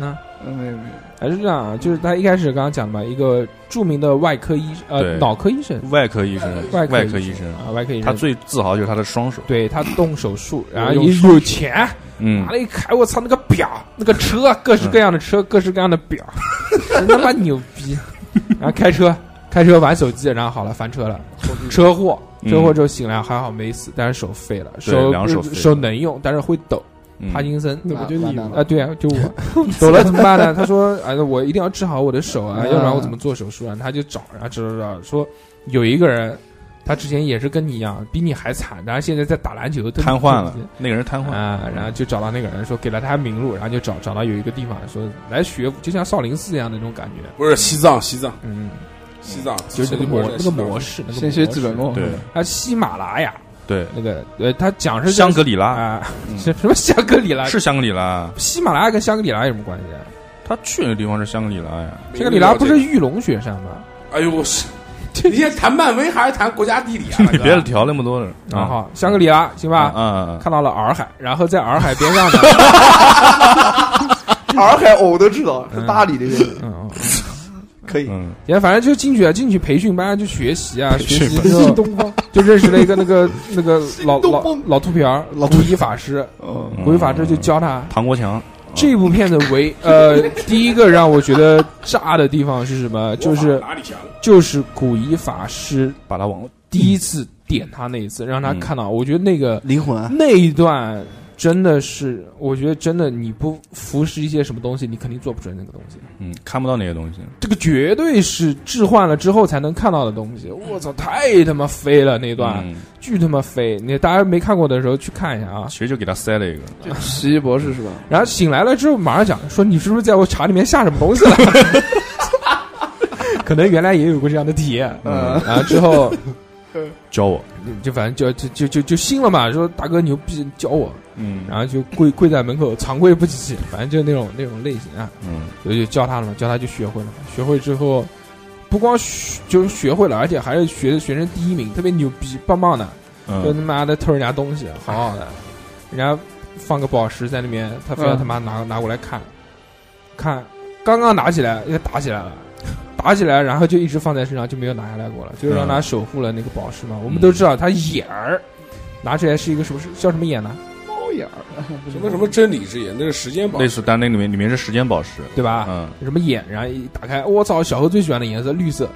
[SPEAKER 2] 嗯，
[SPEAKER 5] 嗯，没有没有，
[SPEAKER 2] [laughs] 还是这样啊，就是他一开始刚刚讲的嘛，一个著名的外科医呃
[SPEAKER 8] 对
[SPEAKER 2] 脑科医生，
[SPEAKER 8] 外科医生，
[SPEAKER 2] 外
[SPEAKER 8] 外
[SPEAKER 2] 科
[SPEAKER 8] 科医生，
[SPEAKER 2] 啊，外科医
[SPEAKER 8] 他
[SPEAKER 2] 生，
[SPEAKER 8] 最自豪就是他的双手。
[SPEAKER 2] 对他动手术，然后
[SPEAKER 9] 用
[SPEAKER 2] 也有钱，
[SPEAKER 8] 嗯
[SPEAKER 2] 拿，了一开，我操，那个表，那个车，各式各样的车，各式各样的表， [laughs] 真他妈牛逼！然后开车，开车玩手机，然后好了，翻车了， [laughs] 车祸，
[SPEAKER 8] 嗯
[SPEAKER 2] 车祸之后醒来，还好没死，但是手废了，
[SPEAKER 8] 对
[SPEAKER 2] 手
[SPEAKER 8] 两手废了
[SPEAKER 2] 手能用，但是会抖，
[SPEAKER 8] 嗯
[SPEAKER 2] 帕金森。
[SPEAKER 3] 那不就你
[SPEAKER 5] 完蛋了
[SPEAKER 2] 啊，对啊，就
[SPEAKER 3] [laughs]
[SPEAKER 2] 我抖了怎么办呢？他说：“哎，我一定要治好我的手啊，
[SPEAKER 5] 嗯
[SPEAKER 2] 要不然我怎么做手术啊？”他就找，然后找找找，说有一个人，他之前也是跟你一样，比你还惨，然后现在在打篮球，
[SPEAKER 8] 嗯瘫痪了，那个人瘫痪。
[SPEAKER 2] 啊，然后就找到那个人说给了他名录，然后就找找到有一个地方说来学，就像少林寺一样的那种感觉，
[SPEAKER 9] 不是西藏，西藏，
[SPEAKER 2] 嗯，
[SPEAKER 9] 西藏
[SPEAKER 2] 就是那个模那个模
[SPEAKER 9] 式，
[SPEAKER 2] 式，那个
[SPEAKER 5] 先学基本
[SPEAKER 2] 模式，
[SPEAKER 5] 功。 [laughs]
[SPEAKER 8] 对
[SPEAKER 2] 他喜马拉雅
[SPEAKER 8] 对，
[SPEAKER 2] 那个呃，他讲是
[SPEAKER 8] 香格里拉
[SPEAKER 2] 啊，什 [laughs] 什么香格里拉？
[SPEAKER 8] 是香格里拉，
[SPEAKER 2] 喜马拉雅跟香格里拉有什么关系？啊？
[SPEAKER 8] 他去那个地方是香格里拉呀。 [laughs]
[SPEAKER 9] 没
[SPEAKER 2] 香格里拉
[SPEAKER 9] 了解
[SPEAKER 2] 不是玉龙雪山吗？
[SPEAKER 9] 哎呦，我是你现在谈漫威还是谈国家地理啊？
[SPEAKER 8] [laughs] 你
[SPEAKER 9] 大哥
[SPEAKER 8] 别聊那么多了嗯
[SPEAKER 2] 然后啊香格里拉行
[SPEAKER 8] 啊
[SPEAKER 2] 吧，
[SPEAKER 8] 啊！
[SPEAKER 2] 看到了洱海，然后在洱海边
[SPEAKER 8] [laughs]
[SPEAKER 2] 上呢，
[SPEAKER 5] 哦
[SPEAKER 8] [laughs]
[SPEAKER 5] 洱海我都知道，是大理的。
[SPEAKER 2] 嗯，嗯
[SPEAKER 5] 可 [laughs] 以，
[SPEAKER 8] 嗯，
[SPEAKER 2] 也反正就进去啊，进去培训班就学习啊，学习
[SPEAKER 9] 训
[SPEAKER 2] 之后
[SPEAKER 3] 东方
[SPEAKER 2] 就认识了一个那 [laughs] 个那个老老老秃瓢儿，老古一法师，
[SPEAKER 5] 哦，
[SPEAKER 8] 嗯
[SPEAKER 2] 古一法师就教他。
[SPEAKER 8] 唐国强，
[SPEAKER 2] 这部片的唯呃第一个让我觉得炸的地方是什么？就是
[SPEAKER 9] 哪里强？
[SPEAKER 2] 就是古一法师
[SPEAKER 8] 把他往
[SPEAKER 2] 第一次点他那一次，让他
[SPEAKER 8] 嗯
[SPEAKER 2] 看到，我觉得那个
[SPEAKER 1] 灵
[SPEAKER 2] [laughs]
[SPEAKER 1] 魂啊，
[SPEAKER 2] 那一段真的是，我觉得真的你不服食一些什么东西，你肯定做不准那个东西。
[SPEAKER 8] 嗯看不到那些东西，
[SPEAKER 2] 这个绝对是置换了之后才能看到的东西。我操，太他妈飞了那段，
[SPEAKER 8] 嗯
[SPEAKER 2] 巨他妈飞！你大家没看过的时候去看一下啊。
[SPEAKER 8] 其实就给他塞了一个，
[SPEAKER 5] 奇异博士是吧？
[SPEAKER 2] 然后醒来了之后，马上讲说你是不是在我茶里面下什么东 [laughs] 西了？可能原来也有过这样的体验。
[SPEAKER 5] 嗯，
[SPEAKER 2] 然后之后
[SPEAKER 8] 教我，
[SPEAKER 2] 就反正就就就就就信了嘛，说大哥牛逼，教我，
[SPEAKER 8] 嗯
[SPEAKER 2] 然后就跪跪在门口，长跪不起，反正就那种那种类型啊。
[SPEAKER 8] 嗯
[SPEAKER 2] 我就教他了嘛，教他就学会了嘛。学会之后，不光学就是学会了，而且还是学学生第一名，特别牛逼，棒棒的。就
[SPEAKER 8] 嗯
[SPEAKER 2] 他妈的偷人家东西，好好的，人家放个宝石在里面，他非要
[SPEAKER 5] 嗯
[SPEAKER 2] 他妈拿拿过来看，看刚刚拿起来又打起来了。 [laughs] 打起来，然后就一直放在身上，就没有拿下来过了，就让他守护了那个宝石嘛。我们都知道他眼儿拿出来是一个什么是叫什么眼呢？
[SPEAKER 5] 猫眼儿，
[SPEAKER 9] 什么什么真理之眼？那是时间宝
[SPEAKER 8] 类。似但那里面里面是时间宝石，
[SPEAKER 2] 对吧？
[SPEAKER 8] 嗯
[SPEAKER 2] 什么眼，然后一打开，我操，小何最喜欢的颜色绿 [laughs] 色，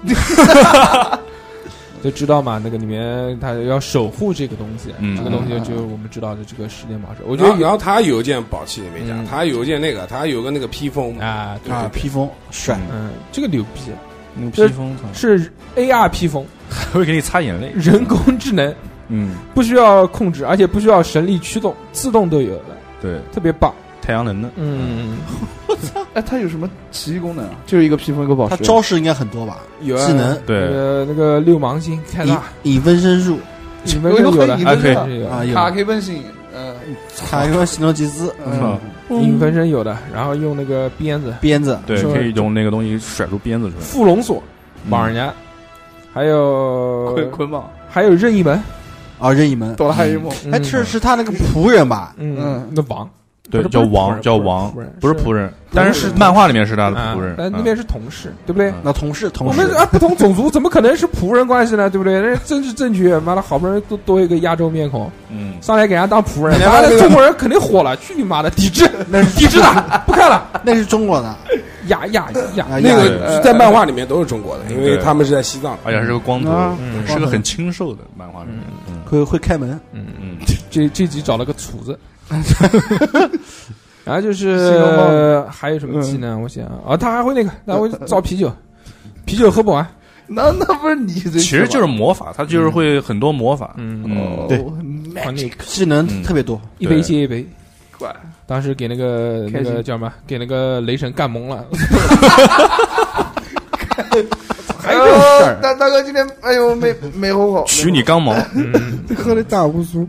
[SPEAKER 2] 就知道嘛，那个里面他要守护这个东西，
[SPEAKER 8] 嗯
[SPEAKER 2] 这个东西就是我们知道的这个时间宝石。我觉
[SPEAKER 9] 然
[SPEAKER 2] 得
[SPEAKER 9] 后，然后他有一件宝器也没讲
[SPEAKER 2] 嗯，
[SPEAKER 9] 他有一件那个，他有个那个披风
[SPEAKER 2] 有，啊，对
[SPEAKER 1] 啊，披风帅，
[SPEAKER 2] 嗯，这个牛逼
[SPEAKER 8] 那个
[SPEAKER 2] 这
[SPEAKER 8] 披风操
[SPEAKER 2] 是 AR 披风，
[SPEAKER 8] [laughs] 会给你擦眼泪，
[SPEAKER 2] 人工智能
[SPEAKER 8] 嗯
[SPEAKER 2] 不需要控制，而且不需要神力驱动，自动都有的，
[SPEAKER 8] 对，
[SPEAKER 2] 特别棒。
[SPEAKER 8] 太阳能的，
[SPEAKER 2] 嗯，
[SPEAKER 5] 哎，它有什么奇异功能啊？就是一个披风，一个宝
[SPEAKER 1] 他
[SPEAKER 5] 石。
[SPEAKER 1] 招式应该很多吧？
[SPEAKER 2] 有啊
[SPEAKER 1] 技能，
[SPEAKER 2] 那
[SPEAKER 8] 对，
[SPEAKER 2] 个那个六芒星开大，
[SPEAKER 1] 以以分身术
[SPEAKER 2] 你们是有的，
[SPEAKER 5] 你
[SPEAKER 8] 啊
[SPEAKER 5] 们
[SPEAKER 8] 可以
[SPEAKER 5] 是
[SPEAKER 2] 有
[SPEAKER 1] 啊，有
[SPEAKER 5] 卡可以问醒，嗯
[SPEAKER 1] 卡一个行动集资， [laughs]
[SPEAKER 5] 嗯，
[SPEAKER 2] 影分啊身有的，然后用那个鞭子
[SPEAKER 1] 鞭子，
[SPEAKER 8] 对，
[SPEAKER 2] 说
[SPEAKER 8] 可以用那个东西甩出鞭子出来，
[SPEAKER 2] 缚龙锁
[SPEAKER 8] 嗯
[SPEAKER 2] 绑人家，还
[SPEAKER 5] 捆
[SPEAKER 2] 有
[SPEAKER 5] 捆绑，
[SPEAKER 2] 还有任意门，
[SPEAKER 1] 啊，任意门。
[SPEAKER 5] 哆啦 A 梦，
[SPEAKER 2] 嗯
[SPEAKER 1] 哎，这是他那个仆人吧？
[SPEAKER 2] 嗯
[SPEAKER 5] 嗯
[SPEAKER 2] 那王
[SPEAKER 8] 对
[SPEAKER 2] 不是，
[SPEAKER 8] 叫
[SPEAKER 2] 不是仆
[SPEAKER 8] 王
[SPEAKER 2] 人
[SPEAKER 8] 叫
[SPEAKER 2] 不是
[SPEAKER 8] 王
[SPEAKER 2] 仆人，
[SPEAKER 8] 不是
[SPEAKER 2] 是
[SPEAKER 8] 仆人，但是
[SPEAKER 2] 是
[SPEAKER 8] 漫画里面是他的
[SPEAKER 2] 啊
[SPEAKER 8] 仆人，
[SPEAKER 2] 但那
[SPEAKER 8] 嗯
[SPEAKER 2] 边是同事，对不对？
[SPEAKER 8] 嗯
[SPEAKER 1] 那同事，
[SPEAKER 2] 我
[SPEAKER 1] 同事
[SPEAKER 2] 们，啊，不同种族怎么可能是仆人关系呢？对不对？那是政治正确，妈的，好不容易多多一个亚洲面孔，
[SPEAKER 8] 嗯，
[SPEAKER 2] 上来给人家当仆人，
[SPEAKER 1] 人家
[SPEAKER 2] 妈的，
[SPEAKER 1] 那个
[SPEAKER 2] 中国人肯定火了，去你妈的，抵制， [laughs] 抵制他，不看了， [laughs]
[SPEAKER 1] 那是中国的，
[SPEAKER 2] 呀呀呀！
[SPEAKER 8] 哎
[SPEAKER 1] 啊
[SPEAKER 9] 那
[SPEAKER 1] 亚
[SPEAKER 9] 个在漫画里面都是中国的，因为
[SPEAKER 8] 对
[SPEAKER 9] 他们是在西藏。
[SPEAKER 8] 而且还是个光
[SPEAKER 1] 啊
[SPEAKER 8] 头，
[SPEAKER 2] 嗯
[SPEAKER 8] 是个很清瘦的漫画里面，嗯
[SPEAKER 1] 会会开门，
[SPEAKER 2] 嗯，
[SPEAKER 8] 嗯，
[SPEAKER 2] 这这集找了个厨子， [laughs] 然后就
[SPEAKER 5] 西
[SPEAKER 2] 是
[SPEAKER 5] 装包
[SPEAKER 2] 还有什么技能？我想啊，他还会那个，他还会造啤酒，啤酒喝不完，
[SPEAKER 5] 那那不是你最
[SPEAKER 8] 其
[SPEAKER 5] 喜欢
[SPEAKER 8] 实
[SPEAKER 5] 吗？哦
[SPEAKER 8] 就是魔法，他就是会很多魔法，
[SPEAKER 2] 嗯
[SPEAKER 8] 嗯，
[SPEAKER 1] 对
[SPEAKER 5] 对
[SPEAKER 2] 啊，那
[SPEAKER 1] 技能
[SPEAKER 8] 嗯
[SPEAKER 1] 特别多。
[SPEAKER 2] 一杯接一杯。
[SPEAKER 5] 怪
[SPEAKER 2] 当时给那个那个
[SPEAKER 5] 开心
[SPEAKER 2] 叫什么？给那个雷神干懵了。还有这种事儿，
[SPEAKER 5] 哎大大哥今天哎呦没没吼好，
[SPEAKER 8] 取你刚毛，
[SPEAKER 2] 嗯
[SPEAKER 3] 喝的大乌苏，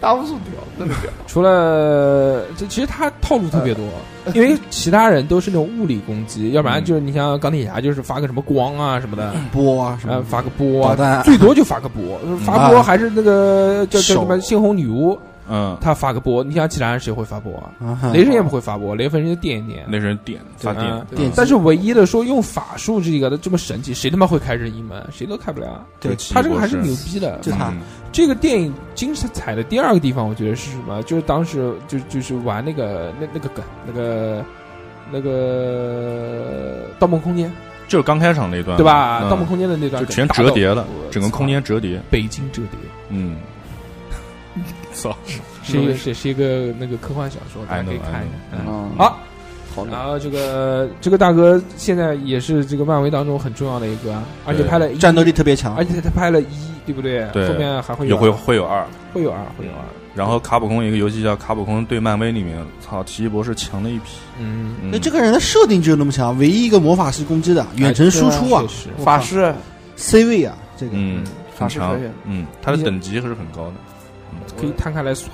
[SPEAKER 5] 大乌素屌，真的屌，
[SPEAKER 2] 除了这，其实他套路特别多，因为其他人都是那种物理攻击，要不然就是你像钢铁侠就是发个什么光啊什么的，
[SPEAKER 1] 波啊什
[SPEAKER 2] 然后
[SPEAKER 1] 么
[SPEAKER 2] 发个波
[SPEAKER 1] 导
[SPEAKER 2] 啊，
[SPEAKER 1] 弹，
[SPEAKER 2] 最多就发个波，发波
[SPEAKER 1] 啊
[SPEAKER 2] 还是那个叫叫什么
[SPEAKER 1] 手
[SPEAKER 2] 猩红女巫，
[SPEAKER 8] 嗯，
[SPEAKER 2] 她发个波，你想其他人谁会发波啊？
[SPEAKER 1] 啊哈
[SPEAKER 2] 雷神也不会发波，雷神就电一电。
[SPEAKER 8] 那是点发
[SPEAKER 2] 对啊
[SPEAKER 8] 电，嗯
[SPEAKER 1] 电击
[SPEAKER 2] 但是唯一的说用法术这个的这么神奇，谁他妈会开任意门？谁都开不了啊。
[SPEAKER 1] 对
[SPEAKER 8] 就奇异
[SPEAKER 2] 他这个
[SPEAKER 8] 博
[SPEAKER 2] 还
[SPEAKER 8] 士
[SPEAKER 2] 是牛逼的。
[SPEAKER 1] 就他
[SPEAKER 8] 嗯
[SPEAKER 2] 这个电影精彩的第二个地方，我觉得是什么？就是当时就就是玩那个那那个梗那个那个《盗梦空间》
[SPEAKER 8] 就是刚开场那段，
[SPEAKER 2] 对吧？
[SPEAKER 8] 嗯
[SPEAKER 2] 盗梦空间》的那段
[SPEAKER 8] 就
[SPEAKER 2] 梗
[SPEAKER 8] 全
[SPEAKER 2] 打
[SPEAKER 8] 折
[SPEAKER 2] 到
[SPEAKER 8] 叠了
[SPEAKER 2] 我，
[SPEAKER 8] 整个
[SPEAKER 2] 操
[SPEAKER 8] 空间折叠，
[SPEAKER 2] 北京折叠，
[SPEAKER 8] 嗯，操，
[SPEAKER 2] 是一个是是一个那个科幻小说，大
[SPEAKER 8] I
[SPEAKER 2] 家
[SPEAKER 8] know,
[SPEAKER 2] 可以看一下。嗯，
[SPEAKER 5] 嗯，
[SPEAKER 2] 好，
[SPEAKER 5] 好
[SPEAKER 2] 然后这个这个大哥现在也是这个漫威当中很重要的一个啊，而且
[SPEAKER 8] 对
[SPEAKER 2] 拍了一
[SPEAKER 1] 战斗力特别强哎
[SPEAKER 2] 而。且他拍了一，对不对？
[SPEAKER 8] 对
[SPEAKER 2] 后面还会
[SPEAKER 8] 也
[SPEAKER 2] 有啊
[SPEAKER 8] 会会有二，
[SPEAKER 2] 会有二，啊会有二。
[SPEAKER 8] 然后卡普空有一个游戏叫《卡普空对漫威》，里面操奇异博士强了一批，
[SPEAKER 2] 嗯，
[SPEAKER 8] 嗯
[SPEAKER 1] 那这个人的设定就那么强，唯一一个魔法是攻击的，远程输出啊
[SPEAKER 2] 确实
[SPEAKER 5] 法师
[SPEAKER 1] ，C 位啊，这个
[SPEAKER 8] 嗯很
[SPEAKER 5] 法师
[SPEAKER 8] 强
[SPEAKER 5] 可以，
[SPEAKER 8] 嗯，他的等级还是很高的，
[SPEAKER 2] 可以摊开来说，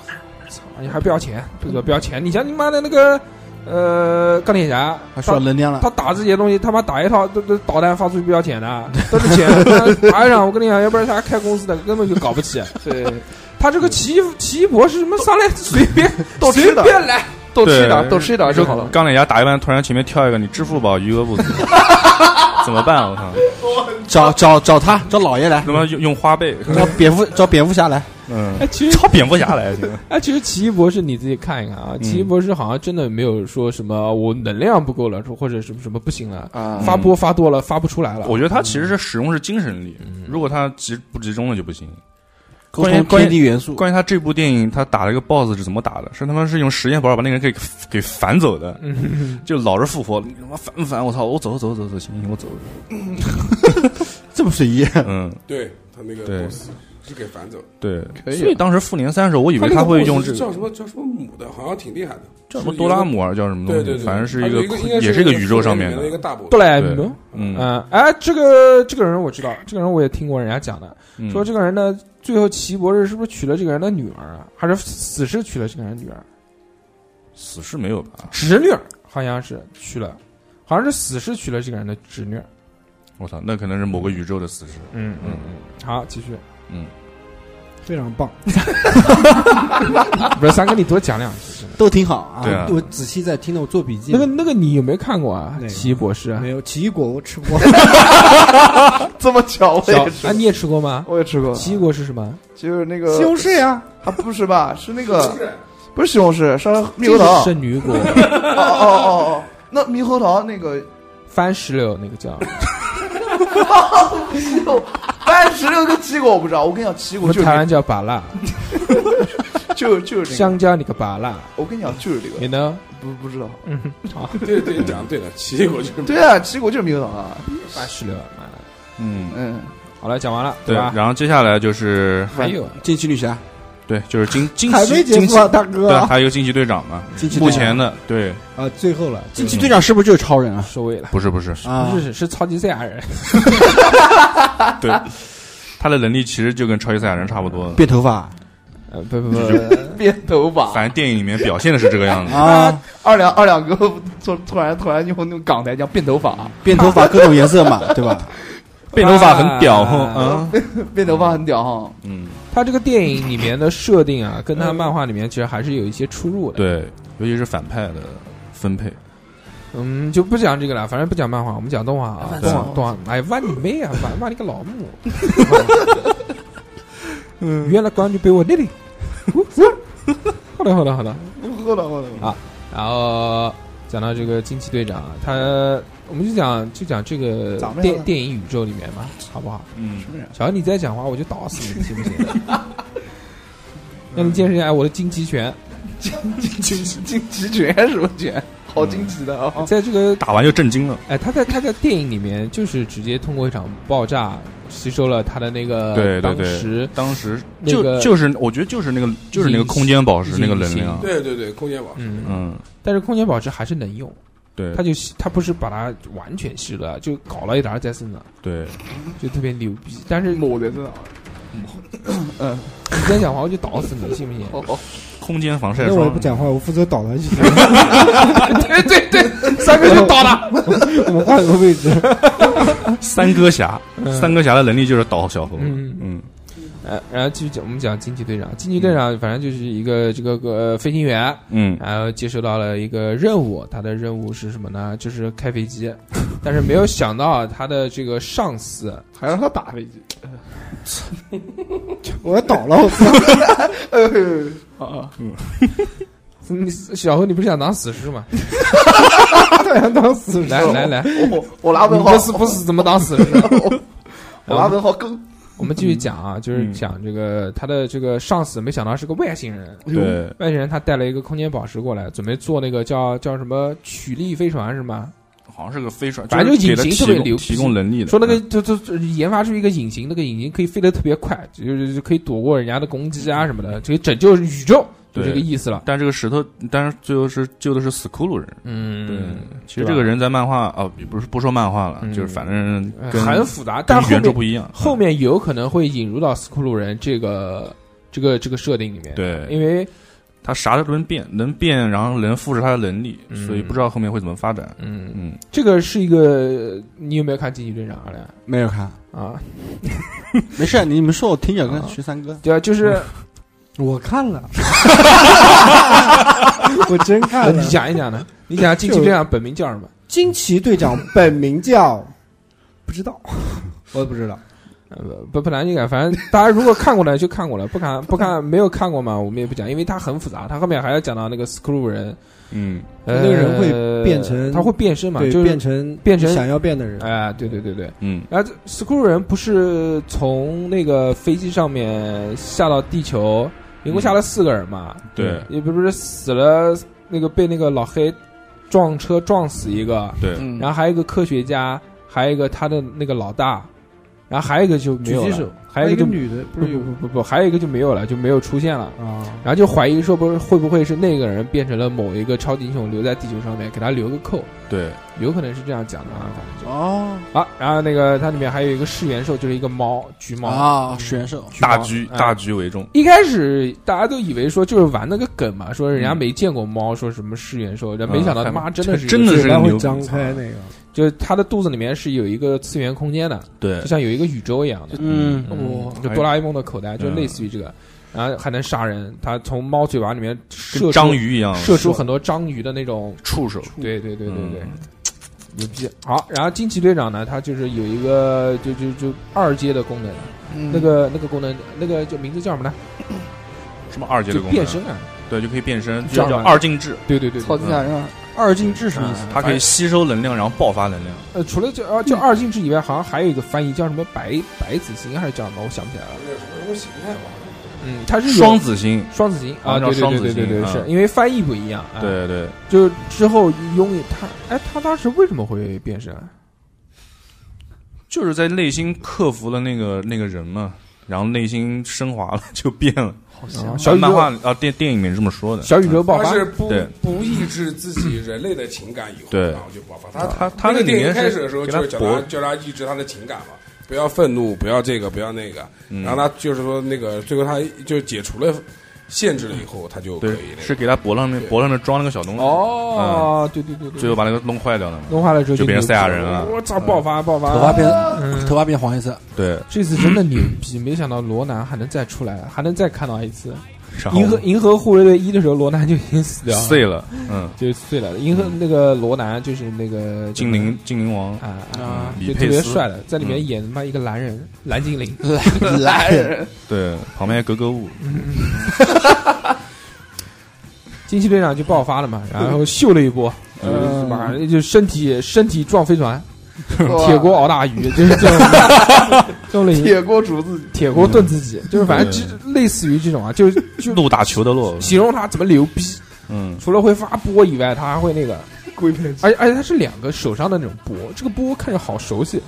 [SPEAKER 2] 操，你哎还不要钱，这个不要钱，你像你妈的那个呃钢铁侠，
[SPEAKER 1] 他需要
[SPEAKER 2] 他
[SPEAKER 1] 能量了。
[SPEAKER 2] 他打这些东西，他妈打一套都都导弹发出去不要钱的，都是钱，他打一场我跟你讲，要不然他开公司的根本就搞不起。
[SPEAKER 5] 对，
[SPEAKER 2] 他这个奇异奇异博士什么上来随便
[SPEAKER 5] 都
[SPEAKER 2] 随
[SPEAKER 5] 吃的
[SPEAKER 2] 便来，
[SPEAKER 5] 斗
[SPEAKER 8] 对
[SPEAKER 5] 气打，斗气打就好了。
[SPEAKER 8] 钢铁侠打一半，突然前面跳一个，你支付宝余额
[SPEAKER 5] [laughs]
[SPEAKER 8] 不足，怎么办？我操！
[SPEAKER 1] 找找找他，找老爷来
[SPEAKER 8] 他，妈用用花呗，
[SPEAKER 1] 找蝙蝠找蝙蝠侠来，
[SPEAKER 8] 嗯，
[SPEAKER 2] 哎，其实
[SPEAKER 8] 超蝙蝠侠来这个，
[SPEAKER 5] [laughs]
[SPEAKER 2] [laughs] 哎，其实奇异博士你自己看一看啊，奇异博士好像真的没有说什么我能量不够了，或者什么什么不行了，
[SPEAKER 5] 啊
[SPEAKER 2] 发波发多了发不出来了。
[SPEAKER 8] 我觉得他其实是使用是精神力，
[SPEAKER 5] 嗯
[SPEAKER 8] 如果他集不集中了就不行。
[SPEAKER 1] 沟
[SPEAKER 8] 关于
[SPEAKER 1] 通
[SPEAKER 8] 关于
[SPEAKER 1] 天地元素，
[SPEAKER 8] 关于他这部电影，他打了一个 BOSS 是怎么打的？是他妈是用实验宝把那个人给给反走的，
[SPEAKER 5] 嗯
[SPEAKER 8] 就老是复活，你他妈烦不烦？我操！我走走走走，行行，我
[SPEAKER 5] [laughs]
[SPEAKER 8] 走。
[SPEAKER 1] 这么随意，
[SPEAKER 8] 嗯，
[SPEAKER 9] 对他那个
[SPEAKER 8] 对
[SPEAKER 9] boss 是给反走，
[SPEAKER 8] 对。
[SPEAKER 5] 可以啊
[SPEAKER 8] 所以当时复联三的时候，我以为
[SPEAKER 9] 那
[SPEAKER 8] 他
[SPEAKER 9] 个
[SPEAKER 8] 会
[SPEAKER 9] boss
[SPEAKER 8] 用这
[SPEAKER 9] 是
[SPEAKER 8] 个
[SPEAKER 9] 叫什么叫什么母的，好像挺厉害的，
[SPEAKER 8] 叫什
[SPEAKER 9] 是
[SPEAKER 8] 么
[SPEAKER 9] 一
[SPEAKER 8] 多
[SPEAKER 9] 个
[SPEAKER 8] 拉姆还是叫什么东
[SPEAKER 9] 对
[SPEAKER 8] 西？
[SPEAKER 9] 对对，
[SPEAKER 8] 反正是
[SPEAKER 9] 它
[SPEAKER 8] 一
[SPEAKER 9] 一
[SPEAKER 8] 个
[SPEAKER 9] 应该
[SPEAKER 8] 也是一
[SPEAKER 9] 个
[SPEAKER 8] 个宇宙上面
[SPEAKER 9] 的一个大 boss。
[SPEAKER 2] 哆啦 A
[SPEAKER 8] 对
[SPEAKER 2] 梦，
[SPEAKER 8] 嗯
[SPEAKER 2] 嗯，哎，这个这个人我知道，这个人我也听过人家讲的，
[SPEAKER 8] 嗯
[SPEAKER 2] 说这个人呢，最后奇异博士是不是娶了这个人的女儿啊？还是死是娶了这个人的女儿？
[SPEAKER 8] 死侍没有吧？
[SPEAKER 2] 啊侄女儿好像是娶了，好像是死是娶了这个人的侄女儿。
[SPEAKER 8] 我操，那可能是某个宇宙的死侍。
[SPEAKER 2] 嗯嗯嗯，好，继续，
[SPEAKER 3] 非常棒。
[SPEAKER 2] 不是三哥，你多讲两句。真的
[SPEAKER 1] 都挺好啊
[SPEAKER 8] 对啊
[SPEAKER 3] 我仔细在听的，我做笔记。
[SPEAKER 2] [laughs] 那个那个，你有没有看过啊
[SPEAKER 3] 哪？个
[SPEAKER 2] 奇异博士啊
[SPEAKER 3] 没，有奇异果我吃过，
[SPEAKER 5] 这么巧，我也吃
[SPEAKER 2] 啊，，你也吃过吗？
[SPEAKER 5] 我也吃过。
[SPEAKER 2] 奇异果是什么？
[SPEAKER 5] 就是那个
[SPEAKER 3] 西红柿呀，
[SPEAKER 5] 啊，不是吧？是那个不是西红柿，是猕
[SPEAKER 2] 这
[SPEAKER 5] 猴桃。
[SPEAKER 2] 是圣女 [laughs] 果，
[SPEAKER 5] 哦哦哦哦，那猕猴桃那个
[SPEAKER 2] 番石榴那个叫，
[SPEAKER 5] 番石榴跟奇异果我不知道，我跟你讲，奇异
[SPEAKER 2] [laughs] 我
[SPEAKER 5] 果
[SPEAKER 2] 们
[SPEAKER 5] 就是
[SPEAKER 2] 台湾叫芭辣，
[SPEAKER 5] 就就是这个，
[SPEAKER 2] 香蕉你个芭辣，
[SPEAKER 5] 我跟你讲就是这
[SPEAKER 2] 你
[SPEAKER 5] 个，
[SPEAKER 2] 呢？
[SPEAKER 5] 不不知道。
[SPEAKER 2] 嗯，好，
[SPEAKER 9] 对对，你讲对了，奇异果就是
[SPEAKER 5] 对啊，奇异果就是猕猴桃啊。
[SPEAKER 2] 番石榴，妈的
[SPEAKER 8] 嗯，
[SPEAKER 5] 嗯，
[SPEAKER 2] 好了，讲完了，
[SPEAKER 8] 对。
[SPEAKER 2] 吧？哎
[SPEAKER 8] 然后接下来就是
[SPEAKER 2] 还有
[SPEAKER 1] 惊奇女侠，
[SPEAKER 8] 对，就是惊惊
[SPEAKER 3] 还
[SPEAKER 8] 奇
[SPEAKER 3] 没结
[SPEAKER 8] 惊
[SPEAKER 3] 束
[SPEAKER 8] 奇
[SPEAKER 3] 啊，大哥
[SPEAKER 8] 对，
[SPEAKER 3] 啊
[SPEAKER 8] 还有一个惊奇队长嘛，
[SPEAKER 1] 惊奇
[SPEAKER 8] 目
[SPEAKER 1] 队长
[SPEAKER 8] 前的对，
[SPEAKER 3] 啊！最后了，
[SPEAKER 1] 惊奇队长是不是就是超人啊？
[SPEAKER 2] 收尾了，
[SPEAKER 8] 不是不是，
[SPEAKER 1] 啊
[SPEAKER 2] 不，是是超级赛亚人，
[SPEAKER 8] 对，他的能力其实就跟超级赛亚人差不多
[SPEAKER 1] [laughs]
[SPEAKER 8] 的，
[SPEAKER 1] 变头发
[SPEAKER 2] 呃，不不不，
[SPEAKER 5] 变头发。
[SPEAKER 8] 反正电影里面表现的是这个样子。
[SPEAKER 1] 啊，
[SPEAKER 5] 二两二两哥突突然突然用那种港台腔变头发啊，
[SPEAKER 1] 变头发各种颜色嘛，对吧？
[SPEAKER 8] 变头发很屌，
[SPEAKER 2] 啊
[SPEAKER 8] 嗯
[SPEAKER 5] 变头发很屌哈。
[SPEAKER 8] 嗯，
[SPEAKER 2] 他这个电影里面的设定啊，跟他漫画里面其实还是有一些出入的。
[SPEAKER 8] 对，尤其是反派的分配，
[SPEAKER 2] 嗯，就不讲这个了，反正不讲漫画，我们讲动画 [laughs] 啊，动画动画，哎，挖你妹啊，挖挖你个老母！ [laughs] 嗯，原来光就被我那里。好的，好的，好的。
[SPEAKER 5] 喝了喝了，
[SPEAKER 2] 然后讲到这个惊奇队长啊，他我们就讲就讲这个
[SPEAKER 5] 咱们
[SPEAKER 2] 电
[SPEAKER 5] 要
[SPEAKER 2] 电影宇宙里面嘛，好不好？
[SPEAKER 8] 嗯，
[SPEAKER 2] 小杨，你再讲话我就打死你，行不行？让你见识一下哎我的惊奇拳，
[SPEAKER 5] 惊奇惊奇卷什么卷？好惊奇的啊！
[SPEAKER 2] 在这个
[SPEAKER 8] 打完就震惊了，
[SPEAKER 2] 哎，他在他在电影里面就是直接通过一场爆炸吸收了他的那个
[SPEAKER 8] 对对
[SPEAKER 2] 呃当时
[SPEAKER 8] 对，当时
[SPEAKER 2] 那
[SPEAKER 8] 就
[SPEAKER 2] 个
[SPEAKER 8] 就是我觉得就是那个就是那个空间宝石那个能量，
[SPEAKER 9] 对对对，空间宝。
[SPEAKER 2] 嗯，
[SPEAKER 8] 嗯，
[SPEAKER 2] 但是空间宝石还是能用，
[SPEAKER 8] 对
[SPEAKER 2] 他就吸他不是把它完全吸了，就搞了一点儿在身上，
[SPEAKER 8] 对，
[SPEAKER 2] 就特别牛逼。但是你
[SPEAKER 5] 抹在身上，嗯，
[SPEAKER 2] 再讲话我就打死你，信不信？
[SPEAKER 5] 哦哦，
[SPEAKER 8] 空间防晒
[SPEAKER 3] [laughs] 那我也
[SPEAKER 8] 霜
[SPEAKER 3] 不，讲话，我负责捣乱就行。 [laughs]
[SPEAKER 2] 对对对，三个就倒了。
[SPEAKER 3] 我们换个位置，
[SPEAKER 8] 三哥侠，
[SPEAKER 2] 嗯
[SPEAKER 8] 三哥侠的能力就是倒小猴，
[SPEAKER 2] 嗯
[SPEAKER 8] 嗯
[SPEAKER 2] 呃，然后继续讲，我们讲惊奇队长。惊奇队长反正就是一个这个呃飞行员，
[SPEAKER 8] 嗯，
[SPEAKER 2] 然后接收到了一个任务，他的任务是什么呢？就是开飞机，但是没有想到他的这个上司
[SPEAKER 5] 还让他打飞机。
[SPEAKER 3] 我倒了，我操！
[SPEAKER 5] 哎呦，啊，
[SPEAKER 2] 你小何，你不是想当死士吗？
[SPEAKER 3] 他想当死人。
[SPEAKER 2] 来来来，
[SPEAKER 5] 我我拉
[SPEAKER 2] 你
[SPEAKER 5] 文
[SPEAKER 2] 不
[SPEAKER 5] 豪
[SPEAKER 2] 死不死怎么当死士？
[SPEAKER 5] [laughs] 我拉文豪更
[SPEAKER 2] 我们继续讲啊，就是讲这个他的这个上司，没想到是个外星人。
[SPEAKER 8] 对，
[SPEAKER 2] 外星人他带了一个空间宝石过来，准备做那个叫叫什么曲力飞船是吗？
[SPEAKER 8] 好像是个飞船，
[SPEAKER 2] 反正
[SPEAKER 8] 就是
[SPEAKER 2] 引
[SPEAKER 8] 给他
[SPEAKER 2] 擎
[SPEAKER 8] 提
[SPEAKER 2] 特别
[SPEAKER 8] 供
[SPEAKER 2] 牛
[SPEAKER 8] 提
[SPEAKER 2] 逼
[SPEAKER 8] 供能力的，
[SPEAKER 2] 说那个
[SPEAKER 8] 嗯
[SPEAKER 2] 就就就研发出一个引擎，那个引擎可以飞得特别快，就是就可以躲过人家的攻击啊什么的，就拯救宇宙，就
[SPEAKER 8] 对
[SPEAKER 2] 这个意思了。
[SPEAKER 8] 但这个石头，但是最后是救的是死骷髅人。
[SPEAKER 2] 嗯，
[SPEAKER 8] 其实这个人在漫画啊，不是不说漫画了，
[SPEAKER 2] 嗯
[SPEAKER 8] 就是反正
[SPEAKER 2] 呃
[SPEAKER 8] 跟
[SPEAKER 2] 很复杂，但
[SPEAKER 8] 跟
[SPEAKER 2] 后
[SPEAKER 8] 原著不
[SPEAKER 2] 面
[SPEAKER 8] 一样。
[SPEAKER 2] 后面有可能会引入到斯库鲁人这个这个这个设定里面，，
[SPEAKER 8] 对
[SPEAKER 2] 哎因为
[SPEAKER 8] 他啥都能变，能变，然后能复制他的能力，
[SPEAKER 2] 嗯
[SPEAKER 8] 所以不知道后面会怎么发展。
[SPEAKER 2] 嗯，
[SPEAKER 8] 嗯，
[SPEAKER 2] 这个是一个你有没有看《惊奇队长二》嘞？
[SPEAKER 1] 没有看，
[SPEAKER 2] 啊，
[SPEAKER 1] 没事，你们说我听着，
[SPEAKER 2] 啊
[SPEAKER 1] 跟徐三哥
[SPEAKER 2] 对啊，就是
[SPEAKER 3] 我看了， [laughs] 我真看了
[SPEAKER 2] 你。讲一讲
[SPEAKER 3] [laughs]
[SPEAKER 2] 呢？你讲惊奇队长本名叫什么？
[SPEAKER 3] 惊奇队长本名叫，不知道，我也不知道。
[SPEAKER 2] 呃不不难你改，反正大家如果看过来就看过了，不看不看没有看过嘛，我们也不讲，因为它很复杂，它后面还要讲到那个 Screw 人，
[SPEAKER 8] 嗯，
[SPEAKER 2] 呃
[SPEAKER 3] 那个人会变成
[SPEAKER 2] 他会变身嘛，
[SPEAKER 3] 对，
[SPEAKER 2] 就是
[SPEAKER 3] 变成
[SPEAKER 2] 变成
[SPEAKER 3] 想要变的人。
[SPEAKER 2] 哎，对对对对，
[SPEAKER 8] 嗯，
[SPEAKER 2] 然后 Screw 人不是从那个飞机上面下到地球，一
[SPEAKER 3] 嗯
[SPEAKER 2] 共下了四个人嘛，
[SPEAKER 8] 对
[SPEAKER 2] 也不是死了那个被那个老黑撞车撞死一个，
[SPEAKER 8] 对，
[SPEAKER 5] 嗯
[SPEAKER 2] 然后还有一个科学家，还有一个他的那个老大，然后还有一个就没有
[SPEAKER 3] 狙击手
[SPEAKER 2] 了，还有
[SPEAKER 3] 一
[SPEAKER 2] 一个
[SPEAKER 3] 个
[SPEAKER 2] 就
[SPEAKER 3] 女的，不
[SPEAKER 2] 不
[SPEAKER 3] 是有
[SPEAKER 2] 不不不，还有一个就没有了，就没有出现了。
[SPEAKER 3] 啊？
[SPEAKER 2] 然后就怀疑说，不是会不会是那个人变成了某一个超级英雄，留在地球上面给他留个扣，
[SPEAKER 8] 对，
[SPEAKER 2] 有可能是这样讲的啊。反正
[SPEAKER 1] 哦
[SPEAKER 2] 就啊，然后那个它里面还有一个噬元兽，就是一个猫橘猫，
[SPEAKER 1] 啊，食人兽，
[SPEAKER 8] 大局
[SPEAKER 2] 哎
[SPEAKER 8] 大局为重，
[SPEAKER 2] 一开始大家都以为说就是玩那个梗嘛，说人家没见过猫，说什么噬元兽，但没想到
[SPEAKER 8] 嗯啊
[SPEAKER 2] 他妈真的是
[SPEAKER 8] 真的是
[SPEAKER 3] 嘴巴
[SPEAKER 8] 个
[SPEAKER 3] 会
[SPEAKER 8] 牛
[SPEAKER 3] 张
[SPEAKER 8] 逼，
[SPEAKER 3] 开那个，
[SPEAKER 2] 就是它的肚子里面是有一个次元空间的，
[SPEAKER 8] 对
[SPEAKER 2] 就，像有一个宇宙一样的，
[SPEAKER 1] 嗯
[SPEAKER 2] 嗯
[SPEAKER 1] 哇，
[SPEAKER 2] 就哆啦 A 梦的口袋，就类似于这个，然后还能杀人，它从猫嘴巴里面射出
[SPEAKER 8] 跟章鱼一样，
[SPEAKER 2] 射出很多章鱼的那种，
[SPEAKER 8] 触手，
[SPEAKER 2] 对对对对对
[SPEAKER 8] 嗯，
[SPEAKER 2] 牛逼。好，然后惊奇队长呢，他就是有一个就就就二阶的功能，那个那个功能，那个就名字叫什么呢？
[SPEAKER 8] 什么二阶
[SPEAKER 2] 就
[SPEAKER 8] 的功能，
[SPEAKER 2] 变身啊，
[SPEAKER 8] 对，就可以变身，
[SPEAKER 2] 这
[SPEAKER 8] 就
[SPEAKER 2] 样
[SPEAKER 8] 叫
[SPEAKER 2] 啊
[SPEAKER 8] 二进制，
[SPEAKER 2] 对对啊对，
[SPEAKER 5] 超级赛亚
[SPEAKER 1] 二进制什么意思？
[SPEAKER 8] 它
[SPEAKER 2] 哎
[SPEAKER 8] 可以吸收能量，然后爆发能量，
[SPEAKER 2] 呃，除了这啊，就二进制以外，好像还有一个翻译叫什么白白子星还是叫什么，我想不起来了。嗯，它是有
[SPEAKER 8] 双子星，
[SPEAKER 2] 双子星啊，
[SPEAKER 8] 按照
[SPEAKER 2] 对对对对对对，
[SPEAKER 8] 双子
[SPEAKER 2] 是
[SPEAKER 8] 星嗯
[SPEAKER 2] 因为翻译不一样。啊，
[SPEAKER 8] 对对，
[SPEAKER 2] 就之后拥有他，哎，他当时为什么会变身啊？
[SPEAKER 8] 就是在内心克服了那个那个人嘛，然后内心升华了，就变了。
[SPEAKER 5] 好
[SPEAKER 2] 啊
[SPEAKER 5] 像
[SPEAKER 2] 小宇
[SPEAKER 8] 哦漫画
[SPEAKER 2] 宙，
[SPEAKER 8] 里啊，电电影里面是这么说的。
[SPEAKER 2] 小宇宙爆
[SPEAKER 9] 他
[SPEAKER 2] 发
[SPEAKER 9] 是不
[SPEAKER 8] 对
[SPEAKER 9] 不抑制自己人类的情感以后，
[SPEAKER 8] 对啊
[SPEAKER 9] 然后就爆发。
[SPEAKER 8] 他他
[SPEAKER 9] 他
[SPEAKER 8] 他那
[SPEAKER 9] 那个
[SPEAKER 8] 里
[SPEAKER 9] 电影
[SPEAKER 8] 面
[SPEAKER 9] 开
[SPEAKER 8] 是
[SPEAKER 9] 始的时候
[SPEAKER 8] 给
[SPEAKER 9] 就
[SPEAKER 8] 他
[SPEAKER 9] 是叫他
[SPEAKER 8] 搏，
[SPEAKER 9] 叫他抑制他的情感嘛，不要愤怒，不要这个，不要那个。
[SPEAKER 8] 嗯
[SPEAKER 9] 然后他就是说那个最后他就解除了限制了以后，他就可以
[SPEAKER 8] 对
[SPEAKER 9] 那，个
[SPEAKER 8] 是给他脖上面
[SPEAKER 9] 对
[SPEAKER 8] 脖上面装了个小东西，
[SPEAKER 2] 哦，对对对对，
[SPEAKER 8] 嗯最后把那个弄坏掉了嘛。
[SPEAKER 2] 弄坏了之后
[SPEAKER 8] 就变成赛亚人
[SPEAKER 2] 了
[SPEAKER 8] 了。嗯
[SPEAKER 2] 我操，爆发爆
[SPEAKER 1] 头发
[SPEAKER 2] 发！
[SPEAKER 1] 变头发变黄颜色，
[SPEAKER 8] 对，
[SPEAKER 2] 这次真的牛逼，没想到罗南还能再出来，还能再看到一次。
[SPEAKER 8] 然后
[SPEAKER 2] 银啊河银河护卫队一的时候，罗南就已经死掉了，
[SPEAKER 8] 碎了，嗯，
[SPEAKER 2] 就碎了。银河那个罗南就是那个
[SPEAKER 8] 精灵精灵王，
[SPEAKER 2] 啊
[SPEAKER 8] 啊
[SPEAKER 2] 就
[SPEAKER 8] 李
[SPEAKER 2] 特
[SPEAKER 8] 佩
[SPEAKER 2] 别
[SPEAKER 8] 斯
[SPEAKER 2] 帅的，在里面
[SPEAKER 8] 嗯
[SPEAKER 2] 演他妈一个蓝人蓝精灵。
[SPEAKER 1] [laughs] 来
[SPEAKER 5] [laughs]
[SPEAKER 1] 来，
[SPEAKER 8] 对，旁边还格格巫，
[SPEAKER 2] 惊奇队长就爆发了嘛，然后秀了一波，
[SPEAKER 5] 嗯
[SPEAKER 2] 马上就身体身体撞飞船，
[SPEAKER 8] 嗯
[SPEAKER 5] 哇
[SPEAKER 2] 铁锅熬大
[SPEAKER 8] [laughs]
[SPEAKER 2] 鱼，就是这种这种类型，
[SPEAKER 5] 铁锅煮自己，
[SPEAKER 2] 铁锅炖自
[SPEAKER 8] 嗯
[SPEAKER 2] 己，就是反正就类似于这种啊，就就
[SPEAKER 8] 陆打球的路，
[SPEAKER 2] 形容他怎么牛逼，
[SPEAKER 8] 嗯，
[SPEAKER 2] 除了会发波以外，他还会那个，而且而且他是两个手上的那种波，这个波看着好熟悉，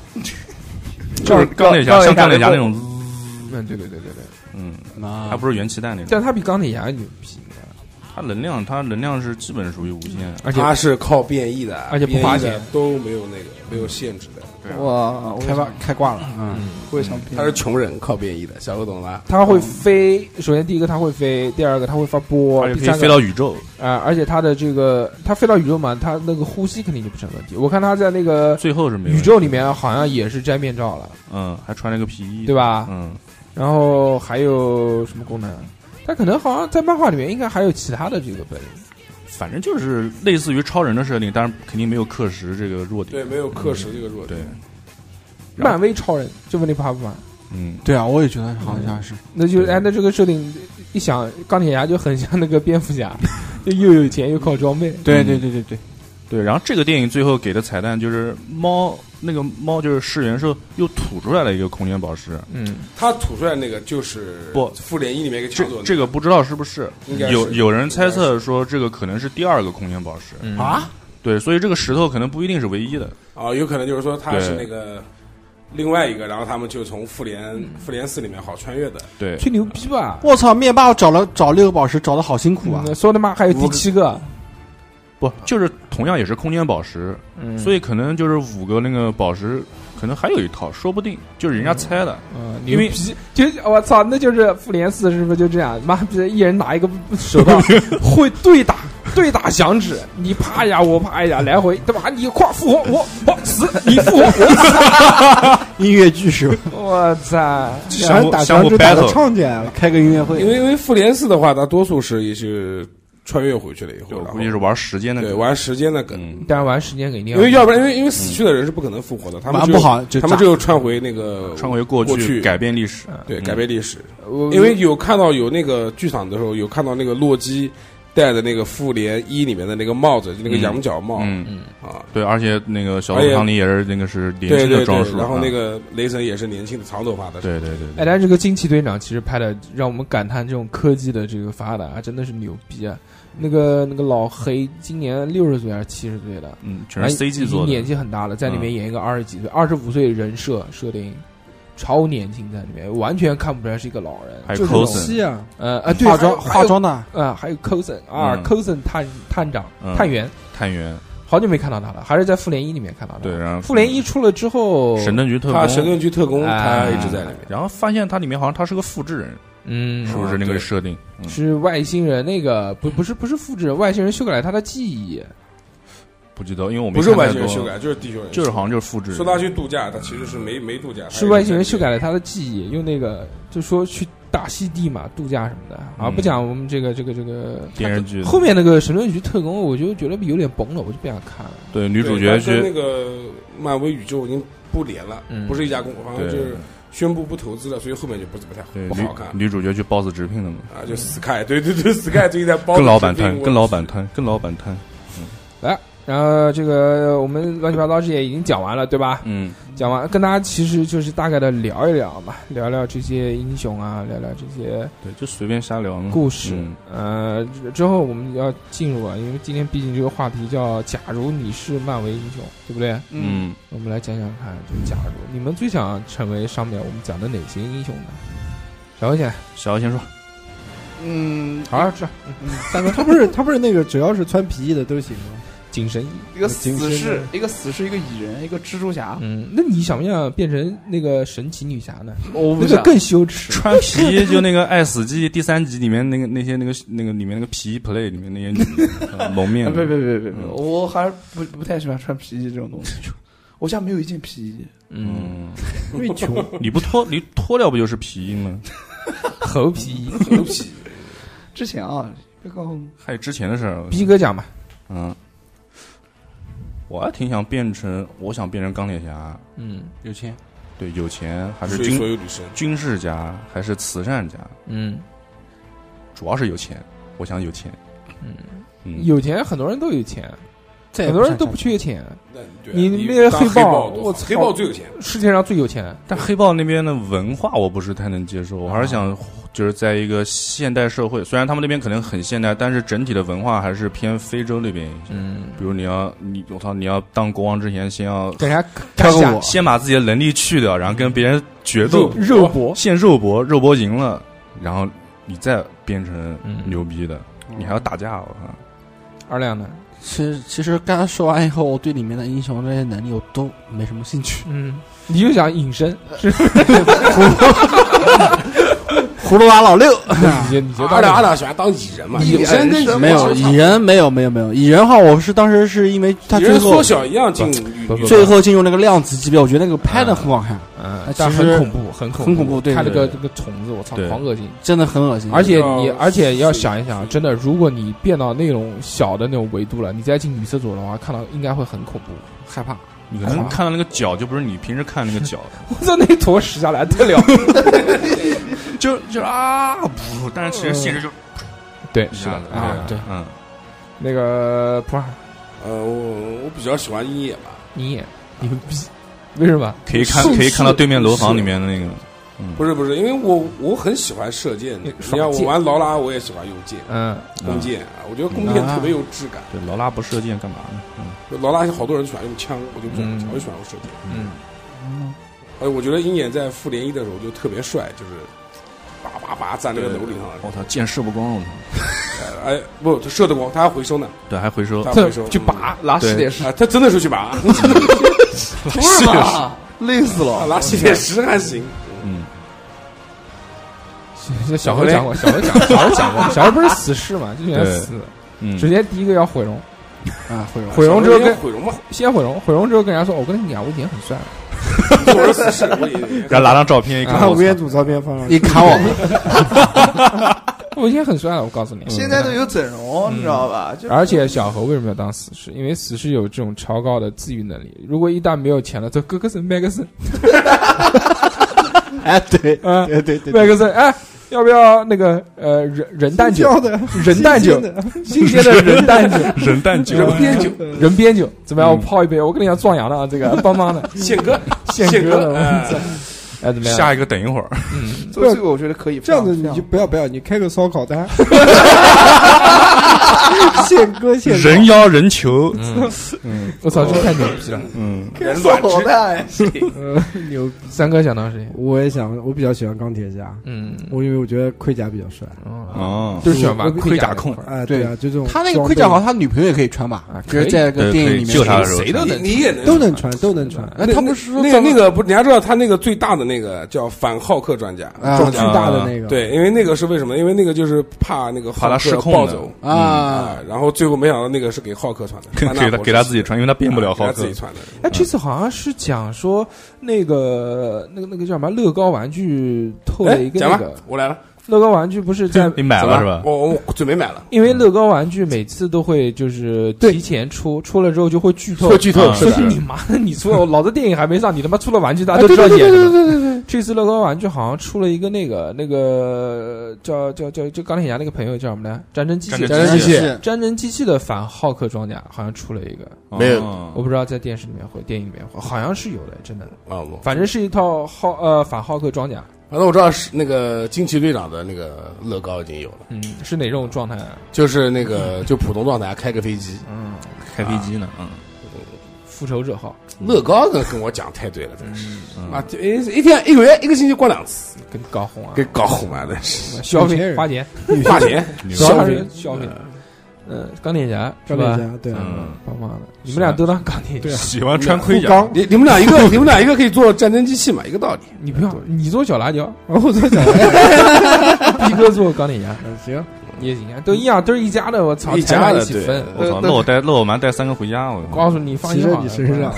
[SPEAKER 8] 就是钢铁侠，像钢铁侠那种，
[SPEAKER 2] 嗯，对对对对对，
[SPEAKER 8] 嗯，他不是元气弹那种，
[SPEAKER 2] 但他比钢铁侠牛逼，
[SPEAKER 8] 他能量他能量是基本属于无限，
[SPEAKER 2] 而且
[SPEAKER 9] 他是靠变异的，
[SPEAKER 2] 而且不花
[SPEAKER 9] 变异的
[SPEAKER 2] 钱
[SPEAKER 9] 都没有那个没有限制的。
[SPEAKER 5] 哇，我也
[SPEAKER 1] 开
[SPEAKER 5] 想
[SPEAKER 1] 挂开挂了，嗯，
[SPEAKER 5] 我也想变，
[SPEAKER 9] 他是穷人靠变异的，小何懂了。
[SPEAKER 2] 他会飞，首先第一个他会飞，第二个他会发波，
[SPEAKER 8] 而且
[SPEAKER 2] 第
[SPEAKER 8] 可
[SPEAKER 2] 三
[SPEAKER 8] 以
[SPEAKER 2] 个
[SPEAKER 8] 飞到宇宙，
[SPEAKER 2] 啊、而且他的这个，他飞到宇宙嘛，他那个呼吸肯定就不成问题。我看他在那个
[SPEAKER 8] 最后是没有
[SPEAKER 2] 宇，宙里面好像也是摘面罩了，
[SPEAKER 8] 嗯，还穿了个皮衣，
[SPEAKER 2] 对？吧？
[SPEAKER 8] 嗯，
[SPEAKER 2] 然后还有什么功能？他可能好像在漫画里面应该还有其他的这个本领。
[SPEAKER 8] 反正就是类似于超人的设定，但是肯定没有氪石这个弱点，
[SPEAKER 9] 对，没有氪石这个弱点
[SPEAKER 8] 对。，然后
[SPEAKER 2] 漫威超人这问题怕不怕？
[SPEAKER 8] 嗯，
[SPEAKER 1] 对啊，我也觉得好像是，
[SPEAKER 2] 那就哎，那这个设定一想，钢铁侠就很像那个蝙蝠侠， [laughs] 就又有钱又靠装备。
[SPEAKER 1] 对
[SPEAKER 8] 嗯
[SPEAKER 1] 对对对对，
[SPEAKER 8] 对。然后这个电影最后给的彩蛋就是猫，那个猫就是噬元兽又吐出来了一个空间宝石，
[SPEAKER 2] 嗯，
[SPEAKER 9] 他吐出来那个就是
[SPEAKER 8] 不
[SPEAKER 9] 复联一里面一个
[SPEAKER 8] 这
[SPEAKER 9] 抢走的
[SPEAKER 8] 这个不知道是不是
[SPEAKER 9] 应该是
[SPEAKER 8] 有有人猜测说这个可能是第二个空间宝石，
[SPEAKER 1] 啊，
[SPEAKER 8] 对，所以这个石头可能不一定是唯一的，
[SPEAKER 9] 啊，有可能就是说他
[SPEAKER 8] 对
[SPEAKER 9] 是那个另外一个，然后他们就从复联复联四里面好穿越的。
[SPEAKER 8] 对，
[SPEAKER 2] 吹牛逼吧？
[SPEAKER 1] 我操，灭霸找了找六个宝石找的好辛苦啊，
[SPEAKER 2] 嗯说他妈还有第七个，
[SPEAKER 8] 不就是同样也是空间宝石，
[SPEAKER 2] 嗯
[SPEAKER 8] 所以可能就是五个那个宝石，可能还有一套，说不定就是人家猜的，
[SPEAKER 2] 嗯，
[SPEAKER 8] 因为
[SPEAKER 2] 牛逼，就是我操，那就是复联四是不是就这样？妈逼，一人拿一个手套， [laughs] 会对打，对打响指，你啪一下，我啪一下，来回，对吧？你跨复活，我我死，你复活，
[SPEAKER 1] [laughs] 音乐剧是吧？
[SPEAKER 2] 我 [laughs] 我操！
[SPEAKER 8] 相
[SPEAKER 3] 打
[SPEAKER 8] 互
[SPEAKER 3] 相
[SPEAKER 8] 相互
[SPEAKER 3] 互打的
[SPEAKER 8] battle，
[SPEAKER 3] 唱起来了，
[SPEAKER 1] 开个音乐会
[SPEAKER 9] 因，为因为复联四的话，它多数是一些穿越回去了以后，
[SPEAKER 8] 对，
[SPEAKER 9] 然后
[SPEAKER 8] 估计是嗯玩时间的梗，
[SPEAKER 9] 对玩时间的梗，
[SPEAKER 2] 但是玩时间肯定
[SPEAKER 9] 因为要不然，因为因为死去的人是不可能复活的，他们
[SPEAKER 1] 玩
[SPEAKER 9] 就
[SPEAKER 1] 不好就
[SPEAKER 9] 他
[SPEAKER 1] 炸
[SPEAKER 9] 们只有穿回那个
[SPEAKER 8] 嗯穿回过
[SPEAKER 9] 过去
[SPEAKER 8] 改变历史，
[SPEAKER 9] 对
[SPEAKER 8] 嗯
[SPEAKER 9] 改变历史。
[SPEAKER 2] 我
[SPEAKER 9] 因为有看到有那个剧场的时候，有看到那个洛基戴的那个复联一里面的那个帽子，就那个
[SPEAKER 8] 嗯
[SPEAKER 9] 羊角帽
[SPEAKER 8] 嗯，
[SPEAKER 9] 啊，
[SPEAKER 8] 对，而且那个小
[SPEAKER 9] 而且
[SPEAKER 8] 龙堂里也是那个是年
[SPEAKER 9] 对
[SPEAKER 8] 轻
[SPEAKER 9] 对
[SPEAKER 8] 的装
[SPEAKER 9] 对，
[SPEAKER 8] 束，
[SPEAKER 9] 然后
[SPEAKER 8] 啊
[SPEAKER 9] 那个雷神也是年轻的长头发的，
[SPEAKER 8] 对对对
[SPEAKER 2] 哎，
[SPEAKER 8] 对，
[SPEAKER 2] 但是这个惊奇队长其实拍的让我们感叹这种科技的这个发达、真的是牛逼啊！那个那个老黑今年六十岁还是七十岁了，
[SPEAKER 8] 嗯，全是
[SPEAKER 2] 哎
[SPEAKER 8] CG
[SPEAKER 2] 已
[SPEAKER 8] 做
[SPEAKER 2] 经年
[SPEAKER 8] 的，嗯
[SPEAKER 2] 纪很大了，在里面演一个二十几岁、二十五岁人设设定，超年轻在里面，完全看不出来是一个老人。
[SPEAKER 8] 还有
[SPEAKER 1] 就是
[SPEAKER 8] cos，
[SPEAKER 1] 西啊，
[SPEAKER 2] 呃啊，对，
[SPEAKER 1] 化妆
[SPEAKER 2] 还有
[SPEAKER 1] 化妆的，
[SPEAKER 2] 啊，还有 Coulson 啊
[SPEAKER 8] 嗯
[SPEAKER 2] ，Coulson 探探长
[SPEAKER 8] 嗯
[SPEAKER 2] 探员，
[SPEAKER 8] 探员，
[SPEAKER 2] 好久没看到他了，还是在复联一里面看到他。
[SPEAKER 8] 对，，然后
[SPEAKER 2] 复联一出了之后，
[SPEAKER 8] 神盾局特
[SPEAKER 9] 他神
[SPEAKER 8] 工，
[SPEAKER 9] 盾局特工他
[SPEAKER 2] 哎
[SPEAKER 9] 一直在里面。
[SPEAKER 8] 然后发现它里面好像他是个复制人，
[SPEAKER 2] 嗯，
[SPEAKER 8] 是不是那个设定？嗯
[SPEAKER 2] 是外星人那个不不是不是复制人，外星人修改了他的记忆。
[SPEAKER 8] 哎不记得，因为我没
[SPEAKER 9] 不是
[SPEAKER 8] 看
[SPEAKER 9] 外
[SPEAKER 8] 太
[SPEAKER 9] 星人
[SPEAKER 8] 多
[SPEAKER 9] 修改，就是地球人。
[SPEAKER 8] 就是好像就是复制人。
[SPEAKER 9] 说他去度假，他其实是没没度假，
[SPEAKER 2] 是外星人修改了他的记忆，用那个就说去大溪地嘛度假什么的啊，
[SPEAKER 8] 嗯
[SPEAKER 2] 不讲我们这个这个这个
[SPEAKER 8] 电视剧的
[SPEAKER 2] 后面那个神盾局特工，我就觉得有点崩了，我就不想看了。
[SPEAKER 8] 对女
[SPEAKER 9] 女
[SPEAKER 8] 主角去
[SPEAKER 9] 那个漫威宇宙已经不连了
[SPEAKER 2] 嗯，
[SPEAKER 9] 不是一家公司，好像
[SPEAKER 8] 对
[SPEAKER 9] 就是宣布不投资了，所以后面就不怎么太
[SPEAKER 8] 对
[SPEAKER 9] 不
[SPEAKER 8] 女
[SPEAKER 9] 好看
[SPEAKER 8] 女主角去 boss 直聘的嘛，
[SPEAKER 9] 啊。就 Sky，对对对，Sky 最近在包
[SPEAKER 8] 跟老板摊，跟老板摊，跟老板摊。
[SPEAKER 2] 来，然后这个我们乱七八糟这些已经讲完了，对吧？
[SPEAKER 8] 嗯，
[SPEAKER 2] 讲完跟大家其实就是大概的聊一聊嘛，聊聊这些英雄啊，聊聊这些
[SPEAKER 8] 对，就随便瞎聊嘛。
[SPEAKER 2] 故事。
[SPEAKER 8] 嗯
[SPEAKER 2] 呃，之之后我们要进入啊，因为今天毕竟这个话题叫“假如你是漫威英雄”，对不对？
[SPEAKER 5] 嗯，
[SPEAKER 8] 嗯，
[SPEAKER 2] 我们来讲讲看，就假如你们最想成为上面我们讲的哪些英雄呢？小一点，
[SPEAKER 8] 小姚先说，
[SPEAKER 5] 嗯，
[SPEAKER 2] 好好吃
[SPEAKER 5] 三
[SPEAKER 3] 他不是他不是那个只要是穿皮衣的都行吗？
[SPEAKER 2] 紧身衣。
[SPEAKER 5] 一个
[SPEAKER 3] 金
[SPEAKER 5] 死
[SPEAKER 3] 身
[SPEAKER 5] 士
[SPEAKER 3] 呢，
[SPEAKER 5] 一个死士，一个蚁人，一个蜘蛛侠，
[SPEAKER 2] 嗯，那你想不想变成那个神奇女侠呢？
[SPEAKER 5] 我
[SPEAKER 2] 那个更羞耻。
[SPEAKER 8] 穿皮衣就那个《爱死机》第三集里面那个那些那个那个里面那个皮衣 play 里面那些女呃蒙面
[SPEAKER 5] 啊
[SPEAKER 8] 的，
[SPEAKER 5] 别别别别别，
[SPEAKER 8] 嗯
[SPEAKER 5] 我还是不不太喜欢穿皮衣这种东西。我家没有一件皮衣，
[SPEAKER 2] 嗯，
[SPEAKER 8] 嗯， [laughs]
[SPEAKER 3] 因为穷，
[SPEAKER 8] 你不脱你脱掉不就是皮衣吗？
[SPEAKER 2] 猴皮。
[SPEAKER 9] 牛皮。
[SPEAKER 5] 之前啊，别告诉
[SPEAKER 8] 还有之前的事儿，啊
[SPEAKER 2] 逼哥讲吧，
[SPEAKER 8] 嗯，我还挺想变成，我想变成钢铁侠，
[SPEAKER 2] 嗯
[SPEAKER 1] 有钱，
[SPEAKER 8] 对，有钱还是
[SPEAKER 9] 所以所
[SPEAKER 8] 军
[SPEAKER 9] 有女生，
[SPEAKER 8] 军事家还是慈善家，
[SPEAKER 2] 嗯，
[SPEAKER 8] 主要是有钱，我想有钱，嗯嗯，
[SPEAKER 2] 有钱很多人都有钱，很多人都不缺钱，
[SPEAKER 9] 那对啊
[SPEAKER 2] 你
[SPEAKER 9] 你
[SPEAKER 2] 那个
[SPEAKER 9] 当
[SPEAKER 2] 黑
[SPEAKER 9] 黑
[SPEAKER 2] 豹
[SPEAKER 9] 豹多好，
[SPEAKER 2] 我操
[SPEAKER 9] 黑豹最有钱。
[SPEAKER 2] 世界上最有钱。
[SPEAKER 8] 但黑豹那边的文化我不是太能接受，我还是想就是在一个现代社会，虽然他们那边可能很现代，但是整体的文化还是偏非洲那边一些。
[SPEAKER 2] 嗯，
[SPEAKER 8] 比如你要你我操，你要当国王之前，先要
[SPEAKER 2] 给人家
[SPEAKER 1] 跳个
[SPEAKER 2] 干下
[SPEAKER 1] 舞
[SPEAKER 8] 先把自己的能力去掉，然后跟别人决斗，
[SPEAKER 2] 肉搏，
[SPEAKER 8] 先肉搏，肉搏赢了，然后你再变成
[SPEAKER 2] 嗯
[SPEAKER 8] 牛逼的，你还要打架，我靠！
[SPEAKER 2] 二亮呢？。
[SPEAKER 1] 其实其实刚刚说完以后，我对里面的英雄这些能力我都没什么兴趣
[SPEAKER 2] 嗯，你就想隐身，是
[SPEAKER 1] [laughs] 葫芦娃老 [laughs] 六
[SPEAKER 2] [laughs] 你就你就
[SPEAKER 9] 阿达阿达喜欢当蚁人嘛，
[SPEAKER 5] 蚁
[SPEAKER 9] 蚁人跟
[SPEAKER 1] 没有蚁人，没有没有没有蚁人的话，我是当时是因为他
[SPEAKER 9] 蚁
[SPEAKER 1] 最
[SPEAKER 9] 人
[SPEAKER 1] 后
[SPEAKER 9] 缩小一样进女
[SPEAKER 2] 不不
[SPEAKER 9] 女
[SPEAKER 2] 不
[SPEAKER 1] 最后进入那个量子级别，我觉得那个拍的很好看，
[SPEAKER 2] 嗯
[SPEAKER 1] 哎，
[SPEAKER 2] 但
[SPEAKER 1] 其
[SPEAKER 2] 很
[SPEAKER 1] 实
[SPEAKER 2] 恐怖，很恐
[SPEAKER 1] 很恐怖对
[SPEAKER 2] 看那
[SPEAKER 1] 对
[SPEAKER 2] 个这
[SPEAKER 8] 对
[SPEAKER 2] 个虫子，我操，
[SPEAKER 8] 对
[SPEAKER 2] 狂恶心。
[SPEAKER 1] 真的很恶心。
[SPEAKER 2] 而且
[SPEAKER 9] 嗯
[SPEAKER 2] 你，而且要想一
[SPEAKER 9] 是
[SPEAKER 2] 想，真的，如果你变到那种小的那种维度了，你再进女厕所的话，看到应该会很恐怖，害怕。
[SPEAKER 8] 你可能
[SPEAKER 2] 狂
[SPEAKER 8] 看到那个脚，就不是你平时看那个脚，
[SPEAKER 2] [laughs] 我操，那坨屎下来得了？
[SPEAKER 8] 就就啊不，但是其实现实就
[SPEAKER 2] 对，
[SPEAKER 8] 一
[SPEAKER 2] 是
[SPEAKER 8] 下
[SPEAKER 2] 的
[SPEAKER 8] 子
[SPEAKER 2] 啊，
[SPEAKER 1] 对
[SPEAKER 8] 嗯，
[SPEAKER 2] 那个普洱，
[SPEAKER 9] 呃，我我比较喜欢鹰眼吧，
[SPEAKER 2] 你也牛逼，为什么？
[SPEAKER 8] 可以看
[SPEAKER 9] 是
[SPEAKER 8] 可以看到对面楼房
[SPEAKER 9] 是
[SPEAKER 8] 里面的那个，
[SPEAKER 9] 不是不是，因为我我很喜欢射箭的
[SPEAKER 2] 你，
[SPEAKER 9] 你看
[SPEAKER 2] 爽
[SPEAKER 9] 我
[SPEAKER 2] 箭
[SPEAKER 9] 玩劳拉，我也喜欢用箭，
[SPEAKER 2] 嗯，
[SPEAKER 9] 弓箭啊，我觉得弓箭特别有质感。
[SPEAKER 8] 对，劳拉不射箭干嘛呢？
[SPEAKER 9] 就劳拉好多人喜欢用枪，我就不喜欢用枪，
[SPEAKER 2] 嗯
[SPEAKER 9] 我就喜欢用射箭。
[SPEAKER 2] 嗯，
[SPEAKER 9] 而且我觉得鹰眼在复联一的时候就特别帅，就是叭叭叭站那个楼顶上，
[SPEAKER 8] 我操，箭射不光，我操，
[SPEAKER 9] 哎，不，他射得光，他还回
[SPEAKER 2] [laughs]
[SPEAKER 9] 收呢，
[SPEAKER 8] 对，还回收
[SPEAKER 9] 他，还
[SPEAKER 2] 这
[SPEAKER 9] 回收
[SPEAKER 2] 就拔拉
[SPEAKER 8] 对
[SPEAKER 2] 屎也是。
[SPEAKER 9] 啊，他真的是去拔， [laughs]
[SPEAKER 5] 你，不是吧？累死
[SPEAKER 9] 啊
[SPEAKER 5] 了！
[SPEAKER 9] 拿吸
[SPEAKER 2] [laughs]
[SPEAKER 9] 铁石还行。
[SPEAKER 8] 嗯，
[SPEAKER 2] 这小何讲过，小何讲，过，小何讲过，小何不是死士嘛，就喜欢
[SPEAKER 8] 对
[SPEAKER 2] 死，
[SPEAKER 8] 嗯
[SPEAKER 2] 直接第一个要毁容，
[SPEAKER 1] 啊，毁容
[SPEAKER 2] 毁容之后跟
[SPEAKER 9] 毁容嘛， [laughs]
[SPEAKER 2] 先毁容，毁容之后跟人家说，我跟你讲，我以前很帅。
[SPEAKER 9] 我是死士，我也
[SPEAKER 8] 然后拿张照片一
[SPEAKER 2] 啊
[SPEAKER 8] 看，
[SPEAKER 3] 看 [laughs]
[SPEAKER 8] 我
[SPEAKER 3] 吴
[SPEAKER 8] 操
[SPEAKER 3] 彦祖照片放上去，
[SPEAKER 1] 你砍我，
[SPEAKER 2] 我以前很帅了，我告诉你，嗯
[SPEAKER 5] 现在都有整容，你知道吧？就
[SPEAKER 2] 而且小何为什么要当死士？因为死士有这种超高的自愈能力。如果一旦没有钱了，就哥哥森、麦克 [laughs] 森、
[SPEAKER 1] 哎，对，
[SPEAKER 2] 嗯
[SPEAKER 1] 对对对
[SPEAKER 2] 麦
[SPEAKER 1] 对，
[SPEAKER 2] 克森，哎，要不要那个呃人人蛋酒？
[SPEAKER 3] 叫的
[SPEAKER 2] 人蛋酒，新鲜的人蛋酒，
[SPEAKER 8] 人蛋酒，
[SPEAKER 2] 人边酒，人边酒怎么样？我泡一杯，我跟你讲壮阳的啊，这个棒棒
[SPEAKER 9] [laughs]
[SPEAKER 2] 的，
[SPEAKER 9] 宪哥，
[SPEAKER 2] 宪
[SPEAKER 9] 宪
[SPEAKER 2] 哥的，我
[SPEAKER 9] 哎
[SPEAKER 2] 操！哎，怎么样？
[SPEAKER 8] [laughs] 下一个等一会儿，
[SPEAKER 5] 这个我觉得可以
[SPEAKER 3] 这样子你就不要不要，你开个烧烤 [laughs] 摊，现割现烤
[SPEAKER 8] 人妖人球，
[SPEAKER 2] 我操，这太牛逼了！
[SPEAKER 8] 嗯，
[SPEAKER 5] 人卵子蛋，
[SPEAKER 3] 牛逼。
[SPEAKER 2] 三哥想到谁？
[SPEAKER 3] 我也想，我比较喜欢钢铁侠，
[SPEAKER 2] 嗯，
[SPEAKER 3] 我因为我觉得盔甲比较帅。
[SPEAKER 2] 哦，
[SPEAKER 8] 哦，
[SPEAKER 2] 就是喜欢玩
[SPEAKER 3] 我
[SPEAKER 8] 盔甲控
[SPEAKER 2] 那块儿
[SPEAKER 3] 哎，对啊，就这种
[SPEAKER 1] 他那个
[SPEAKER 3] 装
[SPEAKER 1] 盔甲
[SPEAKER 3] 备
[SPEAKER 1] 好像他女朋友也可以穿吧
[SPEAKER 2] 啊？
[SPEAKER 1] 就是
[SPEAKER 2] 可以
[SPEAKER 1] 在个
[SPEAKER 8] 对
[SPEAKER 1] 电影
[SPEAKER 8] 可以
[SPEAKER 1] 里面
[SPEAKER 8] 救他的时候
[SPEAKER 1] 谁
[SPEAKER 9] 谁都能，你也能
[SPEAKER 3] 都能穿，都能穿。
[SPEAKER 1] [laughs] 哎，他们是说
[SPEAKER 9] 那个那个不，你还知道他那个最大的那个叫反浩克专家，
[SPEAKER 3] 啊，
[SPEAKER 1] 装
[SPEAKER 3] 巨大的那个，，
[SPEAKER 9] 对，因为那个是为什么？因为那个就是怕那个
[SPEAKER 8] 怕
[SPEAKER 9] 浩
[SPEAKER 8] 他
[SPEAKER 9] 克
[SPEAKER 8] 失控
[SPEAKER 9] 暴
[SPEAKER 8] 的
[SPEAKER 9] 走
[SPEAKER 1] 啊，，
[SPEAKER 9] 然后最后没想到那个是给浩克穿的，
[SPEAKER 8] 给
[SPEAKER 9] 班纳
[SPEAKER 8] 给他
[SPEAKER 9] 博士
[SPEAKER 8] 给他自己穿，因为他变不了
[SPEAKER 9] 啊给
[SPEAKER 8] 浩
[SPEAKER 9] 他
[SPEAKER 8] 克
[SPEAKER 9] 自己，穿的。
[SPEAKER 2] 哎，这次好像是讲说那个那个那个叫什么乐高玩具透了一
[SPEAKER 9] 哎，
[SPEAKER 2] 个
[SPEAKER 9] 讲
[SPEAKER 2] 那
[SPEAKER 9] 吧
[SPEAKER 2] 个，
[SPEAKER 9] 我来了，
[SPEAKER 2] 乐高玩具不是
[SPEAKER 8] [laughs]
[SPEAKER 2] 在
[SPEAKER 8] 你买
[SPEAKER 9] 怎
[SPEAKER 8] 了
[SPEAKER 9] 么
[SPEAKER 8] 是吧？
[SPEAKER 9] 我我准备买了，
[SPEAKER 2] 因为乐高玩具每次都会就是提前出，出了之后就会剧透。
[SPEAKER 9] 剧
[SPEAKER 8] 透
[SPEAKER 2] 所
[SPEAKER 8] 是
[SPEAKER 2] 以
[SPEAKER 8] 的
[SPEAKER 2] 你妈 [laughs] 的，你出了老子电影还没上，你他妈出了玩具，大
[SPEAKER 3] 啊，
[SPEAKER 2] 家都
[SPEAKER 3] 对
[SPEAKER 2] 知道
[SPEAKER 3] 对对
[SPEAKER 2] 演
[SPEAKER 3] 对
[SPEAKER 2] 什
[SPEAKER 3] 对
[SPEAKER 2] 么。
[SPEAKER 3] 对对
[SPEAKER 2] 这次乐高玩具好像出了一个那个那个叫叫叫就钢铁侠那个朋友叫什么来？战争机器，
[SPEAKER 8] 战争机器
[SPEAKER 1] 是
[SPEAKER 2] 战争机器的反浩克装甲好像出了一个，
[SPEAKER 7] 没有
[SPEAKER 2] 我
[SPEAKER 8] 哦，
[SPEAKER 2] 不知道在电视里面或电影里面会，好像是有的，真的。
[SPEAKER 9] [laughs] 啊！我
[SPEAKER 2] 反正是一套浩呃反浩克装甲，
[SPEAKER 9] 反正我知道是那个惊奇队长的那个乐高已经有了，
[SPEAKER 2] 嗯，是哪种状态啊？
[SPEAKER 9] 就是那个
[SPEAKER 8] 嗯
[SPEAKER 9] 就普通状态开个飞机，
[SPEAKER 2] 嗯，
[SPEAKER 8] 开飞机呢，嗯，
[SPEAKER 2] 复仇者号
[SPEAKER 9] 乐高的跟我讲太对了，真
[SPEAKER 8] 嗯
[SPEAKER 9] 是啊！就一一天一个月一个星期逛两次，
[SPEAKER 2] 跟搞红啊，
[SPEAKER 9] 给搞混了，真是
[SPEAKER 2] 消
[SPEAKER 3] 有钱
[SPEAKER 2] 费
[SPEAKER 3] 人
[SPEAKER 2] 花钱。
[SPEAKER 9] 花钱
[SPEAKER 8] 牛
[SPEAKER 2] 主要
[SPEAKER 9] 消
[SPEAKER 2] 还
[SPEAKER 9] 费
[SPEAKER 2] 是消费。嗯，钢铁侠是
[SPEAKER 3] 对，钢
[SPEAKER 2] 吧
[SPEAKER 3] 铁？侠，啊对啊，
[SPEAKER 8] 嗯，
[SPEAKER 2] 棒棒的，你们俩都当钢铁侠，
[SPEAKER 8] 喜欢穿盔
[SPEAKER 3] 护
[SPEAKER 8] 甲
[SPEAKER 3] 钢，
[SPEAKER 9] 你你们俩一个，你们俩一个可以做战争机器嘛，一个道理。
[SPEAKER 2] 你不要，你做小辣椒， [laughs]
[SPEAKER 3] 然后我在想， [laughs]
[SPEAKER 2] 逼哥做钢铁侠
[SPEAKER 3] 哎行，
[SPEAKER 2] 也行啊，都一样，都是一家的，我操，
[SPEAKER 9] 一家
[SPEAKER 2] 才
[SPEAKER 9] 的
[SPEAKER 2] 一起分。
[SPEAKER 8] 我操，那我带那我妈带三个回家，我
[SPEAKER 2] 告诉你，放
[SPEAKER 3] 骑
[SPEAKER 2] 心
[SPEAKER 3] 在
[SPEAKER 2] 好
[SPEAKER 3] 你
[SPEAKER 2] 了，
[SPEAKER 3] 身上，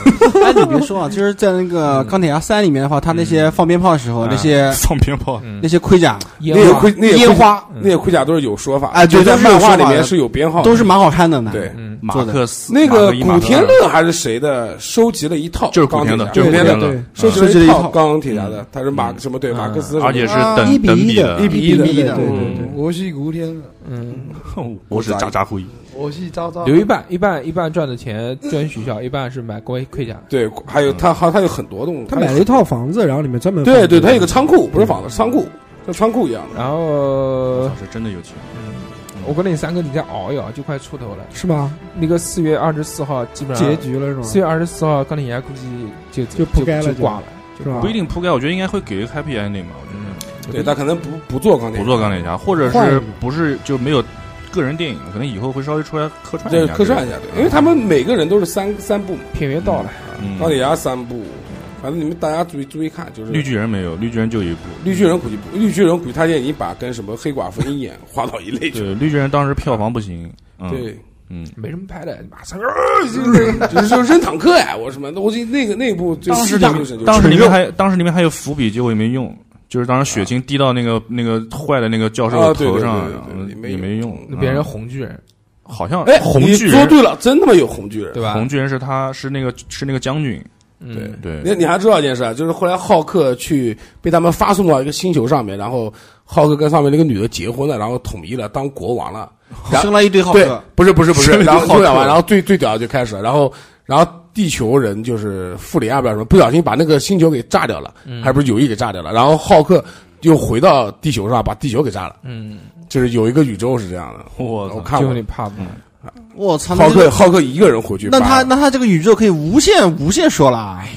[SPEAKER 1] 哎，你别说啊，就是在那个
[SPEAKER 9] 嗯
[SPEAKER 1] 钢铁侠三里面的话，他那些放鞭炮的时候，
[SPEAKER 9] 啊
[SPEAKER 8] 嗯
[SPEAKER 1] 那
[SPEAKER 9] [laughs]
[SPEAKER 1] 些
[SPEAKER 8] 放鞭炮，
[SPEAKER 2] 嗯
[SPEAKER 1] 那些盔甲
[SPEAKER 2] 烟
[SPEAKER 9] 那些
[SPEAKER 2] 花
[SPEAKER 9] 盔那些
[SPEAKER 1] 烟
[SPEAKER 9] 盔
[SPEAKER 1] 花
[SPEAKER 9] 那些盔甲都是有说法，
[SPEAKER 1] 哎对
[SPEAKER 9] 就在
[SPEAKER 1] 都是有
[SPEAKER 9] 漫画里
[SPEAKER 1] 说法
[SPEAKER 9] 面
[SPEAKER 1] 的
[SPEAKER 9] 是有编号的，
[SPEAKER 1] 都是蛮好看的呢。
[SPEAKER 9] 对。
[SPEAKER 2] 嗯，
[SPEAKER 8] 马
[SPEAKER 1] 做的
[SPEAKER 8] 克思
[SPEAKER 9] 那个
[SPEAKER 8] 马克一
[SPEAKER 9] 古天
[SPEAKER 8] 马克
[SPEAKER 9] 乐还是谁的，收集了一套，
[SPEAKER 8] 就是古天乐
[SPEAKER 9] 钢
[SPEAKER 8] 就是古
[SPEAKER 9] 铁侠
[SPEAKER 8] 天
[SPEAKER 9] 对
[SPEAKER 8] 乐
[SPEAKER 3] 对对
[SPEAKER 9] 收
[SPEAKER 1] 收集
[SPEAKER 9] 了
[SPEAKER 1] 了一套
[SPEAKER 9] 套钢铁侠的，他是马什么对
[SPEAKER 2] 嗯
[SPEAKER 9] 马克思
[SPEAKER 8] 二，
[SPEAKER 9] 什么
[SPEAKER 8] 而
[SPEAKER 9] 的，
[SPEAKER 8] 且是
[SPEAKER 5] 啊
[SPEAKER 8] 等
[SPEAKER 3] 一比
[SPEAKER 8] 等
[SPEAKER 3] 一
[SPEAKER 8] 比
[SPEAKER 3] 的
[SPEAKER 9] 一
[SPEAKER 3] 一
[SPEAKER 9] 比
[SPEAKER 3] 比
[SPEAKER 9] 的，
[SPEAKER 3] 一的，对
[SPEAKER 9] 嗯
[SPEAKER 3] 对对。
[SPEAKER 5] 我是古天乐，
[SPEAKER 2] 嗯，
[SPEAKER 9] [laughs]
[SPEAKER 8] 我是渣渣辉，
[SPEAKER 5] 我是渣渣
[SPEAKER 2] 留一半，一半一半赚的钱捐学校，一半是买盔盔甲。
[SPEAKER 9] 对，还有他，还他有很多东西，
[SPEAKER 3] 他买了一套房子，然后里面专门
[SPEAKER 9] 对对，他有
[SPEAKER 3] 个
[SPEAKER 9] 个仓库，不是房子，仓库像仓库一样的。
[SPEAKER 2] 然后
[SPEAKER 8] 我操是真的有钱，啊
[SPEAKER 2] 我跟你三哥，你再熬一熬，就快出头了。
[SPEAKER 3] 是吗？
[SPEAKER 2] 那个四月二十四号，基本
[SPEAKER 3] 结
[SPEAKER 2] 上
[SPEAKER 3] 局了
[SPEAKER 2] 四
[SPEAKER 3] 是
[SPEAKER 2] 月
[SPEAKER 3] 吗？
[SPEAKER 2] 二十四号，钢铁侠估计就
[SPEAKER 3] 就铺盖了
[SPEAKER 2] 就
[SPEAKER 3] 就
[SPEAKER 2] 挂了，
[SPEAKER 3] 是吧
[SPEAKER 8] 不一定铺盖，我觉得应该会给一个 happy ending 吧，我觉得。
[SPEAKER 9] 对他可能不不做钢铁，
[SPEAKER 8] 不做钢铁侠，或者
[SPEAKER 3] 换一
[SPEAKER 8] 是
[SPEAKER 3] 个
[SPEAKER 8] 不是就没有个人电影，可能以后会稍微出来客串
[SPEAKER 9] 对
[SPEAKER 8] 一下，啊
[SPEAKER 9] 客串一下，对，因为他们每个人都是三三部嘛，
[SPEAKER 2] 片源到了。
[SPEAKER 8] 嗯
[SPEAKER 9] 钢铁侠三部，反正你们大家注意注意看，就是
[SPEAKER 8] 绿巨人没有，绿巨人就一部。嗯
[SPEAKER 9] 绿巨人估计不，绿巨人估计他现在已经把跟什么黑寡妇、鹰眼划到一类去了。
[SPEAKER 8] 对，绿巨人当时票房不行。嗯，
[SPEAKER 9] 对，
[SPEAKER 8] 嗯，
[SPEAKER 2] 没什么拍的，马
[SPEAKER 3] 嗯
[SPEAKER 2] 上
[SPEAKER 9] 就是说扔坦克哎，我什么，那我就那个那部就
[SPEAKER 8] 当时
[SPEAKER 9] 吸
[SPEAKER 8] 里
[SPEAKER 9] 大陆神
[SPEAKER 8] 面
[SPEAKER 9] 就
[SPEAKER 8] 当时
[SPEAKER 9] 是
[SPEAKER 8] 里面还当时里面还有伏笔，结果也没用。就是当时血清滴到那个那个坏的那个教授
[SPEAKER 9] 啊
[SPEAKER 8] 的
[SPEAKER 9] 对
[SPEAKER 8] 头
[SPEAKER 9] 对
[SPEAKER 8] 上
[SPEAKER 9] 对对对，对
[SPEAKER 8] 嗯
[SPEAKER 9] 没
[SPEAKER 8] 也没用。
[SPEAKER 2] 那别人
[SPEAKER 8] 嗯
[SPEAKER 2] 红巨人，
[SPEAKER 8] 好像
[SPEAKER 9] 哎，
[SPEAKER 8] 红
[SPEAKER 9] 你
[SPEAKER 8] 巨
[SPEAKER 9] 说
[SPEAKER 8] 人，
[SPEAKER 9] 对了，真他妈有红巨人。
[SPEAKER 2] 对吧？
[SPEAKER 8] 红巨人是他是那个是那个将军。
[SPEAKER 9] 嗯
[SPEAKER 2] 对
[SPEAKER 8] 对，
[SPEAKER 9] 那你还知道一件事啊，就是后来浩克去被他们发送到一个星球上面，然后浩克跟上面那个女的结婚了，然后统一了，当国
[SPEAKER 8] [laughs]
[SPEAKER 9] 王了。然
[SPEAKER 1] 生了一堆浩
[SPEAKER 9] 对
[SPEAKER 1] 克，，
[SPEAKER 9] 不是不是不是，
[SPEAKER 8] 生了一个
[SPEAKER 9] 然后
[SPEAKER 8] 浩
[SPEAKER 9] 后
[SPEAKER 8] 克
[SPEAKER 9] 来完，然后最最屌的就开始了，然后然后地球人就是复联啊，不知道什么，不小心把那个星球给炸掉了，还不是有意给炸掉了，然后浩克又回到地球上把地球给炸了，
[SPEAKER 2] 嗯，
[SPEAKER 9] 就是有一个宇宙是这样的，
[SPEAKER 8] 我
[SPEAKER 9] 我
[SPEAKER 8] 操，
[SPEAKER 9] 看
[SPEAKER 2] 就
[SPEAKER 9] 过
[SPEAKER 2] 你。怕不？
[SPEAKER 3] 嗯
[SPEAKER 1] 我操！那
[SPEAKER 9] 浩
[SPEAKER 1] 这
[SPEAKER 9] 克
[SPEAKER 1] 个
[SPEAKER 9] 浩克一个人回去把，
[SPEAKER 1] 那他那他这个宇宙可以无限无限说了
[SPEAKER 9] 哎
[SPEAKER 1] 啊，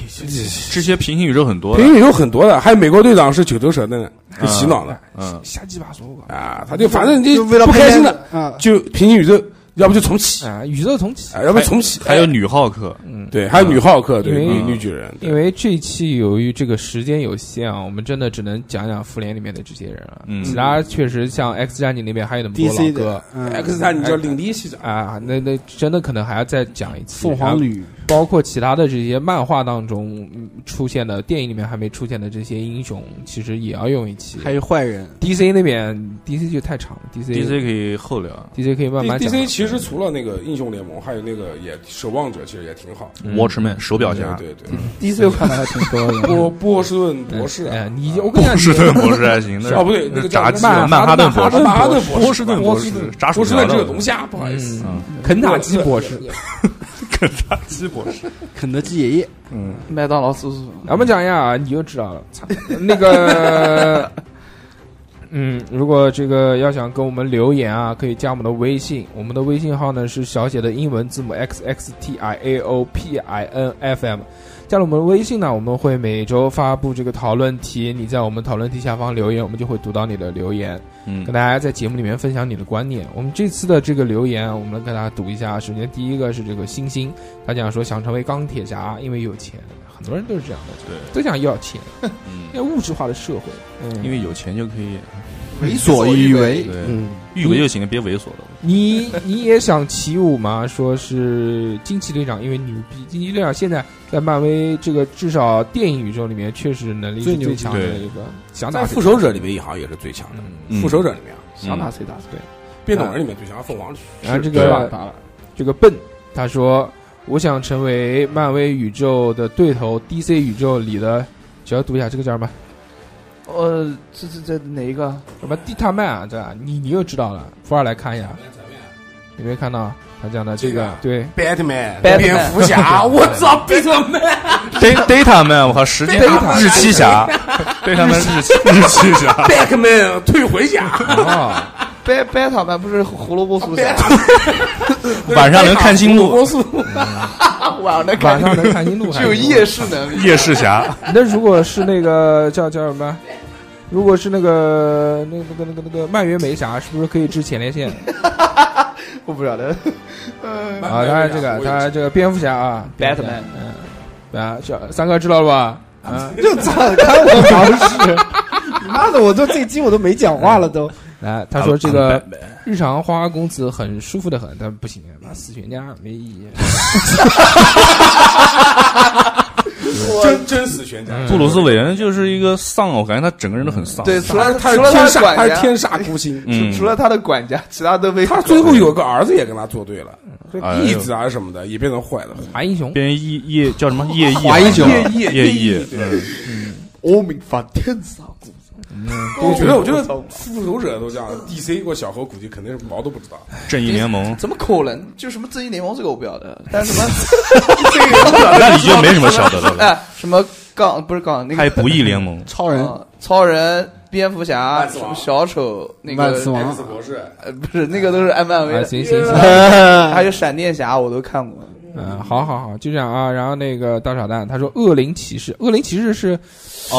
[SPEAKER 8] 这些平行宇宙很多的。
[SPEAKER 9] 平宇有很多的，还有美国队长是九头蛇的呢，给
[SPEAKER 8] 嗯
[SPEAKER 9] 洗脑的
[SPEAKER 8] 嗯，
[SPEAKER 2] 瞎鸡巴说，我告
[SPEAKER 9] 啊，他就反正
[SPEAKER 1] 就
[SPEAKER 9] 就
[SPEAKER 1] 为了
[SPEAKER 9] 不
[SPEAKER 1] 拍
[SPEAKER 9] 开
[SPEAKER 1] 片
[SPEAKER 9] 心
[SPEAKER 1] 子
[SPEAKER 9] 的
[SPEAKER 1] 啊，
[SPEAKER 9] 就平行宇宙，要不就重启
[SPEAKER 2] 诉，你啊，宇宙重启。
[SPEAKER 9] 啊，要不重启，
[SPEAKER 8] 还有女浩克，
[SPEAKER 3] 嗯
[SPEAKER 9] 对，还有女浩克，对，
[SPEAKER 2] 因为
[SPEAKER 9] 女女巨人，对
[SPEAKER 2] 因为这一期由于这个时间有限啊，我们真的只能讲讲复联里面的这些人了。
[SPEAKER 8] 嗯
[SPEAKER 2] 其他确实像 X 战警那边还有那么多
[SPEAKER 1] DC
[SPEAKER 2] 老
[SPEAKER 1] 的
[SPEAKER 2] 哥
[SPEAKER 1] 嗯
[SPEAKER 9] X 战警叫领地系长。
[SPEAKER 2] 啊，那那真的可能还要再讲一次。
[SPEAKER 1] 凤凰女
[SPEAKER 2] 包括其他的这些漫画当中嗯出现的、电影里面还没出现的这些英雄，其实也要用一期。
[SPEAKER 1] 还有坏人，
[SPEAKER 2] DC 那边 DC 就太长了，DC
[SPEAKER 8] DC 可以后聊。
[SPEAKER 2] DC 可以慢慢
[SPEAKER 9] D
[SPEAKER 2] 讲
[SPEAKER 9] C 其实除了那个英雄联盟，还有那个也守望者，其实也挺好。
[SPEAKER 8] Watchman 手表侠，
[SPEAKER 9] 嗯对对对，
[SPEAKER 5] DC 我看的还挺多的，
[SPEAKER 9] 波波士顿博士啊，
[SPEAKER 2] 嗯哎，你我跟你讲，
[SPEAKER 8] 士顿博士还行，那是
[SPEAKER 9] [laughs] 哦不对，那个叫
[SPEAKER 8] 炸
[SPEAKER 9] 什
[SPEAKER 8] 鸡嘛
[SPEAKER 9] 么
[SPEAKER 8] 曼哈顿博士，
[SPEAKER 9] 曼哈顿
[SPEAKER 8] 波士顿
[SPEAKER 9] 博
[SPEAKER 8] 博
[SPEAKER 9] 士
[SPEAKER 8] 士
[SPEAKER 9] 顿，
[SPEAKER 8] 炸薯
[SPEAKER 9] 波士
[SPEAKER 8] 条
[SPEAKER 9] 顿只有
[SPEAKER 8] 的
[SPEAKER 9] 龙虾，不好意思，
[SPEAKER 2] 嗯，肯塔基博士。
[SPEAKER 8] 肯炸鸡博士，
[SPEAKER 1] 肯德基爷爷，
[SPEAKER 5] 麦当劳叔叔，
[SPEAKER 2] 咱们讲一下啊，你就知道了。操那个， [laughs] 嗯，如果这个要想跟我们留言啊，可以加我们的微信，我们的微信号呢是小写的英文字母 x x t i a o p i n f m。加了我们的微信呢，我们会每周发布这个讨论题，你在我们讨论题下方留言，我们就会读到你的留言。
[SPEAKER 8] 嗯
[SPEAKER 2] 跟大家在节目里面分享你的观念。我们这次的这个留言，我们来跟大家读一下。首先，第一个是这个星星，他讲说想成为钢铁侠，因为有钱。很多人都是这样的，
[SPEAKER 8] 对
[SPEAKER 2] 都想要钱，
[SPEAKER 8] 嗯，
[SPEAKER 2] 要物质化的社会。嗯，
[SPEAKER 8] 因为有钱就可以，
[SPEAKER 1] 为所欲为，
[SPEAKER 8] 对，
[SPEAKER 3] 嗯，
[SPEAKER 8] 欲为就行了，别猥琐了。
[SPEAKER 2] 你你也想起舞吗？说是惊奇队长，因为牛逼。惊奇队长现在在漫威这个至少电影宇宙里面，确实能力是
[SPEAKER 3] 最牛
[SPEAKER 2] 最
[SPEAKER 3] 逼
[SPEAKER 2] 强的
[SPEAKER 8] 对
[SPEAKER 2] 一个，想打
[SPEAKER 9] 在
[SPEAKER 2] 谁
[SPEAKER 9] 复仇者里面一行也是最强的，
[SPEAKER 2] 嗯，
[SPEAKER 8] 嗯
[SPEAKER 9] 复仇者里面啊，
[SPEAKER 5] 想打谁打谁，
[SPEAKER 9] 变种人里面最强，凤凰里
[SPEAKER 2] 然后这
[SPEAKER 8] 对
[SPEAKER 9] 嗯
[SPEAKER 5] 打
[SPEAKER 2] 个
[SPEAKER 5] 了打了，
[SPEAKER 2] 这个笨，他说：“我想成为漫威宇宙的对头，DC 宇宙里的，只要读一下这个叫什么
[SPEAKER 5] 呃，这这这哪一个？
[SPEAKER 2] 什么地塔曼啊，对吧？你你又知道了。福尔来看一下，有没有看到他讲的这
[SPEAKER 9] 这个
[SPEAKER 2] 个
[SPEAKER 9] 啊？
[SPEAKER 2] 对，
[SPEAKER 9] Batman、
[SPEAKER 5] Batman
[SPEAKER 9] 蝙蝠侠，我操，Batman，
[SPEAKER 8] Data Data Man，我靠，时间
[SPEAKER 2] Data
[SPEAKER 8] 日期侠，Data Man 日
[SPEAKER 9] [laughs]
[SPEAKER 8] 期日期侠，
[SPEAKER 9] Batman 退回 [laughs] 家，
[SPEAKER 2] 哦，
[SPEAKER 5] 贝贝塔曼不是胡萝卜素侠， [laughs]
[SPEAKER 8] 晚上能看清路，
[SPEAKER 5] 晚上
[SPEAKER 2] 晚
[SPEAKER 5] 能看
[SPEAKER 2] 上能看清路，
[SPEAKER 5] [laughs] 具有夜。视能力。
[SPEAKER 8] 夜视侠，
[SPEAKER 2] 那如果是那个叫叫什么？如果是那个那那个那个那个蔓越莓侠，是不是可以治前列腺？
[SPEAKER 5] 我不晓得，
[SPEAKER 9] 哎
[SPEAKER 2] 啊，当然这个，当然这个蝙蝠侠啊
[SPEAKER 5] Batman
[SPEAKER 2] 嗯，啊，小三哥知道了吧？啊，
[SPEAKER 3] 就操，看我尝试。你妈的， [laughs] 我都这期我都没讲话了都。
[SPEAKER 2] 来，他说这个日常花花公子很舒服的很，但不行，妈死全家没意义。
[SPEAKER 9] 真真死全家。
[SPEAKER 8] 布鲁斯韦恩就是一个丧，我感觉他整个人都很丧。
[SPEAKER 5] 对，除了
[SPEAKER 9] 他是
[SPEAKER 5] 除了
[SPEAKER 9] 天
[SPEAKER 5] 他的
[SPEAKER 9] 煞，
[SPEAKER 5] 管
[SPEAKER 9] 他
[SPEAKER 5] 家
[SPEAKER 9] 是，天煞孤星。
[SPEAKER 8] 嗯
[SPEAKER 5] 除除了他的管家，其他都被
[SPEAKER 9] 他最后有个儿子也跟他作对了，这
[SPEAKER 8] 哎呦
[SPEAKER 9] 义子啊什么的也变成坏的。
[SPEAKER 2] 华英雄，
[SPEAKER 8] 边夜夜叫什么夜
[SPEAKER 1] 华
[SPEAKER 8] 夜
[SPEAKER 1] 谊酒
[SPEAKER 8] 夜夜夜，嗯
[SPEAKER 5] 我命犯天上故
[SPEAKER 9] 我觉得，我觉得复仇者都这样，DC 过小猴估计肯定是毛都不知道。
[SPEAKER 8] 正义联盟，
[SPEAKER 5] 怎么可能？就什么正义联盟这个我不晓得，但 [laughs] 是什么
[SPEAKER 8] 那你就没什么晓得的了。
[SPEAKER 5] 哎什么杠不是杠那
[SPEAKER 8] 还有
[SPEAKER 5] 个
[SPEAKER 8] 不义联盟，
[SPEAKER 1] 超人， [laughs]
[SPEAKER 5] 啊超人、蝙蝠侠、
[SPEAKER 9] 万
[SPEAKER 5] 什
[SPEAKER 9] 磁
[SPEAKER 5] 么
[SPEAKER 9] 王
[SPEAKER 5] 小丑那
[SPEAKER 1] 万磁
[SPEAKER 5] 个
[SPEAKER 1] 王
[SPEAKER 9] ，X 博士，
[SPEAKER 5] 呃不是那个都是按漫威
[SPEAKER 2] 啊，
[SPEAKER 5] 的，
[SPEAKER 2] 行行行，
[SPEAKER 5] 还有闪电侠我都看过，
[SPEAKER 2] 嗯，好好好，就这样啊。然后那个大傻蛋他说恶灵骑士，恶灵骑士是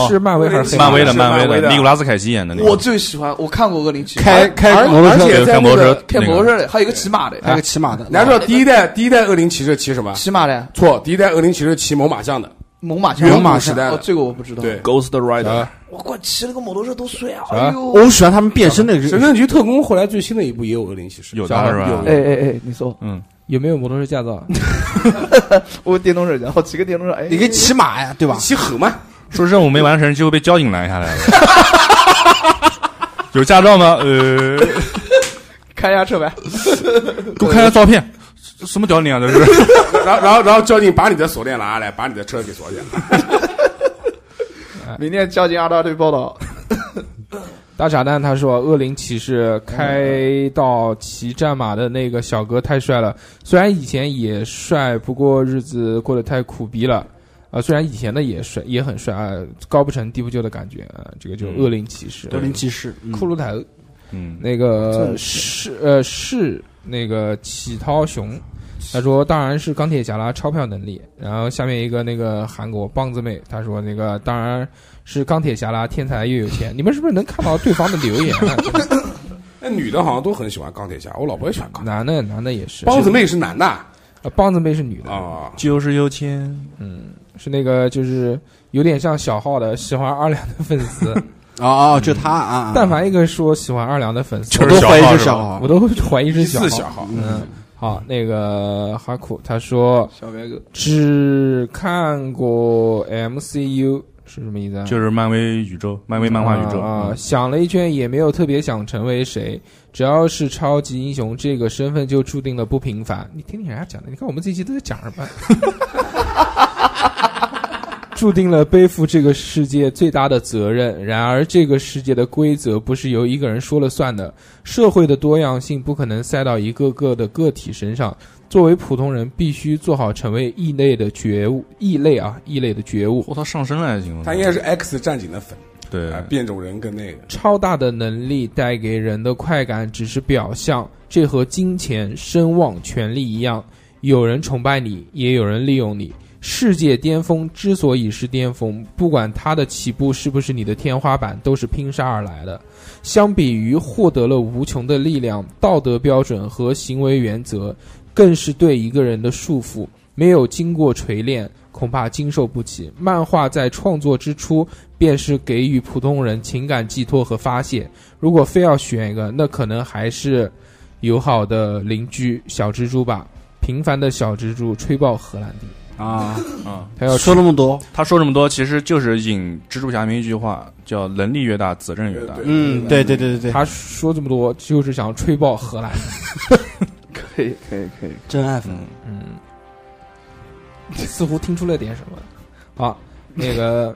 [SPEAKER 2] 是漫威还是黑
[SPEAKER 8] 漫威的
[SPEAKER 9] 是
[SPEAKER 8] 漫
[SPEAKER 9] 漫威
[SPEAKER 8] 的，
[SPEAKER 9] 的
[SPEAKER 8] 尼古拉斯凯奇演的那个，
[SPEAKER 5] 我最喜欢我看过恶灵骑士，
[SPEAKER 1] 开开
[SPEAKER 9] 而
[SPEAKER 1] 摩托
[SPEAKER 9] 而
[SPEAKER 1] 车，
[SPEAKER 9] 且
[SPEAKER 8] 对，
[SPEAKER 9] 在
[SPEAKER 8] 开
[SPEAKER 9] 那
[SPEAKER 8] 摩托
[SPEAKER 9] 个
[SPEAKER 8] 车，
[SPEAKER 5] 开
[SPEAKER 8] 那
[SPEAKER 5] 摩托车的，还有一个骑哎马的，
[SPEAKER 1] 开个骑马的，
[SPEAKER 9] 人家说第一代第一代恶灵骑士骑什么？
[SPEAKER 5] 骑马的
[SPEAKER 9] 错，第一代恶灵骑士骑猛犸象的，
[SPEAKER 5] 猛犸
[SPEAKER 1] 猛
[SPEAKER 5] 象，
[SPEAKER 1] 犸
[SPEAKER 9] 时
[SPEAKER 1] 象
[SPEAKER 9] 代
[SPEAKER 5] 哦，
[SPEAKER 9] 的。
[SPEAKER 5] 这个我不知道。
[SPEAKER 9] 对，
[SPEAKER 8] Ghost Rider，
[SPEAKER 5] 我过骑了个摩托车多帅啊！
[SPEAKER 2] 啥哎
[SPEAKER 5] 呦，
[SPEAKER 1] 我喜欢他们变身那个
[SPEAKER 9] 神盾局特工后来最新的一部也有恶灵骑士，
[SPEAKER 8] 有的是吧？
[SPEAKER 5] 哎哎哎，你说
[SPEAKER 8] 嗯，
[SPEAKER 2] 有没有摩托车驾照？
[SPEAKER 5] 我电动车，然后骑个电动车，哎，
[SPEAKER 1] 你可以骑马呀，对吧？
[SPEAKER 9] 哎骑猴嘛，
[SPEAKER 8] 说任务没完成就被交警拦下来了。有驾照吗？呃，
[SPEAKER 5] 看一下车牌，
[SPEAKER 8] 给我看一下照片。什么屌你啊！这是
[SPEAKER 9] 然后然后然后交警把你的锁链拿下来，把你的车给锁起来。
[SPEAKER 5] 明天交警阿大队报道。
[SPEAKER 2] 大傻蛋他说：“恶灵骑士开到骑战马的那个小哥太帅了，虽然以前也帅，不过日子过得太苦逼了。啊、虽然以前的也帅，也很帅，啊，高不成低不就的感觉啊、这个就恶灵骑士，
[SPEAKER 1] [laughs] 德林骑士，嗯
[SPEAKER 2] 骷髅头，
[SPEAKER 8] 嗯，
[SPEAKER 2] 那个是呃是那个启涛熊，他说当然是钢铁侠啦，钞票能力。然后下面一个那个韩国棒子妹，他说那个当然是钢铁侠啦，天才又有钱。你们是不是能看到对方的留言、 [laughs] 啊？
[SPEAKER 9] 那哎女的好像都很喜欢钢铁侠，我老婆也喜欢钢铁
[SPEAKER 2] 男的男的也是，
[SPEAKER 9] 侠。包子妹是男的
[SPEAKER 2] 呃棒子妹是女的，
[SPEAKER 9] 啊，
[SPEAKER 8] 就是有钱。
[SPEAKER 2] 是那个就是有点像小号的喜欢二两的粉 [laughs] 丝。
[SPEAKER 1] 哦哦，就他啊，啊
[SPEAKER 2] 但凡一个说喜欢二两的粉丝，
[SPEAKER 1] 我
[SPEAKER 8] 就是
[SPEAKER 1] 都
[SPEAKER 8] 小
[SPEAKER 1] 怀疑
[SPEAKER 8] 号
[SPEAKER 1] 是
[SPEAKER 8] 是
[SPEAKER 1] 小
[SPEAKER 8] 吧
[SPEAKER 1] 号
[SPEAKER 2] 我，都会怀疑是
[SPEAKER 9] 第
[SPEAKER 2] 小号。
[SPEAKER 9] 四小号，
[SPEAKER 2] 嗯，好，那个哈库他说
[SPEAKER 5] 小白狗，
[SPEAKER 2] 只看过 MCU 是什么意思啊？
[SPEAKER 8] 就是漫威宇宙，漫威漫画宇宙嗯
[SPEAKER 2] 啊、啊想了一圈也没有特别想成为谁，只要是超级英雄这个身份就注定了不平凡。你听听人家讲的，你看我们这一期都在讲
[SPEAKER 8] [laughs]
[SPEAKER 2] 什么？注定了背负这个世界最大的责任。然而，这个世界的规则不是由一个人说了算的，社会的多样性不可能塞到一个个的个体身上。作为普通人，必须做好成为异类的觉悟，异类啊，异类的觉悟。
[SPEAKER 8] 我操，上升了还行。
[SPEAKER 9] 他应该是 X 战警的粉，
[SPEAKER 8] 对
[SPEAKER 9] 啊，变种人跟那个
[SPEAKER 2] 超大的能力带给人的快感只是表象，这和金钱、声望、权力一样，有人崇拜你，也有人利用你。世界巅峰之所以是巅峰，不管它的起步是不是你的天花板，都是拼杀而来的。相比于获得了无穷的力量，道德标准和行为原则更是对一个人的束缚。没有经过锤炼，恐怕经受不起。漫画在创作之初便是给予普通人情感寄托和发泄。如果非要选一个，那可能还是友好的邻居小蜘蛛吧。平凡的小蜘蛛吹爆荷兰弟。
[SPEAKER 8] 啊啊！
[SPEAKER 2] 他要
[SPEAKER 1] 说那么多，
[SPEAKER 8] 他说这么多，其实就是引蜘蛛侠名一句话，叫“能力越大，责任越大”。
[SPEAKER 1] 嗯，对对对对对，
[SPEAKER 2] 他说这么多，就是想吹爆荷兰。
[SPEAKER 5] 可以可以可以，
[SPEAKER 1] 真爱粉。
[SPEAKER 2] 嗯，似乎听出了点什么。好，那个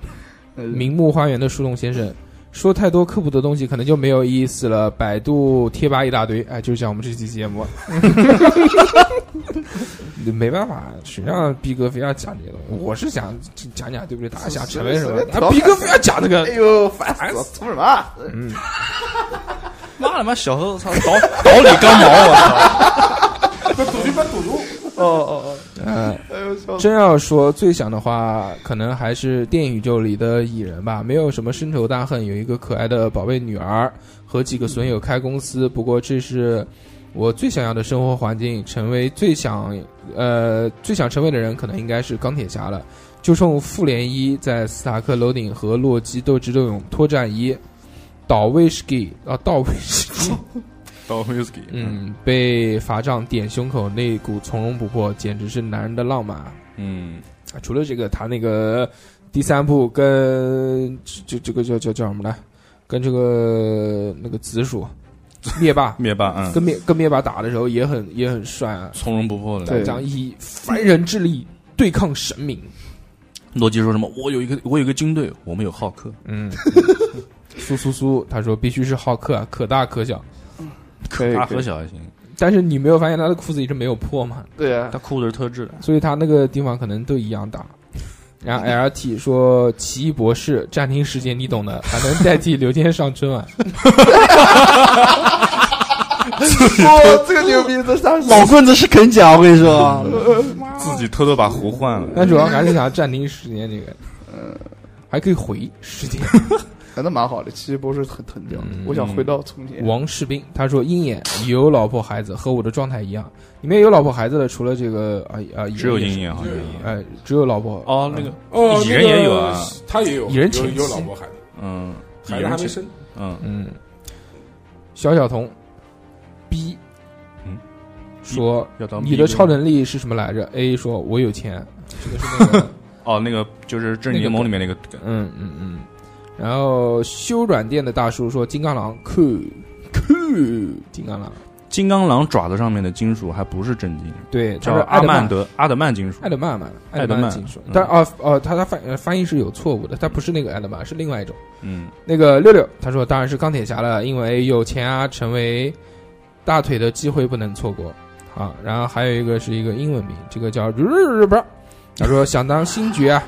[SPEAKER 5] 明
[SPEAKER 2] 名木花园的树洞先生说太多科普的东西，可能就没有意思了。百度贴吧一大堆，哎，就是讲我们这期节目。 [laughs] 没办法，谁让逼哥非要讲这些东西？我是想讲讲，对不对？大家想成为什么
[SPEAKER 5] 随？便
[SPEAKER 2] 啊，逼哥非要讲这个
[SPEAKER 5] 哎，呦，烦死了，图什么啊？
[SPEAKER 2] 嗯，
[SPEAKER 8] 妈他妈，小猴子操，倒倒李刚毛，啊我操！
[SPEAKER 5] 哦哦
[SPEAKER 2] 呃，
[SPEAKER 5] 哦，哎呦，笑死！
[SPEAKER 2] 真要说最想的话，可能还是电影宇宙里的蚁人吧，没有什么深仇大恨，有一个可爱的宝贝女儿和几个损友开公司。不过这是我最想要的生活环境，成为最想呃最想成为的人，可能应该是钢铁侠了。就冲复联一在斯塔克楼顶和洛基斗智斗勇脱战一，倒威士忌啊倒威士忌。
[SPEAKER 8] 倒 whisky，
[SPEAKER 2] 嗯，被法杖点胸口那股从容不迫，简直是男人的浪漫。啊，
[SPEAKER 8] 嗯，，
[SPEAKER 2] 除了这个，他那个第三部跟这这个叫叫叫什么来，跟这个那个紫 [laughs] 薯灭霸
[SPEAKER 8] 灭霸，嗯，
[SPEAKER 2] 跟灭跟灭霸打的时候也很也很帅啊。
[SPEAKER 8] 从容不迫的
[SPEAKER 5] 对。
[SPEAKER 2] 讲以凡人之力对抗神明，
[SPEAKER 8] 洛基说什么？我有一个，我有一个军队，我们有浩克，
[SPEAKER 2] [laughs] 嗯，苏苏苏，他说必须是浩克，啊，可大可小。
[SPEAKER 5] 可以
[SPEAKER 8] 大
[SPEAKER 5] 可
[SPEAKER 8] 和
[SPEAKER 5] 以，
[SPEAKER 8] 小还行，
[SPEAKER 2] 但是你没有发现他的裤子一直没有破吗？
[SPEAKER 5] 对啊
[SPEAKER 8] 他，裤子是特制的。
[SPEAKER 2] 所以他那个地方可能都一样大。然后 LT 说《奇异博士》暂停时间你懂的，还能代替《刘天上春晚》
[SPEAKER 5] 哇，哎这个牛逼，这哎啥？
[SPEAKER 1] 老棍子是肯讲，我跟你说，
[SPEAKER 9] 哦
[SPEAKER 8] 自己偷偷把壶换了。
[SPEAKER 2] 但主要还是想暂停时间这个，还可以回时间。
[SPEAKER 5] 反正蛮好的，奇异博士很疼掉
[SPEAKER 2] 嗯。
[SPEAKER 5] 我想回到从前。
[SPEAKER 2] 王士兵他说：“鹰眼有老婆孩子，和我的状态一样。里面有老婆孩子的，除了这个啊啊，
[SPEAKER 8] 只有
[SPEAKER 2] 也是
[SPEAKER 8] 鹰眼好像有鹰眼
[SPEAKER 2] 哎，只有老婆。
[SPEAKER 8] 哦，那个，
[SPEAKER 9] 哦，
[SPEAKER 8] 蚁人也有啊
[SPEAKER 9] 那个他也有
[SPEAKER 2] 蚁人
[SPEAKER 9] 有
[SPEAKER 2] 前妻
[SPEAKER 9] 有老婆孩子，
[SPEAKER 8] 嗯，
[SPEAKER 9] 孩子还没生，
[SPEAKER 8] 嗯，
[SPEAKER 2] 嗯，小小童，B
[SPEAKER 8] 嗯
[SPEAKER 2] 说
[SPEAKER 8] 要当
[SPEAKER 2] 你的
[SPEAKER 8] 兵
[SPEAKER 2] 超能力是什么来着？A 说：“我有钱。”这个是那
[SPEAKER 8] [laughs]
[SPEAKER 2] 个，
[SPEAKER 8] 哦，那个就是《正义联盟》里面那个，
[SPEAKER 2] 嗯嗯嗯。然后修软垫的大叔说：“金刚狼酷酷，金刚狼。
[SPEAKER 8] 金刚狼爪子上面的金属还不是真金，”
[SPEAKER 2] 对，他
[SPEAKER 8] 叫
[SPEAKER 2] 说
[SPEAKER 8] 阿曼
[SPEAKER 2] 曼，
[SPEAKER 8] 德阿德曼金属
[SPEAKER 2] 艾。德曼嘛，
[SPEAKER 8] 艾德
[SPEAKER 2] 德曼
[SPEAKER 8] 曼
[SPEAKER 2] 金属
[SPEAKER 8] 嗯。
[SPEAKER 2] 但哦哦，他他翻呃翻译是有错误的，他不是那个艾德曼，是另外一种。
[SPEAKER 8] 嗯，
[SPEAKER 2] 那个六六他说：“当然是钢铁侠了，因为有钱啊，成为大腿的机会不能错过。”啊，然后还有一个是一个英文名，这个叫日不，他说想当星爵啊，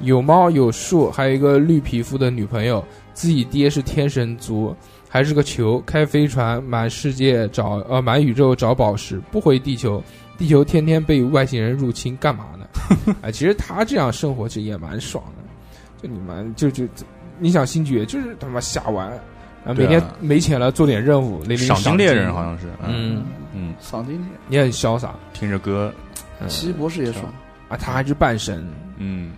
[SPEAKER 2] 有猫有树，还有一个绿皮肤的女朋友，自己爹是天神族，还是个球，开飞船满世界找呃满宇宙找宝石，不回地球，地球天天被外星人入侵，干嘛
[SPEAKER 8] [laughs]
[SPEAKER 2] 呢？哎，其实他这样生活其实也蛮爽的，就你们就就你想星爵就是他妈瞎玩，然后每
[SPEAKER 8] 对啊
[SPEAKER 2] 天没钱了做点任务，领领
[SPEAKER 8] 赏金猎人好
[SPEAKER 2] 像。
[SPEAKER 8] 像是，
[SPEAKER 2] 嗯，
[SPEAKER 8] 嗯，
[SPEAKER 5] 赏金天，
[SPEAKER 2] 也很潇洒。
[SPEAKER 8] 听着歌，
[SPEAKER 2] 嗯
[SPEAKER 5] 奇异博士也爽。
[SPEAKER 2] 啊，他还是半神，
[SPEAKER 8] 嗯，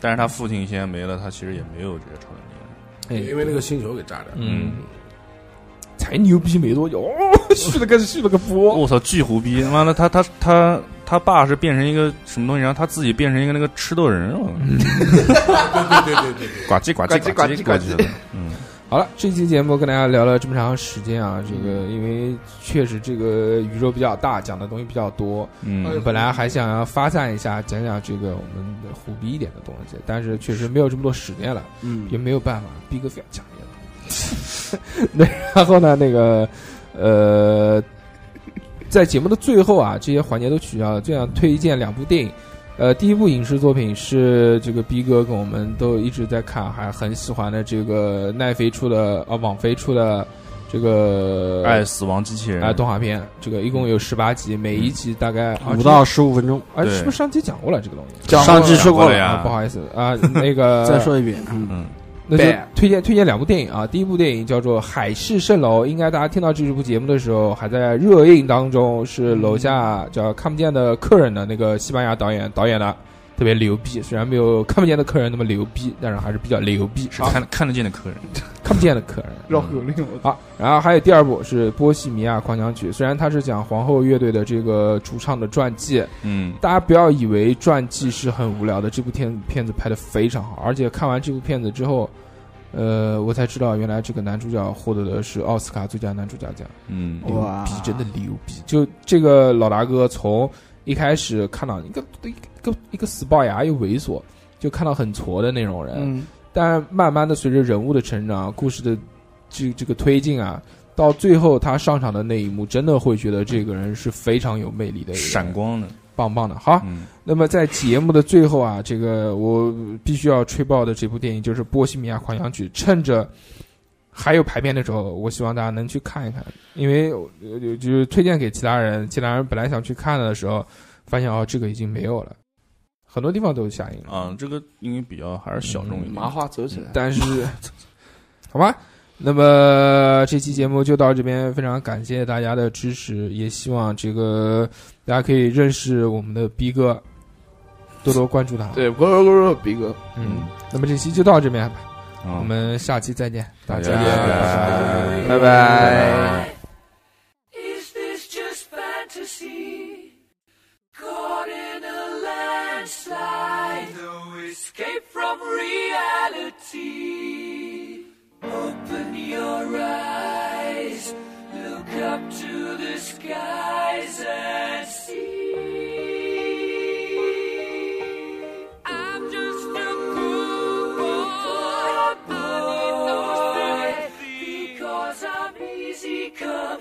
[SPEAKER 8] 但是他父亲现在没了，他其实也没有这些超能力。
[SPEAKER 2] 哎，
[SPEAKER 9] 因为那个星球给炸掉了。
[SPEAKER 2] 嗯，才牛逼没多久，哦， [laughs] 续了个续了个波，
[SPEAKER 8] 嗯我操，巨胡逼！妈的，他他他他爸是变成一个什么东西，然后他自己变成一个那个吃豆人，我操
[SPEAKER 9] [laughs] 对对对对对，
[SPEAKER 8] [laughs] 呱唧呱唧呱唧呱唧的。嗯，
[SPEAKER 2] 好了，这期节目跟大家聊了这么长时间啊，这个因为确实这个宇宙比较大，讲的东西比较多。
[SPEAKER 8] 嗯，
[SPEAKER 2] 本来还想要发散一下，讲讲这个我们的虎逼一点的东西，但是确实没有这么多时间了，
[SPEAKER 3] 嗯，
[SPEAKER 2] 也没有办法，逼哥非常强 [laughs] 烈了。那然后呢，那个呃，在节目的最后啊，这些环节都取消了，就想推荐两部电影。呃，第一部影视作品是这个逼哥跟我们都一直在看，还很喜欢的这个奈飞出的啊，网飞出的这个
[SPEAKER 8] 爱死亡机器人
[SPEAKER 2] 啊，动画片，这个一共有十八集，每一集大概
[SPEAKER 1] 五到十五分钟。
[SPEAKER 2] 啊，
[SPEAKER 8] 对
[SPEAKER 2] 是不是上期讲过了这个东西？
[SPEAKER 5] 讲
[SPEAKER 1] 上期
[SPEAKER 8] 说
[SPEAKER 1] 说
[SPEAKER 8] 过
[SPEAKER 1] 过
[SPEAKER 8] 了
[SPEAKER 1] 了
[SPEAKER 8] 呀
[SPEAKER 2] 啊，不好意思 [laughs] 啊，那
[SPEAKER 1] [laughs]
[SPEAKER 2] 个
[SPEAKER 1] 再，说一遍，嗯，
[SPEAKER 8] 嗯，
[SPEAKER 2] 那就
[SPEAKER 5] Bad
[SPEAKER 2] 推荐推荐两部电影啊。第一部电影叫做《海市蜃楼》，应该大家听到这部节目的时候还在热映当中，是楼下叫《看不见的客人》的那个西班牙导演导演的，特别牛逼。虽然没有《看不见的客人》那么牛逼，但是还是比较牛逼。
[SPEAKER 8] 是
[SPEAKER 2] 啊
[SPEAKER 8] 看看得见的客人，
[SPEAKER 2] [laughs] 看不见的客人。
[SPEAKER 5] 绕口令，我
[SPEAKER 2] 好，然后还有第二部是《波西米亚狂想曲》，虽然它是讲皇后乐队的这个主唱的传记，
[SPEAKER 8] 嗯，
[SPEAKER 2] 大家不要以为传记是很无聊的，这部片片子拍的非常好，而且看完这部片子之后，呃，我才知道原来这个男主角获得的是奥斯卡最佳男主角奖，
[SPEAKER 8] 嗯，
[SPEAKER 2] 牛
[SPEAKER 5] 哇
[SPEAKER 2] 逼，真的牛逼！就这个老大哥从一开始看到一个一个一个死龅牙又猥琐，就看到很挫的那种人，
[SPEAKER 5] 嗯，
[SPEAKER 2] 但慢慢的随着人物的成长，故事的这这个推进啊。到最后，他上场的那一幕，真的会觉得这个人是非常有魅力的一个人，
[SPEAKER 8] 闪光的，
[SPEAKER 2] 棒棒的。好，
[SPEAKER 8] 嗯，
[SPEAKER 2] 那么在节目的最后啊，这个我必须要吹爆的这部电影就是《波西米亚狂想曲》，趁着还有排片的时候，我希望大家能去看一看，因为呃就是推荐给其他人，其他人本来想去看的时候，发现哦这个已经没有了，很多地方都下映了。
[SPEAKER 8] 啊，这个应该比较还是小众一
[SPEAKER 5] 嗯麻
[SPEAKER 8] 点。
[SPEAKER 5] 花走起来，
[SPEAKER 2] 但是，好吧，那么这期节目就到这边，非常感谢大家的支持，也希望这个大家可以认识我们的逼哥，多多关注他。
[SPEAKER 5] 对，咕噜咕噜，逼哥，
[SPEAKER 2] 嗯，那么这期就到这边吧，我
[SPEAKER 8] 嗯，
[SPEAKER 2] 们下期再见，大家
[SPEAKER 8] 再见
[SPEAKER 5] 拜拜。
[SPEAKER 10] Is this just fantasy? Caught in a landslide, no escape from reality. Open your eyes, look up to the skies and see. I'm just a cool boy. I need those things because I'm easy. Come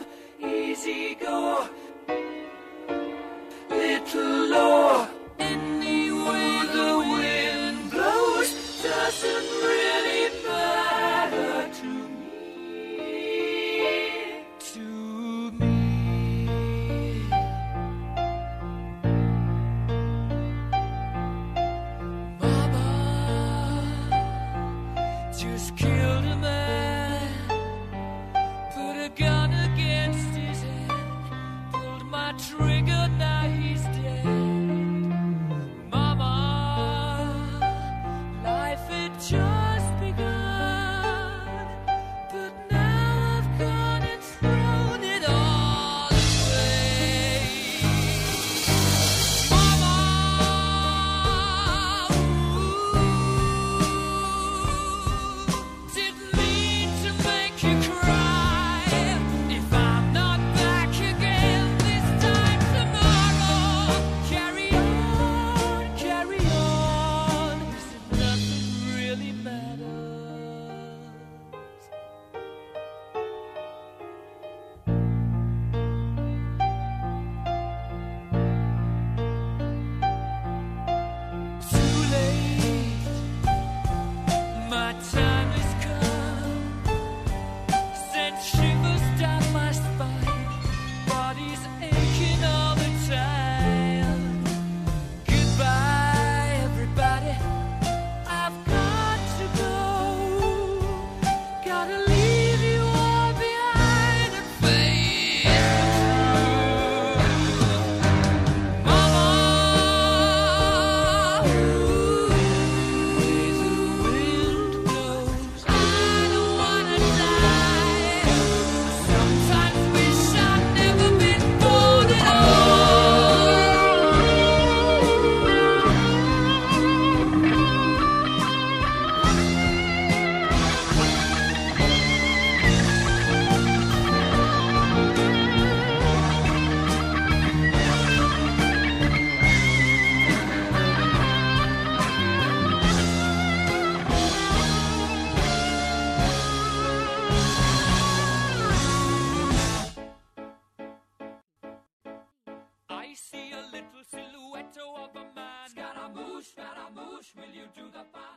[SPEAKER 10] you to the fire.